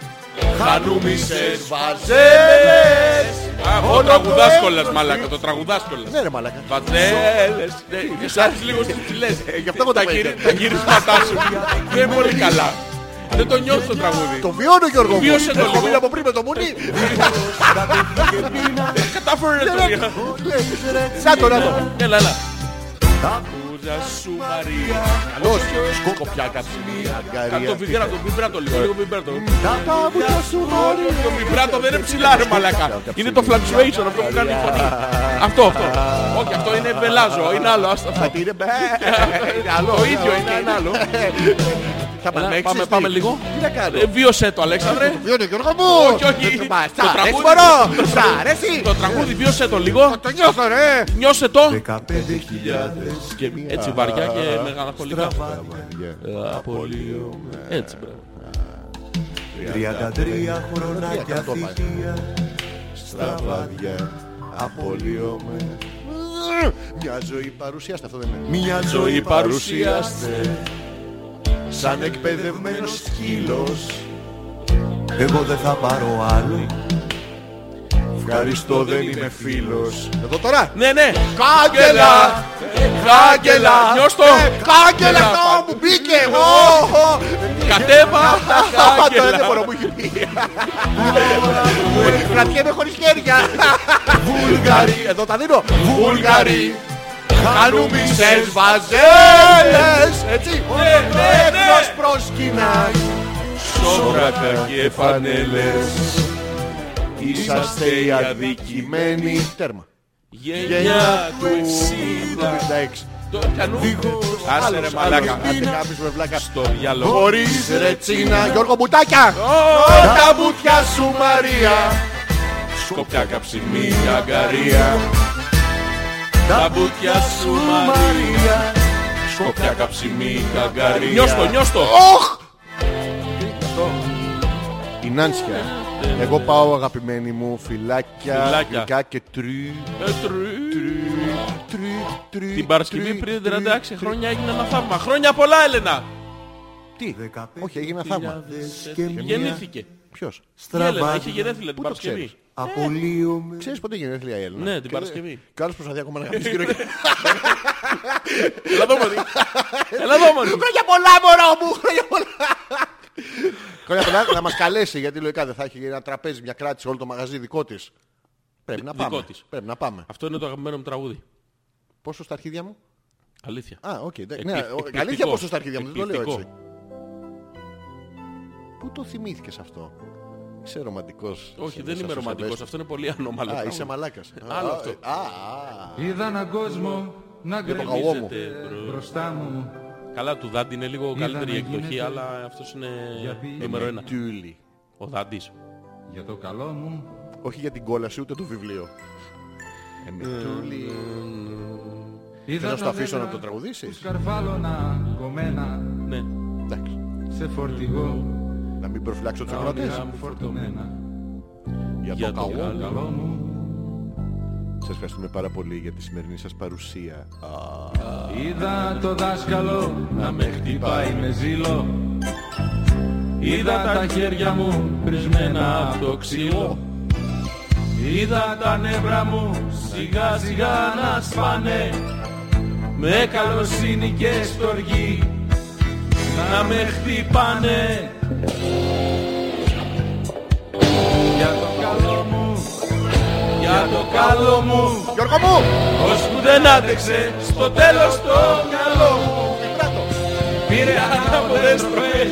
S4: χανουμισές
S2: Βαζέλες Α, το
S1: Όλο
S2: τραγουδάς
S1: το
S2: κιόλας
S1: έθνος
S2: μαλάκα, το τραγουδάς κιόλας
S1: Ναι ρε μαλάκα.
S2: Βαζέλες Ναι, Σ' άρεσε λίγο στις ψηλές
S1: Ε, γι' αυτό εγώ το
S2: Τα
S1: βρήκα.
S2: γύρι- Τα γύρεις πατά σου Δεν είναι πολύ καλά Δεν το νιώθω το τραγούδι
S1: Το βιώνω Γιώργο μου.
S2: Βίωσε το
S1: Έχω
S2: λίγο.
S1: μείνει από πριν με το μουνί.
S2: Κατάφερε το
S1: Ναι, ναι.
S2: λίγο.
S1: Να το, να το.
S2: Έλα, έλα Κούζα σου Μαρία Καλώς Σκοπιά καψιμία
S1: Αγκαρία.
S2: Κάτω βιβράτο, βιβράτο
S1: Ε.
S2: λίγο, λίγο βιβράτο
S1: Τα μπουτια σου χωρίς.
S2: Το βιβράτο δεν είναι ψηλά ρε μαλακά. Είναι το fluctuation αυτό που κάνει η φωνή. Αυτό, αυτό. Όχι, αυτό είναι βελάζο, είναι άλλο. άστα αυτό.
S1: Θα την μπε. Είναι άλλο.
S2: Το ίδιο είναι, είναι Ε, άλλο.
S1: Θα
S2: Έλα,
S1: παλέξεις,
S2: Πάμε,
S1: τι?
S2: πάμε λίγο.
S1: Τι να κάνω.
S2: Ε, Βίωσέ το, Αλέξανδρε.
S1: Βιώνω Γιώργο μου.
S2: Όχι, όχι.
S1: Δεν το πας.
S2: Το
S1: Σ' αρέσει
S2: τραγούδι.
S1: μωρό. Σ' αρέσει.
S2: Το τραγούδι βίωσέ το λίγο.
S1: Το νιώθω ρε.
S2: Νιώσε το.
S4: 15.000
S2: Και έτσι βαριά και μεγαλαχολικά. Ε, Απολύω. Έτσι, μπράβο.
S4: 33 χρονάκια
S1: Τρία,
S4: θητεία
S1: Στραβάδια. Απολύομαι. Μια ζωή παρουσιάστε αυτό δεν είναι.
S4: Μια
S2: Ζωή
S4: ζωή
S2: παρουσιάστε.
S1: Σαν εκπαιδευμένος
S4: παιδευμένος
S1: σκύλο.
S4: σκύλος Εγώ δεν θα πάρω άλλο
S1: Ευχαριστώ, δεν είμαι φίλος Εδώ τώρα.
S2: Ναι, ναι.
S1: Κάγκελα!
S2: Κάγκελα. Νιώσε το.
S1: Ε, Κάγκελα αυτό μου μπήκε εγώ!
S2: Ναι, Κατέβα τα
S1: Τώρα δεν
S2: κάγκελα.
S1: μπορώ, μου είχε πει. Κρατιέμαι χωρίς χέρια.
S4: Βουλγαροί,
S1: Εδώ τα δίνω.
S4: Βουλγαροί
S1: Χανουμισές
S4: Χανουμισές
S1: βαζέλες. Έτσι.
S2: ναι, ναι.
S1: Έθνος προσκυνάει.
S2: Σόβρακα και φανέλες.
S1: Είσαστε οι αδικημένοι. Τέρμα.
S2: Γενιά του 60.
S1: 96.
S2: Το πιανού. Άσε ρε
S1: Άλλος,
S2: μαλάκα.
S1: άλλος. Άντε χάπης με βλάκα.
S2: Στο διάλογο.
S1: Χωρίς ρετσίνα. Γιώργο Μπουτάκια.
S2: Τα
S1: Τα μπουτιά σου Μαρία.
S2: σκοπιά καψιμή αγκαρία. Τα μπουτια σου Μαρία. Σκοπιά καψιμή αγκαρία. Νιώστο, νιώστο.
S1: Οχ! Η Νάνσια. Εγώ πάω αγαπημένη μου φυλάκια,
S2: Φυλάκια.
S1: γλυκά και τρι,
S2: Ε, τρου.
S1: τρι, τρι,
S2: Την Παρασκευή
S1: τρι,
S2: πριν
S1: τρι,
S2: 36
S1: τρι.
S2: χρόνια έγινε ένα θαύμα. Χρόνια πολλά, Έλενα.
S1: Τι, όχι έγινε ένα θαύμα.
S4: και μια
S2: Γεννήθηκε.
S1: Ποιος,
S2: Η Έλενα είχε
S4: στραβάδια
S2: γενέθλια την
S1: Πού το
S2: Παρασκευή.
S1: ξέρεις?
S4: Απολύομαι
S1: ξέρεις πότε γενέθλια η Έλληνα.
S2: Ναι, την
S1: Και-
S2: Παρασκευή.
S1: Και άλλος προσπαθεί ακόμα να αγαπήσει κύριο
S2: Έλα εδώ μωρή. Έλα εδώ μωρή.
S1: Ε, Χρόνια πολλά μωρό μου, χρόνια πολλά. Χρόνια πολλά, να μας καλέσει γιατί λογικά δεν θα έχει ένα τραπέζι, μια κράτηση, όλο το μαγαζί δικό της. Πρέπει να
S2: Δικό
S1: πάμε.
S2: της.
S1: Πρέπει να πάμε.
S2: Αυτό είναι το αγαπημένο μου τραγούδι.
S1: Πόσο στα αρχίδια μου.
S2: Αλήθεια.
S1: Α, οκ. εντάξει.
S2: Εκπληκ-
S1: Ναι, ο-
S2: εκπληκτικό.
S1: αλήθεια πόσο στα αρχίδια μου, δεν το λέω έτσι.
S2: Εκπληκτικό.
S1: Πού το θυμήθηκες αυτό. Είσαι ρομαντικός.
S2: Όχι,
S1: Είσαι
S2: δεν
S1: μέσα
S2: είμαι
S1: στους
S2: ρομαντικός.
S1: αμπέστες.
S2: Αυτό είναι πολύ ανώμαλο.
S1: Α,
S2: πράγμα.
S1: είσαι μαλάκας.
S2: Άλλο
S1: Α,
S2: αυτό.
S1: Α, α,
S5: Είδα έναν κόσμο να
S1: το
S5: γκρεμίζεται
S1: καγό μου.
S5: μπροστά μου
S2: Καλά, του Δάντη είναι λίγο καλύτερη η
S5: να
S2: εκδοχή,
S5: γίνεται.
S2: αλλά αυτός είναι
S5: Γιατί?
S2: νούμερο ένα.
S1: Τούλη.
S2: Ο Δάντης.
S5: για το καλό μου.
S1: Όχι για την κόλαση, ούτε το βιβλίο. Ε, ναι. Εμετούλη.
S5: Είδα
S1: να στο
S5: τα
S1: αφήσω
S5: δέντρα
S1: να το τραγουδήσεις?
S5: που Σκαρβάλωνα κομμένα
S2: Ναι.
S1: Εντάξει.
S5: σε φορτηγό.
S1: Να μην προφυλάξω τους
S5: Τα όνειρά
S1: ακροατές.
S5: μου φορτωμένα.
S1: Για το
S2: Για το
S1: καγό.
S2: καλό.
S5: Καλό μου.
S1: Σας ευχαριστούμε πάρα πολύ για τη σημερινή σας παρουσία.
S5: Είδα το δάσκαλο να με χτυπάει με ζήλο. Είδα τα χέρια μου πρισμένα από το ξύλο. Είδα τα νεύρα μου σιγά σιγά να σπάνε με καλοσύνη και στοργή να με χτυπάνε Για το καλό μου, για το καλό μου,
S1: Γιώργο μου!
S5: ως που δεν άντεξε στο τέλος το μυαλό μου.
S1: Κράτο!
S5: Πήρε ανάποδες τροφές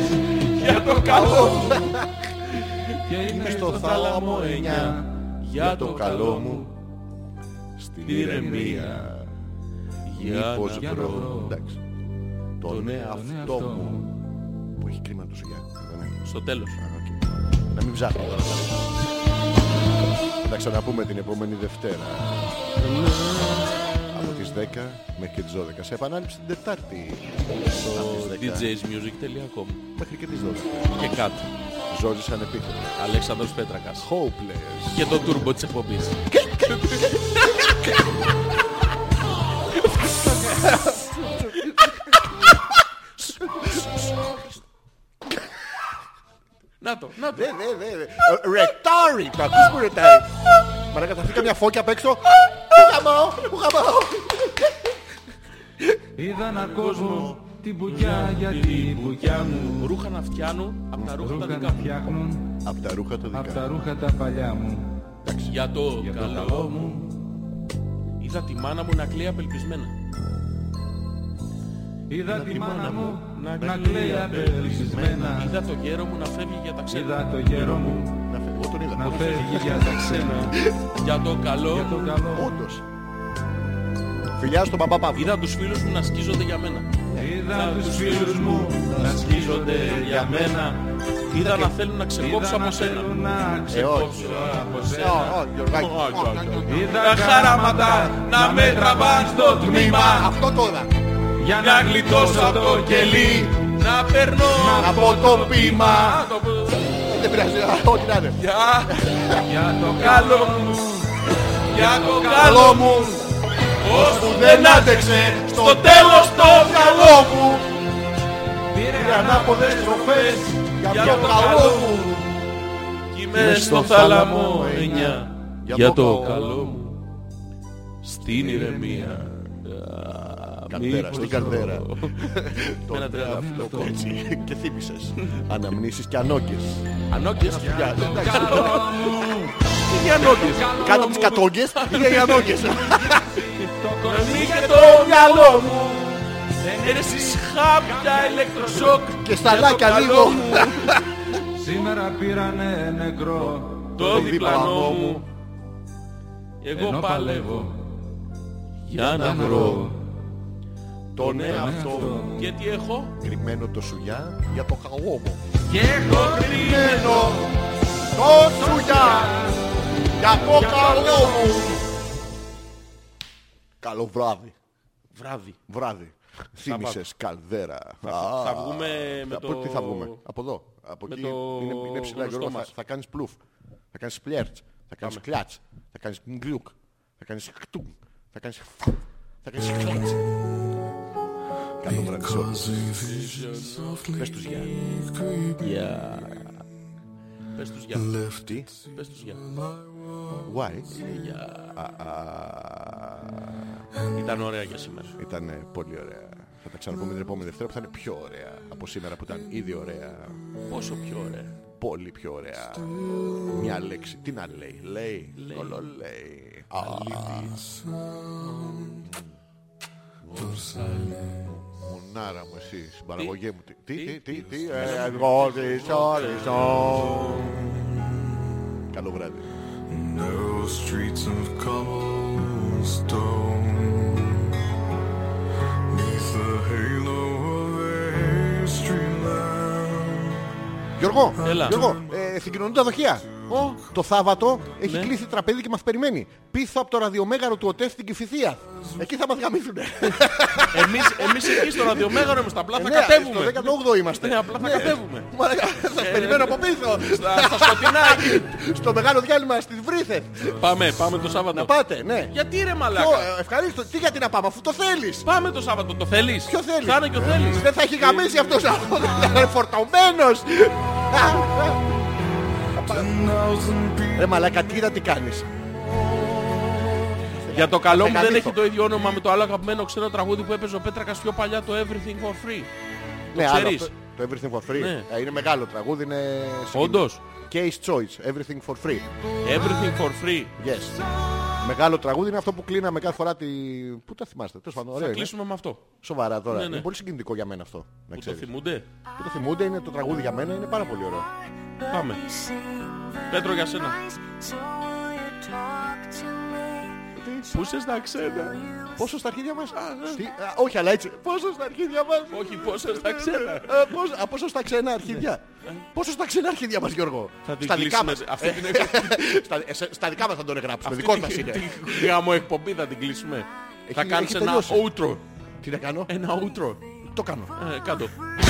S5: για το καλό μου. Και είμαι
S1: στο θάλαμο εννιά
S5: για το καλό μου
S1: Στην
S5: την ηρεμία.
S1: Για
S5: Μήπως
S1: να
S5: βρω
S1: βρω εντάξει, τον
S5: τον
S1: εαυτό
S5: εαυτό
S1: μου
S5: μου.
S1: που έχει κρίμα του σιγά.
S2: Στο τέλος.
S1: Να μην ψάχνω τώρα. Θα ξαναπούμε την επόμενη Δευτέρα. Από τις 10 μέχρι και τις 12. Σε επανάληψη την Τετάρτη. Από τις 10
S2: DJsmusic.com
S1: μέχρι και τις 12.
S2: και κάτω.
S1: Ζόρις ανεπίθετος.
S2: Αλέξανδρος Πέτρακας.
S1: Hopeless.
S2: Και το τούρμπο της εκπομπής. Να το, να το.
S1: Δε, δε, δε, δε. Ε, Ρετάρι. Το ακούς που ρετάρι. Μαρακα θα φύγει μια φώκια απ' έξω. Πού γαμάω, πού γαμάω.
S5: Είδα έναν κόσμο την πουκιά για την πουκιά μου.
S2: Ρούχα να φτιάνω από τα ρούχα τα
S5: Ρούχα
S2: δικά
S5: να
S2: μου.
S5: φτιάχνουν
S1: Απ' τα ρούχα τα
S5: απ'
S1: δικά.
S5: τα ρούχα τα παλιά μου.
S2: Για το
S5: Για το
S2: καλό
S5: καλό μου,
S2: είδα τη μάνα μου να κλαίει απελπισμένα.
S5: είδα τη μάνα μου
S2: να
S5: να
S2: κλαίει
S5: κλαίει απελπισμένα.
S2: Είδα το γέρο μου να φεύγει για τα ξένα.
S5: Είδα το γέρο μου
S1: Να φεύγω, τον είδα.
S5: να φεύγει για τα ξένα.
S2: Για το καλό
S5: Για το
S2: μου
S5: καλό μου,
S1: Όντως. Φιλιά στον παπά Παύλο.
S2: είδα τους φίλους μου να σκίζονται για μένα.
S5: είδα τους φίλους μου να σκίζονται για μένα.
S2: Είδα να θέλουν να
S5: Είδα
S2: ξεγόψω
S5: να
S2: από σένα.
S5: θέλουν να ξεκόψω από
S1: Ε,
S5: σένα.
S1: ω, ω, Γιωργάκη.
S5: Είδα χαράματα να με τραβάν στο τμήμα
S1: Αυτό τώρα.
S5: Για να γλιτώσω από το κελί
S2: Να περνώ
S1: Από το πείμα.
S2: να το πω.
S1: Δεν πειράζει, α, ό,τι να είναι.
S2: Για
S5: Για το καλό μου,
S2: για το καλό
S1: Καλό μου,
S2: ώσπου
S1: δεν άντεξε στο
S2: στο τέλος το
S1: καλό μου.
S5: πήρε
S1: Οι ανάποδες
S5: ανάποδες
S1: στροφές για το καλό μου.
S2: κι είμαι στο θάλαμο εννιά για το καλό μου στην ηρεμία
S1: Καρδέρα, στην καρδέρα. Το
S2: ένα τεράστιο
S1: αυτό, έτσι. Και θύμισες. Αναμνήσεις και ανόγκες.
S2: Ανόγκες
S1: Για- εντάξει,
S2: είναι οι ανόγκες
S1: Κάτω από τις κατόγκες είναι οι ανόγκες.
S2: Κορμί και το μυαλό μου Έρεσης χάπια ηλεκτροσόκ
S1: Και σταλάκια λίγο.
S5: Σήμερα πήρανε νεκρό
S2: Το διπλανό μου Εγώ
S5: Ενώ
S2: παλεύω
S5: παλεύω
S2: για να βρω
S5: Βρω
S2: Λοιπόν,
S1: Τον
S2: ε,
S1: εαυτό μου.
S2: Και τι Ναι, έχω
S1: Κρυμμένο το σουγιά για το καλό μου.
S2: Και έχω κρίνει
S1: Κρυμμένο το σουγιά για το καλό μου. Καλό βράδυ.
S2: Βράδυ
S1: Βράδυ. Θύμησες καλδέρα.
S2: θα βγούμε με
S1: Από
S2: το-
S1: τι θα βγούμε. Από εδώ. Από
S2: με
S1: εκεί
S2: το
S1: είναι, είναι ψηλά
S2: γνωστό
S1: Γιώργο. Θα,
S2: μας.
S1: θα κάνεις πλούφ. Θα κάνεις πλέρτ. Θα κάνεις κλάτς. Θα κάνεις γκλουκ. Θα κάνεις κτουμ. Θα κάνεις φου, Θα κάνεις κλάτς. Καλό βράδυ. σε όλους. Πες τους γεια.
S2: Γεια Πες τους γεια
S1: Τι.
S2: Πες τους γεια
S1: Why.
S2: Γεια.
S1: Α, α,
S2: Ήταν ωραία για σήμερα
S1: Ήταν πολύ ωραία. Θα τα ξαναπούμε την επόμενη Δευτέρα που θα είναι πιο ωραία από σήμερα που ήταν ήδη ωραία.
S2: Πόσο πιο ωραία
S1: Πολύ πιο ωραία. Μια λέξη. Τι να λέει. Λέει. Όλο λέει. Α, Μονάρα μου εσύ, συμπαραγωγέ μου. Τι, τι, τι, τι, τι. ε, Εγώ της όριστον. Καλό βράδυ.
S6: narrow streets of cobblestone. Neath the halo of a history lamp.
S1: Γιώργο,
S2: Έλα.
S1: Γιώργο ε, συγκοινωνούν τα δοχεία. Το Σάββατο έχει
S2: Ναι.
S1: κλείσει τραπέζι και μας περιμένει. Πίσω από το ραδιομέγαρο του ΟΤΕ στην Κυφυσία. Εκεί θα μας γαμίσουνε.
S2: Ε, Εμείς, εμείς εκεί στο ραδιομέγαρο είμαστε απλά
S1: Ε,
S2: θα
S1: ναι,
S2: κατέβουμε
S1: Στο 18 είμαστε.
S2: Ναι απλά θα κατέβουμε
S1: Μαλάκα, σας περιμένω από πίσω.
S2: Στα στα σκοτεινά εκεί.
S1: Στο μεγάλο διάλειμμα στις Βρύθες.
S2: Πάμε, πάμε το Σάββατο
S1: Να πάτε, ναι.
S2: Γιατί ρε
S1: Ποιο,
S2: μαλάκα
S1: ε, Ευχαρίστω. Τι γιατί να πάμε αφού το θέλεις.
S2: Πάμε το Σάββατο, το θέλεις
S1: Ποιο θέλεις.
S2: Θα είναι και ο θέλεις
S1: Δεν θα έχει γαμίσει αυτός. Θα είναι φορτωμένος. Ρε μαλάκα, τι είδα τι κάνεις.
S2: Για το καλό μου δεν
S1: Μεγαλύτερο.
S2: έχει το ίδιο όνομα με το άλλο αγαπημένο ξένο τραγούδι που έπαιζε ο Πέτρακας πιο παλιά το Everything for Free.
S1: Ναι,
S2: ξέρεις.
S1: αυτό- το Everything for Free.
S2: Ναι.
S1: Ε, Είναι μεγάλο τραγούδι, είναι... σκηνή.
S2: Όντως.
S1: Case Choice, Everything for Free.
S2: Everything for free.
S1: Yes. Μεγάλο τραγούδι είναι αυτό που κλείναμε κάθε φορά τη... Πού τα θυμάστε, τέλος πάντων, ωραίο
S2: Θα
S1: είναι.
S2: κλείσουμε με αυτό.
S1: Σοβαρά τώρα.
S2: Ναι, ναι.
S1: Είναι πολύ συγκινητικό για μένα αυτό. Να
S2: Που το
S1: ξέρεις.
S2: θυμούνται.
S1: Που το θυμούνται, είναι το τραγούδι για μένα, είναι πάρα πολύ ωραίο.
S2: Πάμε. Πέτρο για σένα. Πού είσαι στα ξένα.
S1: Πόσο στα αρχίδια μας. Στη- α, Όχι, αλλά έτσι. Πόσο στα αρχίδια μας.
S2: Όχι, ναι. πόσο στα ξένα. Ε.
S1: Ε, πώς- Α, πόσο στα ξένα αρχίδια. Πόσο στα ξένα αρχίδια μας, Γιώργο.
S2: Θα την
S1: Στα δικά
S2: κλείσουμε.
S1: μας.
S2: Αυτή την
S1: Στα- ε, σε- Στα δικά μας θα τον εγγράψουμε. Δικό μας
S2: εκπομπή.
S1: είναι.
S2: Την γάμο εκπομπή θα την κλείσουμε.
S1: Έχει-
S2: Θα κάνεις
S1: έχει
S2: ένα
S1: τελειώσει.
S2: outro.
S1: Τι να κάνω.
S2: Ένα outro.
S1: Το κάνω.
S2: Ε, Κάτω.